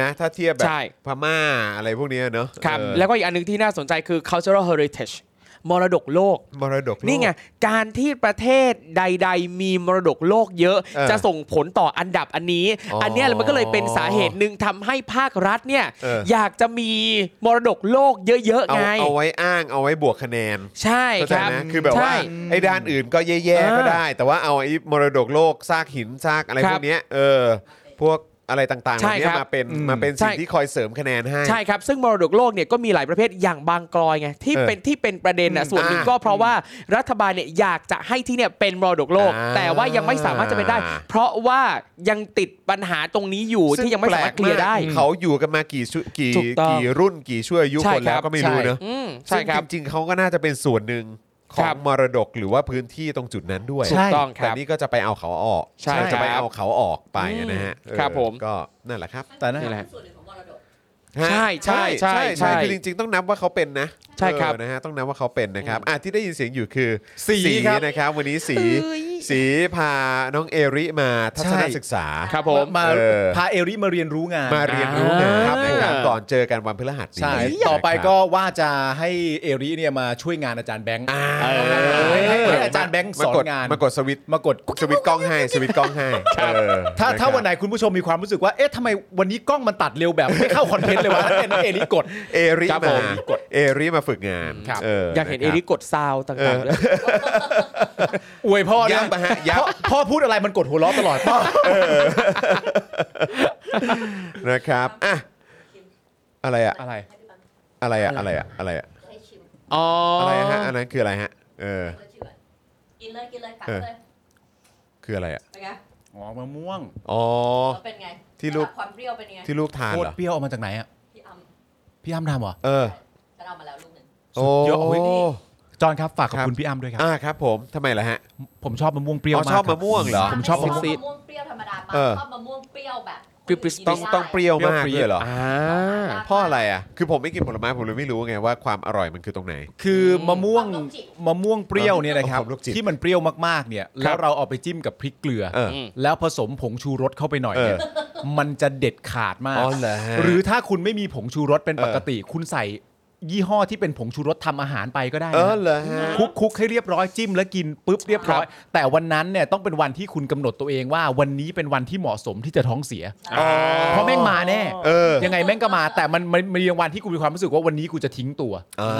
Speaker 2: นะ ถ้าเทียบแบบ
Speaker 5: ใช่
Speaker 2: พม่าอะไรพวกเนี้ยเนอะ
Speaker 5: ครับ
Speaker 2: เออ
Speaker 5: แล้วก็อีกอันหนึงที่น่าสนใจคือ cultural heritage มรดกโลก
Speaker 2: มรดกโลก
Speaker 5: นี่ไง การที่ประเทศใด ๆ มีมรดกโลกเยอะ
Speaker 2: เออ
Speaker 5: จะส่งผลต่ออันดับอันนี้
Speaker 2: อ๋ออั
Speaker 5: อันเนี้ยมันก็เลยเป็นสาเหตุหนึ่งทำให้ภาครัฐเนี่ย
Speaker 2: เอออ
Speaker 5: อยากจะมีมรดกโลกเยอะๆ
Speaker 2: เอา
Speaker 5: ไง
Speaker 2: เอาไว้อ้างเอาไว้บวกคะแนน
Speaker 5: ใช่
Speaker 2: เข้า
Speaker 5: ค
Speaker 2: ใจ
Speaker 5: รับ
Speaker 2: ไหมคือแบบว่า
Speaker 5: ใช่
Speaker 2: ไอ้ด้านอื่นก็แย่
Speaker 5: เอ
Speaker 2: ๆ
Speaker 5: อ
Speaker 2: ก็ได้ แต่ว่าเอาไอ้มรดกโลกซากหินซากอะไร
Speaker 5: ครั
Speaker 2: พ
Speaker 5: บ
Speaker 2: วกเนี้ยเออพวกอะไรต่างๆเห
Speaker 5: ใช่
Speaker 2: ล่านี้
Speaker 5: ค
Speaker 2: มา
Speaker 5: รับ
Speaker 2: เป็น
Speaker 3: อืม
Speaker 2: มาเป็นสิ่ง
Speaker 5: ใช่
Speaker 2: ที่คอยเสริมคะแนนให้
Speaker 5: ใช่ครับ ซึ่งมรดกโลกเนี่ยก็มีหลายประเภทอย่างบางกลอยไงที่
Speaker 2: เออ
Speaker 5: เป็นที่เป็นประเด็นนะส่วนหนึ่ง
Speaker 2: อ่า
Speaker 5: ก็เพราะว่ารัฐบาลเนี่ยอยากจะให้ที่เนี่ยเป็นมรดกโลก
Speaker 2: อ่า
Speaker 5: แต่ว่ายังไม่สามารถจะเป็นได้ เพราะว่ายังติดปัญหาตรงนี้อยู่ที่ยังไม่สามารถเคลียร์ได้
Speaker 2: ซึ่งแปลกมากเขาอยู่กันมากี่ชุกี่
Speaker 5: ถูกต้อง
Speaker 2: กี่รุ่นกี่ชั่วอายุ
Speaker 5: ใช่
Speaker 2: คนแล้ว
Speaker 5: ครับ
Speaker 2: ก็ไม่รู้เนอะ
Speaker 5: อืม
Speaker 2: ซึ่
Speaker 5: ใช่
Speaker 2: ง
Speaker 5: ครับ
Speaker 2: จริงๆเขาก็น่าจะเป็นส่วนหนึ่งขอ
Speaker 5: ครั
Speaker 2: ง
Speaker 5: บ
Speaker 2: มรดกหรือว่าพื้นที่ตรงจุดนั้นด้วย
Speaker 5: ถูกต้องค
Speaker 2: แต่
Speaker 5: รับ
Speaker 2: นี่ก็จะไปเอาเขาออก
Speaker 5: ใช่
Speaker 2: จะไป
Speaker 5: ครับ
Speaker 2: เอาเขาออกไปนะฮะ
Speaker 5: อืมครับ
Speaker 2: เออ
Speaker 5: ผม
Speaker 2: ก็นั่นแหละครับ
Speaker 3: แต่นะ
Speaker 5: นี่แหละ
Speaker 6: ส่วนหนึ่งของมรดก
Speaker 2: ฮะ
Speaker 5: ใช่ใช่ใช่ใช่
Speaker 2: ใช่คือจริง ๆ ต้องนับว่าเขาเป็นนะ
Speaker 5: ใช่ครับ
Speaker 2: เออนะฮะต้องนับว่าเขาเป็นนะครับอ่ะที่ได้ยินเสียงอยู่คือ
Speaker 3: สีครับ
Speaker 2: นะครับ วันนี้สี
Speaker 5: เอ้ย
Speaker 2: สีพาน้องเอริมาทัศนศึกษา
Speaker 5: ครับผม
Speaker 3: มา
Speaker 2: เออ
Speaker 3: พาเอริมาเรียนรู้งาน
Speaker 2: มาเรียนรู้งาน
Speaker 5: อ่าน
Speaker 2: นะครับก่อนเจอกันวันพฤหัสนี้
Speaker 3: ใช่
Speaker 2: นะครับ
Speaker 3: ต่อไปก็ว่าจะให้เอริเนี่ยมาช่วยงานอาจารย์แบงค์
Speaker 2: เอ
Speaker 3: อให้อาจารย์แบงค์สอน
Speaker 2: มกด
Speaker 3: งาน
Speaker 2: มากดสวิตช์
Speaker 3: มากด
Speaker 2: สวิตช์กล้องให้สวิตช์กล้องให้เออ
Speaker 3: ถ้า
Speaker 2: ะครับ
Speaker 3: ถ้าวันไหนคุณผู้ชมมีความรู้สึกว่า เอ๊ะทำไมวันนี้กล้องมันตัดเร็วแบบไม่เข้าคอนเทนต์เลยวะนั่นเป็นเอริกด
Speaker 2: เอริ
Speaker 3: ครับผม
Speaker 2: าม
Speaker 3: กด
Speaker 2: เอริมาฝึกงาน
Speaker 3: ครับ
Speaker 5: อยากเห็นเอริกดซาวต่างๆด้วย
Speaker 3: อวยพ่อ
Speaker 2: ยั
Speaker 3: นะ
Speaker 2: บปะฮะยับ
Speaker 3: พ่อพ่อพูดอะไรมันกดหัวล้อตลอดพ่อ
Speaker 2: นะครับอ่ะอะไรอะ
Speaker 3: อะไร
Speaker 2: อะไรอะอะไรอะอะไรอะ
Speaker 6: ให้ชิม
Speaker 5: อ๋ออ
Speaker 2: อะไรฮะอันนั้นคืออะไรฮะเออ
Speaker 6: เลยชิมก่อนกินเลยกินเลยตัก
Speaker 2: เออ
Speaker 6: เลย
Speaker 2: คืออะไรอะ
Speaker 6: เป็นไง
Speaker 3: อ๋อมะม่วง
Speaker 2: อ๋อ
Speaker 6: แล้วเป็นไง
Speaker 2: ที่ลูก
Speaker 6: ระดับความเปรี้ยวเป็นไง
Speaker 2: ที่ลูกทาน
Speaker 3: โคต
Speaker 2: เหร
Speaker 3: ร
Speaker 2: อ
Speaker 3: เปรี้ยวเอามาจากไหนอ่ะ
Speaker 6: พี่อ้ำ
Speaker 3: พี่อ้ำทำเหรอ
Speaker 2: เออ
Speaker 6: จะเอามาแล้วลูกหนึ่ง
Speaker 2: โอ้
Speaker 3: ยอดโอ้ยนี่ จอนครับ ฝากขอบคุณ
Speaker 2: ครับ
Speaker 3: พี่อ้ำด้วยครับ
Speaker 2: อ่าครับ ผมทำไมล่ะฮะ
Speaker 3: ผมชอบมะม่วงเปรี้ยว
Speaker 2: อ๋
Speaker 3: มา
Speaker 2: อก ชอบ
Speaker 3: ครั
Speaker 2: มะม่วงเหรอ
Speaker 3: ผมชอบ
Speaker 6: มะ
Speaker 3: มะม่วง
Speaker 6: ม่วงเปรี้ยวธรรมดาปะ
Speaker 2: เออ
Speaker 6: ชอบมะม่วงเปรี้ยวแบบ
Speaker 5: ปริ๊บๆ
Speaker 2: ต้องต้องเปรี้ยวมากเลยเหรอ
Speaker 5: อ่า
Speaker 6: อ่ะ
Speaker 2: เพราะอะไรอ่ะ คือผมไม่กินผลไม้ผมเลยไม่รู้ไงว่าความอร่อยมันคือตรงไหน
Speaker 3: คือมะม่วง
Speaker 6: มะม่วงจิ๋ว
Speaker 3: มะม่วงเปรี้ยวเนี่ยนะครับ
Speaker 2: มะม่วงลูกจิ๋ว
Speaker 3: ที่มันเปรี้ยวมากๆเนี่ยแล้วเราเอาไปจิ้มกับพริกเกลือ
Speaker 2: เออ
Speaker 3: แล้วผสมผงชูรสเข้าไปหน่อยเนี่ย
Speaker 2: เอ
Speaker 3: มันจะเด็ดขาดมาก
Speaker 2: อ๋อเหรอฮะ
Speaker 3: หรือถ้าคุณไม่มีผงชูรสเป็น
Speaker 2: เออ
Speaker 3: ปกติ คุณใส่ยี่ห้อที่เป็นผงชูรสทำอาหารไปก็ได้
Speaker 2: เออ
Speaker 3: นะ
Speaker 2: เหรอฮะ
Speaker 3: คุกคุกให้เรียบร้อยจิ้มแล้วกินปุ๊บเรียบร้อย แต่วันนั้นเนี่ยต้องเป็นวันที่คุณกำหนดตัวเองว่าวันนี้เป็นวันที่เหมาะสมที่จะท้องเสีย
Speaker 2: อ๋อ
Speaker 3: เพราะแม่งมาแน่
Speaker 2: เออ
Speaker 3: ยังไงแม่งก็มาแต่มันมันมันมีวันที่กูมีความรู้สึกว่าวันนี้กูจะทิ้งตัว
Speaker 2: อ่า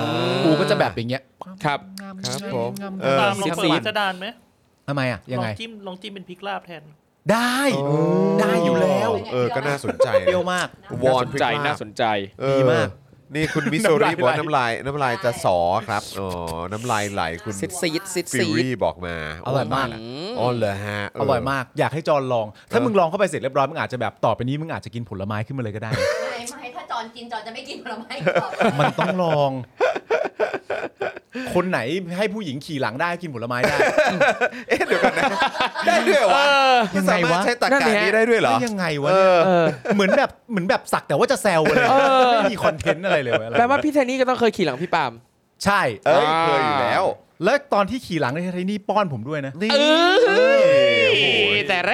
Speaker 3: กูก็จะแบบอย่างเงี้ย
Speaker 5: ครับ
Speaker 3: งามๆ
Speaker 2: ครับผม
Speaker 3: งามๆ
Speaker 2: เออ
Speaker 4: ตามลอง
Speaker 3: ทั้
Speaker 4: เปิ
Speaker 3: วั
Speaker 4: ดจะดานไหม
Speaker 3: ทำไมอ่ะ ยัง
Speaker 4: ลอ
Speaker 3: ไง
Speaker 4: งจิ้มลองจิ้มเป็นพริกลาบแทน
Speaker 3: ได้ได้อยู่แล้ว
Speaker 2: เออ ก็น่าสนใจนะ
Speaker 3: เปรี้ยวมาก
Speaker 2: วอน
Speaker 5: สนใจ
Speaker 2: พริลบ
Speaker 5: น่าสนใจ
Speaker 2: เออ
Speaker 3: ดีมาก
Speaker 2: นี่คุณมิโซริ
Speaker 3: น้ำลาย
Speaker 2: บอกว่าน้ำลายน้ำลายจะสอครับอ๋อน้ำลายไหลคุณ
Speaker 5: ซิดซีดซิด
Speaker 2: ฟิ
Speaker 5: ซีด
Speaker 2: รี่บอกมา
Speaker 3: อร่อยมากอะ
Speaker 2: อ๋อเหรอฮะเ
Speaker 3: อร่อยมากอยากให้จอนลอง ถ้ามึงลองเข้าไปเสร็จเรียบร้อยมึงอาจจะแบบต่อไปนี้มึงอาจจะกินผลไม้ขึ้นมาเลยก็ได้
Speaker 6: ไม่ไม่ถ้าจอนกินจอนจะไม่กินผลไม้ต่อไป
Speaker 3: มันต้องลอง คนไหนให้ผู้หญิงขี่หลังได้กินผลไม้ได้
Speaker 2: เอ๊ะเดี๋ยวกันนะ ได้ด้วยเหรอวะมันสามารถใช้ตรร
Speaker 5: นั่น
Speaker 2: กะ
Speaker 5: แหละ
Speaker 2: นี้ได้ด้วยเหรอ
Speaker 3: แล้วยังไงวะ
Speaker 2: เอ
Speaker 3: เนี่ย
Speaker 2: อ
Speaker 5: เออ
Speaker 3: เหมือนแบบเหมือนแบบสักแต่ว่าจะแซวอะไร
Speaker 5: เออ
Speaker 3: ไม่มีคอนเทนต์อะไรเลยเว้ยอะไร
Speaker 5: แปลว่าพี่เทนนี่ก็ต้องเคยขี่หลังพี่ปาล์ม
Speaker 3: ใช่
Speaker 2: เอ้ยเคยอยู่แล้ว
Speaker 3: แล้วตอนที่ขี่หลังในไทยนี่ป้อนผมด้วยนะ
Speaker 2: นี่
Speaker 5: เอ้ย
Speaker 2: เอ้ยโอ้โห
Speaker 5: แต่แร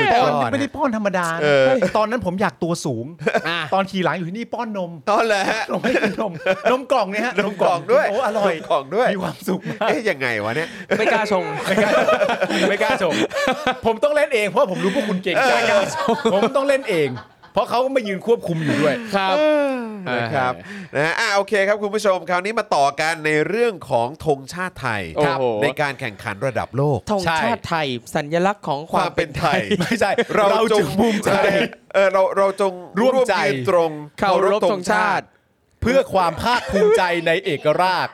Speaker 2: สุดย
Speaker 3: ป้
Speaker 2: อ
Speaker 3: อ
Speaker 2: ด
Speaker 3: น
Speaker 2: นะ
Speaker 3: ไม่ได้ป้อนธรรมดา
Speaker 2: เออ
Speaker 3: ตอนนั้นผมอยากตัวสูง
Speaker 5: อ่ะ
Speaker 3: ตอนขี่หลังอยู่ที่นี่ป้อนนม
Speaker 2: อ๋อเหรอฮะ
Speaker 3: นมให้กินนมนมกล่องเนี่ยฮะ
Speaker 2: นมกล่องด้วย
Speaker 3: โอ้อร่อย
Speaker 2: นมกล่องด้วย
Speaker 3: มีความสุขมาก
Speaker 2: เอ๊ะยังไงวะเนี่ย
Speaker 5: ไม่กล้าชง
Speaker 3: ไม่กล้าไม่กล้าชม ผมต้องเล่นเองเพราะผมรู้พวกคุณเก่งใจผมต้องเล่นเอง เพราะเขาก็มายืนควบคุมอยู่ด้วย
Speaker 5: ครับ
Speaker 2: นะครับนะฮะอ่ะโอเคครับคุณผู้ชมคราวนี้มาต่อกันในเรื่องของธงชาติไทย
Speaker 5: โอ้โห
Speaker 2: ในการแข่งขันระดับโลก
Speaker 5: ธงชาติไทย สัญลักษณ์ของ
Speaker 2: ค
Speaker 5: คา
Speaker 2: วา
Speaker 5: ว
Speaker 2: ม ม
Speaker 5: เป็
Speaker 2: เป็น นไทย
Speaker 3: ไม่ใช่
Speaker 2: เรา
Speaker 3: เรา
Speaker 2: จ
Speaker 3: จึ
Speaker 2: ง
Speaker 3: งภูมิใจ
Speaker 2: เออเราเราจง
Speaker 3: ร่วมใจ
Speaker 2: ยืนตรง
Speaker 5: เคารพธงชาติ
Speaker 3: เพื่อความภาคภูมิใจในเอกราช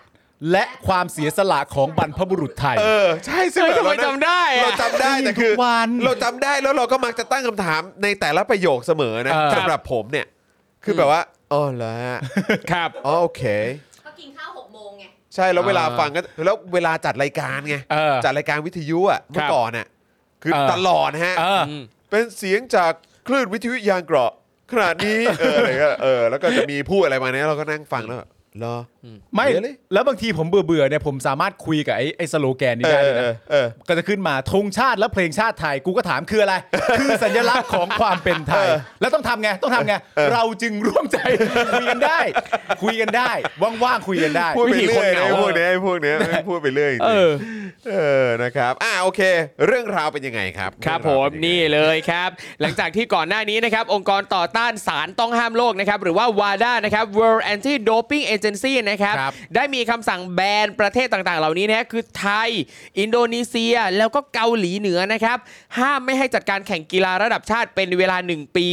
Speaker 3: และความเสียสละของบรรพบุรุษไทย
Speaker 2: เออใช่ซึ่ง
Speaker 5: เฮ้ย
Speaker 2: แบบ
Speaker 5: ทำไม
Speaker 2: เรา
Speaker 5: จำได้อะ
Speaker 2: เราจำได้แต่คือ
Speaker 3: ทุกวัน
Speaker 2: เราจำได้แล้วเราก็มักจะตั้งคำถามในแต่ละประโยคเสมอนะ
Speaker 3: เออ
Speaker 2: สำหรับผมเนี่ย คือแบบว่าอ๋อเหรอฮะ
Speaker 5: ครับ
Speaker 2: อ๋อโอเค
Speaker 6: ก็กินข้าวหกโมงไง
Speaker 2: ใช่แล้วเวลา
Speaker 5: อ่า
Speaker 2: ฟังก็แล้วเวลาจัดรายการไง
Speaker 3: เออ
Speaker 2: จัดรายการวิทยุอ่ะเมื่อ
Speaker 5: ครับ
Speaker 2: ก่อนอ่ะคือ
Speaker 3: เออ
Speaker 2: ตลอดนะฮะ
Speaker 3: เออ
Speaker 5: ม
Speaker 2: เป็นเสียงจากคลื่นวิทยุยางเกราะขนาดนี้ เอออะไรก็เออแล้วก็จะมีพูดอะไรมาเนี้ยเราก็นั่งฟังแล้วแบบเหรอ
Speaker 3: ไม่
Speaker 2: Really?
Speaker 3: แล้วบางทีผมเบื่อเบื่อๆเนี่ยผมสามารถคุยกับไอ้ไอ้สโลแกนนี้
Speaker 2: เอ
Speaker 3: ได้
Speaker 2: อ
Speaker 3: เลย
Speaker 2: เอ
Speaker 3: นะ
Speaker 2: อเออ
Speaker 3: ก็จะขึ้นมาธงชาติและเพลงชาติไทยกูก็ถามคืออะไร คือสัญลักษณ์ของความเป็นไทย แล้วต้องทำไงต้องทำไงเราจึงร่วมใจ คุยกันได้ คุยกันได้ว่างๆคุยกันได้
Speaker 2: พูดไปเรื่อยนะ
Speaker 5: วิธีคนเหงา
Speaker 2: ไอ้พวกเนี้ยไอ้พวกเนี้ยไม่พูดไปเรื่อยจริง
Speaker 5: เออ
Speaker 2: ๆเออนะครับอ่าโอเค เรื่องราวเป็นยังไงครับ
Speaker 5: ครับ
Speaker 2: เอ
Speaker 5: ผ
Speaker 2: งาว
Speaker 5: ม
Speaker 2: เป็ยังไง
Speaker 5: นี่เลยครับ หลังจากที่ก่อนหน้านี้นะครับ องค์กรต่อต้านสารต้องห้ามโลกนะครับ หรือว่าวาด้านะครับ World Anti Doping Agency นะครับ
Speaker 3: ครับ
Speaker 5: ได้มีคำสั่งแบนประเทศต่างๆ เหล่านี้นะคือไทย อินโดนีเซียแล้วก็เกาหลีเหนือนะครับ ห้ามไม่ให้จัดการแข่งกีฬาระดับชาติเป็นเวลา 1 ปี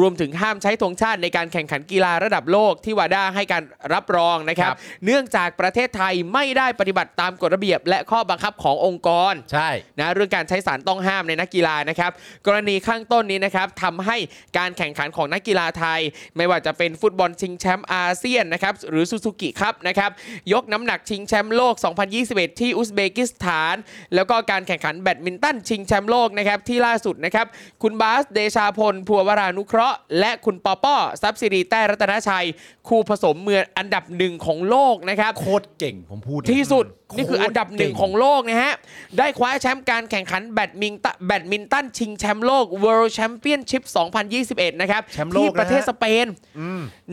Speaker 5: รวมถึงห้ามใช้ธงชาติในการแข่งขันกีฬาระดับโลกที่วาด้าให้การรับรองนะครับ
Speaker 3: ครับ
Speaker 5: เนื่องจากประเทศไทยไม่ได้ปฏิบัติตามกฎระเบียบ และข้อบังคับขององค์กร
Speaker 3: ใช่
Speaker 5: นะเรื่องการใช้สารต้องห้ามในนักกีฬานะครับ กรณีข้างต้นนี้นะครับทำให้การแข่งขันของนักกีฬาไทย ไม่ว่าจะเป็นฟุตบอลชิงแชมป์อาเซียนนะครับหรือซูซูกิครับนะครับยกน้ำหนักชิงแชมป์โลก 2021 ที่อุซเบกิสถาน แล้วก็การแข่งขันแบดมินตันชิงแชมป์โลกนะครับที่ล่าสุดนะครับคุณบาสเดชาพลพัววรานุเคราะห์ และคุณปอป้อทรัพย์สิริแต้รัตนชัย คู่ผสมเมืองอันดับหนึ่งของโลกนะครับ
Speaker 3: โคตรเก่งผมพูดเลย
Speaker 5: ที่สุด
Speaker 3: โตร
Speaker 5: นี่คืออันดับหนึ่งของโลกนะฮะ ได้คว้าแชมป์การแข่งขันแบดมินตันแบดมินตันชิงแชมป์โลก World Championship 2021 นะครับ
Speaker 3: แชมป์โลกนฮ
Speaker 5: ที่ประเทศสเปน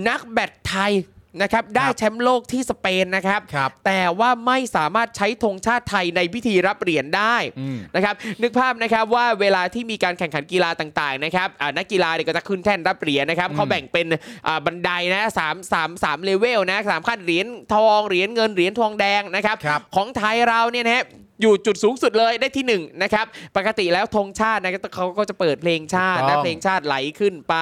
Speaker 5: นักแบดไทยนะครับ ได้แชมป์โลกที่สเปนนะครับ
Speaker 3: ครับ
Speaker 5: แต่ว่าไม่สามารถใช้ธงชาติไทยในพิธีรับเหรียญได้
Speaker 3: อืม
Speaker 5: นะครับนึกภาพนะครับว่าเวลาที่มีการแข่งขันกีฬาต่างๆนะครับอ่านักกีฬาเนี่ยก็จะขึ้นแท่นรับเหรียญนะครับเขาแบ่งเป็นอ่าบันไดนะสามสามสามเลเวลนะสามขั้นเหรียญทองเหรียญเงินเหรียญทองแดงนะครับ
Speaker 3: ครับ
Speaker 5: ของไทยเราเนี่ยนะฮะอยู่จุดสูงสุดเลยได้ที่หนึ่งนะครับปกติแล้วธงชาตินะครับเขาก็จะเปิดเพลงชาติ
Speaker 3: ถูกต้
Speaker 5: นะ
Speaker 3: อง
Speaker 5: เพลงชาติไหลขึ้นไป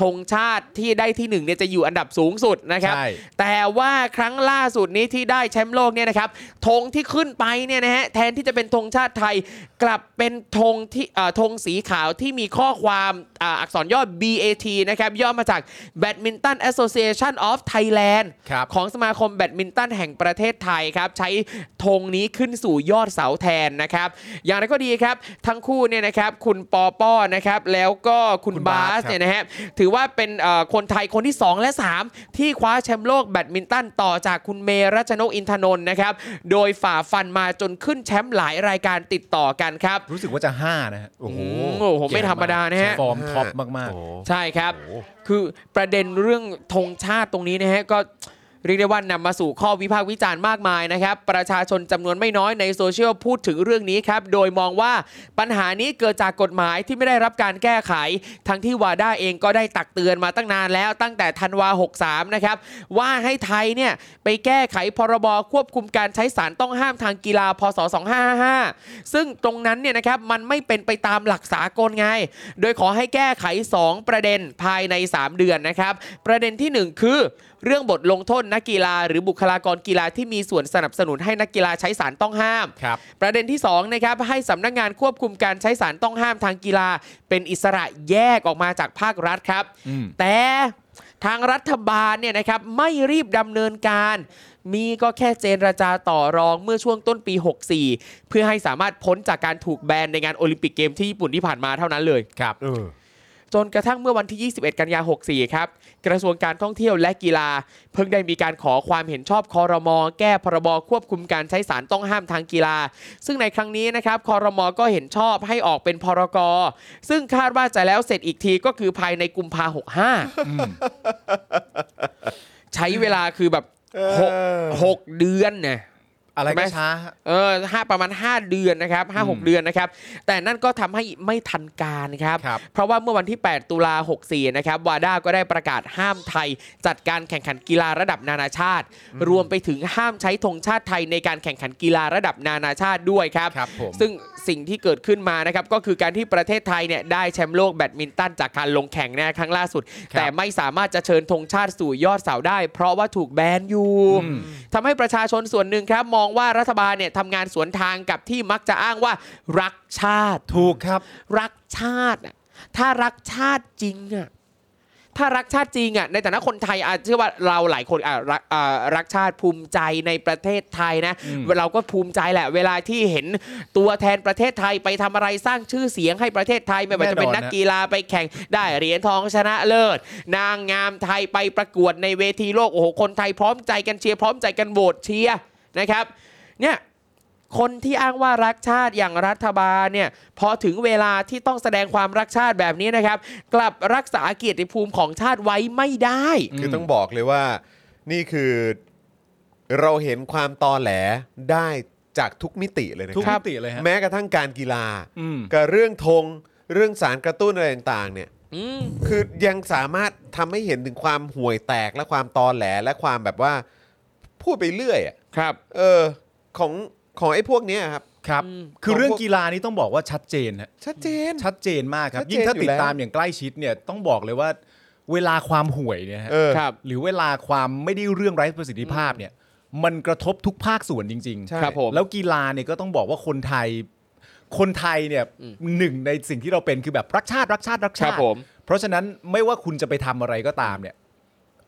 Speaker 5: ธงชาติที่ได้ที่หนึ่งเนี่ยจะอยู่อันดับสูงสุดนะครับ
Speaker 3: ใช่
Speaker 5: แต่ว่าครั้งล่าสุดนี้ที่ได้แชมป์โลกเนี่ยนะครับธงที่ขึ้นไปเนี่ยนะฮะแทนที่จะเป็นธงชาติไทย กลับเป็นธงที่เอ่อธงสีขาวที่มีข้อความ อ่าอักษรย่อ BAT นะครับย่อมาจาก Badminton Association of Thailand
Speaker 3: ครับ
Speaker 5: ของสมาคมแบดมินตันแห่งประเทศไทยครับ ใช้ธงนี้ขึ้นสู่ยอดเสาแทนนะครับ อย่างไรก็ดีครับ ทั้งคู่เนี่ยนะครับ คุณปอป้อนะครับ แล้วก็คุณ
Speaker 3: คุณบา
Speaker 5: บา
Speaker 3: ส
Speaker 5: สเนี่ยนะฮะถือว่าเป็นเอ่อคนไทยคนที่ 2 และ 3 ที่คว้าแชมป์โลกแบดมินตันต่อจากคุณเมรัชนกอินทนนท์นะครับ โดยฝ่าฟันมาจนขึ้นแชมป์หลายรายการติดต่อกันครับ
Speaker 3: รู้สึกว่าจะ 5 นะฮะโอ้โห
Speaker 5: มโอ้โหไม่ธรรมดานะฮะ
Speaker 3: ฟอร์มท็อปมาก
Speaker 2: โอ้
Speaker 5: ใช่ครับ
Speaker 2: โอ้โห
Speaker 5: คือประเด็นเรื่องธงชาติตรงนี้นะฮะก็เรียกได้ว่านำมาสู่ข้อวิพากษ์วิจารณ์มากมายนะครับ ประชาชนจำนวนไม่น้อยในโซเชียลพูดถึงเรื่องนี้ครับ โดยมองว่าปัญหานี้เกิดจากกฎหมายที่ไม่ได้รับการแก้ไข ทั้งที่วาด้าเองก็ได้ตักเตือนมาตั้งนานแล้วตั้งแต่ธันวา 63 นะครับ ว่าให้ไทยเนี่ยไปแก้ไขพรบควบคุมการใช้สารต้องห้ามทางกีฬาพศ 2555 ซึ่งตรงนั้นเนี่ยนะครับมันไม่เป็นไปตามหลักสากลไง โดยขอให้แก้ไข 2 ประเด็นภายใน 3 เดือนนะครับ ประเด็นที่ 1 คือ เรื่องบทลงโทษนักกีฬา หรือบุคลากรกีฬาที่มีส่วนสนับสนุนให้นักกีฬาใช้สารต้องห้าม
Speaker 3: ๆ ครับ
Speaker 5: ประเด็นที่ 2 นะครับ ให้สำนักงานควบคุมการใช้สารต้องห้ามทางกีฬา เป็นอิสระแยกออกมาจากภาครัฐครับ
Speaker 3: อืม
Speaker 5: แต่ทางรัฐบาลเนี่ยนะครับไม่รีบดำเนินการ มีก็แค่เจรจาต่อรองเมื่อช่วงต้นปี 64 เพื่อให้สามารถพ้นจากการถูกแบนในงานโอลิมปิกเกมที่ญี่ปุ่นที่ผ่านมาเท่านั้นเลย
Speaker 3: ครับ
Speaker 5: จนกระทั่งเมื่อวันที่ 21 กันยา 64 ครับ กระทรวงการท่องเที่ยวและกีฬา เพิ่งได้มีการขอความเห็นชอบคอรมอแก้พรบควบคุมการใช้สารต้องห้ามทางกีฬา ซึ่งในครั้งนี้นะครับคอรมอก็เห็นชอบให้ออกเป็นพรกรซึ่งคาดว่าจะแล้วเสร็จอีกทีก็คือภายในกุมภา65 ใช้เวลาคือแบบหก
Speaker 2: เออ
Speaker 5: หกเดือนเนี่ย
Speaker 3: อะไร
Speaker 5: ใช่
Speaker 3: ก็
Speaker 5: ไหม
Speaker 3: ช้าฮะ
Speaker 5: เออห้าประมาณ 5 เดือนนะครับห้าหก
Speaker 3: อืม
Speaker 5: เดือนนะครับ แต่นั่นก็ทำให้ไม่ทันการครับ
Speaker 3: ครับ
Speaker 5: เพราะว่าเมื่อวันที่ 8 ตุลา 64 นะครับ วาด้าก็ได้ประกาศห้ามไทย จัดการแข่งขันกีฬาระดับนานาชาติ รวมไปถึงห้ามใช้ธงชาติไทยในการแข่งขันกีฬาระดับนานาชาติด้วยครับ
Speaker 3: ครับผม
Speaker 5: ซึ่งสิ่งที่เกิดขึ้นมานะครับ ก็คือการที่ประเทศไทยเนี่ยได้แชมป์โลกแบดมินตันจากการลงแข่งนะครั้งล่าสุด
Speaker 3: ครับ
Speaker 5: แต่ไม่สามารถจะเชิญธงชาติสู่ยอดเสาได้ เพราะว่าถูกแบนอยู่
Speaker 3: อืม
Speaker 5: ทำให้ประชาชนส่วนหนึ่งครับ มองว่ารัฐบาลเนี่ยทำงานสวนทางกับที่มักจะอ้างว่ารักชาติ
Speaker 3: ถูกครับ
Speaker 5: รักชาติอะถ้ารักชาติจริงอะถ้ารักชาติจริงอะในฐานะคนไทยอาเชื่อว่าเราหลายคนอ่ะรักอ่ารักชาติภูมิใจในประเทศไทยนะ
Speaker 3: อืม
Speaker 5: เราก็ภูมิใจแหละ เวลาที่เห็นตัวแทนประเทศไทยไปทำอะไรสร้างชื่อเสียงให้ประเทศไทยไม่ว่าจะเป็นนักกีฬาไปแข่งได้เหรียญทองชนะเลิศ นางงามไทยไปประกวดในเวทีโลกโอ้โหคนไทยพร้อมใจกันเชียร์พร้อมใจกันโหวตเชียร์นะครับ เนี่ย คนที่อ้างว่ารักชาติอย่างรัฐบาลเนี่ยพอถึงเวลาที่ต้องแสดงความรักชาติแบบนี้นะครับ กลับรักษาเกียรติภูมิของชาติไว้ไม่ได้
Speaker 2: คือต้องบอกเลยว่านี่คือเราเห็นความตอแหลได้จากทุกมิติเลยนะ
Speaker 3: ทุก
Speaker 2: ค
Speaker 3: มิ
Speaker 2: รับ
Speaker 3: ติเลยฮะ
Speaker 2: แม้กระทั่งการกีฬา
Speaker 3: อืม
Speaker 2: กับเรื่องธงเรื่องสารกระตุ้นอะไรต่างๆเนี่ย
Speaker 5: อืม
Speaker 2: คือยังสามารถทำให้เห็นถึงความห่วยแตกและความตอแหลและความแบบว่าพูดไปเรื่อยอะ
Speaker 5: ครับ
Speaker 2: เออของของไอ้พวกเนี้ยครับ
Speaker 3: ครับ
Speaker 5: อืม
Speaker 3: คือเรื่องกีฬานี่ต้องบอกว่าชัดเจนฮะ
Speaker 2: ชัดเจน
Speaker 3: ชัดเจนมากครับ
Speaker 2: ชัดเจน
Speaker 3: ยิ่งถ้า
Speaker 2: อยู่
Speaker 3: ติด
Speaker 2: แล้ว
Speaker 3: ตามอย่างใกล้ชิดเนี่ยต้องบอกเลยว่าเวลาความห่วยเนี่ยฮะ
Speaker 2: เออ
Speaker 5: ครับ
Speaker 3: หรือเวลาความไม่ได้เรื่องไร้ประสิทธิภาพเนี่ย มันกระทบทุกภาคส่วนจริง
Speaker 2: ใช่
Speaker 5: ครับผม
Speaker 3: แล้วกีฬาเนี่ยก็ต้องบอกว่าคนไทย คนไทยเนี่ยหนึ่งในสิ่งที่เราเป็นคือแบบรักชาติรักชาติรัก
Speaker 5: ค
Speaker 3: ชา
Speaker 5: รับ
Speaker 3: ติ
Speaker 5: ผม
Speaker 3: เพราะฉะนั้นไม่ว่าคุณจะไปทำอะไรก็ตามเนี่ย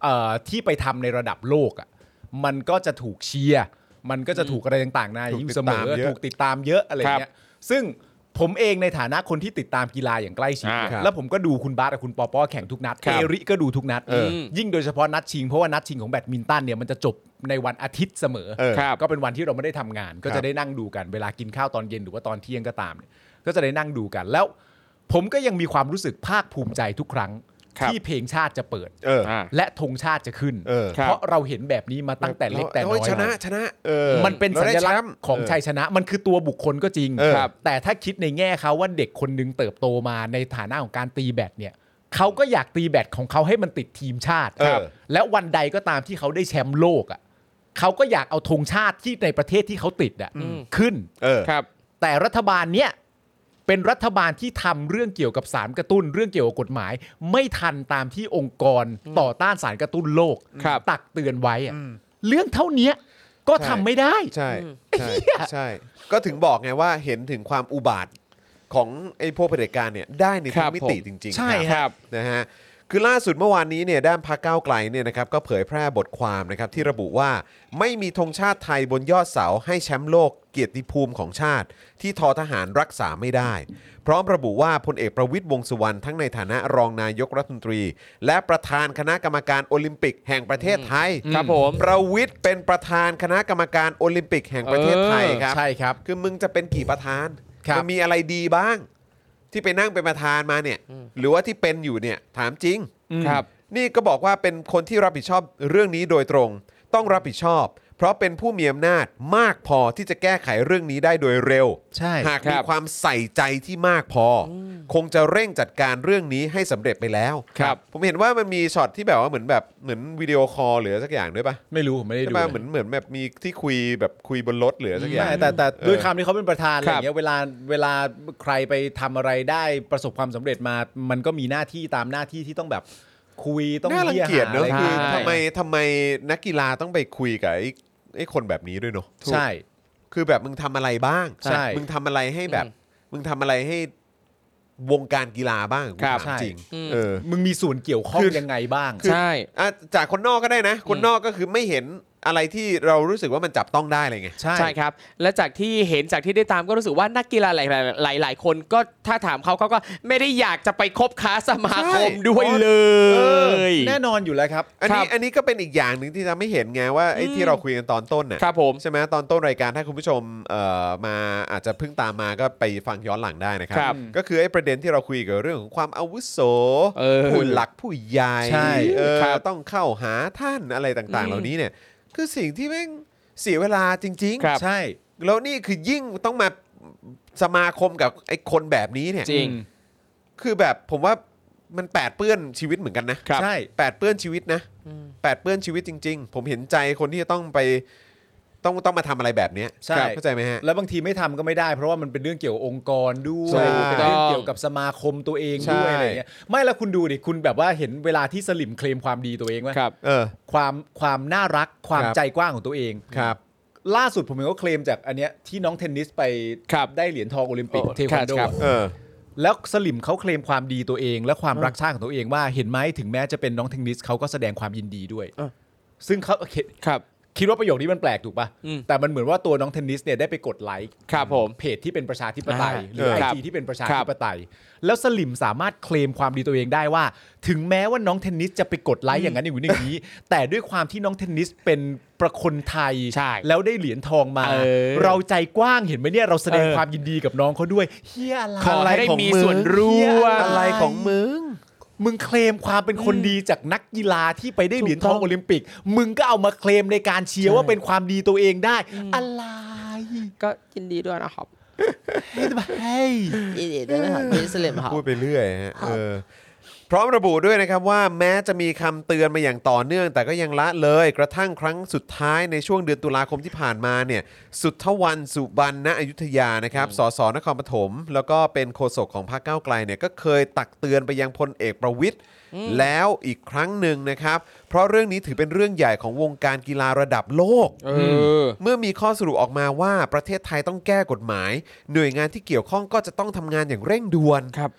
Speaker 3: เอ่อที่ไปทำในระดับโลกอะ่ะมันก็จะถูกเชียร์มันก็จะถูกอะไรต่างๆนา
Speaker 2: ถูก
Speaker 3: อยู่
Speaker 2: ติด
Speaker 3: เสม
Speaker 2: ตาม
Speaker 3: อ
Speaker 2: เยอะ
Speaker 3: ถูกติดตามเยอะอะไรเงี้ยซึ่งผมเองในฐานะคนที่ติดตามกีฬาอย่างใกล้ชิด
Speaker 5: อ่า
Speaker 3: เนี่ยแล้วผมก็ดูคุณบาสกับคุณปอปอแข่งทุกนัด
Speaker 5: ครั
Speaker 3: เอบ ริก็ดูทุกนัด
Speaker 5: เออ
Speaker 3: ยิ่งโดยเฉพาะนัดชิงเพราะว่านัดชิงของแบดมินตันเนี่ยมันจะจบในวันอาทิตย์เสมอ
Speaker 2: เออ
Speaker 5: ครับ
Speaker 3: ก็เป็นวันที่เราไม่ได้ทำงาน ก็
Speaker 2: ครับ
Speaker 3: จะได้นั่งดูกันเวลากินข้าวตอนเย็นหรือว่าตอนเที่ยงก็ตามเนี่ยก็จะได้นั่งดูกันแล้ว ผมก็ยังมีความรู้สึกภาคภูมิใจทุกครั้ง
Speaker 5: ครับ
Speaker 3: ที่เพลงชาติจะเปิด
Speaker 2: เออ
Speaker 5: อ่า
Speaker 3: และธงชาติจะขึ้น
Speaker 2: เออ
Speaker 5: ครับ
Speaker 3: เพราะเราเห็นแบบนี้มาตั้งแต่เล็กแต่น้อย
Speaker 2: โชนะชนะเออ
Speaker 3: มันเป็นสัญลักษณ์ของชัย
Speaker 2: เ
Speaker 3: ชนะมันคือตัวบุคคลก็จริง
Speaker 2: เออ
Speaker 3: ครับแต่ถ้าคิดในแง่เขาว่าเด็กคนหนึงเติบโตมาในฐานะของการตีแบดเนี่ยเขาก็อยากตีแบดของเขาให้มันติดทีมชาติ
Speaker 2: เออ
Speaker 3: ครับและวันใดก็ตามที่เขาได้แชมป์โลกอ่ะเขาก็อยากเอาธงชาติที่ในประเทศที่เขาติดอ่ะ
Speaker 5: อืม
Speaker 3: ขึ้น
Speaker 2: เออ
Speaker 5: ครับ
Speaker 3: แต่รัฐบาลเนี่ยเป็นรัฐบาลที่ทำเรื่องเกี่ยวกับสารกระตุ้น เรื่องเกี่ยวกับกฎหมาย ไม่ทันตามที่องค์กรต่อต้านสารกระตุ้นโลก
Speaker 5: ครับ
Speaker 3: ตักเตือนไว้อะเรื่องเท่าเนี้ยก็ทำไม่ได้
Speaker 2: ใช่ ใช่
Speaker 3: เหี้ย
Speaker 2: ใช่ ก็ถึงบอกไงว่าเห็นถึงความอุบาท ของไอ้พวกเผด็จการเนี่ยได้ในทุ
Speaker 5: ครั
Speaker 2: ก
Speaker 5: บ
Speaker 2: มิติ
Speaker 5: ผม
Speaker 2: จริงๆ
Speaker 3: ใช่
Speaker 2: ครับ
Speaker 5: ครับ
Speaker 2: นะฮะคือล่าสุดเมื่อวานนี้เนี่ยด้านพรรคก้าวไกลเนี่ยนะครับก็เผยแพร่บทความนะครับที่ระบุว่าไม่มีธงชาติไทยบนยอดเสาให้แชมป์โลกเกียรติภูมิของชาติ ที่ทอทหารรักษาไม่ได้ พร้อมระบุว่าพลเอกประวิตยวงษ์สุวรรณทั้งในฐานะรองนายกรัฐมนตรี และประธานคณะกรรมการโอลิมปิกแห่งประเทศไทย
Speaker 5: ครับผม
Speaker 2: ประวิตยเป็นประธานคณะกรรมการโอลิมปิกแห่งประเทศไทยครับ
Speaker 3: ใช่ครับ
Speaker 2: คือมึงจะเป็นกี่ประธาน
Speaker 3: ครับ
Speaker 2: มัมีอะไรดีบ้าง ที่ไปนั่งเป็นประธานมาเนี่ย หรือว่าที่เป็นอยู่เนี่ยถามจริง
Speaker 5: ครับ
Speaker 2: นี่ก็บอกว่าเป็นคนที่รับผิดชอบเรื่องนี้โดยตรง ต้องรับผิดชอบ เพราะเป็นผู้มีอำนาจมากพอที่จะแก้ไขเรื่องนี้ได้โดยเร็ว
Speaker 3: ใช่
Speaker 2: หาก
Speaker 5: ครั
Speaker 2: มี
Speaker 5: บ
Speaker 2: ความใส่ใจที่มากพออคงจะเร่งจัดการเรื่องนี้ให้สำเร็จไปแล้ว
Speaker 5: ครับ
Speaker 2: ผมเห็นว่ามันมีช็อตที่แบบว่าเหมือนแบบเหมือนวิดีโอคอลหรือสักอย่างด้วยปะ
Speaker 3: ไม่รู้ผมไม่ได้
Speaker 2: ใช่
Speaker 3: ดู
Speaker 2: ปะเหมือนเหมือนแบบมีที่คุยแบบคุยบนรถหรือสักอย่าง
Speaker 3: ไม่แต่แต่
Speaker 2: เออ
Speaker 3: ด้วยคำที่เขาเป็นประธานอะไร
Speaker 5: ครับ
Speaker 3: เงี้ยเวลาเวลาใครไปทำอะไรได้ประสบความสำเร็จมา มันก็มีหน้าที่ตามหน้าที่ที่ต้องแบบคุยต้อง
Speaker 2: น่ารังเกียจเนอะ
Speaker 3: หา
Speaker 2: คือ
Speaker 3: อร
Speaker 2: ทำไมทำไมนักกีฬาต้องไปคุยกับไอ้ไอ้คนแบบนี้ด้วยเนอะ
Speaker 3: ใช่
Speaker 2: คือแบบมึงทำอะไรบ้าง
Speaker 3: ใช่
Speaker 2: มึงทำอะไรให้แบบ มึงทำอะไรให้วงการกีฬาบ้าง
Speaker 5: ครับ
Speaker 2: กูถามจริง
Speaker 5: อืม
Speaker 2: เออ
Speaker 3: มึงมีส่วนเกี่ยวข้อง
Speaker 2: คือ
Speaker 3: ยังไงบ้าง
Speaker 5: ใช่
Speaker 2: อ่ะจากคนนอกก็ได้นะ คนนอกก็คือไม่เห็นอะไรที่เรารู้สึกว่ามันจับต้องได้อะไรไง
Speaker 3: ใช่
Speaker 5: ใช่ครับ และจากที่เห็นจากที่ได้ตามก็รู้สึกว่านักกีฬาหลายๆหลายๆคนก็ถ้าถามเขาเขาก็ไม่ได้อยากจะไปคบค้าสมาคม
Speaker 2: ใช่
Speaker 5: ด้วยเลย
Speaker 3: แน่นอนอยู่แล้วครับ
Speaker 2: อันนี้
Speaker 5: ครับ
Speaker 2: อันนี้ก็เป็นอีกอย่างหนึ่งที่ทำให้เห็นไงว่าไอ้
Speaker 5: อืม
Speaker 2: ที่เราคุยกันตอนต้นน่ะ
Speaker 5: ครับผม
Speaker 2: ใช่ไหมตอนต้นรายการถ้าคุณผู้ชมเอ่อมาอาจจะเพิ่งตามมาก็ไปฟังย้อนหลังได้นะครั
Speaker 5: ครับ
Speaker 2: ก็คือไอ้ประเด็นที่เราคุยเกี่ยวกับเรื่องของความอาวุโส
Speaker 5: เออ
Speaker 2: ผู้หลักผู้ใหญ่
Speaker 3: ใช่
Speaker 2: เออ
Speaker 5: ครับ
Speaker 2: ต้องเข้าหาท่านอะไรต่างๆ
Speaker 5: อืม
Speaker 2: เหล่านี้เนี่ยคือสิ่งที่แม่งเสียเวลาจริง
Speaker 5: ครับ
Speaker 3: ใช่
Speaker 2: ๆ แล้วนี่คือยิ่งต้องมาสมาคมกับไอ้คนแบบนี้เนี่ย
Speaker 5: จริง
Speaker 2: คือแบบผมว่ามันแปดเปื้อนชีวิตเหมือนกันนะครับ
Speaker 3: ใช่
Speaker 2: แปดเปื้อนชีวิตนะแปดเปื้อนชีวิตจริง ๆ ผมเห็นใจคนที่จะต้องไปต้องต้องมาทำอะไรแบบเนี้ย
Speaker 3: ใช่
Speaker 2: เข้าใจไหมฮะ
Speaker 3: แล้วบางทีไม่ทำก็ไม่ได้ เพราะว่ามันเป็นเรื่องเกี่ยวกับองค์กรด้วย
Speaker 2: ใช่
Speaker 3: เป็นเรื่องเกี่ยวกับสมาคมตัวเองด้วย
Speaker 2: ใช่
Speaker 3: อะไรเงี้ยไม่แล้วคุณดูดิคุณแบบว่าเห็นเวลาที่สลิมเคลมความดีตัวเองว่า
Speaker 5: ครับ
Speaker 2: เออ
Speaker 3: ความความน่ารักความ
Speaker 2: ครับ
Speaker 3: ใจกว้างของตัวเอง
Speaker 2: ครับ
Speaker 3: ล่าสุดผมเห็นเขาเคลมจากอันเนี้ยที่น้องเทนนิสไป
Speaker 5: ครับ
Speaker 3: ได้เหรียญทองโอลิมปิก
Speaker 5: โอ้
Speaker 3: เทควันโด
Speaker 5: ครับ
Speaker 2: เออ
Speaker 3: แล้วสลิมเขาเคลมความดีตัวเอง และความรักชาติของตัวเองว่าเห็นไหมถึงแม้จะเป็นน้องเทนนิสเขาก็แสดงความยินดีด้วย
Speaker 5: เออ
Speaker 3: ซึ่งเขาเห็น
Speaker 5: ครับ
Speaker 3: คิดว่าประโยคนี้มันแปลกถูกปะ
Speaker 5: อืม
Speaker 3: แต่มันเหมือนว่าตัวน้องเทนนิสเนี่ยได้ไปกดไลค์
Speaker 5: ครับผม
Speaker 3: เพจที่เป็นประชาธิปไตย
Speaker 5: อ่า
Speaker 3: หรือไอ
Speaker 5: ครับ
Speaker 3: จีที่เป็นประชาธิปไตย แล้วสลิมสามารถเคลมความดีตัวเองได้ว่า ถึงแม้ว่าน้องเทนนิสจะไปกดไลค์อย่างนั้นอย่างนี้ อย่างนี้ แต่ด้วยความที่น้องเทนนิสเป็นประคนไทย
Speaker 5: ใช่
Speaker 3: แล้วได้เหรียญทองมา
Speaker 5: เออ
Speaker 3: เราใจกว้างเห็นไหมเนี่ยเราแสดง
Speaker 5: เออ
Speaker 3: ความยินดีกับน้องเขาด้วยเฮียอะไร
Speaker 5: ขอให้ได้
Speaker 2: อะไรของ
Speaker 5: มี
Speaker 2: มึง
Speaker 5: ส่วนร่วม
Speaker 2: อะไรของมึง
Speaker 3: มึงเคลมความเป็นคนดีจากนักกีฬาที่ไปได้เหรียญทองโอลิมปิก มึงก็เอามาเคลมในการเชียร์ว่าเป็นความดีตัวเองได้ อะไร
Speaker 5: ก็ยินดีด้วยนะครับ
Speaker 3: เฮ้ย
Speaker 7: 一点真的很真是脸好
Speaker 2: พูด。 ไปเรื่อยฮะเออพร้อมระบุด้วยนะครับว่าแม้จะมีคำเตือนมาอย่างต่อเนื่อง แต่ก็ยังละเลย กระทั่งครั้งสุดท้ายในช่วงเดือนตุลาคมที่ผ่านมาเนี่ยสุทธวันสุบรรณอยุธยานะครับสสนครปฐมแล้วก็เป็นโฆษกของพรรคก้าวไกลเนี่ยก็เคยตักเตือนไปยังพลเอกประวิทย์แล้วอีกครั้งหนึ่งนะครับ เพราะเรื่องนี้ถือเป็นเรื่องใหญ่ของวงการกีฬาระดับโลก
Speaker 5: เออ
Speaker 2: เมื่อมีข้อสรุปออกมาว่าประเทศไทยต้องแก้กฎหมาย หน่วยงานที่เกี่ยวข้องก็จะต้องทำงานอย่างเร่งด่วน
Speaker 5: ครับ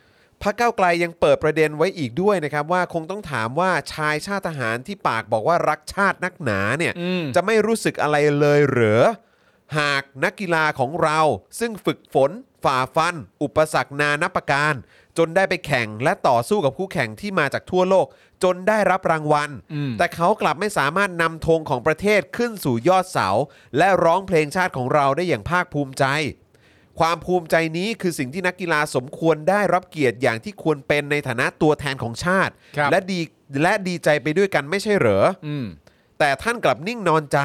Speaker 2: พรรคก้าวไกลยังเปิดประเด็นไว้อีกด้วยนะครับว่าคงต้องถามว่าชายชาติทหารที่ปากบอกว่ารักชาตินักหนาเนี่ยจะไม่รู้สึกอะไรเลยเหรอ หากนักกีฬาของเราซึ่งฝึกฝน ฝ่าฟัน อุปสรรคนานับประการ จนได้ไปแข่งและต่อสู้กับคู่แข่งที่มาจากทั่วโลก จนได้รับรางวัล แต่เขากลับไม่สามารถนำธงของประเทศขึ้นสู่ยอดเสา และร้องเพลงชาติของเราได้อย่างภาคภูมิใจ ความภูมิใจนี้คือสิ่งที่นักกีฬาสมควรได้รับเกียรติอย่างที่ควรเป็นในฐานะตัวแทนของชาติ
Speaker 3: ครับ
Speaker 2: และดีและดีใจไปด้วยกันไม่ใช่เหรอ
Speaker 3: อืม
Speaker 2: แต่ท่านกลับนิ่งนอนใจ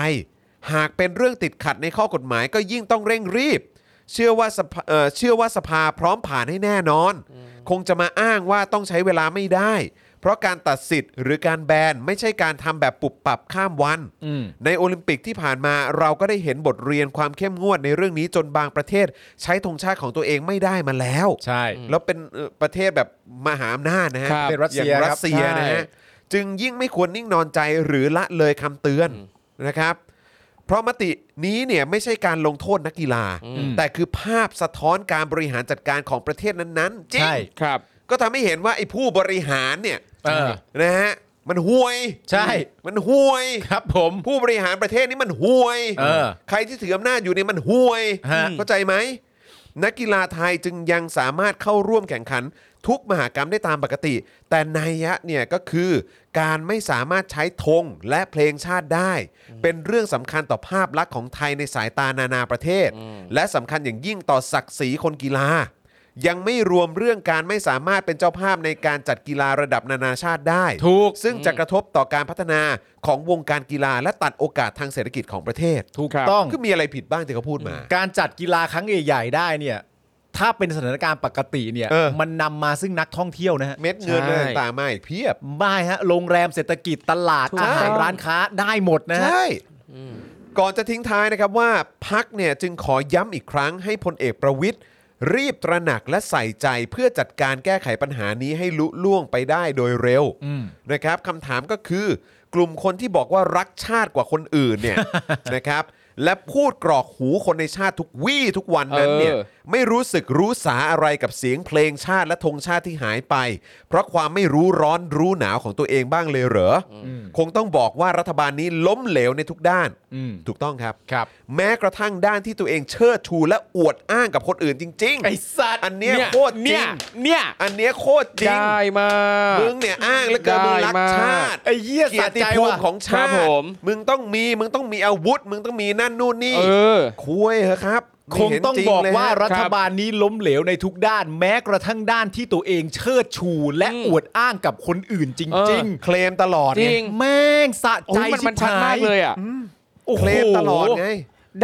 Speaker 2: หากเป็นเรื่องติดขัดในข้อกฎหมายก็ยิ่งต้องเร่งรีบ เชื่อว่าสภาเอ่อเชื่อว่าสภาพร้อมผ่านให้แน่นอน คงจะมาอ้างว่าต้องใช้เวลาไม่ได้ เพราะการตัดสิทธิ์หรือการแบนไม่ใช่การทำแบบปุบปับข้ามวัน
Speaker 3: อืม
Speaker 2: ในโอลิมปิกที่ผ่านมาเราก็ได้เห็นบทเรียนความเข้มงวดในเรื่องนี้จนบางประเทศ ใช้ธงชาติของตัวเองไม่ได้มาแล้ว
Speaker 3: ใช่
Speaker 2: แล้วเป็นเอ่อประเทศแบบมหาอำนาจนะฮะ
Speaker 5: ครับ
Speaker 3: เป็นรัสเซีย
Speaker 2: อย่าง
Speaker 3: ครับ
Speaker 2: รัสเซีย
Speaker 3: ใช่
Speaker 2: นะฮะจึงยิ่งไม่ควรนิ่งนอนใจหรือละเลยคำเตือนนะครับ เพราะมตินี้เนี่ยไม่ใช่การลงโทษนักกีฬา แต่คือภาพสะท้อนการบริหารจัดการของประเทศนั้นๆจริง
Speaker 3: ใช่
Speaker 5: ครับ
Speaker 2: ก็ทำให้เห็นว่าไอ้ผู้บริหารเนี่ย
Speaker 3: เออ
Speaker 2: นะฮะมันห่วย
Speaker 3: ใช่
Speaker 2: มันห่วย
Speaker 3: ครับผม
Speaker 2: ผู้บริหารประเทศนี้มันห่วย
Speaker 3: เออ
Speaker 2: ใครที่ถืออำนาจอยู่เนี่ยมันห่วย
Speaker 3: ฮะ
Speaker 2: เข้าใจไหม นักกีฬาไทยจึงยังสามารถเข้าร่วมแข่งขัน ทุกมหากรรมได้ตามปกติ แต่นัยยะเนี่ยก็คือการไม่สามารถใช้ธงและเพลงชาติได้ เป็นเรื่องสำคัญต่อภาพลักษณ์ของไทยในสายตานานาประเทศ และสำคัญอย่างยิ่งต่อศักดิ์ศรีคนกีฬา ยังไม่รวมเรื่องการไม่สามารถเป็นเจ้าภาพในการจัดกีฬาระดับนานาชาติได้
Speaker 3: ถูก
Speaker 2: ซึ่งจะกระทบต่อการพัฒนาของวงการกีฬาและตัดโอกาสทางเศรษฐกิจของประเทศ
Speaker 3: ถูก
Speaker 5: ครับ
Speaker 3: ต้อง
Speaker 2: ก็มีอะไรผิดบ้างที่เขาพูดมา
Speaker 3: การจัดกีฬาครั้งใหญ่ๆได้เนี่ย ถ้าเป็นสถานการณ์ปกติเนี่ย
Speaker 2: เออ
Speaker 3: มันนำมาซึ่งนักท่องเที่ยวนะฮะ
Speaker 2: เม็ดเงิน
Speaker 5: ใช่
Speaker 2: อะไรต่างๆมาอีกเพียบ
Speaker 3: ไม่ฮะ โรงแรมเศรษฐกิจตลาด
Speaker 5: ถูก
Speaker 3: อาหาร
Speaker 5: ต้อง
Speaker 3: ร้านค้าได้หมดนะฮะ
Speaker 2: ใช่ ก่อนจะทิ้งท้ายนะครับว่าพักเนี่ยจึงขอย้ำอีกครั้งให้พลเอกประวิทย์รีบตระหนักและใส่ใจเพื่อจัดการแก้ไขปัญหานี้ให้ลุล่วงไปได้โดยเร็วนะครับคำถามก็คือกลุ่มคนที่บอกว่ารักชาติกว่าคนอื่นเนี่ย นะครับ และพูดกรอกหูคนในชาติทุกวี่ทุกวันนั้นเนี่ย
Speaker 5: เออ
Speaker 2: ไม่รู้สึกรู้สาอะไรกับเสียงเพลงชาติและธงชาติที่หายไป เพราะความไม่รู้ร้อนรู้หนาวของตัวเองบ้างเลยเหรออคงต้องบอกว่ารัฐบาลนี้ล้มเหลวในทุกด้าน
Speaker 3: อืม
Speaker 2: ถูกต้องครับ
Speaker 3: ครับ
Speaker 2: แม้กระทั่งด้านที่ตัวเองเชิดชูและอวดอ้างกับคนอื่นจริง
Speaker 3: ไอ้สัตว์
Speaker 2: ๆ อันเนี้ยโคตรจริ
Speaker 5: เนี่ย
Speaker 2: ง
Speaker 5: เนี่ย
Speaker 2: อันเนี้ยโคตรจริง
Speaker 5: ได้มาก
Speaker 2: มึงเนี่ยอ้างแล้วเกิน
Speaker 5: ได้
Speaker 2: มึงรัก
Speaker 5: มาก
Speaker 2: ชาติ
Speaker 3: ไอ้เหี้ย
Speaker 2: เกียรติ
Speaker 3: สะใจ
Speaker 2: ภู
Speaker 3: ว่ะ
Speaker 2: มิของชา
Speaker 5: ครั
Speaker 2: ติ
Speaker 5: บผม
Speaker 2: มึงต้องมีมึงต้องมีอาวุธ มึงต้องมีนั่นนู่นนี่
Speaker 5: เออ
Speaker 2: คุยเหอะครับ
Speaker 3: คงต้อง
Speaker 2: ไม่เห็นจริ
Speaker 3: บอก
Speaker 2: เลยฮะ
Speaker 3: ว่ารัฐบาลนี้ล้มเหลวในทุกด้าน แม้กระทั่งด้านที่ตัวเองเชิดชู และ
Speaker 5: อืม
Speaker 3: อวดอ้างกับคนอื่นจ
Speaker 5: เอ
Speaker 3: ริ
Speaker 5: อ
Speaker 3: ง
Speaker 2: เคลมตลอด
Speaker 5: จ
Speaker 2: ไง
Speaker 5: ริง
Speaker 3: ๆ แม่งสะ
Speaker 5: โอ้
Speaker 3: ใจ
Speaker 5: ยมัน
Speaker 3: ชิ
Speaker 5: มัน
Speaker 3: บ
Speaker 5: ชั
Speaker 3: หาม
Speaker 5: ดายกเลยอ่ะ
Speaker 3: โอ้โห
Speaker 2: เคลมตลอดไง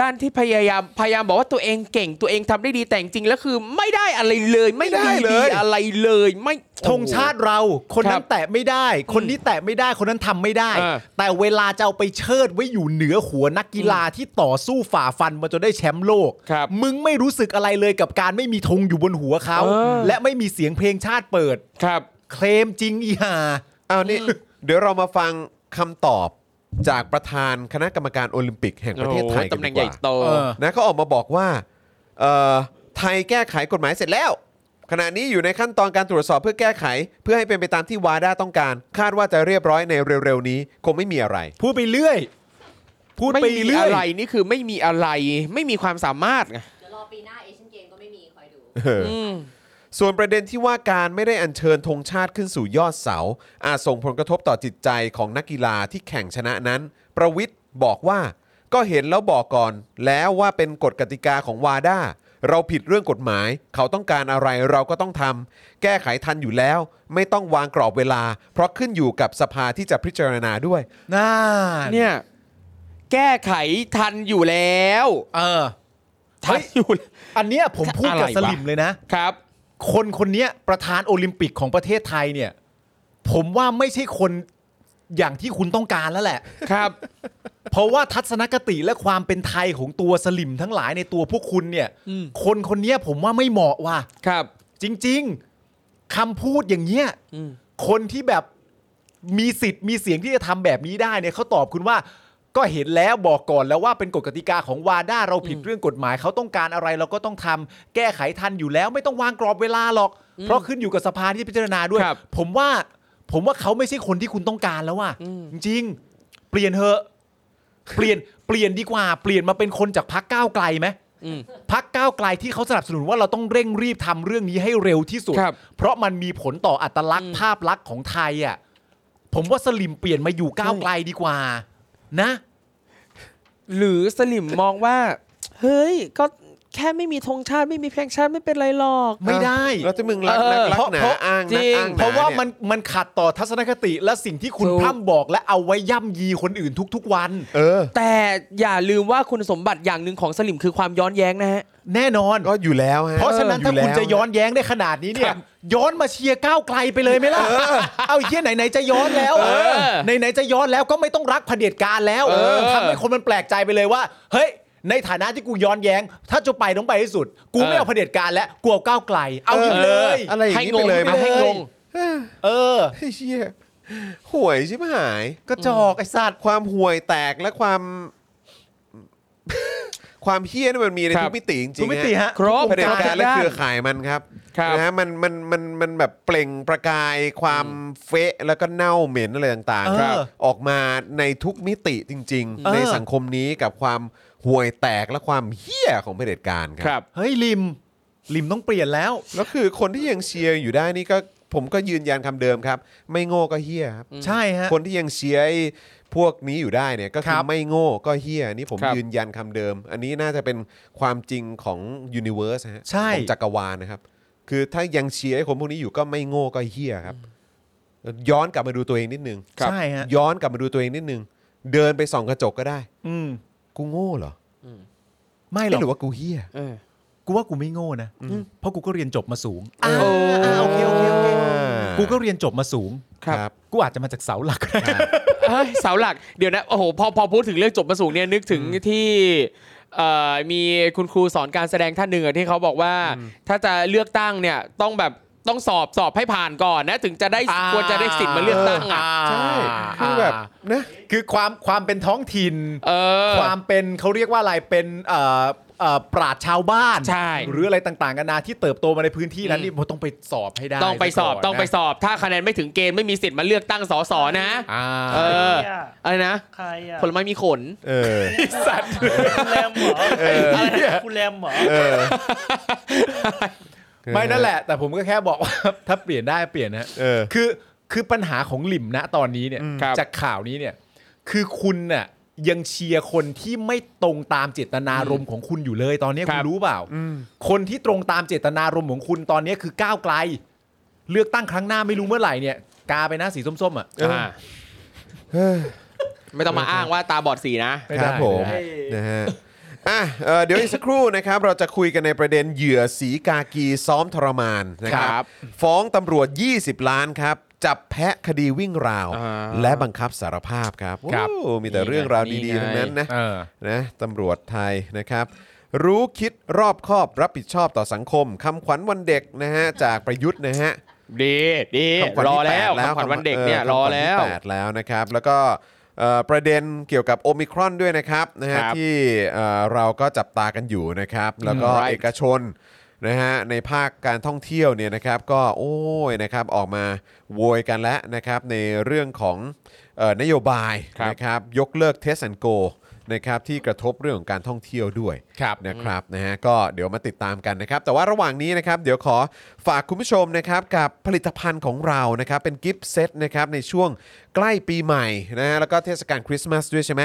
Speaker 5: ด้านที่พยายามพยายามบอกว่าตัวเองเก่งตัวเองทำได้ดีแต่จริงๆแล้วคือไม่ได้อะไรเลย ไม่
Speaker 2: ไม่ได้
Speaker 5: ได้
Speaker 2: เล
Speaker 5: เลย ยอะไรเลยไม่
Speaker 3: ธ
Speaker 5: โอ้
Speaker 3: ง
Speaker 5: โห
Speaker 3: ชาติเราคนนั้
Speaker 5: ค
Speaker 3: น
Speaker 5: รับ
Speaker 3: แตะไม่ได้ คนนี้แตะไม่ได้คนนั้นทำไม่ได้
Speaker 5: เออ
Speaker 3: แต่เวลาจะเอาไปเชิดไว้อยู่เหนือหัวนักกีฬาที่ต่อสู้ฝ่าฟันมาจนได้แชมป์โลก
Speaker 5: ครับ
Speaker 3: มึงไม่รู้สึกอะไรเลยกับการไม่มีธงอยู่บนหัวเขา
Speaker 5: เออ
Speaker 3: และไม่มีเสียงเพลงชาติเปิด
Speaker 5: ครับ
Speaker 3: เคลมจริงอีห่า
Speaker 2: เอานี่เดี๋ยวเรามาฟังคำตอบจากประธานคณะกรรมการโอลิมปิกแห่งประเทศไทย
Speaker 5: โอ้โห
Speaker 2: กั
Speaker 5: ตำ
Speaker 2: น
Speaker 5: แหน่
Speaker 2: ดี
Speaker 5: ง
Speaker 2: ก
Speaker 5: ใหญ่
Speaker 2: ว่า
Speaker 5: โต
Speaker 3: เออ
Speaker 2: นะเขาออกมาบอกว่าเอ่อไทยแก้ไขกฎหมายเสร็จแล้ว ขณะนี้อยู่ในขั้นตอนการตรวจสอบเพื่อแก้ไข เพื่อให้เป็นไปตามที่วาด้าต้องการ คาดว่าจะเรียบร้อยในเร็วๆนี้ คงไม่มีอะไร
Speaker 3: พูดไปเรื่อย พูด
Speaker 5: ไม่
Speaker 3: ไป
Speaker 5: มี
Speaker 3: เรื่อ
Speaker 5: อะไร
Speaker 3: ย
Speaker 5: นี่คือไม่มีอะไรไม่มีความสามารถไง
Speaker 6: เดี๋ยวรอปีหน้าเอเชียนเกมก็ไม่มีคอยดู
Speaker 2: เออส่วนประเด็นที่ว่าการไม่ได้อัญเชิญธงชาติขึ้นสู่ยอดเสา อาจส่งผลกระทบต่อจิตใจของนักกีฬาที่แข่งชนะนั้น ประวิทย์บอกว่า ก็เห็นแล้วบอกก่อน แล้วว่าเป็นกฎกติกาของวาด้าเราผิดเรื่องกฎหมาย เขาต้องการอะไรเราก็ต้องทำแก้ไขทันอยู่แล้ว ไม่ต้องวางกรอบเวลา เพราะขึ้นอยู่กับสภาที่จะพิจารณาด้วย
Speaker 3: น่า
Speaker 5: เนี่ย แก้ไขทันอยู่แล้ว
Speaker 3: เออ เฮ้
Speaker 5: ทัน
Speaker 3: ย
Speaker 5: อยู่
Speaker 3: อันเนี้ยผมพูดกับ
Speaker 5: อะไรวะ
Speaker 3: สลิมเลยนะ
Speaker 5: ครับ
Speaker 3: คนคนเนี้ยประธานโอลิมปิกของประเทศไทยเนี่ย ผมว่าไม่ใช่คนอย่างที่คุณต้องการแล้วแหละ
Speaker 5: ครับ
Speaker 3: เพราะว่าทัศนคติและความเป็นไทยของตัวสลิมทั้งหลายในตัวพวกคุณเนี่ย
Speaker 5: อืม
Speaker 3: คนคนเนี้ยผมว่าไม่เหมาะว่ะ
Speaker 5: ครับ
Speaker 3: จริง ๆคำพูดอย่างเงี้ย
Speaker 5: อืม
Speaker 3: คนที่แบบมีสิทธิ์มีเสียงที่จะทำแบบนี้ได้เนี่ยเขาตอบคุณว่า ก็เห็นแล้วบอกก่อนแล้วว่าเป็นกฎกติกาของวาด้าเราผิดเรื่องกฎหมายเขาต้องการอะไรเราก็ต้องทำแก้ไขทันอยู่แล้ว ไม่ต้องวางกรอบเวลาหรอก เพราะขึ้นอยู่กับสภาที่พิจารณาด้วย
Speaker 5: ครับ
Speaker 3: ผมว่า ผมว่าเขาไม่ใช่คนที่คุณต้องการแล้วว่ะจริงๆเปลี่ยนเถอะ เปลี่ยนเปลี่ยนดีกว่า เปลี่ยนมาเป็นคนจากพักก้าวไกลไหม
Speaker 5: อืม
Speaker 3: พักก้าวไกลที่เขาสนับสนุนว่าเราต้องเร่งรีบทำเรื่องนี้ให้เร็วที่สุด
Speaker 5: ครับ
Speaker 3: เพราะมันมีผลต่ออัตลักษณ์ภาพลักษณ์ของไทยอ่ะผมว่าสลิมเปลี่ยนมาอยู่ก้าวไกลดีกว่า นะ
Speaker 5: หรือสลิมมองว่า เฮ้ย ก็แค่ไม่มีธงชาติไม่มีเพลงชาติไม่เป็นไรหรอก
Speaker 3: ไม่ได้
Speaker 2: แล้วที่มึงรักนักรักหนา
Speaker 3: เพราะ
Speaker 2: อ้างนัก
Speaker 5: จริง
Speaker 2: อ้างหน
Speaker 3: เพราะว่ามัน
Speaker 2: ย
Speaker 3: มันขัดต่อทัศนคติและสิ่งที่คุณ
Speaker 5: ถูก
Speaker 3: พร่ำบอกและเอาไว้ย่ำยีคนอื่นทุก ๆ วัน
Speaker 2: เออ
Speaker 5: แต่อย่าลืมว่าคุณสมบัติอย่างหนึ่งของสลิมคือความย้อนแย้งนะฮะ
Speaker 3: แน่นอน
Speaker 2: ก็อยู่แล้วฮะ
Speaker 3: เพราะฉะนั้นถ้าคุณ
Speaker 2: ยู่แล้ว
Speaker 3: จะย้อนแย้งได้ขนาดนี้เนี่
Speaker 5: ครั
Speaker 3: ย
Speaker 5: บ
Speaker 3: ย้อนมาเชียร์ก้าวไกลไปเลยไหมล่ะ เอาไอ้เหี้ยไหนๆจะย้อนแล้ว
Speaker 5: เออ
Speaker 3: ไหนๆจะย้อนแล้วก็ไม่ต้องรักเผด็จการแล้ว
Speaker 5: เออ
Speaker 3: ทำให้คนมันแปลกใจไปเลยว่า เฮ้ย ในฐานะที่กูย้อนแย้ง ถ้าจะไปต้องไปให้สุด กูไม่
Speaker 5: เออ
Speaker 3: เอาเผด็จการแล้วกูเอาก้าวไกล เอาอีกเลย
Speaker 2: อะไรอย่าง
Speaker 5: ให้
Speaker 2: นี้
Speaker 5: ง
Speaker 2: ไป
Speaker 5: ง
Speaker 2: เลย
Speaker 5: นะให้งง
Speaker 3: เออ
Speaker 2: ไอ้เชี่ยห่วยชิบหาย
Speaker 3: ก็จอกไอ้สัตว์
Speaker 2: ความห่วยแตกและความ ความเฮี้ยนี่มันมีใน
Speaker 5: ค
Speaker 2: ทุ
Speaker 5: รับ
Speaker 2: กมิติจริงๆ
Speaker 3: ทุกมิติฮะ
Speaker 5: ครบ
Speaker 2: เผด็จการและ
Speaker 5: ด้า
Speaker 2: เคน รือข่ายมันครับ
Speaker 5: ครับ
Speaker 2: นะฮะมันมันมันมันแบบเปล่งประกายความเฟะแล้วก็เน่าเหม็นอะไรต่างๆ
Speaker 3: ครับ
Speaker 2: ออกมาในทุกมิติจริง
Speaker 3: เอ
Speaker 2: ๆ
Speaker 3: อ
Speaker 2: ในสังคมนี้กับความห่วยแตกและความเฮี้ยของเผด็จการค
Speaker 5: ครับ รับ
Speaker 3: เฮ้ยริมริมต้องเปลี่ยนแล้ว
Speaker 2: แล้วคือคนที่ยังเชียร์อยู่ได้นี่ก็ผมก็ยืนยันคำเดิมครับ ไม่โง่ก็เฮี้ยครับ
Speaker 3: ใช่ฮะ
Speaker 2: คนที่ยังเชียร์ไอ้พวกนี้อยู่ได้เนี่ยก็คื
Speaker 3: ค
Speaker 2: อ
Speaker 3: รับ
Speaker 2: ไม่โง่ก็เฮียอันนี่ผม
Speaker 5: ครับ
Speaker 2: ยืนยันคำเดิม อันนี้น่าจะเป็นความจริงของยูนิเวอร์สฮะ
Speaker 3: ใช่
Speaker 2: ของจักรวาลนะครับ คือถ้ายังเชียร์ไอ้คนพวกนี้อยู่ก็ไม่โง่ก็เฮียครับ ย้อนกลับมาดูตัวเองนิดนึง
Speaker 3: ใช่ฮะ
Speaker 2: ย้อนกลับมาดูตัวเองนิดนึง เดินไปส่องกระจกก็ได้
Speaker 3: อืม
Speaker 2: กูโง่เหรอ
Speaker 3: ไม่หร
Speaker 2: ไม่
Speaker 3: อก
Speaker 2: หรือว่ากูเฮีย
Speaker 5: เออ
Speaker 3: กูว่ากูไม่โง่นะเพราะกูก็เรียนจบมาสูง
Speaker 2: โอ้โอเคโอเคโอเค
Speaker 3: กูก็เรียนจบมาสูง
Speaker 5: ครับ
Speaker 3: กูอาจจะมาจากเสาหลักก็ได้
Speaker 5: เอ้ยเสาหลักเดี๋ยวนะ โอ้โห พอพอพูดถึงเรื่องจบมาสูงเนี่ยนึกถึงที่เอ่อมีคุณครูสอนการแสดงท่านหนึ่งอะที่เขาบอกว่า ถ้าจะเลือกตั้งเนี่ยต้องแบบต้องสอบสอบให้ผ่านก่อนนะ ถึงจะได้
Speaker 1: อ่า
Speaker 5: ควรจะได้สิทธิ์มาเลือกตั้งอ่ะ
Speaker 2: ใช่คือแบบนะ
Speaker 3: คือความความเป็นท้องถิ่น
Speaker 5: เออ
Speaker 3: ความเป็นเขาเรียกว่าอะไรเป็นเอ่อเอ่อปราดชาวบ้าน
Speaker 5: ใช่
Speaker 3: หรืออะไรต่างๆกันานาที่เติบโตมาในพื้นที่นั้นนี่โอ้ต้องไปสอบให้ได้
Speaker 5: ต้องไปสอบ
Speaker 3: ซะก่น
Speaker 5: ต้องไป
Speaker 3: นะ
Speaker 5: สอบ ถ้าคะแนนไม่ถึงเกณฑ์ไม่มีสิทธิ์มาเลือกตั้งสสนะ
Speaker 3: อ่า
Speaker 5: เออ
Speaker 4: ใครอะ
Speaker 5: อะไรนะ
Speaker 4: ใครอะ
Speaker 5: ผลไม้มีขน
Speaker 2: เออ
Speaker 4: คุณแรมเหรออะไรนะคุณแรมเหรอ
Speaker 2: เออ
Speaker 3: ไม่นั่นแหละ แต่ผมก็แค่บอกว่า ถ้าเปลี่ยนได้เปลี่ยนนะ
Speaker 2: เออ
Speaker 3: คือคือปัญหาของหลิมนะตอนนี้เนี่ย
Speaker 5: ครับ
Speaker 3: จากข่าวนี้เนี่ยคือคุณน่ะยังเชียร์คนที่ไม่ตรงตามเจตนารมณ์ของคุณอยู่เลยตอนนี้คุณรู้เปล่าคนที่ตรงตามเจตนารมณ์ของคุณตอนนี้คือก้าวไกล เลือกตั้งครั้งหน้าไม่รู้เมื่อไหร่เนี่ย กาไปนะสีส้มๆอ่ะ
Speaker 5: อ่าไม่ต้องมาอ้างว่าตาบอดสีนะ
Speaker 3: ไม่
Speaker 2: ค
Speaker 3: ได้
Speaker 2: รับผม
Speaker 3: ไม่ได้
Speaker 2: นะฮะอ่ะเอ่อเดี๋ยวอีกสักครู่นะครับ เราจะคุยกันในประเด็นเหยื่อสีกากีซ้อมทรมานนะค
Speaker 5: ครั
Speaker 2: รับบ ฟ้องตำรวจ 20 ล้านครับ จับแพะคดีวิ่งราว
Speaker 5: อ่า
Speaker 2: และบังคับสารภาพครับ
Speaker 5: ครับ
Speaker 2: โอ้มีแต่เรื่องราวดีๆทั้งนั้นนะ
Speaker 3: เออ
Speaker 2: นะตำรวจไทยนะครับ รู้คิดรอบคอบรับผิดชอบต่อสังคมคำขวัญวันเด็กนะฮะจากประยุทธ์นะฮะ
Speaker 5: ดีดี
Speaker 2: คำขวัญ
Speaker 5: รอ
Speaker 2: ที่
Speaker 5: แล้ว
Speaker 2: ปด
Speaker 5: คำขวัญวันเด็กเนี่ย
Speaker 2: คำข
Speaker 5: รอ
Speaker 2: ญที่
Speaker 5: แล้ว
Speaker 2: แปดแล้วนะครับ แล้วก็เอ่อประเด็นเกี่ยวกับโอมิครอนด้วยนะครับนะฮะ
Speaker 5: ครับ
Speaker 2: ที่เอ่อเราก็จับตากันอยู่นะครับ แล้วก็
Speaker 5: Right
Speaker 2: เอกชนนะฮะในภาคการท่องเที่ยวเนี่ยนะครับ ก็โอ้ยนะครับออกมาโวยกันแล้วนะครับ ในเรื่องของเอ่อนโยบาย
Speaker 5: ครับ
Speaker 2: นะครับ ยกเลิกเทสแอนโกนะครับที่กระทบเรื่องของการท่องเที่ยวด้วย
Speaker 3: ครับ
Speaker 2: นะครับนะฮะก็เดี๋ยวมาติดตามกันนะครับ แต่ว่าระหว่างนี้นะครับ เดี๋ยวขอฝากคุณผู้ชมนะครับ กับผลิตภัณฑ์ของเรานะครับ เป็นกิฟต์เซตนะครับ ในช่วงใกล้ปีใหม่นะฮะแล้วก็เทศกาลคริสต์มาสด้วยใช่ไหม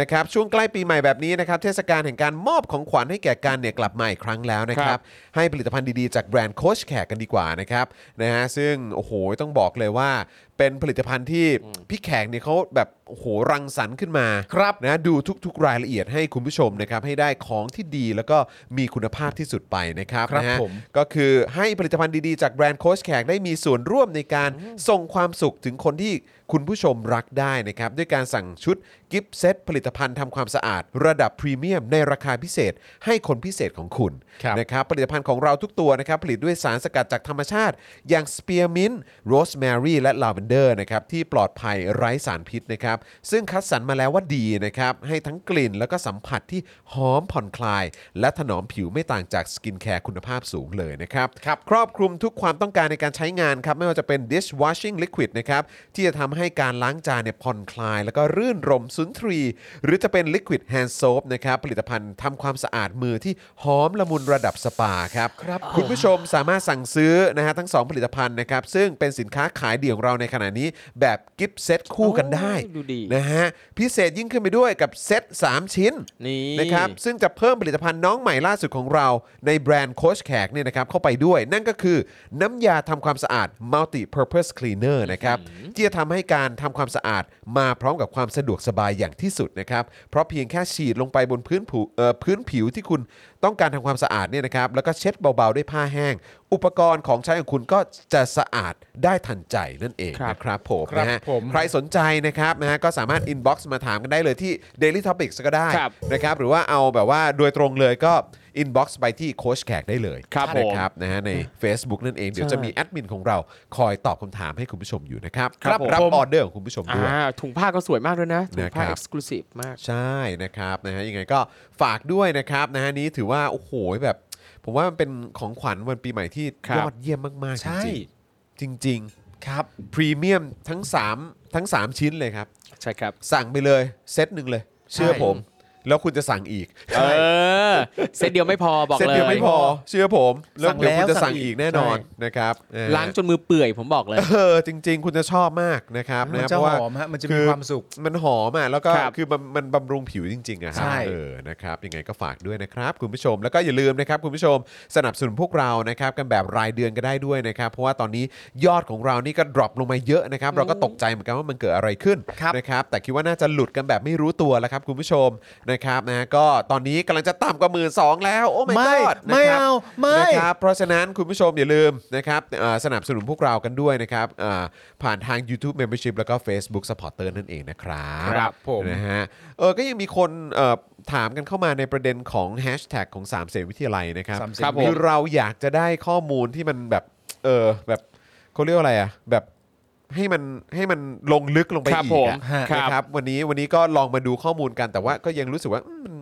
Speaker 2: นะครับ ช่วงใกล้ปีใหม่แบบนี้นะครับ เทศกาลแห่งการมอบของขวัญให้แก่กันเนี่ยกลับมาอีกครั้งแล้วนะครับ ให้ผลิตภัณฑ์ดีๆจากแบรนด์โคชแขกกันดีกว่านะครับนะฮะซึ่งโอ้โหต้องบอกเลยว่า เป็นผลิตภัณฑ์ที่พี่แขกเนี่ยเขาแบบโอ้โหรังสรรค์ขึ้นมา
Speaker 3: ครับ
Speaker 2: นะดูทุกๆ รายละเอียดให้คุณผู้ชมนะครับให้ได้ของที่ดีแล้วก็มีคุณภาพที่สุดไปนะครับ
Speaker 3: ครับ
Speaker 2: นะฮะ
Speaker 3: ผม
Speaker 2: ก็คือให้ผลิตภัณฑ์ดีๆ จากแบรนด์โคชแขกได้มีส่วนร่วมในการส่งความสุขถึงคนที่คุณผู้ชมรักได้นะครับ ด้วยการสั่งชุดกิฟต์เซตผลิตภัณฑ์ทำความสะอาด ระดับพรีเมียมในราคาพิเศษ ให้คนพิเศษของคุณ
Speaker 3: ครับ
Speaker 2: นะครับผลิตภัณฑ์ของเราทุกตัวนะครับ ผลิตด้วยสารสกัดจากธรรมชาติ อย่างสเปียร์มินต์โรสแมรี่และลาเวนเดอร์นะครับที่ปลอดภัยไร้สารพิษนะครับ ซึ่งคัดสรรมาแล้วว่าดีนะครับ ให้ทั้งกลิ่นแล้วก็สัมผัสที่หอมผ่อนคลาย และถนอมผิวไม่ต่างจากสกินแคร์คุณภาพสูงเลยนะครับ
Speaker 3: ครับ
Speaker 2: ครอบคลุมทุกความต้องการในการใช้งานครับ ไม่ว่าจะเป็น dishwashing liquid นะครับที่จะทำให้การล้างจานเนี่ยผ่อนคลาย แล้วก็รื่นรมสุนทรี หรือจะเป็น liquid hand soap นะครับผลิตภัณฑ์ทำความสะอาดมือที่หอมละมุนระดับสปาครับ คุณผู้ชมสามารถสั่งซื้อนะฮะทั้ง 2 ผลิตภัณฑ์นะครับ ซึ่งเป็นสินค้าขายเดี่ยวของเราในขณะนี้แบบกิฟต์เซตคู่กันได้
Speaker 5: โอ้ยดูดี
Speaker 2: นะฮะพิเศษยิ่งขึ้นไปด้วยกับเซต3 ชิ้น
Speaker 5: นี่
Speaker 2: นะครับซึ่งจะเพิ่มผลิตภัณฑ์น้องใหม่ล่าสุดของเรา ในแบรนด์โคชแขกเนี่ยนะครับเข้าไปด้วย นั่นก็คือน้ำยาทำความสะอาด multi purpose cleaner นะครับที่จะทำให้การทำความสะอาดมาพร้อมกับความสะดวกสบายอย่างที่สุดนะครับ เพราะเพียงแค่ฉีดลงไปบนพื้นผิวเอ่อพื้นผิวที่คุณต้องการทำความสะอาดเนี่ยนะครับแล้วก็เช็ดเบาๆด้วยผ้าแห้ง อุปกรณ์ของใช้ของคุณก็จะสะอาดได้ทันใจนั่นเอง
Speaker 5: ครับ
Speaker 2: นะครับผม
Speaker 3: ครับ
Speaker 2: นะฮะ
Speaker 3: ผม
Speaker 2: ใครสนใจนะครับนะฮะก็สามารถ inbox มาถามกันได้เลยที่ daily topics ก็ได้
Speaker 5: ครับ
Speaker 2: นะครับหรือว่าเอาแบบว่าโดยตรงเลยก็ inbox ไปที่โค้ชแขกได้เลย
Speaker 5: ครับผม
Speaker 2: นะครับนะฮะใน Facebook นั่นเองเดี๋ยวจะมีแอดมินของเราคอยตอบคำถามให้คุณผู้ชมอยู่นะครับ
Speaker 3: ครับผม
Speaker 2: รับออเดอร์ของคุณผู้ชมด้วย
Speaker 5: อ่าถุงผ้าก็สวยมากด้วยนะถุง
Speaker 2: นะค
Speaker 5: ผ้า
Speaker 2: รับ
Speaker 5: เอ็กซ์คลูซีฟมาก
Speaker 2: ใช่นะครับนะฮะยังไงก็ฝากด้วยนะครับนะฮะนี้ถือว่า โอ้โหแบบ ผมว่ามันเป็นของขวัญวันปีใหม่ที่
Speaker 5: ครับ
Speaker 2: ยอดเยี่ยมมาก ๆ
Speaker 3: ใช่
Speaker 2: จริงๆจริงๆครับพรีเมียมทั้ง 3 ทั้ง 3 ชิ้นเลยครับ
Speaker 5: ใช่ครับ
Speaker 2: สั่งไปเลยเซตหนึ่งเลย เชื่อผม แล้วคุณจะสั่งอีก
Speaker 5: เออ เซตเดียวไม่พอบอก
Speaker 2: เซต
Speaker 5: เลย
Speaker 2: เดียวไม่พอ เชื่อผมแล้ว
Speaker 3: สั่ง
Speaker 2: เดี๋ยวคุณ
Speaker 3: แล้ว
Speaker 2: จะสั่ง
Speaker 3: สั่งอีก
Speaker 2: อีกแน่นอนนะครับเออ
Speaker 5: ล้างจนมือเปื่อยผมบอกเลย
Speaker 2: เออจริง ๆ คุณจะชอบมากนะครับ
Speaker 3: มัน
Speaker 2: นะเพ
Speaker 3: จะ
Speaker 2: ราะ
Speaker 3: ห
Speaker 2: ว่า
Speaker 3: อมฮะมันจะ
Speaker 2: คื
Speaker 3: มี
Speaker 2: อ
Speaker 3: ความสุข
Speaker 2: มันหอมอ่ะแล้วก็
Speaker 5: ครับ
Speaker 2: คือมันมันบำรุงผิวจริงๆอะครั
Speaker 3: ใช่
Speaker 2: เออนะครับยังไงก็ฝากด้วยนะครับคุณผู้ชมแล้วก็อย่าลืมนะครับคุณผู้ชมสนับสนุนพวกเรานะครับกันแบบรายเดือนก็ได้ด้วยนะครับเพราะว่าตอนนี้ยอดของเรานี่ก็ดรอปลงมาเยอะนะครับเราก็ตกใจเหมือนกันว่ามันเกิดอะไรขึ้นนะครับแต่คิดว่าน่าจะหลุดกันแบบไม่รู้ตัวแล้วครับคุณผู้ชมนะครับนะก็ตอนนี้กำลังจะต่ำกว่าหมื่นสองแล้วโอ้ my
Speaker 3: ไม่
Speaker 2: god
Speaker 3: ไม่
Speaker 2: นะครับ
Speaker 3: เอาไม่
Speaker 2: นะครับเพราะฉะนั้นคุณผู้ชมอย่าลืมนะครับเอ่อสนับสนุนพวกเรากันด้วยนะครับเอ่อผ่านทาง YouTube Membership แล้วก็ Facebook Supporter นั่นเองนะครับ
Speaker 3: ครับผม
Speaker 2: นะฮะเออก็ยังมีคนเอ่อถามกันเข้ามาในประเด็นของแฮชแท็กของ3ามเสนวิทยาลัยนะครับ
Speaker 3: สามเสน
Speaker 2: ครับผมคือเราอยากจะได้ข้อมูลที่มันแบบเออแบบเขาเรียกว่าอะไรอ่ะแบบให้มันให้มันลงลึกลงไป
Speaker 5: ครับ
Speaker 2: อีก
Speaker 5: ผม
Speaker 2: อะ
Speaker 5: ครับ
Speaker 2: นะครับวันนี้วันนี้ก็ลองมาดูข้อมูลกันแต่ว่าก็ยังรู้สึกว่าอืม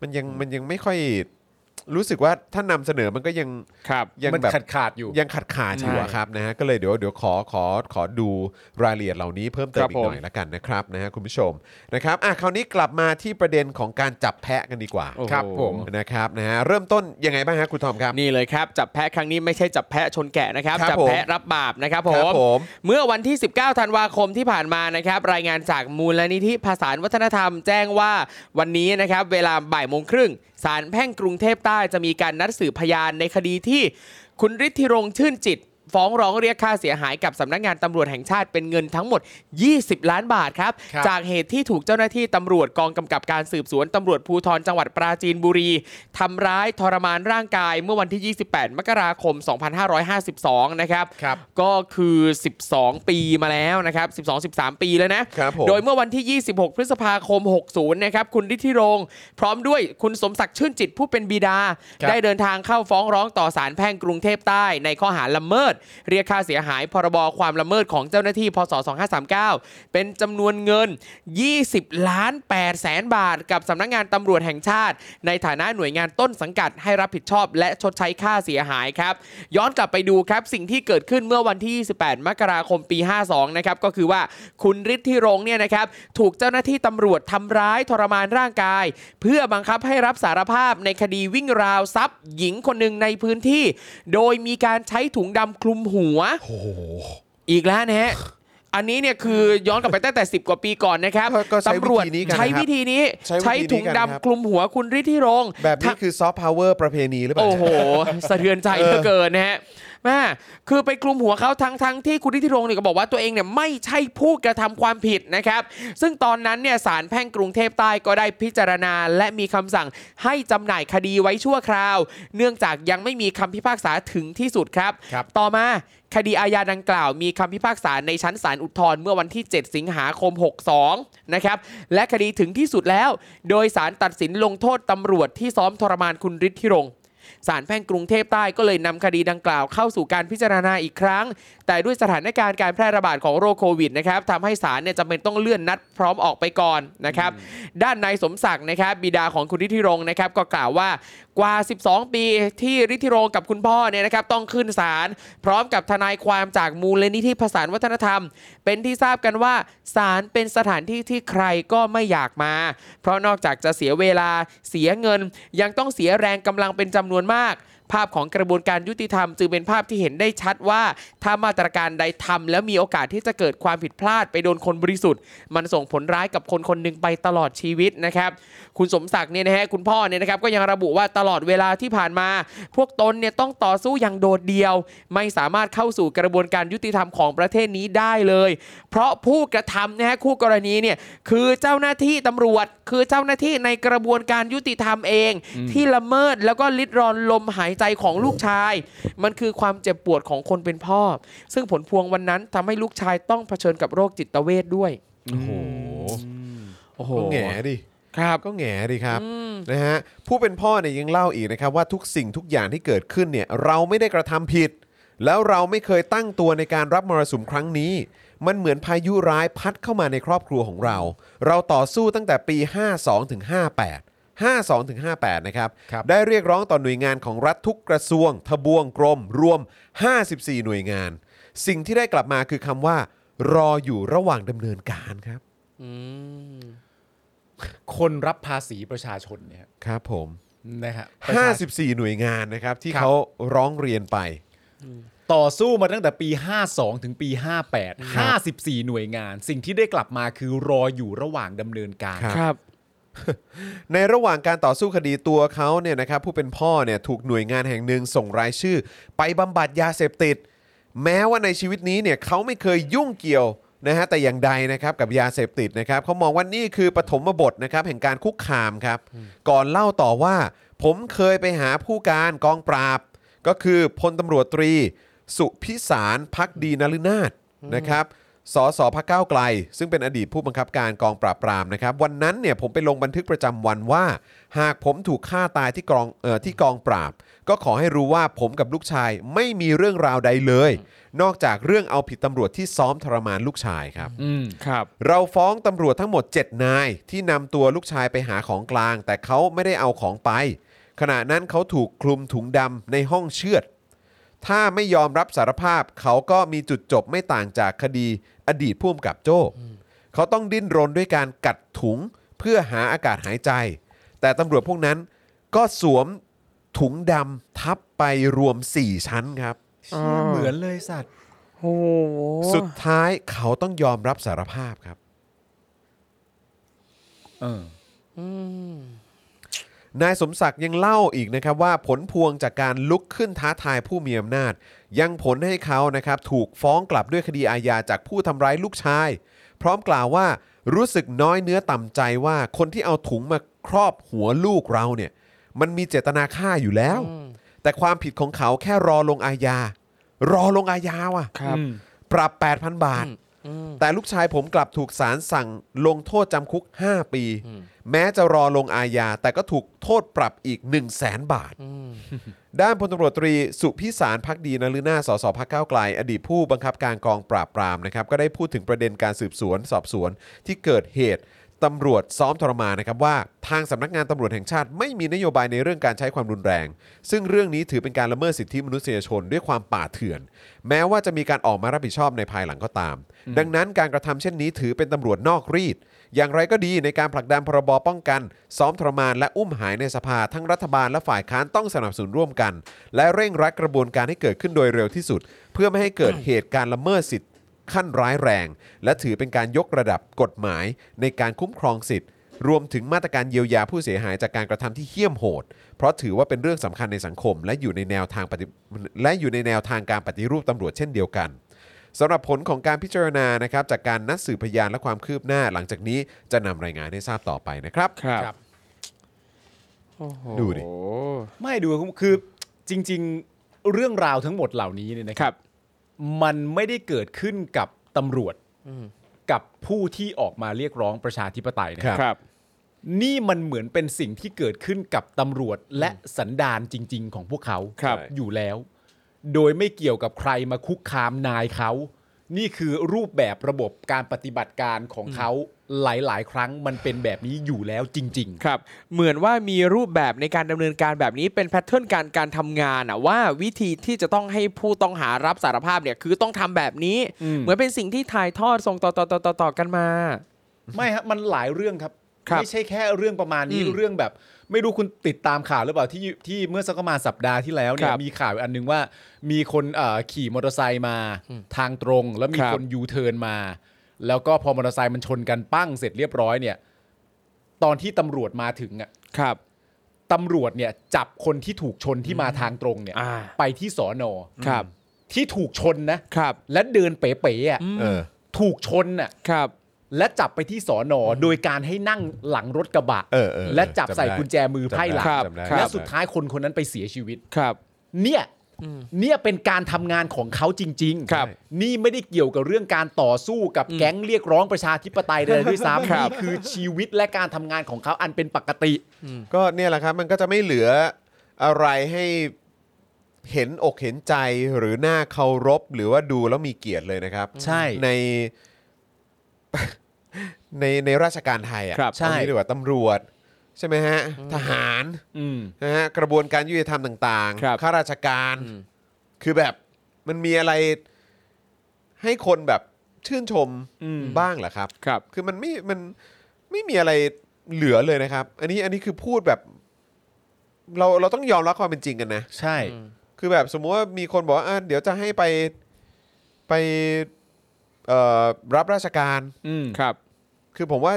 Speaker 2: มันมันยังมันยังไม่ค่อยรู้สึกว่าถ้านำเสนอมันก็ยัง
Speaker 5: ครับ
Speaker 2: ยัง
Speaker 3: มัน
Speaker 2: แบบ
Speaker 3: ขาดขาดๆอยู่
Speaker 2: ยังขาดขาดอยู่อะครับนะฮะก็เลยเดี๋ยวเดี๋ยวขอขอขอดูรายละเอียดเหล่านี้เพิ่มเติ
Speaker 5: ครั
Speaker 2: ม
Speaker 5: บ
Speaker 2: อีกหน่อย
Speaker 5: ผม
Speaker 2: ละกันนะครับนะฮะคุณผู้ชมนะครับอ่ะคราวนี้กลับมาที่ประเด็นของการจับแพะกันดีกว่า
Speaker 5: โอ้โหครับผม
Speaker 2: นะครับนะฮะเริ่มต้นยังไงบ้างฮะคุณทอมครับ
Speaker 5: นี่เลยครับ จับแพะครั้งนี้ไม่ใช่จับแพะชนแกะนะครับ
Speaker 2: ครับ
Speaker 5: จับแพะรับบาปนะครับผ
Speaker 2: ครั
Speaker 5: ม
Speaker 2: บผม
Speaker 5: เมื่อวันที่ 19 ธันวาคมที่ผ่านมานะครับ รายงานจากมูลนิธิภาษาวัฒนธรรม แจ้งว่าวันนี้นะครับ เวลาบ่ายโมงครึ่งศาลแพ่งกรุงเทพใต้จะมีการนัดสืบพยานในคดีที่ คุณฤทธิรงค์ชื่นจิต ฟ้องร้องเรียกค่าเสียหายกับสำนักงานตำรวจแห่งชาติเป็นเงินทั้งหมด 20 ล้านบาทครับ
Speaker 3: ครับ
Speaker 5: จากเหตุที่ถูกเจ้าหน้าที่ตำรวจกองกำกับการสืบสวนตำรวจภูธรจังหวัดปราจีนบุรีทำร้ายทรมานร่างกายเมื่อวันที่ 28 มกราคม 2552 นะครับ
Speaker 3: ครับ
Speaker 5: ก็คือ 12 ปีมาแล้วนะครับ 12 13 ปีแล้วนะ
Speaker 2: ครับผม
Speaker 5: โดยเมื่อวันที่ 26 พฤษภาคม 60 นะครับ คุณฤทธิรงค์พร้อมด้วยคุณสมศักดิ์ชื่นจิตผู้เป็นบิดา
Speaker 3: ครับ
Speaker 5: ได้เดินทางเข้าฟ้องร้องต่อศาลแพ่งกรุงเทพใต้ ในข้อหาละเมิด เรียกค่าเสียหายพรบความละเมิดของเจ้าหน้าที่พศ 2539 เป็นจำนวนเงิน 20 ล้าน8แสนบาท กับสำนักงานตำรวจแห่งชาติ ในฐานะหน่วยงานต้นสังกัดให้รับผิดชอบ และชดใช้ค่าเสียหายครับ ย้อนกลับไปดูครับ สิ่งที่เกิดขึ้นเมื่อวันที่ 28 มกราคมปี 52 นะครับ ก็คือว่าคุณฤทธิรงค์เนี่ยนะครับ ถูกเจ้าหน้าที่ตำรวจทำร้ายทรมานร่างกาย เพื่อบังคับให้รับสารภาพในคดีวิ่งราวทรัพย์ หญิงคนหนึ่งในพื้นที่ โดยมีการใช้ถุงดำคลุมหัว
Speaker 2: โอ้โห
Speaker 5: อีกแล้วนะฮะ อันนี้เนี่ยคือย้อนกลับไปตั้งแต่ 10 กว่าปีก่อนนะครับ
Speaker 2: ก็ก็ใช้วิ
Speaker 5: ตำรวจ
Speaker 2: ธีนี้กันนะครับ
Speaker 5: ใช้วิธีนี้
Speaker 2: ใช้วิธีนี้
Speaker 5: ใช้ถุง
Speaker 2: กันนะครับ
Speaker 5: ดำคลุมหัวคุณฤทธิรงค์
Speaker 2: แบบนี้คือซอฟต์พาวเวอร์ประเพณีหรือเปล่า
Speaker 5: โอ้โห สะเทือนใจเหลือเกินนะฮะแม่คือไปกลุ่มหัวเขาทั้งทั้งที่คุณทิติรงค์เนี่ยก็บอกว่าตัวเองเนี่ยไม่ใช่ผู้กระทำความผิดนะครับ ซึ่งตอนนั้นเนี่ยศาลแพ่งกรุงเทพใต้ก็ได้พิจารณา และมีคำสั่งให้จำหน่ายคดีไว้ชั่วคราว เนื่องจากยังไม่มีคำพิพากษาถึงที่สุดครับ
Speaker 3: ครับ
Speaker 5: ต่อมาคดีอาญาดังกล่าว มีคำพิพากษาในชั้นศาลอุทธรณ์เมื่อวันที่ 7 สิงหาคม 62 นะครับ และคดีถึงที่สุดแล้ว โดยศาลตัดสินลงโทษตำรวจที่ซ้อมทรมานคุณฤทธิรงค์ศาลแพ่งกรุงเทพใต้ก็เลยนำคดีดังกล่าวเข้าสู่การพิจารณาอีกครั้ง แต่ด้วยสถานการณ์การแพร่ระบาดของโรคโควิดนะครับทำให้ศาลเนี่ยจำเป็นต้องเลื่อนนัดพร้อมออกไปก่อนนะครับ ด้านนายสมศักดิ์นะครับบิดาของคุณฤทธิรงค์นะครับก็กล่าวว่ากว่า 12 ปีที่ฤทธิรงค์กับคุณพ่อเนี่ยนะครับต้องขึ้นศาลพร้อมกับทนายความจากมูลนิธิภาษาวัฒนธรรม เป็นที่ทราบกันว่าศาลเป็นสถานที่ที่ใครก็ไม่อยากมา เพราะนอกจากจะเสียเวลาเสียเงิน ยังต้องเสียแรงกำลังเป็นจำนวนมาก ภาพของกระบวนการยุติธรรมจึงเป็นภาพที่เห็นได้ชัดว่าถ้ามาตรการใดทำแล้วมีโอกาสที่จะเกิดความผิดพลาดไปโดนคนบริสุทธิ์ มันส่งผลร้ายกับคนคนหนึ่งไปตลอดชีวิตนะครับ คุณสมศักดิ์เนี่ยนะฮะคุณพ่อเนี่ยนะครับก็ยังระบุว่าตลอดเวลาที่ผ่านมา พวกตนเนี่ยต้องต่อสู้อย่างโดดเดี่ยว ไม่สามารถเข้าสู่กระบวนการยุติธรรมของประเทศนี้ได้เลย เพราะผู้กระทำนะฮะคู่กรณีเนี่ยคือเจ้าหน้าที่ตำรวจ คือเจ้าหน้าที่ในกระบวนการยุติธรรมเอง ที่ละเมิดแล้วก็ลิดรอนลมหาย ใจของลูกชาย มันคือความเจ็บปวดของคนเป็นพ่อ ซึ่งผลพวงวันนั้นทำให้ลูกชายต้องเผชิญกับโรคจิตเวทด้วย
Speaker 3: โอ้โห
Speaker 5: โอ้โห
Speaker 2: ก็แหง่ดิ
Speaker 5: ครับ
Speaker 2: ก็แหง่ดิครับนะฮะผู้เป็นพ่อเนี่ยยังเล่าอีกนะครับว่าทุกสิ่งทุกอย่างที่เกิดขึ้นเนี่ยเราไม่ได้กระทำผิด แล้วเราไม่เคยตั้งตัวในการรับมรสุมครั้งนี้ มันเหมือนพายุร้ายพัดเข้ามาในครอบครัวของเรา เราต่อสู้ตั้งแต่ปี 52ถึง58 52ถึง58 นะครับ
Speaker 3: ครับ
Speaker 2: ได้เรียกร้องต่อหน่วยงานของรัฐทุกกระทรวง ทบวงกรม รวม 54 หน่วยงาน สิ่งที่ได้กลับมาคือคำว่า รออยู่ระหว่างดำเนินการครับ
Speaker 5: อืม
Speaker 3: คนรับภาษีประชาชนเนี่ย
Speaker 2: ครับผม
Speaker 3: นะฮะประชาช
Speaker 2: 54
Speaker 3: น
Speaker 2: หน่วยงานนะครับ ที่
Speaker 3: ครับ
Speaker 2: เขาร้องเรียนไป
Speaker 3: ต่อสู้มาตั้งแต่ปี 52 ถึงปี 58 54 หน่วยงาน สิ่งที่ได้กลับมาคือรออยู่ระหว่างดำเนินการ
Speaker 2: ครับ
Speaker 5: ครับ
Speaker 2: ในระหว่างการต่อสู้คดีตัวเขาเนี่ยนะครับผู้เป็นพ่อเนี่ยถูกหน่วยงานแห่งหนึ่งส่งรายชื่อ ไปบำบัดยาเสพติด แม้ว่าในชีวิตนี้เนี่ยเขาไม่เคยยุ่งเกี่ยวนะฮะแต่อย่างใดนะครับกับยาเสพติดนะครับเขามองว่านี่คือปฐมบทนะครับแห่งการคุกคามครับ ก่อนเล่าต่อว่า ผมเคยไปหาผู้การกองปราบ ก็คือพลตำรวจตรี สุพิสารพักดีนฤนาถนะครับ สสพักก้าวไกล ซึ่งเป็นอดีตผู้บังคับการกองปราบปรามนะครับ วันนั้นเนี่ยผมไปลงบันทึกประจำวันว่า หากผมถูกฆ่าตายที่กองเอ่อที่กองปราบ ก็ขอให้รู้ว่าผมกับลูกชายไม่มีเรื่องราวใดเลย นอกจากเรื่องเอาผิดตำรวจที่ซ้อมทรมานลูกชายครับ
Speaker 3: อืม
Speaker 5: ครับ
Speaker 2: เราฟ้องตำรวจทั้งหมด 7 นาย ที่นำตัวลูกชายไปหาของกลาง แต่เขาไม่ได้เอาของไป ขณะนั้นเขาถูกคลุมถุงดำในห้องเชือด ถ้าไม่ยอมรับสารภาพ เขาก็มีจุดจบไม่ต่างจากคดีอดีตผู้กำกับโจ้เขาต้องดิ้นรนด้วยการกัดถุงเพื่อหาอากาศหายใจ แต่ตำรวจพวกนั้นก็สวมถุงดำทับไปรวม 4 ชั้นครับ
Speaker 3: เหมือนเลยสัตว์
Speaker 5: โอ้โห
Speaker 2: สุดท้ายเขาต้องยอมรับสารภาพครับ
Speaker 3: เออ
Speaker 2: นายสมศักดิ์ยังเล่าอีกนะครับว่าผลพวงจากการลุกขึ้นท้าทายผู้มีอำนาจ ยังผลให้เขานะครับถูกฟ้องกลับด้วยคดีอาญาจากผู้ทำร้ายลูกชาย พร้อมกล่าวว่ารู้สึกน้อยเนื้อต่ำใจว่าคนที่เอาถุงมาครอบหัวลูกเราเนี่ย มันมีเจตนาฆ่าอยู่แล้ว แต่ความผิดของเขาแค่รอลงอาญา รอลงอาญาว่ะ
Speaker 5: ครับ
Speaker 2: ปรับ 8,000 บาท แต่ลูกชายผมกลับถูกศาลสั่งลงโทษจำคุก 5 ปี แม้จะรอลงอาญา แต่ก็ถูกโทษปรับอีก 1 0 0 0 0แสนบาท ด้านพลตำรวจตรีสุพิสารพักดีนฤนาถสสพักก้าวไกล อดีตผู้บังคับการกองปราบปรามนะครับ ก็ได้พูดถึงประเด็นการสืบสวน สอบสวนที่เกิดเหตุตำรวจซ้อมทรมานนะครับว่า ทางสำนักงานตำรวจแห่งชาติไม่มีนโยบายในเรื่องการใช้ความรุนแรง ซึ่งเรื่องนี้ถือเป็นการละเมิดสิทธิมนุษยชนด้วยความป่าเถื่อน แม้ว่าจะมีการออกมารับผิดชอบในภายหลังก็ตาม ดังนั้นการกระทำเช่นนี้ถือเป็นตำรวจนอกรีด อย่างไรก็ดีในการผลักดันพรบป้องกัน ซ้อมทรมานและอุ้มหายในสภาทั้งรัฐบาลและฝ่ายค้านต้องสนับสนุนร่วมกัน และเร่งรัดกระบวนการให้เกิดขึ้นโดยเร็วที่สุด เพื่อไม่ให้เกิดเหตุการณ์ละเมิดสิทธิ์ขั้นร้ายแรง และถือเป็นการยกระดับกฎหมายในการคุ้มครองสิทธิ์ รวมถึงมาตรการเยียวยาผู้เสียหายจากการกระทำที่เหี้ยมโหด เพราะถือว่าเป็นเรื่องสำคัญในสังคม และอยู่ในแนวทางปฏิและอยู่ในแนวทางการปฏิรูปตำรวจเช่นเดียวกัน สำหรับผลของการพิจารณานะครับจากการนัดสืบพยานและความคืบหน้าหลังจากนี้จะนำรายงานให้ทราบต่อไปนะครับ
Speaker 5: ครับ
Speaker 3: ครับ
Speaker 5: โอ้โห
Speaker 2: ดูดิ
Speaker 3: ไม่ดูคือจริง ๆ เรื่องราวทั้งหมดเหล่านี้เนี่ยนะค
Speaker 5: ครั
Speaker 3: รับ บ มันไม่ได้เกิดขึ้นกับตำรวจกับผู้ที่ออกมาเรียกร้องประชาธิปไตยนะ
Speaker 2: ครับ
Speaker 5: ครับ
Speaker 3: นี่มันเหมือนเป็นสิ่งที่เกิดขึ้นกับตำรวจและสันดานจริง ๆ ของพวกเขา
Speaker 5: ครับ
Speaker 3: อยู่แล้ว โดยไม่เกี่ยวกับใครมาคุกคามนายเขา นี่คือรูปแบบระบบการปฏิบัติการของเขาหลาย ๆ ครั้งมันเป็นแบบนี้อยู่แล้วจริง ๆ
Speaker 5: ครับ เหมือนว่ามีรูปแบบในการดำเนินการแบบนี้เป็นแพทเทิร์นการการทำงานอะว่าวิธีที่จะต้องให้ผู้ต้องหารับสารภาพเนี่ยคือต้องทำแบบนี้
Speaker 3: อืม
Speaker 5: เหมือนเป็นสิ่งที่ถ่ายทอดส่งต่อต่อต่อต่อต่อกันมา
Speaker 3: ไม่ฮะมันหลายเรื่องครับ
Speaker 5: ครับ
Speaker 3: ไม่ใช่แค่เรื่องประมาณนี้
Speaker 5: อืม
Speaker 3: เรื่องแบบ ไม่รู้คุณติดตามข่าวหรือเปล่าที่ที่เมื่อสักประมาณสัปดาห์ที่แล้วเนี่
Speaker 5: ค
Speaker 3: ย
Speaker 5: รับ
Speaker 3: มีข่าวอันหนึงว่า มีคนเอ่อขี่มอเตอร์ไซค์มาทางตรง แล้วมี
Speaker 5: ครับ
Speaker 3: คนยูเทิร์นมา แล้วก็พอมอเตอร์ไซค์มันชนกันปั้งเสร็จเรียบร้อยเนี่ย ตอนที่ตำรวจมาถึงอ่ะ
Speaker 5: ครับ
Speaker 3: ตำรวจเนี่ยจับคนที่ถูกชนที่มาทางตรงเนี่ย
Speaker 5: อ่า
Speaker 3: ไปที่สอนอ
Speaker 5: ครับ
Speaker 3: ที่ถูกชนนะครับ และเดินเป๋ๆอ่ะ
Speaker 2: เออ
Speaker 3: ถูกชนอ่ะ
Speaker 5: ครับ
Speaker 3: และจับไปที่สอนอโดยการให้นั่งหลังรถกระบะ
Speaker 2: เออเออเออ
Speaker 3: และจับใส่
Speaker 2: จำได้
Speaker 3: กุญแจมือไพ่หลัง
Speaker 2: จำได้จำได้
Speaker 3: และสุดท้ายคนคนนั้นไปเสียชีวิต
Speaker 5: ครับ
Speaker 3: เนี่ยเนี่ยเป็นการทำงานของเขาจริง
Speaker 5: ครับ
Speaker 3: นี่ไม่ได้เกี่ยวกับเรื่องการต่อสู้กับแก๊งเรียกร้องประชาธิปไตยใดๆด้วยซ้ำ
Speaker 5: ครับ
Speaker 3: นี่คือชีวิตและการทำงานของเขาอันเป็นปกติ
Speaker 2: ก็เนี่ยแหละครับ มันก็จะไม่เหลืออะไรให้เห็นอกเห็นใจหรือหน้าเคารพหรือว่าดูแล้วมีเกียรติเลยนะครับ
Speaker 3: ใช่
Speaker 2: ใน ในในราชการไทยอ่ะ
Speaker 5: ครับ
Speaker 2: เอางี้
Speaker 3: ใช่
Speaker 2: ดีกว่าตำรวจ ใช่ไหมฮะ ทหาร
Speaker 3: อืม
Speaker 2: นะฮะกระบวนการยุติธรรมต่าง
Speaker 5: ครับ
Speaker 2: ข้าราชการ คือแบบมันมีอะไรให้คนแบบชื่นชม
Speaker 3: อืม
Speaker 2: บ้างเหรอครับ
Speaker 5: ครับ
Speaker 2: คือมันไม่ มันไม่มีอะไรเหลือเลยนะครับ อันนี้ อันนี้คือพูดแบบ เรา เราต้องยอมรับความเป็นจริงกันนะ
Speaker 3: ใช่
Speaker 2: คือแบบสมมุติว่ามีคนบอกว่าอ่ะเดี๋ยวจะให้ไป ไป เอ่อ รับราชการ
Speaker 3: อืม
Speaker 5: ครับ
Speaker 2: คือผมว่า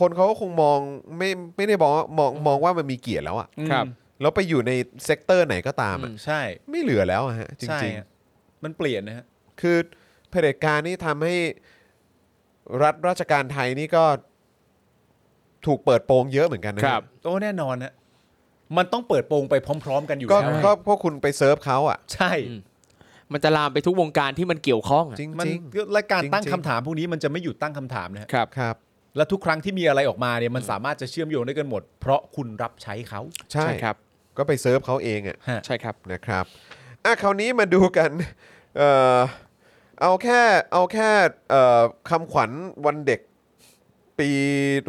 Speaker 2: คนเขาก็คงมอง ไม่ ไม่ได้บอกว่ามอง มองว่ามันมีเกียรติแล้วอะ
Speaker 5: ครับ
Speaker 2: แล้วไปอยู่ในเซกเตอร์ไหนก็ตามอะ
Speaker 3: ใช่
Speaker 2: ไม่เหลือแล้วอะฮะ จ
Speaker 3: ใช่
Speaker 2: ริง ๆ
Speaker 3: ฮะมันเปลี่ยนนะฮะ
Speaker 2: คือเผด็จการนี่ทำให้รัฐราชการไทยนี่ก็ถูกเปิดโปงเยอะเหมือนกันนะครับ
Speaker 3: โอ้แน่นอนนะมันต้องเปิดโปงไปพร้อม ๆ กันอยู่
Speaker 2: ก็
Speaker 3: แล้ว
Speaker 2: ก็พวกคุณไปเซิร์ฟเขาอ่ะ
Speaker 3: ใช่
Speaker 5: มันจะลามไปทุกวงการที่มันเกี่ยวข้องอะ
Speaker 2: จริง
Speaker 3: มัน
Speaker 2: จริง
Speaker 3: และการตั้ง
Speaker 2: จริงๆ
Speaker 3: คำถามพวกนี้มันจะไม่หยุดตั้งคำถามนะฮะ
Speaker 5: ครับ
Speaker 2: ครับ
Speaker 3: และทุกครั้งที่มีอะไรออกมาเนี่ยมันสามารถจะเชื่อมโยงได้กันหมด เพราะคุณรับใช้เขา
Speaker 2: ใช่
Speaker 5: ใช่ครับ
Speaker 2: ก็ไปเซิร์ฟเขาเองอ่ะ
Speaker 3: ฮะ
Speaker 5: ใช่ครับ
Speaker 2: นะครับอ่ะคราวนี้มาดูกันเอ่อเอาแค่เอาแค่เอ่อคำขวัญวันเด็กปี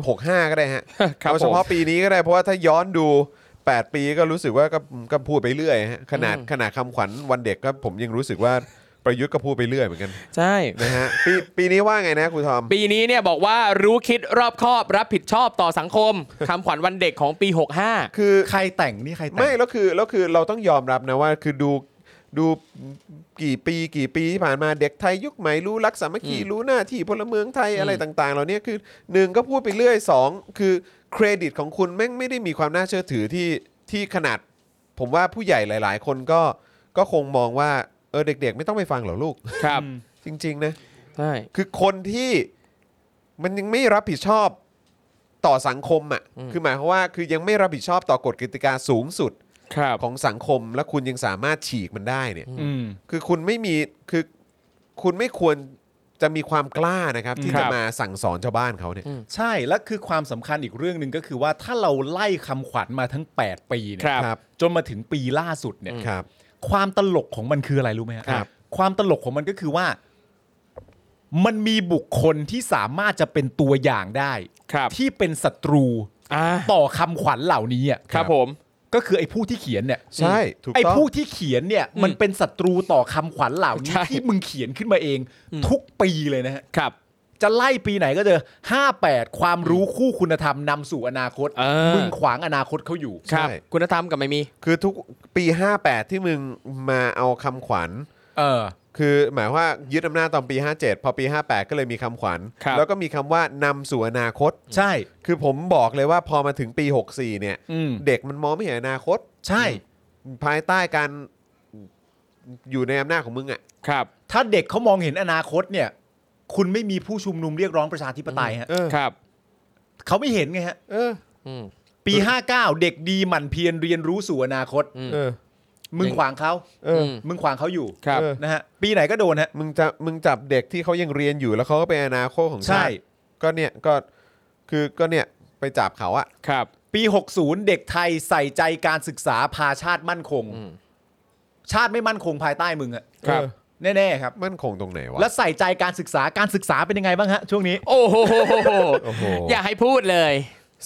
Speaker 2: 65 ก็ได้ฮะ
Speaker 5: ครับ
Speaker 2: เอาเฉพาะ
Speaker 5: ผม
Speaker 2: ปีนี้ก็ได้เพราะว่าถ้าย้อนดู 8 ปีก็รู้สึกว่าก็ก็พูดไปเรื่อยฮะขนาดขนาดคำขวัญวันเด็กก็ผมยังรู้สึกว่าประยุทธ์ก็พูดไปเรื่อยเหมือนกัน
Speaker 5: ใช่
Speaker 2: นะฮะปีปีนี้ว่าไงนะครูทอม
Speaker 5: ปีนี้เนี่ยบอกว่ารู้คิดรอบคอบรับผิดชอบต่อสังคม คำขวัญวันเด็กของปี 65
Speaker 2: คือ
Speaker 3: ใครแต่งนี่ใครแต่ง
Speaker 2: ไม่แล้วคือแล้วคือเราต้องยอมรับนะว่าคือดูดูกี่ปีกี่ปีที่ผ่านมาเด็กไทยยุคใหม่รู้รักสามัคคีรู้หน้าที่พลเมืองไทยอะไรต่างๆเหล่านี้คือหนึ่งก็พูดไปเรื่อยสองคือเครดิตของคุณแม่งไม่ได้มีความน่าเชื่อถือที่ที่ขนาด ผมว่าผู้ใหญ่หลาย ๆ คนก็ก็คงมองว่าเออเด็ก ๆ ไม่ต้องไปฟังหรอกลูก
Speaker 5: ครับ
Speaker 2: จริง ๆ นะ
Speaker 5: ใช่
Speaker 2: คือคนที่มันยังไม่รับผิดชอบต่อสังคมอ่ะคือหมายความว่าคือยังไม่รับผิดชอบต่อกฎกติกาสูงสุด
Speaker 5: ครับ
Speaker 2: ของสังคม และคุณยังสามารถฉีกมันได้เนี่ย
Speaker 3: อืม
Speaker 2: คือคุณไม่มีคือคุณไม่ควรจะมีความกล้านะครับ ที่
Speaker 5: ครั
Speaker 2: จะ
Speaker 5: บ
Speaker 2: มาสั่งสอนชาวบ้านเขาเนี่ย
Speaker 3: ใช่และคือความสำคัญอีกเรื่องหนึ่งก็คือว่าถ้าเราไล่คำขวัญมาทั้ง 8 ปีเนี่
Speaker 5: ค
Speaker 3: ย
Speaker 5: รับ
Speaker 2: ครับ
Speaker 3: จนมาถึงปีล่าสุดเนี่ย
Speaker 2: ครับ
Speaker 3: ความตลกของมันคืออะไรรู้ไหมฮะ
Speaker 2: ครับ
Speaker 3: ความตลกของมันก็คือว่า มันมีบุคคลที่สามารถจะเป็นตัวอย่างได้
Speaker 5: ครับ
Speaker 3: ที่เป็นศัตรู
Speaker 5: อ่า
Speaker 3: ต่อคำขวัญเหล่านี้อ่ะ
Speaker 5: ครับผม
Speaker 3: ก็คือไอ้ผู้ที่เขียนเนี่ย
Speaker 2: ใช่ถูกต้อง
Speaker 3: ไอ้ผู้ที่เขียนเนี่ย มันเป็นศัตรูต่อคำขวัญเหล่านี้
Speaker 5: ใช่
Speaker 3: ที่มึงเขียนขึ้นมาเอง ทุกปีเลยนะฮะ
Speaker 5: ครับ
Speaker 3: จะไล่ปีไหนก็เจอ58 ความรู้คู่คุณธรรมนำสู่อนาคต
Speaker 5: เออ
Speaker 3: มึงขวางอนาคตเขาอยู่
Speaker 5: ครับ
Speaker 2: ใช่
Speaker 5: คุณธรรมกับไม่มี
Speaker 2: คือทุกปี 58 ที่มึงมาเอาคำขวัญ
Speaker 3: เออ
Speaker 2: คือหมายว่ายึดอำนาจตอนปี 57 พอปี 58 ก็เลยมีคำขวัญ
Speaker 5: ครับ
Speaker 2: แล้วก็มีคำว่านำสู่อนาคต
Speaker 3: ใช่
Speaker 2: คือผมบอกเลยว่าพอมาถึงปี 64 เนี่ย
Speaker 3: อืม
Speaker 2: เด็กมันมองไม่เห็นอนาคต
Speaker 3: ใช่
Speaker 2: ภายใต้การอยู่ในอำนาจของมึงอะ่ะ
Speaker 5: ครับ
Speaker 3: ถ้าเด็กเขามองเห็นอนาคตเนี่ย คุณไม่มีผู้ชุมนุมเรียกร้องประชาธิปไตยฮะ
Speaker 2: เออ
Speaker 5: ครับ
Speaker 3: เขาไม่เห็นไงฮะ
Speaker 2: เออ
Speaker 5: อืม
Speaker 3: ปี 59 เด็กดีหมั่นเพียรเรียนรู้สู่อนาคต
Speaker 2: เออ
Speaker 3: มึงขวางเขา
Speaker 2: เออ
Speaker 3: มึงขวางเขาอยู่
Speaker 5: ครับ
Speaker 2: เออ
Speaker 3: นะฮะปีไหนก็โดนฮะ
Speaker 2: มึงจะมึงจับเด็กที่เขายังเรียนอยู่แล้วเขาก็เป็นอนาคตของ
Speaker 3: ใช่
Speaker 2: ชาติก็เนี่ย ก็ คือก็เนี่ย ไปจับเขาอะ่ะ
Speaker 5: ครับ
Speaker 3: ปี 60 เด็กไทยใส่ใจการศึกษาพาชาติมั่นคง ชาติไม่มั่นคงภายใต้มึงอะ
Speaker 5: ครับ
Speaker 2: เออ
Speaker 3: แน่ๆครับ
Speaker 2: มั่นคงตรงไหนวะ
Speaker 3: แล้วใส่ใจการศึกษาการศึกษาเป็นยังไงบ้างฮะช่วงนี้
Speaker 5: โอ้โห
Speaker 2: โอ้โห
Speaker 5: อย่าให้พูดเลย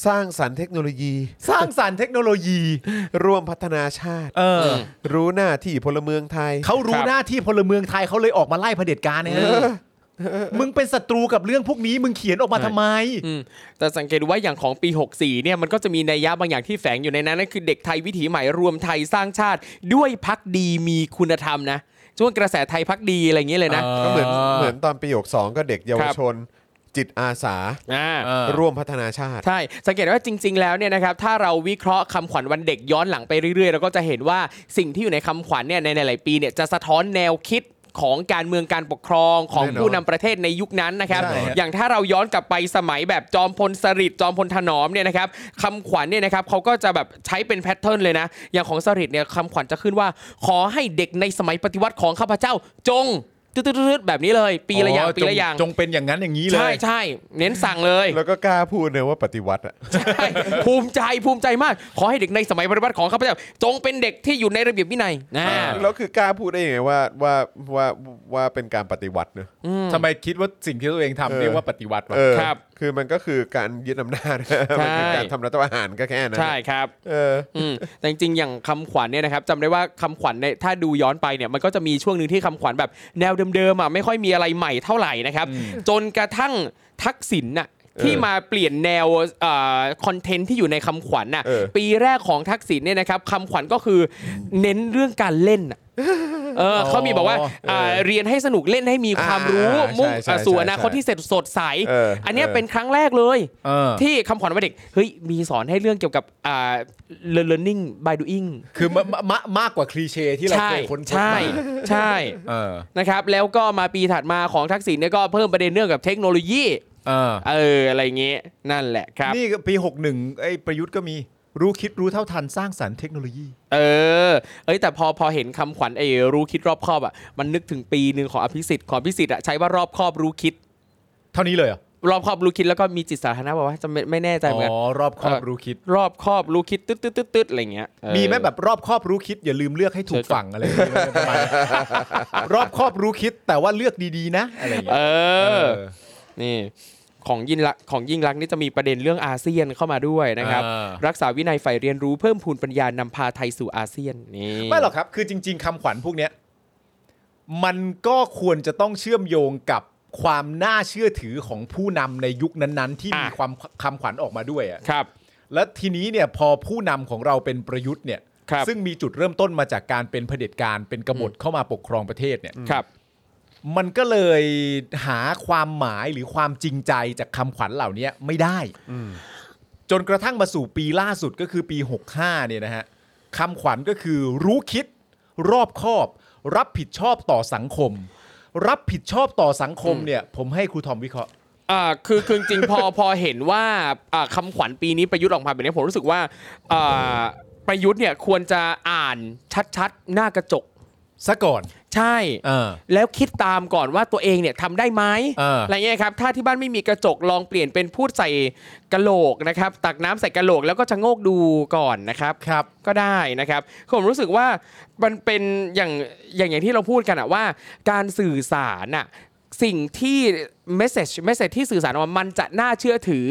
Speaker 2: สร้างสรรค์เทคโนโลยี
Speaker 3: สร้างสรรค์เทคโนโลยี
Speaker 2: ร่วมพัฒนา ชาติ
Speaker 3: เอออ
Speaker 2: รู้หน้าที่พลเมืองไทย
Speaker 3: เขารู้
Speaker 5: ครับ
Speaker 3: หน้าที่พลเมืองไทยเขาเลยออกมาไล่เผด็จการเนี่ยมึงเป็นศัตรูกับเรื่องพวกนี้ มึงเขียนออกมาทำไม
Speaker 5: อืมแต่สังเกตดูว่าอย่างของปี 64 เนี่ยมันก็จะมีนัยยะบางอย่างที่แฝงอยู่ในนั้นนั่นคือเด็กไทยวิถีใหม่รวมไทยสร้างชาติ ด้วยพักดีมีคุณธรรมนะช่วงกระแสไทยพักดีอะไรอย่างเงี้ยเลยนะ
Speaker 3: เอ
Speaker 2: ก็เหมือนเหมือนตอนปีหกสองก็เด็กเยา
Speaker 5: คว รับ
Speaker 2: ชน จิตอาสา
Speaker 5: อ่า
Speaker 3: เออ
Speaker 2: ร่วมพัฒนาชาติ
Speaker 5: ใช่ สังเกตว่าจริง ๆ แล้วเนี่ยนะครับ ถ้าเราวิเคราะห์คำขวัญวันเด็กย้อนหลังไปเรื่อยๆ เราก็จะเห็นว่าสิ่งที่อยู่ในคำขวัญเนี่ยในหลายๆปีเนี่ยจะสะท้อนแนวคิด ของการเมืองการปกครองของ
Speaker 2: แน่นอน
Speaker 5: ผู้นำประเทศในยุคนั้นนะครับ
Speaker 2: ใช่ฮะ
Speaker 5: อย่างถ้าเราย้อนกลับไปสมัยแบบจอมพลสฤษดิ์จอมพลถนอมเนี่ยนะครับคำขวัญเนี่ยนะครับเขาก็จะแบบใช้เป็นแพทเทิร์นเลยนะ อย่างของสฤษดิ์เนี่ยคำขวัญจะขึ้นว่า ขอให้เด็กในสมัยปฏิวัติของข้าพเจ้าจงตืดๆๆแบบนี้เลย ปีละอย่างปีละอย่าง
Speaker 3: จงเป็นอย่างนั้นอย่างนี้เลย
Speaker 5: ใช่ใช่เน้นสั่งเลย
Speaker 2: แล้วก็กล้าพูดเลยว่าปฏิวัติอะ
Speaker 5: ใช่ภูมิใจภูมิใจมาก ขอให้เด็กในสมัยปฏิวัติของข้าพเจ้าจงเป็นเด็กที่อยู่ในระเบียบวินัยนะ
Speaker 2: แล้วคือกล้าพูดได้ยังไงว่าว่าว่าว่าเป็นการปฏิวัติเนอะ
Speaker 3: ทำไมคิดว่าสิ่งที่ตัวเอง
Speaker 2: เออ
Speaker 3: ทำเรียกว่าปฏิวัติวะ
Speaker 2: เออ
Speaker 5: ครับ
Speaker 2: คือมันก็คือการยึดอำนาจ มันคือการทำรัฐประหารก็แค่นั้น
Speaker 5: ใช่ครับ
Speaker 2: เออ
Speaker 5: อืมแต่จริงๆอย่างคำขวัญเนี่ยนะครับจำได้ว่าคำขวัญเนี่ยถ้าดูย้อนไปเนี่ยมันก็จะมีช่วงหนึ่งที่คำขวัญแบบแนวเดิมๆอ่ะไม่ค่อยมีอะไรใหม่เท่าไหร่นะครับจนกระทั่งทักษิณน่ะที่มาเปลี่ยนแนวคอนเทนต์ที่อยู่ในคำขวัญน่ะ
Speaker 2: เออ
Speaker 5: ปีแรกของทักษิณเนี่ยนะครับคำขวัญก็คือเน้นเรื่องการเล่นน่ะเออเขามีบอกว่าาเรียนให้สนุกเล่นให้มีความรู้
Speaker 2: อ่า
Speaker 5: มุ่ง
Speaker 2: ใช่ใช่
Speaker 5: อ่ะสู่
Speaker 2: ใช่
Speaker 5: อนาคต
Speaker 2: ใช่
Speaker 5: ที่สดใส
Speaker 2: เอออั
Speaker 5: อันเนี้ย
Speaker 2: เออ
Speaker 5: เป็นครั้งแรกเลย
Speaker 3: เออ
Speaker 5: ที่คำขวัญวันเด็ก เฮ้ย มีสอนให้เรื่องเกี่ยวกับอ่า learning by doing
Speaker 3: คือมะมะมะมากกว่าคลีเช่ที่เรา
Speaker 5: ใช่
Speaker 3: เคยค้นพบ
Speaker 5: ใช่
Speaker 3: มา
Speaker 5: ใช่
Speaker 3: เออ
Speaker 5: นะครับ แล้วก็มาปีถัดมาของทักษิณเนี่ยก็เพิ่มประเด็นเรื่องกับเทคโนโลยี
Speaker 3: เออ
Speaker 5: เออ อะไรอย่างเงี้ยนั่นแหละครับ
Speaker 3: นี่ก็ปี 61ไอ้ประยุทธ์ก็มีรู้คิดรู้เท่าทันสร้างสรรค์เทคโนโลยี
Speaker 5: เออ เอ้ยแต่พอพอเห็นคำขวัญไอ้รู้คิดรอบครอบอ่ะมันนึกถึงปีหนึ่งของอภิสิทธิ์ของอภิสิทธิ์อ่ะใช้ว่ารอบครอบรู้คิด
Speaker 3: เท่านี้เลยเหรอ
Speaker 5: รอบครอบรู้คิดแล้วก็มีจิตสาธารณะบอกว่าจะไม่ไม่แน่ใจเหมือนกัน
Speaker 3: อ๋อรอบครอบรู้คิด
Speaker 5: รอบครอบรู้คิดตึ๊ดตึ๊ดตึ๊ดตึ๊ดอะไรอย่างเงี้ยเออ
Speaker 3: มีไหมแบบรอบครอบรู้คิดอย่าลืมเลือกให้ถู
Speaker 5: ใช่
Speaker 3: ก
Speaker 5: ครับ
Speaker 3: ฝั่งอะไรอย่างเงี้ยประมาณนั้นรอบครอบรู้คิดแต่ว่าเลือกดีๆนะอะไรอย่างเงี้ย
Speaker 5: เอ
Speaker 3: เอ
Speaker 5: อ
Speaker 3: อ
Speaker 5: นี่ของยิ่งลักษณ์ของยิ่งลักษณ์นี่จะมีประเด็นเรื่องอาเซียนเข้ามาด้วยนะครับ
Speaker 3: อ่ารั
Speaker 5: รักษาวินัยฝ่ายเรียนรู้เพิ่มพูนปัญญานำพาไทยสู่อาเซียนนี่
Speaker 3: ไม่หรอกครับ คือจริง ๆคำขวัญพวกเนี้ยมันก็ควรจะต้องเชื่อมโยงกับความน่าเชื่อถือของผู้นำในยุคนั้นๆ ที่มีความคำขวัญออกมาด้วยอะ
Speaker 5: ครับ
Speaker 3: และทีนี้เนี่ยพอผู้นำของเราเป็นประยุทธ์เนี่ย
Speaker 5: ครับ
Speaker 3: ซึ่งมีจุดเริ่มต้นมาจากการเป็นเผด็จการเป็นกบฏเข้ามาปกครองประเทศเนี่ย
Speaker 5: ครับ
Speaker 3: มันก็เลยหาความหมายหรือความจริงใจจากคำขวัญเหล่านี้ไม่ได้ จนกระทั่งมาสู่ปีล่าสุดก็คือปี 65เนี่ยนะฮะคำขวัญก็คือรู้คิด รอบคอบ รับผิดชอบต่อสังคม รับผิดชอบต่อสังคมเนี่ย ผมให้ครูทอมวิเคราะห์
Speaker 5: อ่าคือคือจริงๆพอ พอเห็นว่าอ่าคำขวัญปีนี้ประยุทธ์ออกมาแบบนี้ผมรู้สึกว่าอ่าประยุทธ์เนี่ยควรจะอ่านชัดๆ หน้ากระจก
Speaker 3: ซะก่อน
Speaker 5: ใช่
Speaker 3: เออ
Speaker 5: แล้วคิดตามก่อนว่าตัวเองเนี่ยทำได้ไหม
Speaker 3: เอออ
Speaker 5: ไรเงี้ยครับ ถ้าที่บ้านไม่มีกระจกลองเปลี่ยนเป็นพูดใส่กระโหลกนะครับ ตักน้ำใส่กระโหลกแล้วก็ชะโงกดูก่อนนะครับ
Speaker 3: ครับ
Speaker 5: ก็ได้นะครับผมรู้สึกว่ามันเป็นอย่างอย่างอย่างที่เราพูดกันอะว่า การสื่อสารอะสิ่งที่ message message ที่สื่อสารออกมามันจะน่าเชื่อถือ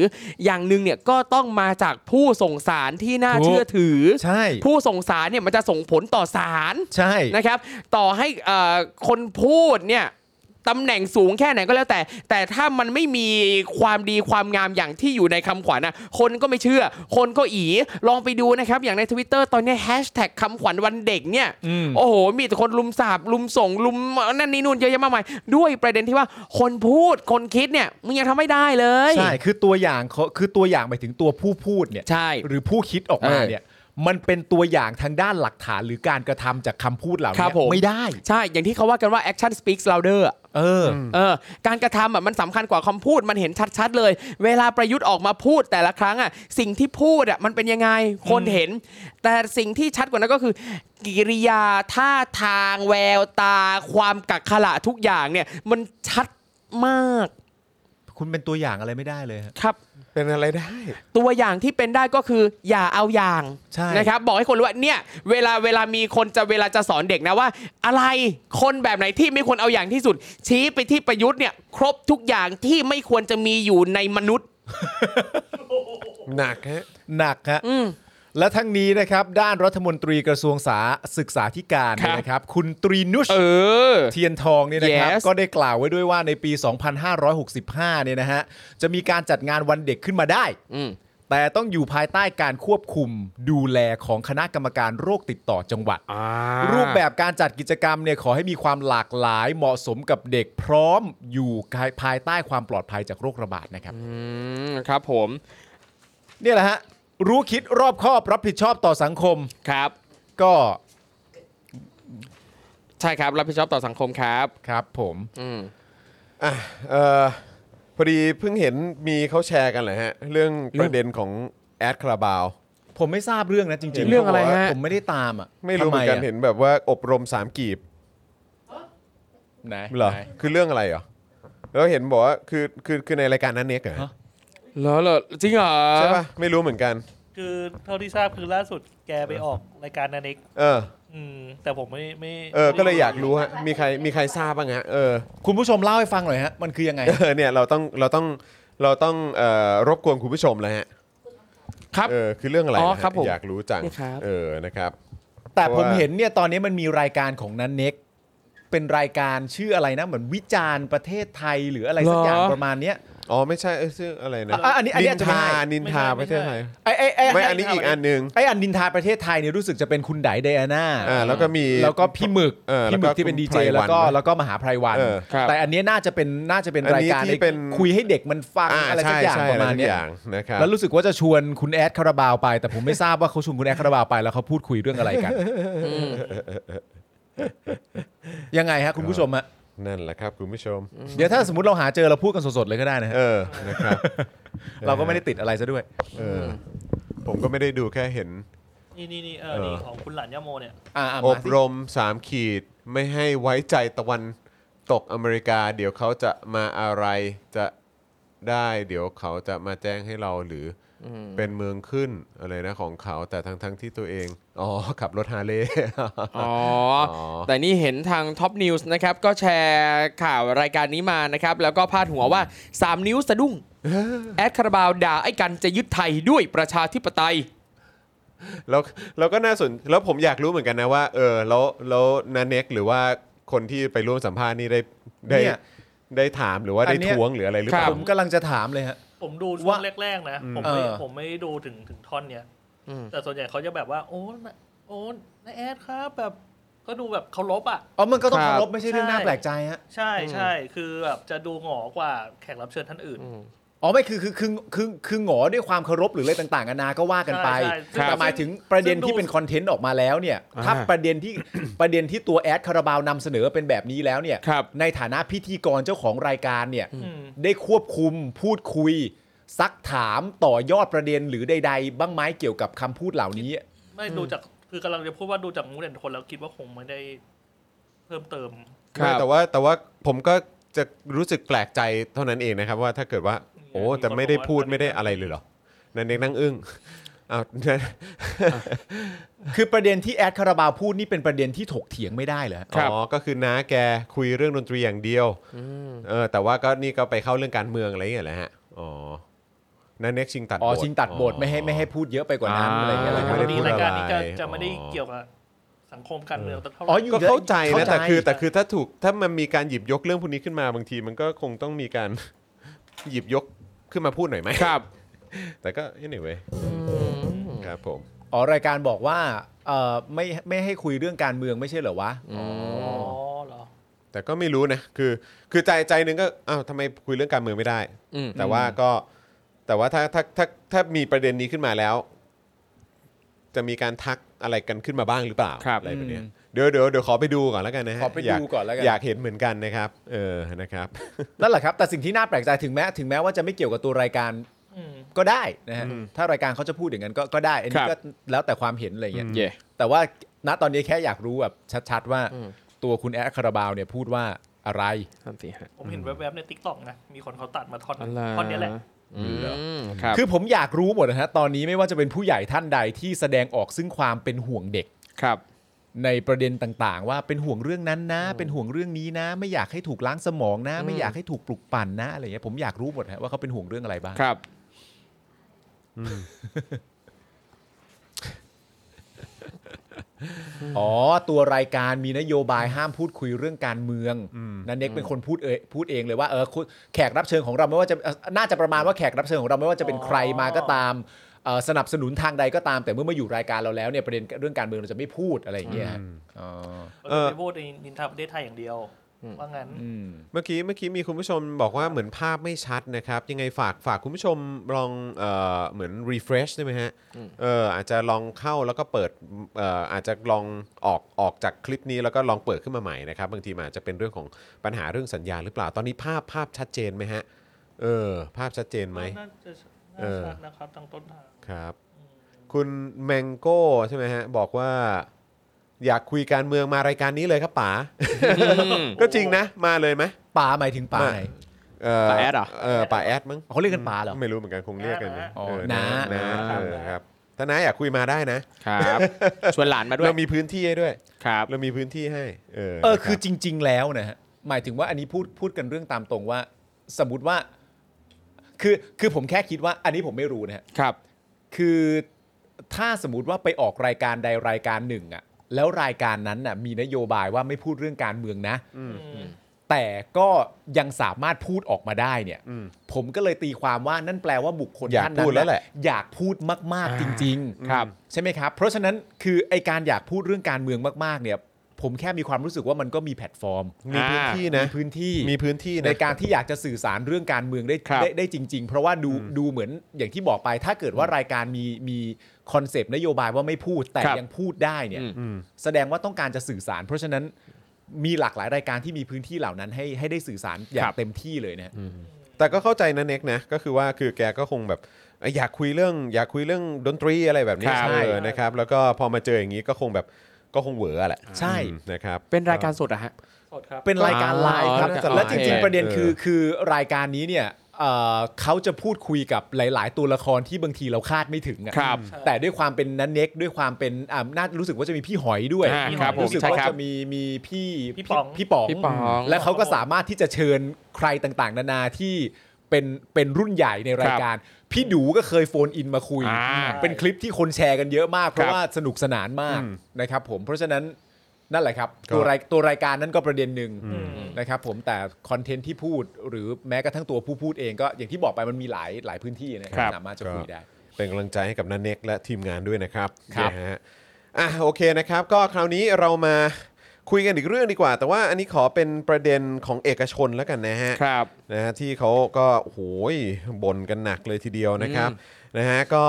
Speaker 5: อย่างหนึ่งเนี่ยก็ต้องมาจากผู้ส่งสารที่น่า
Speaker 3: ถูก
Speaker 5: เชื่อถือ
Speaker 3: ใช่
Speaker 5: ผู้ส่งสารเนี่ยมันจะส่งผลต่อสาร
Speaker 3: ใช่
Speaker 5: นะครับต่อให้เอ่อคนพูดเนี่ยตำแหน่งสูงแค่ไหนก็แล้วแต่ แต่ถ้ามันไม่มีความดีความงามอย่างที่อยู่ในคำขวัญนะคนก็ไม่เชื่อ คนก็อีลองไปดูนะครับ อย่างใน Twitter ตอนเนี้แฮชแท็กคำขวัญวันเด็กเนี่ย
Speaker 3: อืม
Speaker 5: โอ้โห มีแต่คนลุมสาบลุมส่งลุมนั่นนี่นู่นเยอะแยะมากมายด้วยประเด็นที่ว่าคนพูดคนคิดเนี่ยมึงยังทำไม่ได้เลย
Speaker 3: ใช่คือตัวอย่างเขาคือตัวอย่างหมายถึงตัวผู้พูดเนี่ย
Speaker 5: ใช่
Speaker 3: หรือผู้คิดออกมาเนี่ย มันเป็นตัวอย่างทางด้านหลักฐานหรือการกระทำจากคำพูดเหล่า
Speaker 5: ครั
Speaker 3: นี้
Speaker 5: บผม
Speaker 3: ไม่ได้
Speaker 5: ใช่อย่างที่เขาว่ากันว่า action speaks louder อะ
Speaker 3: เอออ
Speaker 5: เออการกระทำอ่ะมันสำคัญกว่าคำพูดมันเห็นชัดๆเลย เวลาประยุทธ์ออกมาพูดแต่ละครั้งอ่ะสิ่งที่พูดอ่ะมันเป็นยังไงคนเห็น แต่สิ่งที่ชัดกว่านั้นก็คือ กิริยาท่าทางแววตา ความกักขละทุกอย่างเนี่ยมันชัดมาก
Speaker 3: คุณเป็นตัวอย่างอะไรไม่ได้เลยฮะ
Speaker 5: ครับ
Speaker 2: เป็นอะไรได้
Speaker 5: ตัวอย่างที่เป็นได้ก็คืออย่าเอาอย่าง
Speaker 3: ใช่
Speaker 5: นะครับ บอกให้คนรู้ว่าเนี่ยเวลาเวลามีคนจะเวลาจะสอนเด็กนะว่า อะไรคนแบบไหนที่ไม่ควรเอาอย่างที่สุด ชี้ไปที่ประยุทธ์เนี่ยครบทุกอย่างที่ไม่ควรจะมีอยู่ในมนุษย์
Speaker 2: หนักฮะ
Speaker 3: หนักฮะและทั้งนี้นะครับ ด้านรัฐมนตรีกระทรวงสาศึกษาธิการ
Speaker 5: ครับ
Speaker 3: นะครับ คุณตรีนุช
Speaker 5: เออ
Speaker 3: เทียนทองเนี่ยนะครับ
Speaker 5: Yes
Speaker 3: ก็ได้กล่าวไว้ด้วยว่าในปี 2565 เนี่ยนะฮะ จะมีการจัดงานวันเด็กขึ้นมาได้
Speaker 5: อืม
Speaker 3: แต่ต้องอยู่ภายใต้การควบคุมดูแลของคณะกรรมการโรคติดต่อจังหวัด รูปแบบการจัดกิจกรรมเนี่ยขอให้มีความหลากหลายเหมาะสมกับเด็กพร้อมอยู่ภายใต้ความปลอดภัยจากโรคระบาดนะครับ
Speaker 5: อืมครับผม
Speaker 3: เนี่ยแหละฮะ รู้คิดรอบคอบรับผิดชอบต่อสังคม
Speaker 5: ครับ
Speaker 3: ก็
Speaker 5: ใช่ครับ รับผิดชอบต่อสังคมครับ
Speaker 3: ครับผม
Speaker 5: อืม
Speaker 2: เออพอดีเพิ่งเห็นมีเขาแชร์กันเหรอฮะ เรื่องประเด็นของแอดคาราบาว
Speaker 3: ผมไม่ทราบเรื่องนะจริงๆ
Speaker 5: เรื่องอะไรฮะ
Speaker 3: ผมไม่ได้ตามอ่ะ
Speaker 2: ไม่รู้เหมือนกัน
Speaker 3: ทำะ
Speaker 2: เห็นแบบว่าอบรมสามกีบ
Speaker 3: ไหน
Speaker 2: เหรอ
Speaker 3: ไหน
Speaker 2: คือเรื่องอะไรเหรอแล้วเห็นบอกว่าคือคือคือในรายการนั้นเน็กเหรอฮะ
Speaker 3: ฮะ
Speaker 5: เหรอเหรอจริงเหรอ
Speaker 2: ใช่ปะไม่รู้เหมือนกัน
Speaker 4: คือเท่าที่ทราบคือล่าสุดแกไปออกรายการนันเอก
Speaker 2: เออ
Speaker 4: อืมแต่ผมไม่ไม่
Speaker 2: เออ ก็เลยอยากรู้ฮะ มีใครมีใครทราบบ้างฮะ เออ
Speaker 3: คุณผู้ชมเล่าให้ฟังหน่อยฮะมันคือยังไง
Speaker 2: เออ เนี่ยเราต้องเราต้องเราต้องเอ่อรบกวนคุณผู้ชมแล้วฮะ
Speaker 5: ครับ
Speaker 2: เออ คือเรื่องอะไร
Speaker 5: อ๋อ
Speaker 2: นะฮะ
Speaker 5: ครับผม
Speaker 2: อยากรู้จัง
Speaker 5: นี่ครับ
Speaker 2: เออ นะครับ
Speaker 3: แต่ผม
Speaker 2: ว่า
Speaker 3: เห็นเนี่ยตอนนี้มันมีรายการของนันเน็กเป็นรายการชื่ออะไรนะ เหมือนวิจารณ์ประเทศไทยหรืออะไรสักอย่าง
Speaker 5: เหรอ
Speaker 3: ประมาณเนี้ย
Speaker 2: อ๋อ ไม่ใช่เออชื่ออะไรนะ
Speaker 3: อ่ะอันนี้อัน
Speaker 2: นิ
Speaker 3: นี้อาจจะ
Speaker 2: ทา
Speaker 3: ไม่ได้
Speaker 2: นินทาประเทศไทย
Speaker 3: ไอ้ไอ้ไอ้
Speaker 2: ไม่ อันนี้อีกอันหนึ่ง
Speaker 3: ไอ้อันดินทาประเทศไทยเนี่ยรู้สึกจะเป็นคุณไดไดอาน่า
Speaker 2: อ่า แล้วก็มี
Speaker 3: แล้วก็พี่หมึก
Speaker 2: เออ
Speaker 3: พี่หมึ
Speaker 2: แล้ว
Speaker 3: ก
Speaker 2: ก็
Speaker 3: ที่เป็นดี
Speaker 2: คุ
Speaker 3: เจ
Speaker 2: ณไพรวัล
Speaker 3: แล้วก็
Speaker 2: นะ
Speaker 3: แล้วก็มหาไพรวัน
Speaker 2: เออ
Speaker 5: ครับ
Speaker 3: แต่อันเนี้ยน่าจะเป็นน่าจะเป็น
Speaker 2: อัน
Speaker 3: ราย
Speaker 2: นี้
Speaker 3: การ
Speaker 2: ที่เป็น
Speaker 3: คุยให้เด็กมันฟัง
Speaker 2: อ่า
Speaker 3: อะไรสั
Speaker 2: ใช่
Speaker 3: กอย่าง
Speaker 2: ใช่
Speaker 3: ประมาณ
Speaker 2: อไสัก
Speaker 3: เนี้
Speaker 2: อย ย่างนะครับ
Speaker 3: แล้วรู้สึกว่าจะชวนคุณแอดคาราบาวไป แต่ผมไม่ทราบว่าเขาชวนคุณแอดคาราบาวไปแล้วเขาพูดคุยเรื่องอะไรกัน
Speaker 5: อืม
Speaker 3: ยังไงฮะคุณผู้ชมฮะ
Speaker 2: นั่นแหละครับคุณผู้ชม
Speaker 3: เดี๋ยวถ้าสมมติเราหาเจอเราพูดกันสดๆเลยก็ได้นะฮะ
Speaker 2: เออ นะครับ
Speaker 3: เราก็ไม่ได้ติดอะไรซะด้วย
Speaker 2: เออ ผมก็ไม่ได้ดูแค่เห็น
Speaker 4: นี่นี่นี่เออนี่ของคุณหลานย่าโมเนี่ย
Speaker 3: อ่า
Speaker 2: อ
Speaker 3: มา
Speaker 2: บ
Speaker 3: สิ
Speaker 2: รม 3 ขีดไม่ให้ไว้ใจตะวันตกอเมริกา เดี๋ยวเขาจะมาอะไรจะได้ เดี๋ยวเขาจะมาแจ้งให้เราหรืออเป็นเมืองขึ้นอะไรนะของเขาแต่ทั้งทั้งๆที่ตัวเอง อ๋อ ขับรถฮาร์เล ย์
Speaker 5: อ๋อ
Speaker 2: อ๋อ
Speaker 5: แต่นี่เห็นทางท็อปนิวส์นะครับ ก็แชร์ข่าวรายการนี้มานะครับ แล้วก็พาดหัวว่า 3 นิ้วสะดุ้ง แอดคาราบาวด่าไอ้กันจะยึดไทยด้วยประชาธิปไตย
Speaker 2: แล้วแล้วก็น่าสนแล้วผมอยากรู้เหมือนกันนะว่าเออแล้วแล้วนาเน็กหรือว่าคนที่ไปร่วมสัมภาษณ์นี่ได้ได้
Speaker 3: เนี่ย
Speaker 2: ได้ถามหรือว่าได้
Speaker 3: อันเนี้ย
Speaker 2: ทวงหรืออะไรหรือเป
Speaker 5: ครั
Speaker 2: ล่า
Speaker 5: บ
Speaker 3: ผมกำลังจะถามเลยฮะ
Speaker 4: ผมดูช่ว
Speaker 3: ว่าง
Speaker 4: แรกๆนะผม
Speaker 3: เอ
Speaker 4: ไม่
Speaker 3: อ
Speaker 4: ผมไม่ดูถึงถึงท่อนเนี่ย
Speaker 5: อืม
Speaker 4: แต่ส่วนใหญ่เขาจะแบบว่า โอ้นะโอ้นาแอดครับแบบ ก็ดูแบบเคารพอ่ะ
Speaker 3: อ๋อมันก็ต้อง
Speaker 5: ครับ
Speaker 3: เคารพไม่ใช่เรื่องน่าแปลกใจฮะ
Speaker 4: ใช่ใช่คือแบบจะดูหงอกว่าแขกรับเชิญท่านอื่น
Speaker 3: อ๋อไม่คือคือคือคือคือหงอด้วยความเคารพหรืออะไรต่างๆนานาก็ว่ากันไป
Speaker 4: ใช่ใช่
Speaker 3: แต่หมายถึงประเด็นที่เป็นคอนเทนต์ออกมาแล้วเนี่ยถ้าประเด็นที่ ประเด็นที่ตัวแอดคาราบาวนำเสนอเป็นแบบนี้แล้วเนี่ย
Speaker 5: ครับ
Speaker 3: ในฐานะพิธีกรเจ้าของรายการเนี่ย
Speaker 4: อืม
Speaker 3: ได้ควบคุมพูดคุย ซักถามต่อยอดประเด็นหรือใด ๆ บ้างไหมเกี่ยวกับคำพูดเหล่านี้
Speaker 4: ไม่ดูจากคือกำลังจะพูดว่าดูจากมูดเด่นคนแล้วคิดว่าคงไม่ได้เพิ่มเติม
Speaker 5: ครับ
Speaker 2: แต่ว่าแต่ว่าผมก็จะรู้สึกแปลกใจเท่านั้นเองนะครับ ว่าถ้าเกิดว่า โอ้
Speaker 4: มีคน
Speaker 2: จะไม่ได้พูด
Speaker 4: บอกว่า
Speaker 2: ไม่ได้อะไรเลยเหรอนั่นเองนั่งอึ้ง เอานั่น
Speaker 3: คือประเด็นที่แอดคาราบาวพูดนี่เป็นประเด็นที่ถกเถียงไม่ได้เหรอฮะ
Speaker 5: ครับ
Speaker 2: อ๋อก็คือน้าแกคุยเรื่องดนตรีอย่างเดียวเออแต่ว่าก็นี่ก็ไปเข้าเรื่องการเมืองอะไรอย่างเงี้ยแหละฮะอ๋อนั่นเน็กชิงตัด
Speaker 3: อ๋อบ
Speaker 2: ท
Speaker 3: ชิงตัดบทไม่ให้ไม่ให้พูดเยอะไปกว่านั้น
Speaker 5: อ่า
Speaker 3: อะไรอย่างเงี้ย
Speaker 2: ไม่
Speaker 3: นะครับ
Speaker 2: ได้พูด
Speaker 4: รายการ
Speaker 2: อะไร
Speaker 4: นี้จะจะ
Speaker 2: อ๋อ
Speaker 4: ไม่ได้เกี่ยวกับสังคมการเมืองสักเท่าไห
Speaker 3: อ๋อ
Speaker 4: ร่
Speaker 3: อยู่
Speaker 2: ก็เข้าใจ
Speaker 3: เข้า
Speaker 2: นะ
Speaker 3: ใจ
Speaker 2: แต่คือแต่คือถ้าถูกถ้ามันมีการหยิบยกเรื่องพวกนี้ขึ้นมาบางที มันก็คงต้องมีการ หยิบยกขึ้นมาพูดหน่อยไหม
Speaker 5: ครับ
Speaker 2: แต่ก็ anyway ครับผม
Speaker 3: อ๋อรายการบอกว่าเอ่อไม่ไม่ให้คุยเรื่องการเมืองไม่ใช่เหรอวะ
Speaker 4: อ๋อเหรอ
Speaker 2: แต่ก็ไม่รู้นะคือคือใจใจหนึงก็อ้าวทำไมคุยเรื่องการเมืองไม่ได้
Speaker 5: อืม
Speaker 2: แต่ว่าก็แต่ว่าถ้าถ้าถ้าถ้ามีประเด็นนี้ขึ้นมาแล้ว จะมีการทักอะไรกันขึ้นมาบ้างหรือเปล่า
Speaker 5: ครับ
Speaker 2: อะไรแบบเนี้ยเดี๋ยวเดี๋ยวเดี๋ยวขอไปดูก่อนแล้วกันนะฮะ
Speaker 3: ขอไปดู
Speaker 2: ยา
Speaker 3: ก่อนแล้วกัน
Speaker 2: อยากเห็นเหมือนกันนะครับ เออนะครับ
Speaker 3: นั่นแหละครับ แต่สิ่งที่น่าแปลกใจถึงแม้ถึงแม้ว่าจะไม่เกี่ยวกับตัวรายการ
Speaker 4: อืม
Speaker 3: ก็ได้นะฮะถ้ารายการเขาจะพูดอย่างนั้นก็ก็ได้ อัน
Speaker 5: ค
Speaker 3: นี้
Speaker 5: รับ
Speaker 3: ก็แล้วแต่ความเห็นอะไรอย่างเงี้ย
Speaker 5: เย่
Speaker 3: แต่ว่าณตอนนี้แค่อยากรู้แบบชัดๆว่า
Speaker 5: อืม
Speaker 3: ตัวคุณแอดคาราบาวเนี่ยพูดว่าอะไร
Speaker 5: สามสี่ห้า
Speaker 4: ผมเห็นแวบๆในทิกตอกนะมีคนเขาตัดมาท่อน
Speaker 5: อะไร
Speaker 4: ท่อนเนี้ยแหละ
Speaker 5: อืมครับ
Speaker 3: คือผมอยากรู้หมดนะฮะตอนนี้ไม่ว่าจะเป็นผู้ใหญ่ท่านใดที่แสดงออกซึ่งความเป็นห่วงเด็ก
Speaker 5: ครับ
Speaker 3: ในประเด็นต่างๆ ว่าเป็นห่วงเรื่องนั้นนะ เป็นห่วงเรื่องนี้นะ ไม่อยากให้ถูกล้างสมองนะ ไม่อยากให้ถูกปลุกปั่นนะอะไรเงี้ยผมอยากรู้หมดฮะว่าเขาเป็นห่วงเรื่องอะไรบ้าง
Speaker 5: ครับ
Speaker 3: อ๋อตัวรายการมีนโยบายห้ามพูดคุยเรื่องการเมืองนั่นเน็กเป็นคนพูดเอยพูดเองเลยว่าเออคุณแขกรับเชิญของเราไม่ว่าจะเอ่อน่าจะประมาณว่าแขกรับเชิญของเราไม่ว่าจะเป็นใครมาก็ตามเอ่อสนับสนุนทางใดก็ตาม แต่เมื่อมาอยู่รายการเราแล้วเนี่ยประเด็นเรื่องการเมืองเราจะไม่พูดอะไรอย่างเงี้ยฮะอ๋อ
Speaker 4: เขาจะไม่พูดในนินทาประเทศไทยอย่างเดียว ว่างั้น
Speaker 3: อืม
Speaker 2: เมื่อกี้เมื่อกี้มีคุณผู้ชมบอกว่าเหมือนภาพไม่ชัดนะครับ ยังไงฝากฝากคุณผู้ชมลองเอ่อเหมือน refresh ได้ไหมฮะเอออาจจะลองเข้าแล้วก็เปิดเอ่ออาจจะลองออกออกจากคลิปนี้แล้วก็ลองเปิดขึ้นมาใหม่นะครับ บางทีมันอาจจะเป็นเรื่องของปัญหาเรื่องสัญญาณหรือเปล่าตอนนี้ภาพภาพชัดเจนไหมฮะเออภาพชัดเจนไหม
Speaker 4: น่าจะ
Speaker 2: เอ
Speaker 4: น่า
Speaker 2: อ
Speaker 4: ชัดนะครับทางต้นทาง
Speaker 2: ครับ คุณแมงโก้ใช่ไหมฮะ บอกว่า อยากคุยการเมืองมารายการนี้เลยครับป๋าก็จริงนะ มาเลยไหม
Speaker 3: ป่าหมายถึงป่า
Speaker 2: ไม่
Speaker 3: ไหน
Speaker 2: เอ่
Speaker 5: ป๋าแอดเหรอ
Speaker 2: เออป๋าแอดมั้ง
Speaker 3: เขาเรียกกันป่าเหรอ
Speaker 2: ไม่รู้เหมือนกันคงเรียกกัน
Speaker 4: นะ
Speaker 2: เออ
Speaker 3: นะ
Speaker 2: นะ
Speaker 4: นะ
Speaker 2: เออครับถ้าน้าอยากคุยมาได้นะครับ
Speaker 5: ชวนหลานมาด้วย
Speaker 2: เรามีพื้นที่ให้ด้วย
Speaker 5: ครับ
Speaker 2: เรามีพื้นที่ให้เออ
Speaker 3: เออ
Speaker 2: นะรับ
Speaker 3: คือจริง ๆ แล้วนะฮะหมายถึงว่าอันนี้พูดพูดกันเรื่องตามตรงว่า สมมติว่า คือคือผมแค่คิดว่า อันนี้ผมไม่รู้นะฮะ
Speaker 5: ครับ
Speaker 3: คือถ้าสมมติว่าไปออกรายการใดรายการหนึ่งอะแล้วรายการนั้นน่ะมีนโยบายว่าไม่พูดเรื่องการเมืองนะ
Speaker 4: อืม
Speaker 3: แต่ก็ยังสามารถพูดออกมาได้เนี่ย
Speaker 2: อืม
Speaker 3: ผมก็เลยตีความว่านั่นแปลว่าบุคคล
Speaker 2: อยาก
Speaker 3: ท่นนั้น
Speaker 2: พูดแล้วแหละ
Speaker 3: อยากพูดมาก ๆ จริงๆ
Speaker 5: ครับ
Speaker 3: ใช่ไหมครับ เพราะฉะนั้นคือไอการอยากพูดเรื่องการเมืองมาก ๆ เนี่ย ผมแค่มีความรู้สึกว่ามันก็มีแพลตฟอร์ม
Speaker 2: มีพื้นที่นะ
Speaker 3: มีพื้นที่
Speaker 2: มีพื้นที่นะ
Speaker 3: ในการที่อยากจะสื่อสารเรื่องการเมืองได้
Speaker 5: ครับ
Speaker 3: ได้ได้จริง ๆ เพราะว่าดูดูเหมือนอย่างที่บอกไป ถ้าเกิดว่ารายการมีมีคอนเซปต์นโยบายว่าไม่พูดแต่
Speaker 5: ครับ
Speaker 3: ยังพูดได้เนี่ย
Speaker 5: อืม
Speaker 3: แสดงว่าต้องการจะสื่อสาร เพราะฉะนั้นมีหลากหลายรายการที่มีพื้นที่เหล่านั้นให้ให้ได้สื่อสารอย่า
Speaker 5: ครั
Speaker 3: ง
Speaker 5: บ
Speaker 3: เต็มที่เลยนะฮะ
Speaker 2: แต่ก็เข้าใจนะเน็กนะก็คือว่าคือแกก็คงแบบเอ่ออยากคุยเรื่อง อยากคุยเรื่องดนตรีอะไรแบบนี้
Speaker 5: ครับ
Speaker 2: เออนะครับ แล้วก็พอมาเจออย่างนี้ก็คงแบบก็คงเหวอะแหละ
Speaker 3: ใช่
Speaker 2: อืมนะครับ
Speaker 5: เป็นรายการสดอะฮะ
Speaker 4: สดครับ
Speaker 3: เป็นรายการไลฟ์ครับ
Speaker 2: น่าจะไลฟ์
Speaker 3: และจริง ๆ ประเด็นคือ
Speaker 2: เออ
Speaker 3: คือรายการนี้เนี่ยเอ่อเขาจะพูดคุยกับหลาย ๆ ตัวละครที่บางทีเราคาดไม่ถึงอะ
Speaker 5: ครับ
Speaker 3: แต่ด้วยความเป็นนันเน็กด้วยความเป็นอ่าน่ารู้สึกว่าจะมีพี่หอยด้วย
Speaker 5: อ่า
Speaker 3: พี่ห
Speaker 5: ครั
Speaker 3: อย
Speaker 5: บผม
Speaker 3: รู้สึก
Speaker 5: ใช่
Speaker 3: ว่า
Speaker 5: ครับ
Speaker 3: จะมีมีพี่
Speaker 4: พี่ป๋อง
Speaker 3: พี่ป๋อง
Speaker 5: พี่ป๋อง
Speaker 3: และเขาก็สามารถที่จะเชิญใครต่างๆ นานาที่เป็นเป็นรุ่นใหญ่ในรายการ พี่ดูก็เคยโฟนอินมาคุย
Speaker 5: อ่า
Speaker 3: เป็นคลิปที่คนแชร์กันเยอะมาก เพ
Speaker 5: ครั
Speaker 3: ราะ
Speaker 5: บ
Speaker 3: ว่าสนุกสนานมาก
Speaker 2: อืม
Speaker 3: นะครับผมเพราะฉะนั้นนั่นแหละครับ
Speaker 2: ครับ
Speaker 3: ตัวรายตัวรายการนั้นก็ประเด็นหนึ่ง
Speaker 4: อืม
Speaker 3: นะครับผมแต่คอนเทนต์ที่พูดหรือแม้กระทั่งตัวผู้พูดเองก็อย่างที่บอกไปมันมีหลายหลายพื้นที่นะค
Speaker 5: ครั
Speaker 3: รับบ สามารถจะคุยได้
Speaker 2: เป็นกำลังใจให้กับนันเน็กและทีมงานด้วยนะครับ
Speaker 3: ครับ
Speaker 2: นะฮะอ่ะโอเคนะครับ ก็คราวนี้เรามาคุยกันอีกเรื่องดีกว่า แต่ว่าอันนี้ขอเป็นประเด็นของเอกชนแล้วกันนะฮะ
Speaker 5: ครับ
Speaker 2: นะฮะที่เขาก็โอ้โหยบ่นกันหนักเลยทีเดียวนะครับนะฮะก็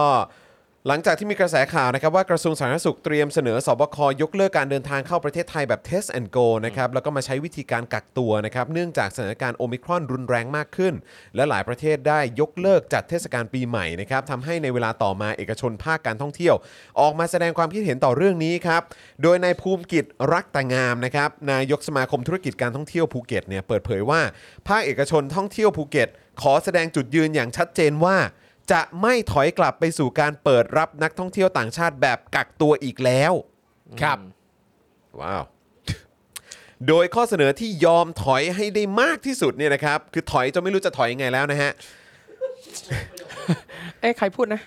Speaker 2: หลังจากที่มีกระแสข่าวนะครับว่ากระทรวงสาธารณสุขเตรียมเสนอสบคยกเลิกการเดินทางเข้าประเทศไทยแบบ test and go นะครับแล้วก็มาใช้วิธีการกักตัวนะครับเนื่องจากสถานการณ์โอมิครอนรุนแรงมากขึ้น และหลายประเทศได้ยกเลิกจัดเทศกาลปีใหม่นะครับทำให้ในเวลาต่อมาเอกชนภาคการท่องเที่ยว ออกมาแสดงความคิดเห็นต่อเรื่องนี้ครับโดยนายภูมิกิจรักแต่งามนะครับนายกสมาคมธุรกิจการท่องเที่ยวภูเก็ตเนี่ยเปิดเผยว่า ภาคเอกชนท่องเที่ยวภูเก็ต ขอแสดงจุดยืนอย่างชัดเจนว่า จะไม่ถอยกลับไปสู่การเปิดรับนักท่องเที่ยวต่างชาติแบบกักตัวอีกแล้ว
Speaker 3: ครับ
Speaker 2: ว้าว โดยข้อเสนอที่ยอมถอยให้ได้มากที่สุดเนี่ยนะครับ คือถอยจนไม่รู้จะถอยยังไงแล้วนะฮะ
Speaker 5: เอ้ยใครพูดนะ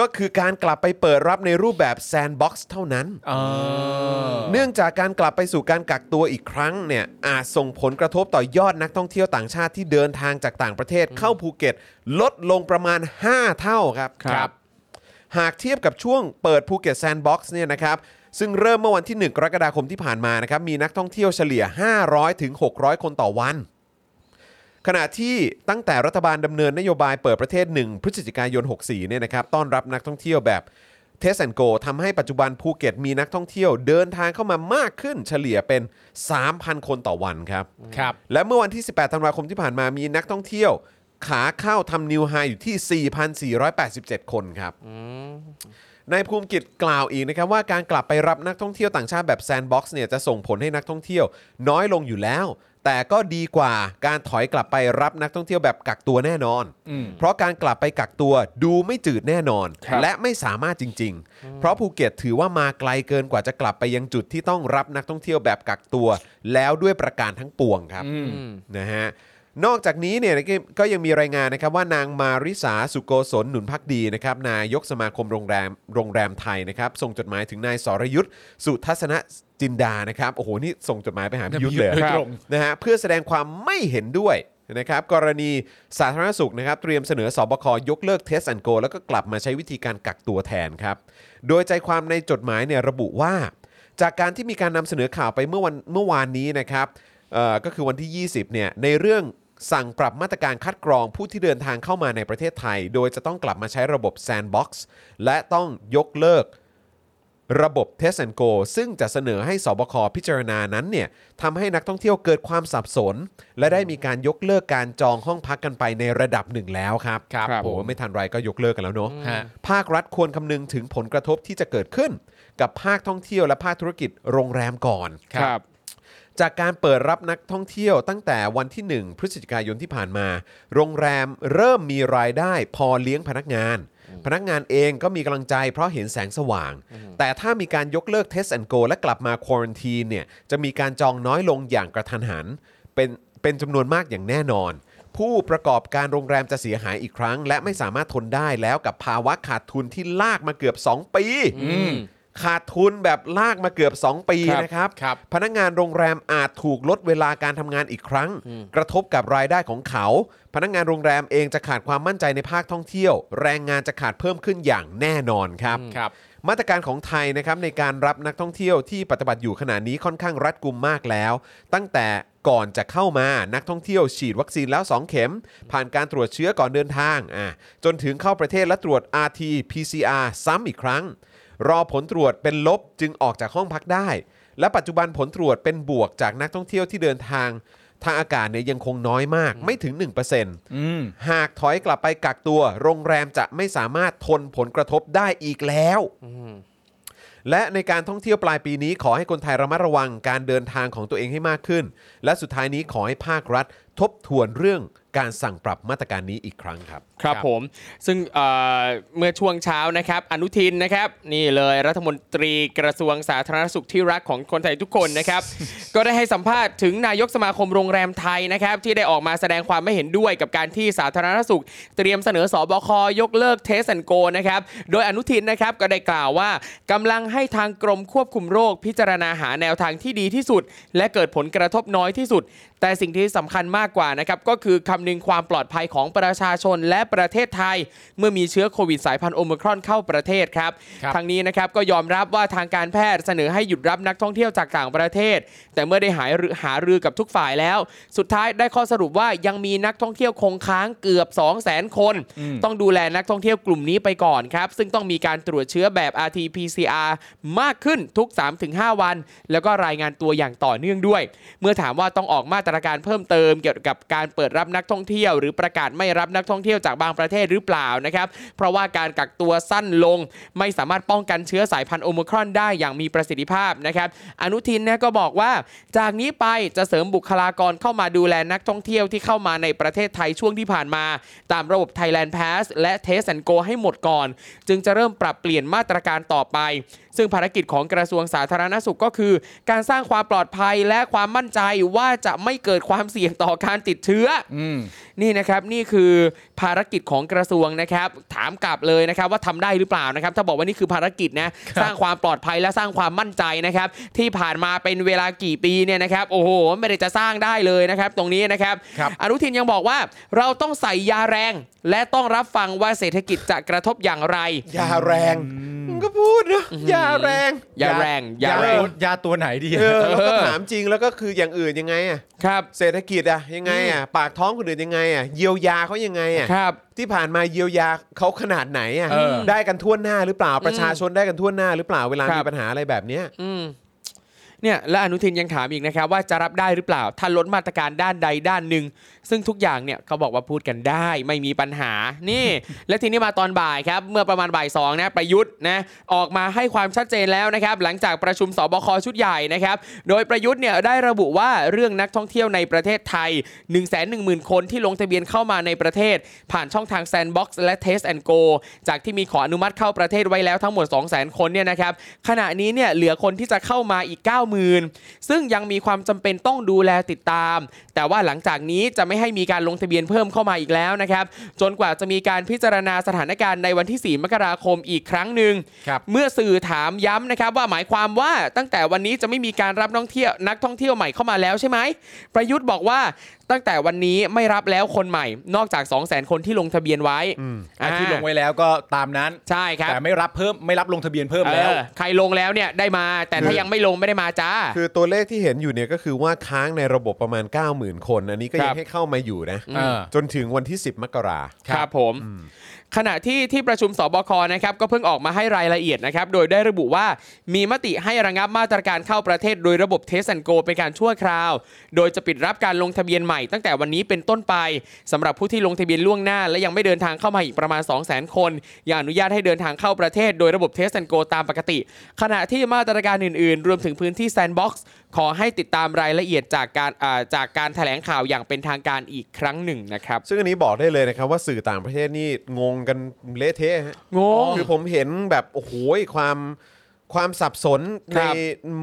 Speaker 2: ก็คือการกลับไปเปิดรับในรูปแบบแซนด์บ็อกซ์เท่านั้น
Speaker 3: อ่า
Speaker 2: เนื่องจากการกลับไปสู่การกักตัวอีกครั้งเนี่ยอาจส่งผลกระทบต่อยอดนักท่องเที่ยวต่างชาติที่เดินทางจากต่างประเทศเข้าภูเก็ต ลดลงประมาณ 5 เท่าครับ
Speaker 5: ครับ
Speaker 2: หากเทียบกับช่วงเปิดภูเก็ตแซนด์บ็อกซ์เนี่ยนะครับซึ่งเริ่มเมื่อวันที่ 1 กรกฎาคมที่ผ่านมานะครับมีนักท่องเที่ยวเฉลี่ย 500ถึง600 คนต่อวัน ขณะที่ตั้งแต่รัฐบาลดำเนินนโยบายเปิดประเทศ 1 พฤศจิกายน 64เนี่ยนะครับต้อนรับนักท่องเที่ยวแบบเทสแอนโกทำให้ปัจจุบันภูเก็ตมีนักท่องเที่ยวเดินทางเข้ามามากขึ้นเฉลี่ยเป็น 3,000 คนต่อวันครับ
Speaker 3: ครับ
Speaker 2: และเมื่อวันที่ 18 ธันวาคมที่ผ่านมามีนักท่องเที่ยว ขาเข้าทำนิวไฮอยู่ที่ 4,487 คนครับ นายภูมิกิจกล่าวอีกนะครับว่าการกลับไปรับนักท่องเที่ยวต่างชาติแบบแซนด์บ็อกซ์เนี่ยจะส่งผลให้นักท่องเที่ยวน้อยลงอยู่แล้ว แต่ก็ดีกว่าการถอยกลับไปรับนักท่องเที่ยวแบบกักตัวแน่นอน
Speaker 3: อืม
Speaker 2: เพราะการกลับไปกักตัวดูไม่จืดแน่นอน
Speaker 5: ครับ
Speaker 2: และไม่สามารถจริง ๆ เพราะภูเก็ตถือว่ามาไกลเกินกว่าจะกลับไปยังจุดที่ต้องรับนักท่องเที่ยวแบบกักตัว แล้วด้วยประการทั้งปวงครับ
Speaker 3: อืม
Speaker 2: นะฮะนอกจากนี้เนี่ยก็ก็ยังมีรายงานนะครับว่านางมาริสาสุโกศลหนุนพักดีนะครับนายกสมาคมโรงแรมโรงแรมไทยนะครับส่งจดหมายถึงนายสรยุทธ์สุทัศนจินดานะครับโอ้โหนี่ส่งจดหมายไปหาพี่ยุทธเลย
Speaker 3: โดยตรง
Speaker 2: นะฮะเพื่อแสดงความไม่เห็นด้วยนะครับกรณีสาธารณสุขนะครับเตรียมเสนอสอบคยกเลิกเทสแอนโก แล้วก็กลับมาใช้วิธีการกักตัวแทนครับโดยใจความในจดหมายเนี่ยระบุว่า จากการที่มีการนำเสนอข่าวไปเมื่อวันเมื่อวานนี้นะครับ เอ่อก็คือวันที่ 20 เนี่ย ในเรื่องสั่งปรับมาตรการคัดกรองผู้ที่เดินทางเข้ามาในประเทศไทย โดยจะต้องกลับมาใช้ระบบ Sandbox และต้องยกเลิก ระบบ Test and Go ซึ่งจะเสนอให้สบคพิจารณานั้นเนี่ยทำให้นักท่องเที่ยวเกิดความสับสน และได้มีการยกเลิกการจองห้องพักกันไปในระดับหนึ่งแล้วครับ
Speaker 3: ครับ
Speaker 2: โอ้โห
Speaker 3: ผม
Speaker 2: ไม่ทันไรก็ยกเลิกกันแล้วเนาะ
Speaker 3: ฮะ
Speaker 2: ภาครัฐควรคำนึงถึงผลกระทบที่จะเกิดขึ้น กับภาคท่องเที่ยวและภาคธุรกิจโรงแรมก่อน
Speaker 5: ครับ
Speaker 2: จากการเปิดรับนักท่องเที่ยวตั้งแต่วันที่ 1 พฤศจิกายนที่ผ่านมา โรงแรมเริ่มมีรายได้พอเลี้ยงพนักงาน พนักงานเองก็มีกำลังใจเพราะเห็นแสงสว่าง แต่ถ้ามีการยกเลิก Test and Go และกลับมาควอ n ตีนเนี่ยจะมีการจองน้อยลงอย่างกระทันหัน เป็นเป็นจำนวนมากอย่างแน่นอน ผู้ประกอบการโรงแรมจะเสียหายอีกครั้ง และไม่สามารถทนได้แล้วกับภาวะขาดทุนที่ลากมาเกือบ 2 ปี ขาดทุนแบบลากมาเกือบ 2 ปี
Speaker 5: ครับ
Speaker 2: นะครับ
Speaker 3: ครับ
Speaker 2: พนักงานโรงแรมอาจถูกลดเวลาการทำงานอีกครั้ง กระทบกับรายได้ของเขา พนักงานโรงแรมเองจะขาดความมั่นใจในภาคท่องเที่ยว แรงงานจะขาดเพิ่มขึ้นอย่างแน่นอนครับ
Speaker 3: ครับ
Speaker 2: มาตรการของไทยนะครับในการรับนักท่องเที่ยวที่ปฏิบัติอยู่ขณะนี้ค่อนข้างรัดกุมมากแล้ว ตั้งแต่ก่อนจะเข้ามานักท่องเที่ยวฉีดวัคซีนแล้ว 2 เข็ม ผ่านการตรวจเชื้อก่อนเดินทางอ่ะจนถึงเข้าประเทศและตรวจ RT PCR ซ้ำอีกครั้ง รอผลตรวจเป็นลบจึงออกจากห้องพักได้ และปัจจุบันผลตรวจเป็นบวกจากนักท่องเที่ยวที่เดินทาง ทางอากาศเนี่ยยังคงน้อยมาก ไม่ถึง 1%
Speaker 3: อืม
Speaker 2: หากถอยกลับไปกักตัว โรงแรมจะไม่สามารถทนผลกระทบได้อีกแล้ว และในการท่องเที่ยวปลายปีนี้ขอให้คนไทยระมัดระวังการเดินทางของตัวเองให้มากขึ้น และสุดท้ายนี้ขอให้ภาครัฐ ทบทวนเรื่องการสั่งปรับมาตรการนี้อีกครั้งครับ
Speaker 5: ครับ
Speaker 3: ครับ
Speaker 5: ผมซึ่งเอ่อเมื่อช่วงเช้านะครับ อนุทินนะครับ นี่เลยรัฐมนตรีกระทรวงสาธารณสุขที่รักของคนไทยทุกคนนะครับ ก็ได้ให้สัมภาษณ์ถึงนายกสมาคมโรงแรมไทยนะครับ ที่ได้ออกมาแสดงความไม่เห็นด้วยกับการที่สาธารณสุข เตรียมเสนอสอบคยกเลิกเทสแอนโกนะครับ โดยอนุทินนะครับก็ได้กล่าวว่ากำลังให้ทางกรมควบคุมโรคพิจารณาหาแนวทางที่ดีที่สุด และเกิดผลกระทบน้อยที่สุด แต่สิ่งที่สำคัญมากกว่านะครับก็คือคำนึงความปลอดภัยของประชาชนและประเทศไทย เมื่อมีเชื้อโควิดสายพันธุ์โอมครอนเข้าประเทศครับ
Speaker 3: ครับ
Speaker 5: ทางนี้นะครับก็ยอมรับว่าทางการแพทย์เสนอให้หยุดรับนักท่องเที่ยวจากต่างประเทศ แต่เมื่อได้หายรือหารือกับทุกฝ่ายแล้ว สุดท้ายได้ข้อสรุปว่ายังมีนักท่องเที่ยวคงค้างเกือบ 2 0 0 0 0 0 คน ต้องดูแลนักท่องเที่ยวกลุ่มนี้ไปก่อนครับ ซึ่งต้องมีการตรวจเชื้อแบบ RT-PCR มากขึ้นทุก 3-5 วัน แล้วก็รายงานตัวอย่างต่อเนื่องด้วย เมื่อถามว่าต้องออกมาตรการเพิ่มเติมเกี่ยวกับการเปิดรับนักท่องเที่ยว หรือประกาศไม่รับนักท่องเที่ยวจากบางประเทศหรือเปล่านะครับ เพราะว่าการกักตัวสั้นลง ไม่สามารถป้องกันเชื้อสายพันธุ์โอมครอนได้อย่างมีประสิทธิภาพนะครับ อนุทินเนี่ยก็บอกว่า จากนี้ไปจะเสริมบุคลากรเข้ามาดูแลนักท่องเที่ยวที่เข้ามาในประเทศไทยช่วงที่ผ่านมา ตามระบบ Thailand Pass และ Test and Go ให้หมดก่อน จึงจะเริ่มปรับเปลี่ยนมาตรการต่อไป ซึ่งภารกิจของกระทรวงสาธารณสุขก็คือ การสร้างความปลอดภัยและความมั่นใจว่าจะไม่เกิดความเสี่ยงต่อการติดเชื้อ
Speaker 3: อืม
Speaker 5: นี่นะครับนี่คือภารกิจของกระทรวงนะครับ ถามกลับเลยนะครับว่าทำได้หรือเปล่านะครับ ถ้าบอกว่านี่คือภารกิจนะสร้างความปลอดภัยและสร้างความมั่นใจนะครับ ที่ผ่านมาเป็นเวลากี่ปีเนี่ยนะครับโอ้โหไม่ได้จะสร้างได้เลยนะครับ ตรงนี้นะครับ
Speaker 3: ครับ
Speaker 5: อนุทินยังบอกว่าเราต้องใส่ยาแรง และต้องรับฟังว่าเศรษฐกิจจะกระทบอย่างไร
Speaker 2: ยาแรงมึงก็พูดนะยาแรง
Speaker 5: ยาแรงยาย
Speaker 3: า
Speaker 5: แร
Speaker 3: ตั
Speaker 5: ง
Speaker 3: วายาตัวไหนดี
Speaker 2: เออแล้วก็ถามจริงแล้วก็คืออย่างอื่นยังไงอะ
Speaker 5: ครับ
Speaker 2: เศรษฐกิจอะยังไงอะปากท้องคนอื่นยังไงอะเยียวยาเขายังไงอะ
Speaker 5: ครับ
Speaker 2: ที่ผ่านมาเยียวยาเขาขนาดไหนอ่ะ
Speaker 5: เออ
Speaker 2: ได้กันทั่วหน้าหรือเปล่าประชาชนได้กันทั่วหน้าหรือเปล่าเวลา
Speaker 5: ครับ
Speaker 2: มีปัญหาอะไรแบบเนี้ย
Speaker 5: อืมเนี่ยและอนุทินยังถามอีกนะครับ ว่าจะรับได้หรือเปล่า ถ้าลดมาตรการด้านใดด้านหนึ่ง ซึ่งทุกอย่างเนี่ยเขาบอกว่าพูดกันได้ไม่มีปัญหานี่ และทีนี้มาตอนบ่ายครับ เมื่อประมาณบ่ายสองนะประยุทธ์นะออกมาให้ความชัดเจนแล้วนะครับ หลังจากประชุมสบคชุดใหญ่นะครับ โดยประยุทธ์เนี่ยได้ระบุว่าเรื่องนักท่องเที่ยวในประเทศไทย 1 1 0 0 0 0 คนที่ลงทะเบียนเข้ามาในประเทศ ผ่านช่องทาง Sandbox และ Test and Go จากที่มีขออนุมัติเข้าประเทศไว้แล้วทั้งหมด 200,000 คนเนี่ยนะครับขณะนี้เนี่ยเหลือคนที่จะเข้ามาอีก 90,000 ซึ่งยังมีความจำเป็นต้องดูแลติดตาม แต่ว่าหลังจากนี้จะไม่ให้มีการลงทะเบียนเพิ่มเข้ามาอีกแล้วนะครับจนกว่าจะมีการพิจารณาสถานการณ์ในวันที่ 4 มกราคมอีกครั้งหนึ่ง
Speaker 3: ครับ
Speaker 5: เมื่อสื่อถามย้ำนะครับว่าหมายความว่าตั้งแต่วันนี้จะไม่มีการรับนักท่องเที่ยวนักท่องเที่ยวใหม่เข้ามาแล้วใช่ไหม ประยุทธ์บอกว่า ตั้งแต่วันนี้ไม่รับแล้วคนใหม่ นอกจาก 2 0 0 0 0 0 คนที่ลงทะเบียนไว้
Speaker 3: อ่ะที่ลงไว้แล้วก็ตามนั้น
Speaker 5: ใช่ครับ
Speaker 3: แต่ไม่รับเพิ่มไม่รับลงทะเบียนเพิ่มแล้ว
Speaker 5: เออใครลงแล้วเนี่ยได้มาแต่
Speaker 2: คื
Speaker 5: ถ้า
Speaker 2: อ
Speaker 5: ยังไม่ลงไม่ได้มาจ้า
Speaker 2: คือตัวเลขที่เห็นอยู่เนี่ยก็คือว่าค้างในระบบประมาณ 90,000 คน อันนี้ก็ยั
Speaker 5: ครั
Speaker 2: ง
Speaker 5: บ
Speaker 2: ให้เข้ามาอยู่นะ
Speaker 3: เออ
Speaker 2: จนถึงวันที่ 10 มกรา
Speaker 5: ครับผม ขณะที่ที่ประชุมสบคนะครับก็เพิ่งออกมาให้รายละเอียดนะครับ โดยได้ระบุว่ามีมติให้ระงับมาตรการเข้าประเทศโดยระบบเทสแอนโกเป็นการชั่วคราว โดยจะปิดรับการลงทะเบียนใหม่ตั้งแต่วันนี้เป็นต้นไปสำหรับผู้ที่ลงทะเบียนล่วงหน้า และยังไม่เดินทางเข้ามาอีกประมาณ 2 0 0 0 0 0 คนยังอนุญาตให้เดินทางเข้าประเทศโดยระบบเทสแอนโกตามปกติ ขณะที่มาตรการอื่นๆ รวมถึงพื้นที่แซนด์บ็อกซ์ขอให้ติดตามรายละเอียดจากการอ่าจากการแถลงข่าวอย่างเป็นทางการอีกครั้งหนึ่งนะครับ
Speaker 2: ซึ่งอันนี้บอกได้เลยนะครับว่าสื่อต่างประเทศนี่งงกันเละเทะฮะ
Speaker 5: งง
Speaker 2: คือผมเห็นแบบโอ้โหความความสับสน
Speaker 5: ค
Speaker 2: ใน
Speaker 5: รับ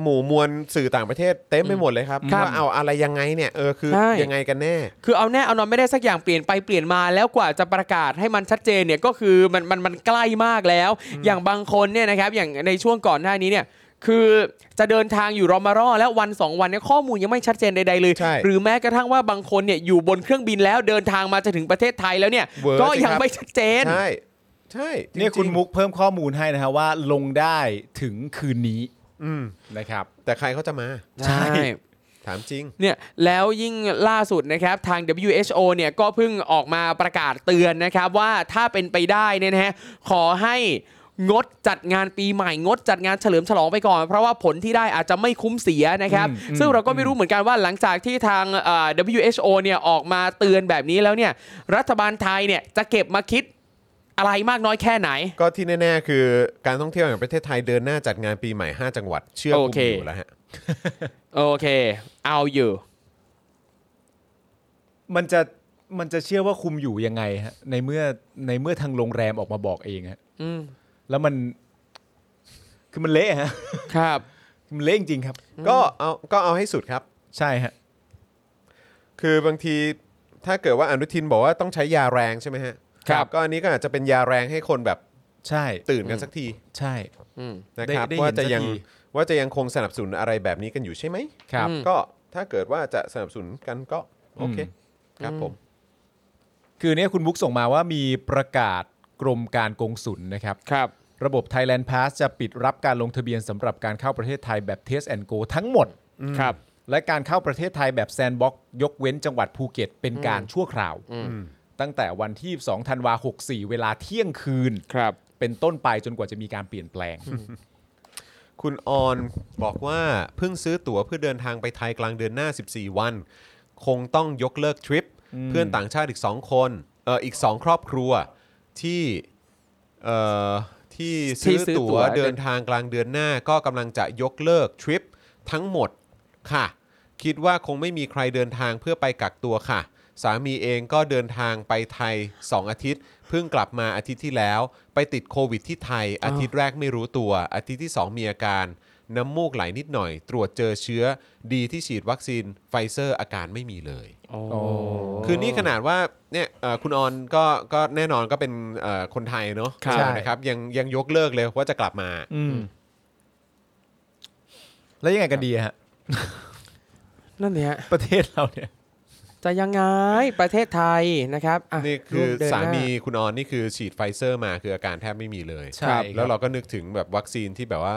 Speaker 2: หมู่มวลสื่อต่างประเทศเต็มไปหมดเลยครับ
Speaker 5: ครับ
Speaker 2: ว่าเอาอะไรยังไงเนี่ยเออคือ
Speaker 5: ใช่
Speaker 2: ยังไงกันแน่
Speaker 5: คือเอาแน่เอานอนไม่ได้สักอย่างเปลี่ยนไปเปลี่ยนมาแล้วกว่าจะประกาศให้มันชัดเจนเนี่ยก็คือมันมันมันใกล้มากแล้ว อย่างบางคนเนี่ยนะครับอย่างในช่วงก่อนหน้านี้เนี่ยคือจะเดินทางอยู่รอมารอแล้ววันสองวันเนี่ยข้อมูลยังไม่ชัดเจนใดๆเลย
Speaker 2: ใช่
Speaker 5: หรือแม้กระทั่งว่าบางคนเนี่ยอยู่บนเครื่องบินแล้วเดินทางมาจะถึงประเทศไทยแล้วเนี่ย
Speaker 2: เวอร์
Speaker 5: ก็
Speaker 2: สิ
Speaker 5: ยัง
Speaker 2: ครับ
Speaker 5: ไม่ชัดเจน
Speaker 2: ใช่ใช่จริงๆ
Speaker 3: เนี่ยคุณมุกเพิ่มข้อมูลให้นะฮะว่าลงได้ถึงคืนนี้
Speaker 2: อืม
Speaker 3: นะครับ
Speaker 2: แต่ใครเขาจะมา
Speaker 5: ใช่
Speaker 2: ถามจริง
Speaker 5: เนี่ยแล้วยิ่งล่าสุดนะครับทาง WHO เนี่ยก็เพิ่งออกมาประกาศเตือนนะครับว่าถ้าเป็นไปได้เนี่ยนะฮะขอให้งดจัดงานปีใหม่งดจัดงานเฉลิมฉลองไปก่อน เพราะว่าผลที่ได้อาจจะไม่คุ้มเสียนะครับ
Speaker 3: อืมอืม
Speaker 5: ซึ่งเราก็ไม่รู้เหมือนกันว่าหลังจากที่ทางเอ่อ WHO เนี่ยออกมาเตือนแบบนี้แล้วเนี่ยรัฐบาลไทยเนี่ยจะเก็บมาคิดอะไรมากน้อยแค่ไหน
Speaker 2: ก็ที่แน่ๆคือการท่องเที่ยวแห่งประเทศไทยเดินหน้าจัดงานปีใหม่ 5 จังหวัด เชื่อ
Speaker 5: โอ
Speaker 2: คุณ
Speaker 5: เค
Speaker 2: อยู่แล้วฮะ
Speaker 5: โอเค เอาอยู่
Speaker 3: มันจะมันจะเชื่อว่าคุมอยู่ยังไงฮะในเมื่อในเมื่อทางโรงแรมออกมาบอกเองฮะ
Speaker 5: อืม
Speaker 3: แล้วมันคือมันเละฮ ะ
Speaker 5: ครับ
Speaker 3: มันเละจริงๆครับ
Speaker 2: ก็เอาก็เอาให้สุดครับ
Speaker 3: ใช่ฮะ
Speaker 2: คือบางทีถ้าเกิดว่าอนุทินบอกว่าต้องใช้ยาแรงใช่ไหมฮะ
Speaker 5: ครับ
Speaker 2: ก็อันนี้ก็อาจจะเป็นยาแรงให้คนแบบ
Speaker 3: ใช่
Speaker 2: ตื่นกันสักที
Speaker 3: ใช่
Speaker 5: อืม
Speaker 2: นะครับ
Speaker 3: ได้ได้เห็น
Speaker 2: ว่าจะยัง
Speaker 3: สักที
Speaker 2: ว่าจะยังคงสนับสนุนอะไรแบบนี้กันอยู่ใช่ไหม
Speaker 3: ครับ
Speaker 5: อืม
Speaker 2: ก็ถ้าเกิดว่าจะสนับสนุนกันก็โอเคครับผม
Speaker 3: คือเนี่ยคุณมุกส่งมาว่ามีประกาศกรมการกงสุลนะครับ
Speaker 5: ครับ
Speaker 3: ระบบ Thailand Pass จะปิดรับการลงทะเบียนสำหรับการเข้าประเทศไทยแบบ Test and Go ทั้งหมด
Speaker 5: ครับ
Speaker 3: และการเข้าประเทศไทยแบบแซนบ็อกยกเว้นจังหวัดภูเก็ตเป็นการชั่วคราว ตั้งแต่วันที่ 2 ธันวาคม64 เวลาเที่ยงคืน
Speaker 5: ครับ
Speaker 3: เป็นต้นไปจนกว่าจะมีการเปลี่ยนแปลง
Speaker 2: คุณออนบอกว่าเพิ่งซื้อตั๋วเพื่อเดินทางไปไทยกลางเดือนหน้า 14 วัน คงต้องยกเลิกทริป เพื่อนต่างชาติอีก 2 คนเอ่ออีก 2 ครอบครัวที่เอ่อที่ซื้อ
Speaker 5: ที่ซื้อตั๋
Speaker 2: ตั๋
Speaker 5: ว
Speaker 2: วเดินทางกลางเดือนหน้า ก็กำลังจะยกเลิกทริปทั้งหมดค่ะ คิดว่าคงไม่มีใครเดินทางเพื่อไปกักตัวค่ะ สามีเองก็เดินทางไปไทย 2 อาทิตย์ เพิ่งกลับมาอาทิตย์ที่แล้ว ไปติดโควิดที่ไทย อาทิตย์แรกไม่รู้ตัว อาทิตย์ที่ 2 มีอาการ น้ำมูกไหลนิดหน่อย ตรวจเจอเชื้อดีที่ฉีดวัคซีนไฟเซอร์อาการไม่มีเลย
Speaker 5: โอ้
Speaker 2: คือนี่ขนาดว่าเนี่ยเอ่อคุณออนก็ก็แน่นอนก็เป็นเอ่อคนไทยเนาะ
Speaker 5: ครับ
Speaker 2: ใช่นะครับยังยังยกเลิกเลยว่าจะกลับมา
Speaker 3: แล้วยังไงกันดีฮะ
Speaker 5: นั่นเนี่ย
Speaker 3: ประเทศเราเนี่ย
Speaker 5: จะยังไงประเททศไทยนะครับะ
Speaker 2: นี่คือ
Speaker 5: ร่วเดินห
Speaker 2: สา
Speaker 5: น้
Speaker 2: มีคุณออนนี่คือฉีดไฟเซอร์มาคืออาการแทบไม่มีเลย
Speaker 3: ใช่ครับ
Speaker 2: แล้วเราก็นึกถึงแบบวัคซีนที่แบบว่า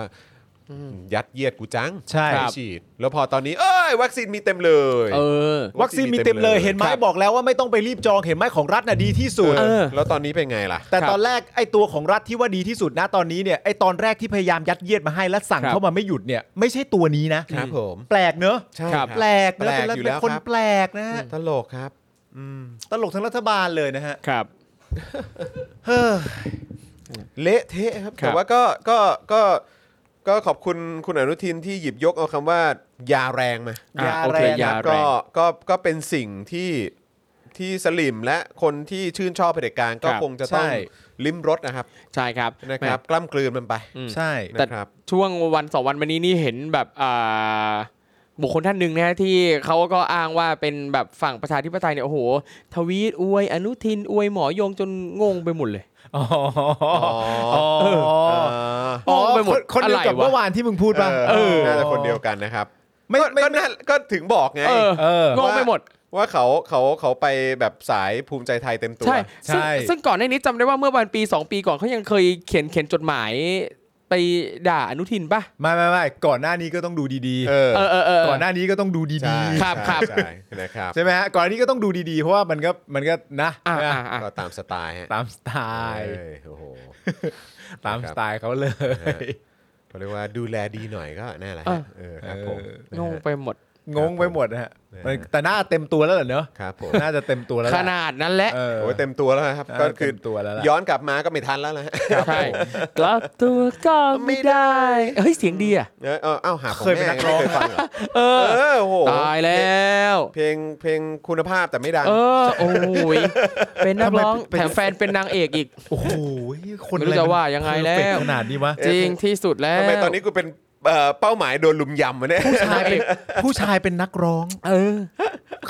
Speaker 2: ยัดเยียดกูจัง
Speaker 3: ใช่ครับ
Speaker 2: ห้ฉีด แล้วพอตอนนี้เอ้ย วัคซีนมีเต็มเลย
Speaker 5: เออ
Speaker 3: วัคซีนมีเต็มเลยเห็นไหมบอกแล้วว่าไม่ต้องไปรีบจองเห็นไหมของรัฐน่ะดีที่สุด
Speaker 2: เอ
Speaker 5: เอ
Speaker 2: อ
Speaker 5: อ
Speaker 2: แล้วตอนนี้เป็นไงล่ะ
Speaker 3: แต่
Speaker 5: ครับ
Speaker 3: ตอนแรกไอ้ตัวของรัฐที่ว่าดีที่สุดนะตอนนี้เนี่ยไอ้ตอนแรกที่พยายามยัดเยียดมาให้และสั่ง
Speaker 5: ครับ
Speaker 3: เข้ามาไม่หยุดเนี่ยไม่ใช่ตัวนี้นะครับ
Speaker 2: ผม
Speaker 3: แปลกเนอะ
Speaker 2: ใช่
Speaker 5: ครับ
Speaker 2: บ
Speaker 3: แปลกนะ
Speaker 2: แปลก
Speaker 3: เป็นรัฐ
Speaker 2: อยู่
Speaker 3: เป็
Speaker 2: แล้ว
Speaker 3: นคน
Speaker 2: ครับ
Speaker 3: แปลกนะฮะ
Speaker 2: ตลกครับอืม
Speaker 3: ตลกทั้งรัฐบาลเลยนะฮะ
Speaker 5: ครับ
Speaker 2: เละเทะครับ
Speaker 5: ครับ
Speaker 2: แต่ว่าก็ก็ก็ก็ขอบคุณคุณอนุทินที่หยิบยกเอาคำว่า ยาแรงมา
Speaker 5: อ่ะ
Speaker 3: ยา
Speaker 5: โอเค
Speaker 3: แรง
Speaker 5: ยาแร
Speaker 2: ก็
Speaker 5: ง
Speaker 2: ก็ก็เป็นสิ่งที่ที่สลิมและคนที่ชื่นชอบเผด็จการก็
Speaker 5: ครับ
Speaker 2: คงจะต้อง
Speaker 3: ใช่
Speaker 2: ลิ้มรสนะครับ
Speaker 5: ใช่ครับ
Speaker 2: นะครับ
Speaker 5: แหม
Speaker 2: กล้ำกลืนมันไป
Speaker 5: อืม
Speaker 3: ใช่
Speaker 5: แต่
Speaker 2: นะครับ
Speaker 5: ช่วงวันสองวันมานี้นี่เห็นแบบอ่าบุคคลท่านหนึ่งนะฮะที่เขาก็อ้างว่าเป็นแบบฝั่งประชาธิปไตยเนี่ยโอ้โห ทวีตอวยอนุทินอวยหมอยงจนงงไปหมดเลย
Speaker 3: อ๋อ
Speaker 2: อ๋อ
Speaker 3: เอออ๋อ
Speaker 5: ไปหมด
Speaker 3: คนคนเดียวกับ
Speaker 5: อะไรวะ
Speaker 3: เมื่อวานที่มึงพูดปะ
Speaker 2: เออน่าจะคนเดียวกันนะครับ
Speaker 3: ไม่
Speaker 2: ก็
Speaker 3: ไม่
Speaker 2: ก็น่าก็ถึงบอกไง
Speaker 5: เออ
Speaker 3: เออ
Speaker 5: งงไปหมด
Speaker 2: ว่าเขาเขาเขาไปแบบสายภูมิใจไทยเต็มตัว
Speaker 5: ใช่
Speaker 3: ใช่
Speaker 5: ซึ่งซึ่งก่อนหน้านี้จำได้ว่าเมื่อวันปี 2 ปีก่อนเขายังเคยเขียนเขียนจดหมายไปด่าอนุทินป่ะ
Speaker 3: ไม่ไม่ไม่ก่อนหน้านี้ก็ต้องดูดี
Speaker 2: เออ
Speaker 5: เออเออเออ
Speaker 3: ก่อนหน้านี้ก็ต้องดู
Speaker 2: ใช่
Speaker 3: ดี
Speaker 5: ครับ
Speaker 2: ใช่นะครับ
Speaker 3: ๆ ใช่ไหมฮะก่อนหน้านี้ก็ต้องดูดีๆ เพราะว่ามันก็มันก็นะ
Speaker 5: อ่า
Speaker 3: ใช่ไหม
Speaker 5: อ่าอ่า
Speaker 2: ก็ตามสไตล์ฮะ
Speaker 3: ตามสไตล์
Speaker 2: เอ้ยโอ้โห
Speaker 3: ตาม
Speaker 2: ครับ
Speaker 3: สไตล์เขาเลย
Speaker 2: เขาเรียกว่าดูแลดีหน่อยก็นั่นแหละ
Speaker 5: เอ
Speaker 2: ฮะ
Speaker 5: อ
Speaker 2: เออครับผม
Speaker 5: งงไปหมด
Speaker 3: งงไปหมดนะฮะ
Speaker 2: ะฮะ
Speaker 3: มันแต่หน้าเต็มตัวแล้วเหรอเนอะ
Speaker 2: ครับผม
Speaker 3: น่าจะเต็มตัวแล้ว
Speaker 5: ข
Speaker 3: ล่ะ
Speaker 5: นาดนั้นแหละ
Speaker 3: เออ
Speaker 2: โอ้ยเต็มตัวแล้วนะครับ
Speaker 3: น่า
Speaker 2: ก็
Speaker 3: จะ
Speaker 2: คือ
Speaker 3: เต็มตัวแล้วล่ะ
Speaker 2: ย้อนกลับมาก็ไม่ทันแล้วนะฮะ
Speaker 5: ใช่กลับตัวก็ไม่ได้เฮ้ยเสียงดีอ่ะ
Speaker 2: เออเออเอ้าหาของ
Speaker 3: เคยเป็น
Speaker 2: แม่
Speaker 3: นัก
Speaker 2: ไม่
Speaker 3: ร้อง
Speaker 2: เคยฟังเหรอ
Speaker 5: เอ
Speaker 2: เอ
Speaker 5: อ
Speaker 2: อโอ้โห
Speaker 5: ตายแล้ว
Speaker 2: เพลงเพลงคุณภาพแต่ไม่ดัง
Speaker 5: เออ โอ้ยเป็นนักร้องแถมแฟนเป็นนางเอกอีก
Speaker 3: โอ้โหคน
Speaker 5: ไม่รู้จะว่ายังไงแล้ว
Speaker 3: เพอร์เฟกต์ขนาดนี้วะ
Speaker 5: จริงที่สุดแล้ว
Speaker 2: ทำไมตอนนี้กูเป็นเอ่อเป้าหมายโดนลุมยำวะเนี่ย
Speaker 3: ผู้ชายเป็นผู้ชายเป็นนักร้อง
Speaker 5: เออ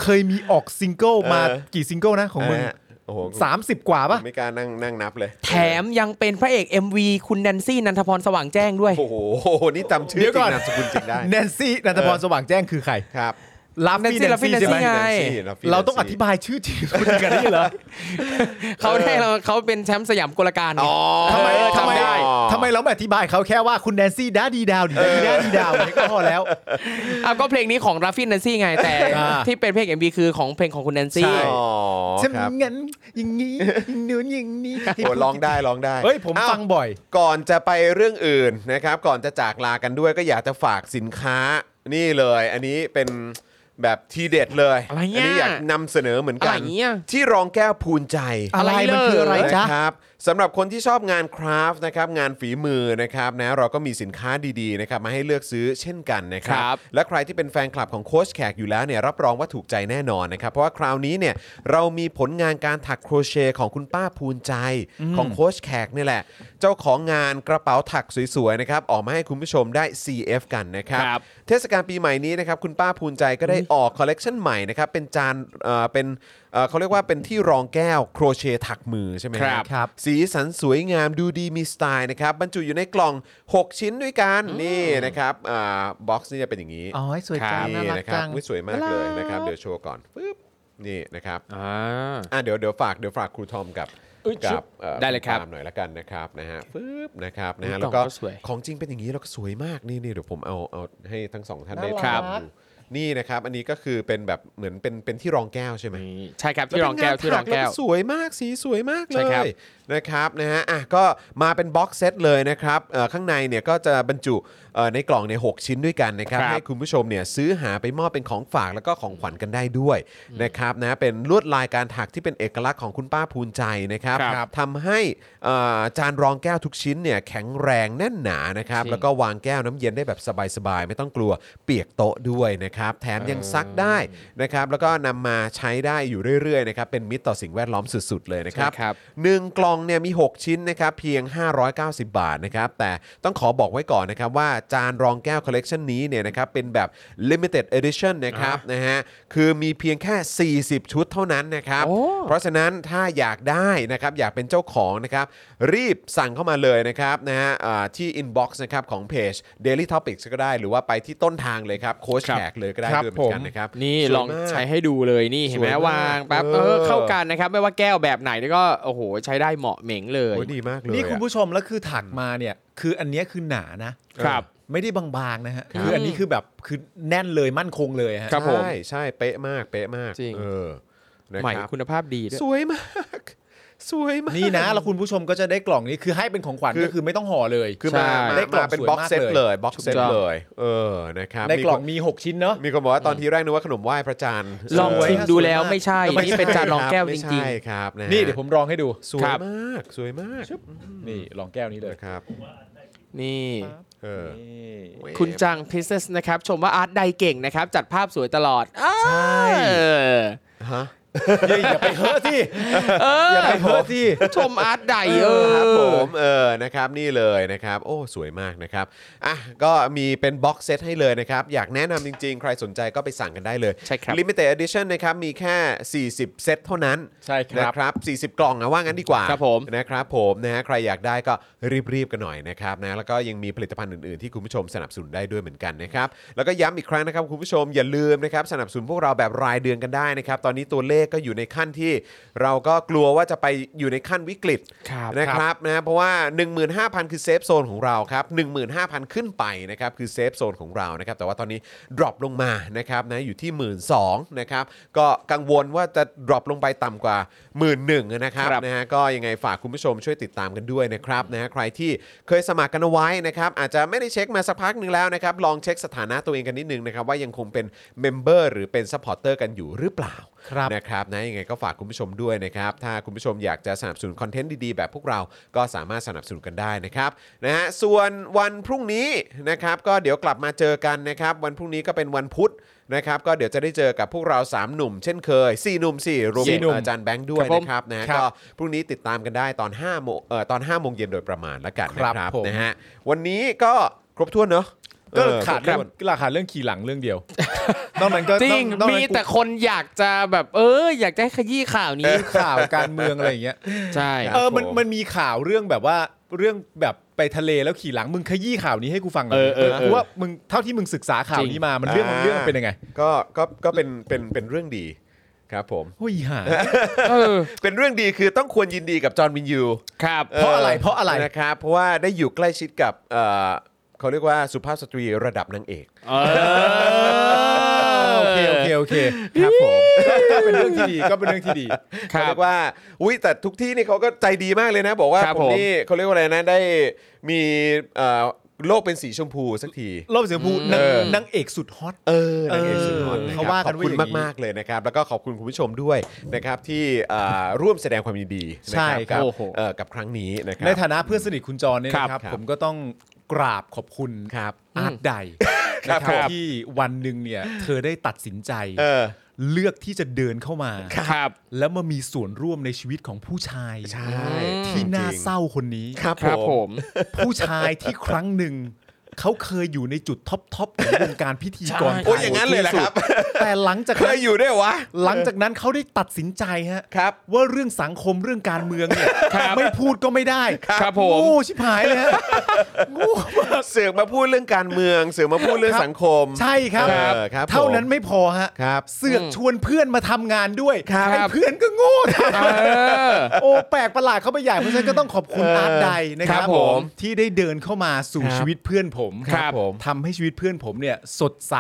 Speaker 3: เคยมีออกซิงเกิลมา
Speaker 2: เออ
Speaker 3: กี่ซิงเกิลนะของมึง
Speaker 2: เโอ้โห
Speaker 3: สามสิบกว่าปะ
Speaker 2: ไม่กล้านั่งนั่งนับเลย
Speaker 5: แถมยังเป็นพระเอก MV คุณแนนซี่นันทพรสว่างแจ้งด้วย
Speaker 2: โอ้โหนี่จำชื่อจริงนามสกุลจริงได้
Speaker 3: แนนซี่นันทพรสว่างแจ้งคือใคร
Speaker 2: ครับ
Speaker 3: ลาฟฟี่
Speaker 5: Nancy
Speaker 3: แนน
Speaker 5: Laffy
Speaker 3: ซี่ใช่ไหม
Speaker 5: Nancy ไง
Speaker 3: เราต้องอธิบายชื่อจริงคุณกันได้เหรอ
Speaker 5: เขาได้เราเขาเป็นแชมป์สยามกลการไง
Speaker 2: อ๋อ
Speaker 3: ทำไม
Speaker 5: เออ
Speaker 3: ทำไม
Speaker 5: จำได้
Speaker 3: ทำไมเราไม่อธิบายเขาแค่ว่าคุณแนนซี่ด้าดีดาวดีดาดีด้าดีดาวอย่างนี้ก็พอแล้ว
Speaker 5: อ้าวก็เพลงนี้ของราฟฟี่นันซี่ไง แต่
Speaker 3: อ่า
Speaker 5: ที่เป็นเพลง MV คือของเพลงของคุณแนนซี่
Speaker 2: ใช่อ๋อ
Speaker 3: ฉัน
Speaker 2: ครับ
Speaker 3: งั้นอย่างนี้อย่างนู้นอย่างนี้
Speaker 2: โอ้ร้องได้ร้องได้
Speaker 3: เฮ้ยผม
Speaker 2: อ้าว
Speaker 3: ฟังบ่อย
Speaker 2: ก่อนจะไปเรื่องอื่นนะครับ ก่อนจะจากลากันด้วยก็อยากจะฝากสินค้านี่เลย อันนี้เป็นแบบทีเด็ดเลย
Speaker 5: อะไรเนี่ย
Speaker 2: นี้อยากนำเสนอเหมือน
Speaker 5: อะไร
Speaker 2: กัน
Speaker 5: เงี้ย
Speaker 2: ที่รองแก้วพูนใจ
Speaker 3: อะไรมันคืออะไรจ๊ะ
Speaker 2: นะครับสำหรับคนที่ชอบงานคราฟต์นะครับงานฝีมือนะครับนะเราก็มีสินค้าดีๆนะครับมาให้เลือกซื้อเช่นกันนะครั
Speaker 5: ครับ บ
Speaker 2: และใครที่เป็นแฟนคลับของโค้ชแขกอยู่แล้วเนี่ยรับรองว่าถูกใจแน่นอนนะครับเพราะว่าคราวนี้เนี่ยเรามีผลงานการถักโครเชต์ของคุณป้าภูนใจของโค้ชแขกเนี่ยแหละ เจ้าของงานกระเป๋าถักสวยๆนะครับออกมาให้คุณผู้ชมได้ CF กันนะครับ
Speaker 5: ครับ
Speaker 2: เทศกาลปีใหม่นี้นะครับคุณป้าภูนใจก็ได้ออกคอลเลกชันใหม่นะครับเป็นจานเอ่อเป็นเอ่อเขาเรียกว่าเป็นที่รองแก้วโครเชต์ถักมือใช่ไหม
Speaker 3: ครับครับ
Speaker 2: สีสันสวยงามดูดีมีสไตล์นะครับบรรจุอยู่ในกล่อง 6 ชิ้นด้วยกันนี่นะครับบ็อกซ์นี่จะเป็นอย่างนี้
Speaker 3: อ๋อสวยจังน่า
Speaker 2: นี่
Speaker 3: รัก
Speaker 2: นะครับ
Speaker 3: จัง
Speaker 2: อุ๊ยสวยมากเลยนะครับเดี๋ยวโชว์ก่อนปึ๊บนี่นะครับ
Speaker 5: อ่า
Speaker 2: อ่ะเดี๋ยวเดี๋ยวฝากเดี๋ยวฝากครูทอมกับ
Speaker 5: อุ๊ย
Speaker 2: กับอ่อ
Speaker 5: ได้เลยครับ
Speaker 2: ณปาล์มหน่อยละกันนะครับนะฮะปึ๊บนะครับนะ
Speaker 5: อุ๊
Speaker 2: ฮะ
Speaker 5: ย
Speaker 2: แล้วก็
Speaker 5: กล่องก็สวย
Speaker 2: ของจริงเป็นอย่างนี้แล้วก็สวยมากนี่นี่เดี๋ยวผมเอาเอาให้ทั้งสองท่านได้
Speaker 3: น่ารัก
Speaker 2: ทำดูนี่นะครับอันนี้ก็คือเป็นแบบเหมือนเป็นเป็นที่รองแก้วใช่ไหม
Speaker 5: ใช่ครับที่รองแก้วที่รองแก้ว
Speaker 2: ล้เป็นานถัล้สวยมากสีสวยมากเล
Speaker 5: ใช่
Speaker 2: ย
Speaker 5: ครับ
Speaker 2: นะครับนะฮะอ่ะก็มาเป็นบ็อกเซตเลยนะครับเอ่อข้างในเนี่ยก็จะบรรจุเอ่อในกล่องในยหกชิ้นด้วยกันนะครับ
Speaker 5: ครับ
Speaker 2: ให้คุณผู้ชมเนี่ยซื้อหาไปมอบเป็นของฝากแล้วก็ของขวัญกันได้ด้วยนะครับนะเป็นลวดลายการถักที่เป็นเอกลักษณ์ของคุณป้าภูนใจนะครับ
Speaker 5: ครับ
Speaker 2: ทำให้เอ่อจานรองแก้วทุกชิ้นเนี่ยแข็งแรงแน่นหนานะครับแล้วก็วางแก้วน้ำเย็นได้แบบสบายๆไม่ต้องกลัวเปียกโต๊ะด้วยนะครับแถมยังซักได้ นะครับแล้วก็นำมาใช้ได้อยู่เรื่อยๆนะครับเป็นมิตรต่อสิ่งแวดล้อมสุด ๆ เลยนะครับ
Speaker 5: ใช่ครับ
Speaker 2: หนึ่งกล่องเนี่ยมี 6 ชิ้นนะครับเพียง 590 บาทนะครับแต่ต้องขอบอกไว้ก่อนนะครับว่าจานรองแก้วคอลเลกชันนี้เนี่ยนะครับเป็นแบบ limited edition นะครับนะฮะคือมีเพียงแค่ 40 ชุดเท่านั้นนะครับ
Speaker 5: โอ้
Speaker 2: เพราะฉะนั้นถ้าอยากได้นะครับอยากเป็นเจ้าของนะครับรีบสั่งเข้ามาเลยนะครับนะฮะอ่าที่ inbox นะครับของเพจ daily topics ก็ได้ หรือว่าไปที่ต้นทางเลยครับโค้ช
Speaker 5: ครับ
Speaker 2: แขกเลยก็ได้
Speaker 3: ครับ
Speaker 2: ด้วยเหมือนกัน
Speaker 3: ผม
Speaker 2: นะครับ
Speaker 5: นี่
Speaker 2: สวย
Speaker 5: ลอง
Speaker 2: มาก
Speaker 5: ใช้ให้ดูเลยนี่เห็นไหม
Speaker 2: สวยมาก
Speaker 5: วางแป๊บ
Speaker 2: เอ
Speaker 5: เอ
Speaker 2: อ
Speaker 5: อเข้ากันนะครับ ไม่ว่าแก้วแบบไหนแล้วก็โอ้โหใช้ได้เหมาะเหม่งเลย
Speaker 2: โอ้ยดีมากเลย
Speaker 3: นี่คุณ
Speaker 2: อะ
Speaker 3: ผู้ชมแล้วคือถักมาเนี่ยคืออันเนี้ยคือหนานะครับ ไม่ได้บางๆนะฮะคืออันนี้คือแบบคือแน่นเลยมั่นคงเลยฮะ
Speaker 5: ครับผม
Speaker 2: ใช่ใช่เป๊ะมากเป๊ะมาก
Speaker 5: จริง
Speaker 2: เออนะ
Speaker 5: ใหม่
Speaker 2: ครับ
Speaker 5: คุณภาพดีด้วย
Speaker 2: สวยมาก สวยมาก
Speaker 3: นี่นะแล้วคุณผู้ชมก็จะได้กล่องนี้คือให้เป็นของขวัญ
Speaker 2: คือ
Speaker 3: ก็คือไม่ต้องห่อเลย
Speaker 2: คือ
Speaker 5: ใช่
Speaker 2: มามา
Speaker 3: ได้กล่อง
Speaker 2: มาเป็น
Speaker 3: สวย
Speaker 2: บ็อก
Speaker 3: มาก
Speaker 2: เซต
Speaker 3: เลย
Speaker 2: เลยบ็อกเซต
Speaker 5: ถูกต้อง
Speaker 2: เลย เออนะครับ
Speaker 3: ในกล่อง
Speaker 2: มีค
Speaker 3: มี 6 ชิ้นเนาะ
Speaker 2: นมีคนบอกว่าตอนที่แรกนึกว่าขนมไหว้พระจันทร์
Speaker 5: ลอง
Speaker 2: เ
Speaker 5: ชิม
Speaker 3: สวย
Speaker 5: ดู
Speaker 3: สวย
Speaker 5: แล้ว
Speaker 3: มาก
Speaker 5: ไม่ใช่
Speaker 2: ไม่
Speaker 5: นี่
Speaker 2: ใช่
Speaker 5: เป็นจานรองแก้วจ
Speaker 2: ไม่
Speaker 5: ริ
Speaker 2: ใช่
Speaker 5: ง
Speaker 2: ครับะฮะ
Speaker 3: นี่เดี๋ยวผมรองให้ดู
Speaker 2: สวย
Speaker 5: ครับ
Speaker 2: มากสวยมาก
Speaker 3: นี่ลองแก้วนี้เลย
Speaker 2: นะครับ
Speaker 5: ๆ นี่
Speaker 2: เออ
Speaker 3: นี่
Speaker 5: คุณจังพิเซสนะครับ ชมว่าอาร์ตใดเก่งนะครับ จัดภาพสวยตลอด
Speaker 3: ใช่
Speaker 5: เออ
Speaker 2: ฮะ
Speaker 3: อย่าอย่าไปเฮ้อสิ
Speaker 5: เออ
Speaker 3: อย่าไปเฮ้อสิ
Speaker 5: ชมอาร์ตใดเอ
Speaker 2: ครับผ
Speaker 5: อ
Speaker 2: มเออนะครับนี่เลยนะครับ โอ้สวยมากนะครับอ่ะก็มีเป็นบ็อกเซตให้เลยนะครับ อยากแนะนำจริง ๆ ใครสนใจก็ไปสั่งกันได้เลย
Speaker 5: ใช่ครับ
Speaker 2: Limited Edition นะครับ มีแค่ 40 เซตเท่านั้น
Speaker 3: ใช่ค
Speaker 2: นะ
Speaker 3: รับ
Speaker 2: ครับ40 กล่องนะว่างั้นดีกว่า
Speaker 5: ครับผม
Speaker 2: นะครับผมนะฮะใครอยากได้ก็รีบๆกันหน่อยนะครับนะแล้วก็ยังมีผลิตภัณฑ์อื่นๆที่คุณผู้ชมสนับสนุนได้ด้วยเหมือนกันนะครับแล้วก็ย้ำอีกครั้งนะครับคุณผู้ชมอย่าลืมนะครับสนับสนุนพวกเราแบบรายเดือนกันได้นะครับตอนนี้ตัวเลขก็อยู่ในขั้นที่ เราก็กลัวว่าจะไปอยู่ในขั้นวิกฤต
Speaker 5: ครับ
Speaker 2: นะครับนะเพราะว่า 15,000 คือเซฟโซนของเราครับ15,000 ขึ้นไปนะครับคือเซฟโซนของเรานะครับแต่ว่าตอนนี้ดรอปลงมานะครับนะอยู่ที่ 1 2ื่นนะครับก็กังวลว่าจะดรอปลงไปต่ำกว่า 1 1ื่นหนึ่งนะครับ
Speaker 5: ครับ
Speaker 2: นะฮะก็ยังไงฝากคุณผู้ชมช่วยติดตามกันด้วยนะครับนะฮะใครที่เคยสมัครกันเอาไว้นะครับอาจจะไม่ได้เช็คมาสักพักหนึ่งแล้วนะครับลองเช็คสถานะตัวเองกันนิดนึงนะครับว่ายังคงเป็นเมมเบอร์หรือเป็นซัพพอร์เตอร์กันอยู่หรือเปล่า
Speaker 3: ครับ
Speaker 2: นะครับนะยังไงก็ฝากคุณผู้ชมด้วยนะครับ ถ้าคุณผู้ชมอยากจะสนับสนุนคอนเทนต์ดีๆ แบบพวกเราก็สามารถสนับสนุนกันได้นะครับนะฮะส่วนวันพรุ่งนี้นะครับก็เดี๋ยวกลับมาเจอกันนะครับ วันพรุ่งนี้ก็เป็นวันพุธนะครับ ก็เดี๋ยวจะได้เจอกับพวกเรา 3 หนุ่ม เช่นเคย 4 หนุ่มสี่รวมถึ
Speaker 3: สี่
Speaker 2: ง
Speaker 3: หนุ่ม
Speaker 2: อาจารย์แบงค์ด้วย
Speaker 3: ครับผ
Speaker 2: นะ
Speaker 3: ม
Speaker 2: ครับนะฮะ
Speaker 3: ครับ
Speaker 2: ก็พรุ่งนี้ติดตามกันได้ตอน5โมงเอ่อตอน5โมงเย็นโดยประมาณละกันนะค
Speaker 3: ครั
Speaker 2: รับบ
Speaker 3: ผม
Speaker 2: นะฮะวันนี้ก็ครบถ้วนเนาะ
Speaker 3: ก็
Speaker 2: เออ
Speaker 3: ขาด
Speaker 2: ค
Speaker 3: เรื่
Speaker 2: ร
Speaker 3: อบ ง
Speaker 2: ถ้วน
Speaker 3: ราคาเรื่องขี่หลังเรื่องเดียวนอกนั้นก็
Speaker 5: จริง
Speaker 3: นอกนั้น
Speaker 5: มีแต่คนอยากจะแบบเออ อยากจะให้ขยี้ข่าวนี้
Speaker 3: กูข่าวการเมืองอะไรอย่างเงี้ย
Speaker 5: ใช่
Speaker 3: เออ มัน
Speaker 2: ผม
Speaker 3: มันมีข่าวเรื่องแบบว่า เรื่องแบบไปทะเลแล้วขี่หลัง มึงขยี้ข่าวนี้ให้กูฟังหน่อย
Speaker 5: เออเออเออ
Speaker 3: เพราะว่ามึง เท่าที่มึงศึกษาข่าวนี้มา มันเรื่องมันเรื่องมันเป็นยังไง
Speaker 2: ก็ก็ก็เป็นเป็นเป็นเรื่องดีครับผม
Speaker 3: โอ้ยห่า
Speaker 5: เออ
Speaker 2: เป็นเรื่องดีคือต้องควรยินดีกับจอห์นวินยู
Speaker 5: ครับ
Speaker 3: เพราะอะไรเพราะอะไร
Speaker 2: นะครับเพราะว่าได้อยู่ใกล้ชิดกับเอ่อเขาเรียกว่าสุภาพสตรีระดับนางเอก
Speaker 5: เออ
Speaker 3: โอเค โอเค โอเค
Speaker 2: ครับผม
Speaker 3: ก็เป็นเรื่องที่ดี ก็เป็นเรื่องที่ดี
Speaker 5: ค
Speaker 2: เขาเรี
Speaker 5: รับ
Speaker 2: ยกว่าอุ้ยแต่ทุกที่นี่เขาก็ใจดีมากเลยนะ บอกว่า
Speaker 5: ครับ
Speaker 2: ผ
Speaker 5: ผมม
Speaker 2: นี่เขาเรียกว่าอะไรนะได้มีเอ่อโลกเป็นสีชมพูสักที
Speaker 3: รอบเสียงพูนาง
Speaker 2: เออ
Speaker 3: นางเอกสุดฮอต
Speaker 2: เออนางเอกสุดฮอตนะครับ
Speaker 3: เขาว่า
Speaker 2: ข
Speaker 3: กัน
Speaker 2: อบ
Speaker 3: ว่า
Speaker 2: คุณ
Speaker 3: อย่างนี้
Speaker 2: มาก ๆ เลยนะครับ แล้วก็ขอบคุณคุณผู้ชมด้วยนะครับที่เอ่อร่วมแสดงความยินดีนะ
Speaker 3: ใช่
Speaker 2: ครับกั
Speaker 3: ครั
Speaker 2: บบ เอ่อกับครั้งนี้นะครับ
Speaker 3: ในฐานะเพื่อนสนิทคุณจรเนี่ยนะ
Speaker 2: ค
Speaker 3: ค
Speaker 2: รั
Speaker 3: รั
Speaker 2: บบ ครับ
Speaker 3: ผมก็ต้องกราบขอบคุณ
Speaker 2: ครับ
Speaker 3: อาร์ตใด
Speaker 2: ครับ
Speaker 3: นะครับ
Speaker 2: ผม
Speaker 3: ที่วันหนึ่งเนี่ย เธอได้ตัดสินใจ
Speaker 2: เออ
Speaker 3: เลือกที่จะเดินเข้ามา
Speaker 5: ครับ
Speaker 3: แล้วมามีส่วนร่วมในชีวิตของผู้ชาย
Speaker 2: ใช่
Speaker 3: ที่น่า
Speaker 2: จริงๆ
Speaker 3: เศร้าคนนี้
Speaker 2: ครับ
Speaker 5: ครับ
Speaker 2: ผ
Speaker 5: ผม ม
Speaker 3: ผู้ชายที่ครั้งหนึ่ง เขาเคยอยู่ในจุดท็อปทอปของวงการพิธีกร
Speaker 5: ใช่
Speaker 2: โอ้ยอย่างนั้นเลยเหรอครับ
Speaker 3: แต่หลังจาก
Speaker 2: เค
Speaker 3: นั้
Speaker 2: ย
Speaker 3: น
Speaker 2: อยู่ด้วยวะ
Speaker 3: หลังจากนั้นเขาได้ตัดสินใจฮะ
Speaker 2: ครับ
Speaker 3: ว่าเรื่องสังคมเรื่องการเมืองเนี่ยไม่พูดก็ไม่ได้
Speaker 5: ครับผม
Speaker 3: โง่ชิบหายเลยฮะโง่มาก
Speaker 2: เสือกมาพูดเรื่องการเมือง เสือกมาพูดเรื่องสังคม
Speaker 3: ใช่ครับ
Speaker 2: ครับครับ
Speaker 3: เท่านั้นไม่พอฮะ
Speaker 2: ครับ
Speaker 3: เสือกชวนเพื่อนมาทำงานด้วย
Speaker 5: ครับ
Speaker 3: ให้เพื่อนก็โง่ทำ
Speaker 5: เออ
Speaker 3: โอ้ แปลกประหลาดเข้าไปใหญ่เพราะฉะนั้นก็ต้องขอบคุณ
Speaker 2: เออ
Speaker 3: อาร์ตไดนะครั
Speaker 5: ครับ บผม
Speaker 3: ที่ได้เดินเข้ามาสู่
Speaker 2: ครับ
Speaker 3: ชีวิตเพื่อนผม
Speaker 2: ครับผม
Speaker 3: ทำให้ชีวิตเพื่อนผมเนี่ยสดใส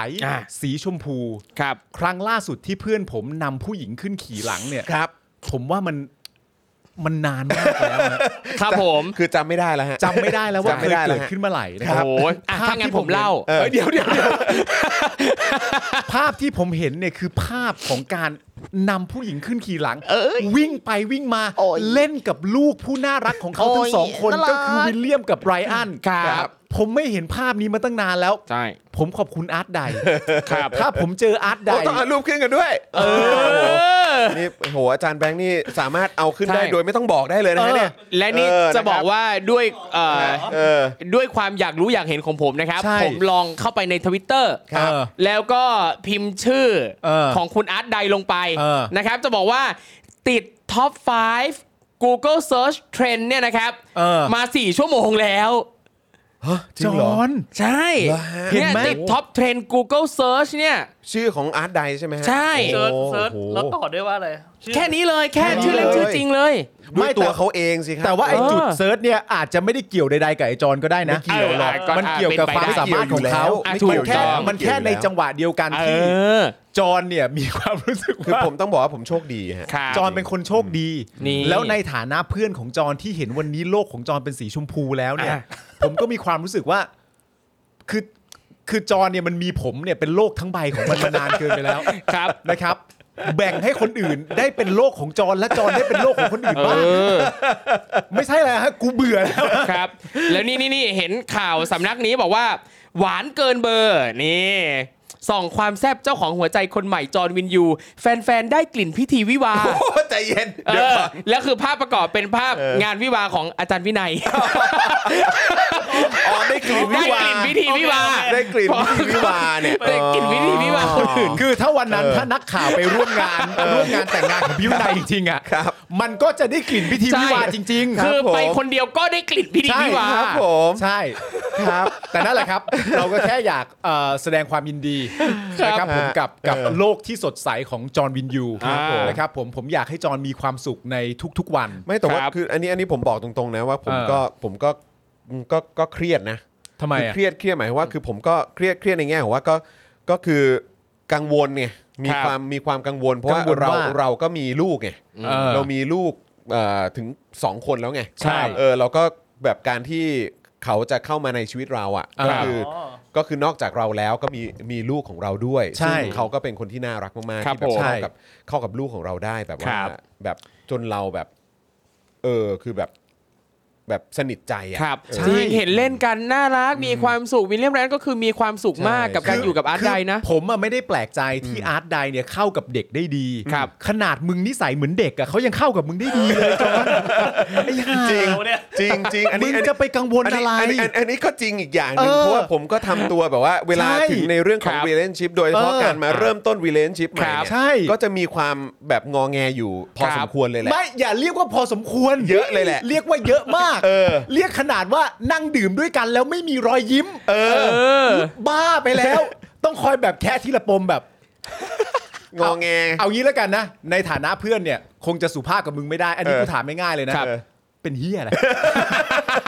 Speaker 3: สีชมพู
Speaker 5: ครับ
Speaker 3: ครั้งล่าสุดที่เพื่อนผมนำผู้หญิงขึ้นขี่หลังเนี่ย
Speaker 2: ครับ
Speaker 3: ผมว่ามันมันนานมากแล้วนะครับ
Speaker 5: ผม
Speaker 2: คือจำไม่ได้แล้วฮะ
Speaker 3: จำไม่ได้แล้วว่า
Speaker 2: จำ
Speaker 3: เค
Speaker 2: ไม่
Speaker 3: ย
Speaker 2: ได้แล้ว
Speaker 3: เกิ
Speaker 2: ฮะ
Speaker 3: ดขึ้นเมื่อไหร่นะค
Speaker 5: โอ้
Speaker 3: รับ
Speaker 5: โหอ่ะ
Speaker 3: ภาพ
Speaker 5: ถ้างั้น
Speaker 3: ที่
Speaker 5: ผ
Speaker 3: ผม
Speaker 5: ม
Speaker 3: เห็น
Speaker 5: เล่า
Speaker 2: เออ
Speaker 3: เดี๋ยวเดี๋ยวเดี๋ยวภาพที่ผมเห็นเนี่ยคือภาพของการนำผู้หญิงขึ้นขี่หลัง วิ่งไปวิ่งมา
Speaker 8: โอ้ย
Speaker 3: เล่นกับลูกผู้น่ารักของเขาทั้ง
Speaker 8: โอ้ย
Speaker 3: สองคน
Speaker 8: น่ารัก
Speaker 3: ก็คือวิลเลียมกับไบรอัน
Speaker 5: ครับ
Speaker 3: ผมไม่เห็นภาพนี้มาตั้งนานแล้ว
Speaker 5: ใช่
Speaker 3: ผมขอบคุณอาร์ตใด
Speaker 5: ครับ
Speaker 3: ถ้าผมเจออาร์ตใด
Speaker 2: โอ้ต้องเอารูปขึ้นกันด้วย เออนี่โหอาจารย์แบงค์นี่สามารถเอาขึ้นได้
Speaker 5: ใช่
Speaker 2: โดยไม่ต้องบอกได้เลยนะฮะเนี่ย
Speaker 5: และนี่
Speaker 2: เออนะครับ
Speaker 5: จะบอกว่าด้วยเอ่อ
Speaker 2: เออ
Speaker 5: ด้วยความอยากรู้อยากเห็นของผมนะครับ
Speaker 3: ใช่
Speaker 5: ผมลองเข้าไปในทวิตเตอร์
Speaker 3: เออ
Speaker 5: แล้วก็พิมพ์ชื่อ
Speaker 3: เออ
Speaker 5: ของคุณอาร์ตใดลงไป
Speaker 3: เออ
Speaker 5: นะครับ จะบอกว่าติดท็อป 5 Google Search Trend เนี่ยนะครับ
Speaker 3: เออ
Speaker 5: มา 4 ชั่วโมงแล้ว
Speaker 2: จริง
Speaker 3: จ
Speaker 2: เหรอ
Speaker 3: อน
Speaker 5: ใช่
Speaker 2: เหรอฮะ
Speaker 5: เนี่ย
Speaker 3: เห็นไหม
Speaker 5: ติดท็อปเทรน Google Search เนี่ย
Speaker 2: ชื่อของอาร์ตไดใช่ไหมฮะ
Speaker 5: ใช่
Speaker 4: เซิร์ช
Speaker 2: โอ้โห
Speaker 4: เซิร์ชแล้วต่อด้วยว่าอะไรชื่อ
Speaker 5: แค่นี้เลยแค่ชื่อเล่นชื่อจริงเลย
Speaker 2: ด้วย
Speaker 3: ไม่แต่
Speaker 2: ตัวเขาเองสิครั
Speaker 3: แต่ว่าไอ้
Speaker 5: เออ
Speaker 3: จุดเซิร์ชเนี่ยอาจจะไม่ได้เกี่ยวใดๆกับไอ้จอนก็ได้นะ
Speaker 2: ไม่เกี่ยวหรอก
Speaker 5: เออก็
Speaker 3: มันเกี่ยวกับ
Speaker 5: เป็น
Speaker 3: ค
Speaker 5: ไป
Speaker 3: วาม
Speaker 5: ได้
Speaker 3: สามารถของเขามั
Speaker 5: อ่ะ
Speaker 3: น
Speaker 5: ถูก
Speaker 3: แค่
Speaker 5: ต้อง
Speaker 3: มันแค่ในจังหวะเดียวกัน
Speaker 5: เอ
Speaker 3: ที่
Speaker 5: อ
Speaker 3: จอนเนี่ยมีความรู้สึก
Speaker 2: คือ
Speaker 3: ว่า
Speaker 2: ผมต้องบอกว่าผมโชคดีฮะ
Speaker 5: ครับ
Speaker 3: จอนเป็นคนโชคดี
Speaker 5: นี่
Speaker 3: แล้วในฐานะเพื่อนของจอนที่เห็นวันนี้โลกของจอนเป็นสีชมพูแล้วเนี่ย
Speaker 5: อ่ะ
Speaker 3: ผมก็มีความรู้สึกว่า คือคือจอนเนี่ยมันมีผมเนี่ยเป็นโลกทั้งใบของมันมานานเกินไปแล้ว
Speaker 5: ครับ
Speaker 3: นะครับ แบ่งให้คนอื่นได้เป็นโลกของจอนและจอนได้เป็นโลกของคนอื่นบ้างไม่ใช่แล้วฮะกูเบื่อแล้ว
Speaker 5: ครับ แล้วนี่นี่นี่เห็นข่าวสำนักนี้บอกว่า หวานเกินเบอร์ นี่ ส่องความแซบเจ้าของหัวใจคนใหม่จอห์นวินยู แฟนๆ ได้กลิ่นพิธีวิวาห์
Speaker 2: โอ้ใจเย็น
Speaker 5: เอ
Speaker 2: เดี๋ยว
Speaker 5: อ
Speaker 2: ก่อน
Speaker 5: แล้วคือภาพประกอบเป็นภาพ
Speaker 2: เออ
Speaker 5: งานวิวาห์ของอาจารย์วินัย
Speaker 2: อ๋อได้กลิ่นวิ
Speaker 5: ได้
Speaker 2: วาก
Speaker 5: ลิ่นพิธีวิวาห์
Speaker 2: ได้กลิ่น
Speaker 5: พอ
Speaker 2: วิวาเนี่ย
Speaker 5: ได้กลิ่นพิธีวิวาห์คนอื่น
Speaker 3: คือถ้าวันนั้นถ้านักข่าวไปร่วมงานร่วมงานแต่งงานของพี่วินัยจริงๆอ่ะมันก็จะได้กลิ่นพิธี
Speaker 5: ใช่
Speaker 3: วิวาจริงๆ
Speaker 5: คือไปคนเดียวก็ได้กลิ่นพิธี
Speaker 3: ใช่
Speaker 5: วิวาห์
Speaker 2: ครับผม
Speaker 3: ใช่ครับ แต่นั่นแหละครับ เราก็แค่อยากเอ่อแสดงความยินดีนะครับผมกับกับโลกที่สดใสของจอห์นวินยู
Speaker 5: ครับผม
Speaker 3: นะครับผมผมอยากให้จอห์นมีความสุขในทุกๆวัน
Speaker 2: ไม่แต่ว่า
Speaker 5: ครับ
Speaker 2: คืออันนี้อันนี้ผมบอกตรงๆนะว่าผม
Speaker 3: เออ
Speaker 2: ก็ผมก็ก็ก็เครียดนะ
Speaker 3: ทำไม
Speaker 2: คือ
Speaker 3: อะ
Speaker 2: เครียดเครียดหมายความว่าคือผมก็เครียดเครียดในแง่ของว่าก็ก็คือกังวลไงมี
Speaker 5: ครับ
Speaker 2: ความมีความกังวล เพราะว่า
Speaker 3: กังวล
Speaker 2: เรา
Speaker 3: ว่า
Speaker 2: เราก็มีลูกไง
Speaker 3: เออ
Speaker 2: เรามีลูกเอ่อถึงสองคนแล้วไง
Speaker 3: ใช่
Speaker 2: เออเราก็แบบการที่เขาจะเข้ามาในชีวิตเราอ่ะ
Speaker 3: ครับ
Speaker 2: ก็คือ
Speaker 4: อ๋อ
Speaker 2: ก็คือนอกจากเราแล้วก็มีมีลูกของเราด้วย
Speaker 3: ใช่
Speaker 2: ซึ่งเขาก็เป็นคนที่น่ารักมากๆ
Speaker 5: ครับ
Speaker 2: ที่แบบ
Speaker 5: ผม
Speaker 2: เข้ากับเข้ากับลูกของเราได้แบบว่า
Speaker 5: ครับ
Speaker 2: แบบจนเราแบบเออคือแบบแบบสนิทใจอ่ะ
Speaker 5: ครับ
Speaker 2: เออ
Speaker 5: จริงเห็นเล่นกันน่ารักมีความสุขวิลเลียมแรนก็คือมีความสุขมาก
Speaker 2: ใช่
Speaker 5: กับการอยู่กับอาร์ต
Speaker 3: คื
Speaker 5: ไดนะ
Speaker 3: ผมอะไม่ได้แปลกใจที่อาร์ตไดเนี่ยเข้ากับเด็กได้ดี
Speaker 5: ครับ
Speaker 3: ขนาดมึงนิสัยเหมือนเด็กอะเขายังเข้ากับมึงได้ดี เลยจอห์นไอ้ห่า
Speaker 2: จริง
Speaker 4: เอาเนี่ย
Speaker 2: จริงจริงอัน
Speaker 3: มึ
Speaker 2: นี้
Speaker 3: ง
Speaker 2: อันนี้
Speaker 3: จะไปกังวลอะไร
Speaker 2: อันนี้อันนี้อันนี้ก็จริงอีกอย่างหนึง
Speaker 3: เออ
Speaker 2: เพราะว่าผมก็ทำตัวแบบว่าเวลา
Speaker 3: ใช่
Speaker 2: ถึงในเรื่องของ
Speaker 5: ครับ
Speaker 2: relationship โดยเฉพาะ
Speaker 3: เออ
Speaker 2: การมาเริ่มต้น relationship ใหม่
Speaker 5: ครับ
Speaker 2: เนี่ย
Speaker 3: ใช่
Speaker 2: ก็จะมีความแบบงอแงอยู่พอ
Speaker 5: ครับ
Speaker 2: สมควรเลยแหละ
Speaker 3: ไม่อย่าเรียกว่าพอสมควร
Speaker 2: เยอะเลยแหละ
Speaker 3: เรียกว่าเยอะมาก
Speaker 2: เออ
Speaker 3: เรียกขนาดว่านั่งดื่มด้วยกันแล้วไม่มีรอยยิ้ม
Speaker 2: เออ
Speaker 5: เออ
Speaker 3: บ้าไปแล้ว ต้องคอยแบบแค่ทีละปมแบบ
Speaker 2: งอแง
Speaker 3: เอางี้แล้วกันนะ ในฐานะเพื่อนเนี่ย คงจะสุภาพกับมึงไม่ได้ อันนี้
Speaker 2: เออ
Speaker 3: กูถามง่ายๆเลยนะครับ เป็นเฮียอะไร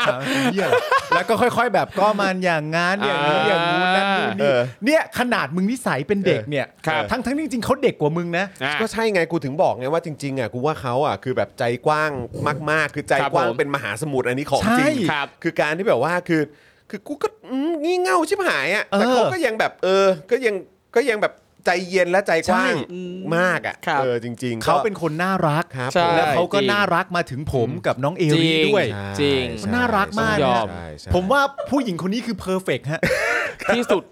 Speaker 3: ถามเป็นเฮียอะไรแล้วก็ค่อย ๆ แบบก็มันอย่างงานอย่างนี้อย่างนู้นนั่นนู่น
Speaker 2: เอ
Speaker 3: นี่
Speaker 2: อ
Speaker 3: เนี่ยขนาดมึงนิสัยเป็นเด็กเนี่ย
Speaker 2: ครับ
Speaker 3: ทั้งทั้งๆที่จริงๆเขาเด็กกว่ามึงนะ
Speaker 5: อ่ะ
Speaker 2: ก็ใช่ไงกูถึงบอกไงว่าจริงๆอ่ะกูว่าเขาอ่ะคือแบบใจกว้างมาก ๆ คือใจกว้าง
Speaker 5: ครับผม
Speaker 2: เป็นมหาสมุทรอันนี้ของจริง
Speaker 3: ใช่
Speaker 5: ครับ
Speaker 2: คือการที่แบบว่าคือคือกูก็อืมงี่เง่าชิบหายอ่ะ
Speaker 3: เออ
Speaker 2: แต่เขาก็ยังแบบเออ ก็ยังก็ยังแบบใจเย็นและใจกว้าง
Speaker 3: ใช่
Speaker 2: มากอ่ะ
Speaker 5: ครับ
Speaker 2: เออจริงๆก็
Speaker 3: เขาเป็นคนน่ารัก
Speaker 2: ครับ
Speaker 5: ใช่
Speaker 2: ผม
Speaker 3: แล้วเขาก็
Speaker 5: จริง
Speaker 3: น่ารักมาถึงผมกับน้องเอ
Speaker 5: จริ
Speaker 3: รี่
Speaker 5: ง
Speaker 3: ด้วย
Speaker 2: ใช่
Speaker 5: จริง
Speaker 2: ใช่
Speaker 3: น่ารักมาก
Speaker 5: ยอม
Speaker 2: ใช่ใช่
Speaker 3: ผมว่าผู้หญิงคนนี้คือเพอร์เฟกฮะ
Speaker 5: ที่สุด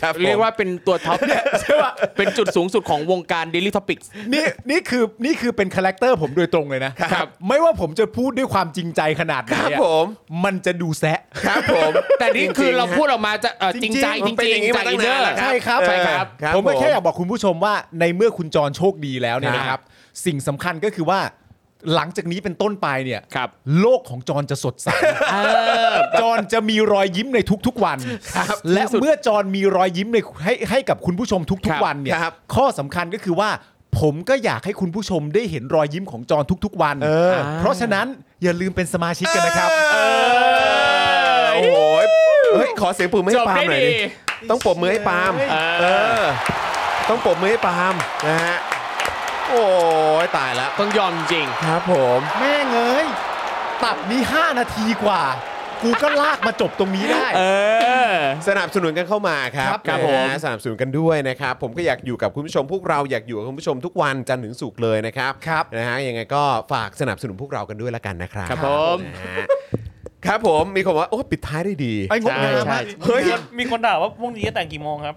Speaker 2: ครับผม
Speaker 5: เรียกว่าเป็นตัว ท็อป
Speaker 3: ใช่ปะ
Speaker 5: เป็นจุดสูงสุดของวงการ Daily Topics
Speaker 3: นี่นี่คือนี่คือเป็นคาแรคเตอร์ผมโดยตรงเลยนะครับ ไม่ว่าผมจะพูดด้วยความจริงใจขนาดไหน
Speaker 2: ครับ
Speaker 3: อะ
Speaker 2: ผม
Speaker 3: มันจะดูแซะ
Speaker 2: ครับผม
Speaker 5: แต่นี่คือเราพูดออกมาจะเอ่อจ
Speaker 3: จริ
Speaker 5: ริง
Speaker 3: งๆ
Speaker 5: ใจ
Speaker 2: ผ
Speaker 5: จ
Speaker 2: มเป็น
Speaker 5: ริ
Speaker 2: องย่าง
Speaker 5: ๆจาม
Speaker 2: นี้าก ตั้
Speaker 5: อินเนอน
Speaker 2: งาน
Speaker 5: ร์
Speaker 2: แล้ว
Speaker 3: ใช่ครับ
Speaker 2: เออ
Speaker 3: ใช่ครับ
Speaker 2: ครับ
Speaker 3: ผมก็
Speaker 2: ผ
Speaker 3: แค่
Speaker 2: ม
Speaker 3: อยากบอกคุณผู้ชมว่าในเมื่อคุณจรโชคดีแล้วเนี่ย
Speaker 5: ครับ
Speaker 3: นะครับ สิ่งสำคัญก็คือว่า หลังจากนี้เป็นต้นไปเนี่ย
Speaker 5: ครับ
Speaker 3: โลกของจรจะสดใสจรจะมีรอยยิ้มในทุกๆวัน และเมื่อจรมีรอยยิ้มในให้ให้กับคุณผู้ชม
Speaker 5: ค
Speaker 3: ทุ
Speaker 5: รั
Speaker 3: ก
Speaker 5: บ
Speaker 3: ๆวันเนี่ย
Speaker 2: ครับ
Speaker 3: ข้อสำคัญก็คือว่า ผมก็อยากให้คุณผู้ชมได้เห็นรอยยิ้มของจรทุกๆ วัน
Speaker 2: อ
Speaker 3: เพราะฉะนั้นอย่าลืมเป็นสมาชิกกันนะครับ
Speaker 2: เออโอ้โหเฮ้ยขอเสียงปรบมือ
Speaker 5: จ
Speaker 2: ให้ปา
Speaker 5: บ
Speaker 2: ล์มห
Speaker 5: ได้
Speaker 2: น่อย
Speaker 5: ดี
Speaker 2: ดิต้องปรบมือให้ปาล์มเออ ต้องปรบมือให้ปาล์มนะฮะโอ้ยตายแล้ว
Speaker 5: ต้องยอมจริง
Speaker 2: ครับผม
Speaker 3: แม่งเอ้ยตับนี้ 5 นาทีกว่า กูก็ลากมาจบตรงนี้ได้
Speaker 5: เออ
Speaker 2: สนับสนุนกันเข้ามาครับ
Speaker 3: ครับครับ
Speaker 2: นะฮะ
Speaker 3: ผม
Speaker 2: สนับสนุนกันด้วยนะครับ ผมก็อยากอยู่กับคุณผู้ชมพวกเราอยากอยู่กับคุณผู้ชมทุกวันจันทร์ถึงศุกร์เลยนะครับ
Speaker 3: ครับ
Speaker 2: นะฮะยังไงก็ฝากสนับสนุนพวกเรากันด้วยละกันนะครับ
Speaker 5: ครับผม
Speaker 2: นะฮะครับผมมีคนว่าโอ้ปิดท้ายได้ดี
Speaker 3: ไอ้งบงาม
Speaker 5: ใช่
Speaker 3: อะ
Speaker 4: เฮ้ยมีคนด่าว่าพรุ่งนี้จะแต่งกี่โมงครับ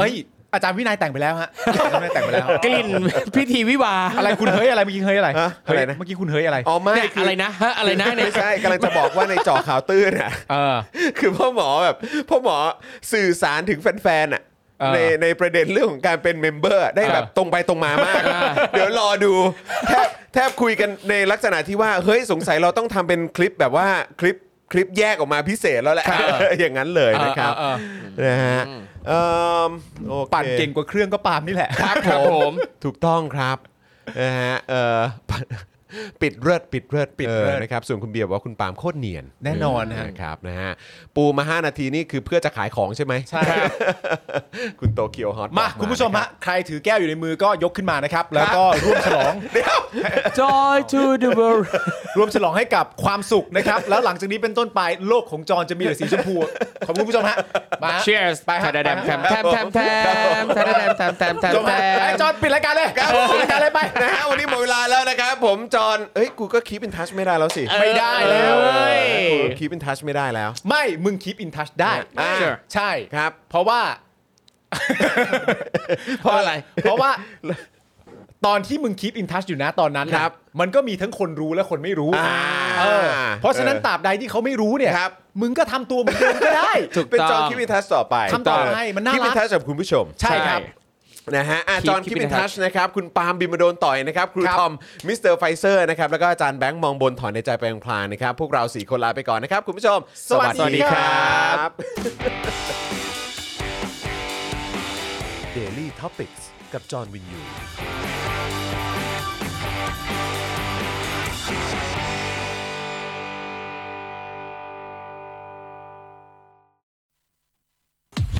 Speaker 3: เอ้ย อาจารย์วินัยแต่งไปแล้วฮะอาจารย์วินัยแต่งไปแล้ว
Speaker 5: กลิ่น พิธีวิวาห์
Speaker 3: อะไรคุณเฮ้ยอะไรเมื่อกี้เฮ้ยอะไร
Speaker 2: ฮะ
Speaker 3: เฮ้ย
Speaker 2: อะไรนะ
Speaker 3: เมื่อกี้คุณเฮ้ยอะไร
Speaker 2: อ๋อไม่
Speaker 5: เนี่ย
Speaker 2: คื
Speaker 5: อะไรนะฮะอะไรนะเนี่ย
Speaker 2: ไม่ใช่กำลังจะบอกว่าในเจอข่าวตื้นอ่ะ
Speaker 3: เออ
Speaker 2: คือพ่อหมอแบบพ่อหมอสื่อสารถึงแฟนๆอ่ะ
Speaker 3: เออ
Speaker 2: ในในประเด็นเรื่องของการเป็นเมมเบอร์ ได้แบบ
Speaker 3: เออ
Speaker 2: ตรงไปตรงมามาก เดี๋ยวรอดู แทบแทบคุยกันในลักษณะที่ว่า เฮ้ยสงสัยเราต้องทำเป็นคลิปแบบว่าคลิปคลิปแยกออกมาพิเศษแล้วแหละ อย่างนั้นเลยนะครับ
Speaker 3: เออเออ
Speaker 2: นะฮะเอิ่มโอค
Speaker 3: ปั่นเก่งกว่าเครื่องก็ปาล์มนี่แหละ
Speaker 2: ครับผมถูกต้องครับนะฮะเอ่ อปปิดเลือดปิดเลือด
Speaker 3: ปิดเลิศ
Speaker 2: ออนะครับส่วนคุณเบียร์บอกว่าคุณปาล์มโคตรเนียน
Speaker 3: แน่นอนฮะ
Speaker 2: นะครับนะฮะปูมา 5 นาทีนี่คือเพื่อจะขายของใช่ไหมใช่ คุณโตเกียวฮอต
Speaker 3: มาคุณผู้ชมฮะใครถือแก้วอยู่ในมือก็ยกขึ้นมานะครับ แล้วก็ร่วมฉลอง
Speaker 5: Joy to the world
Speaker 3: ร่วมฉลองให้กับความสุขนะครับ แล้วหลังจากนี้เป็นต้นไปโลกของจอนจะมีแต่สีชมพู ขอบคุณผู้ชมฮะมาฮะ
Speaker 5: Cheers
Speaker 3: ไปฮะ
Speaker 5: แทมแทมแทมแทมแทมแทมแทมแทมแทมแทมแทม
Speaker 3: จบ
Speaker 5: แท
Speaker 3: ฮะไอ้
Speaker 5: ม
Speaker 3: จอนปิดรายการเลยปิดรายการเลยไป
Speaker 2: นะฮะวันนี้หมดเวลาแล้วนะครับ ผมจอห์นเอ้ยกูก็คีป n นทัชไม่ได้แล้วสิ
Speaker 3: ไม่ได้แล้ว
Speaker 2: เอ
Speaker 5: เอ้ย
Speaker 2: อกูคีป n นทัชไม่ได้แล้ว
Speaker 3: ไม่ มึงคีปอินทัชได้
Speaker 2: อ่า
Speaker 3: ใช่
Speaker 2: ครับ
Speaker 3: เพราะว่า
Speaker 5: เพราะอะไร
Speaker 3: เพราะว่าตอนที่มึงคิดอินทัชอยู่นะตอนนั้นน่ะ
Speaker 2: ครับ
Speaker 3: มันก็มีทั้งคนรู้และคนไม่รู้
Speaker 2: อ่า
Speaker 3: เออเพราะฉะนั้นตราบใดที่เขาไม่รู้เนี่ย
Speaker 2: ครับ
Speaker 3: มึงก็ทำตัวเหมือนเดิมก็ได้
Speaker 5: ถูก
Speaker 2: เป็น
Speaker 5: ต้อง
Speaker 2: จอคิมิทัชต่อไป
Speaker 3: ทำต่อให้มันน่ารัก
Speaker 2: คิมิทัชกับคุณผู้ชม
Speaker 3: ใช่ครับ
Speaker 2: นะฮะอาจอน
Speaker 5: Keith
Speaker 2: คิมิทัช
Speaker 5: Kipitage
Speaker 2: นะครับ คุณปาล์มบิมโดนต่อยนะครับ ครู
Speaker 3: ครับ
Speaker 2: ทอม มิสเตอร์ไฟเซอร์นะครับ แล้วก็อาจารย์แบงค์มองบนถอนในใจไปพลางๆนะครับ พวกเราสี่คนลาไปก่อนนะครับ คุณผู้ชม
Speaker 3: สวัสดีครับ
Speaker 2: Daily Topics กับจอห์นวินยู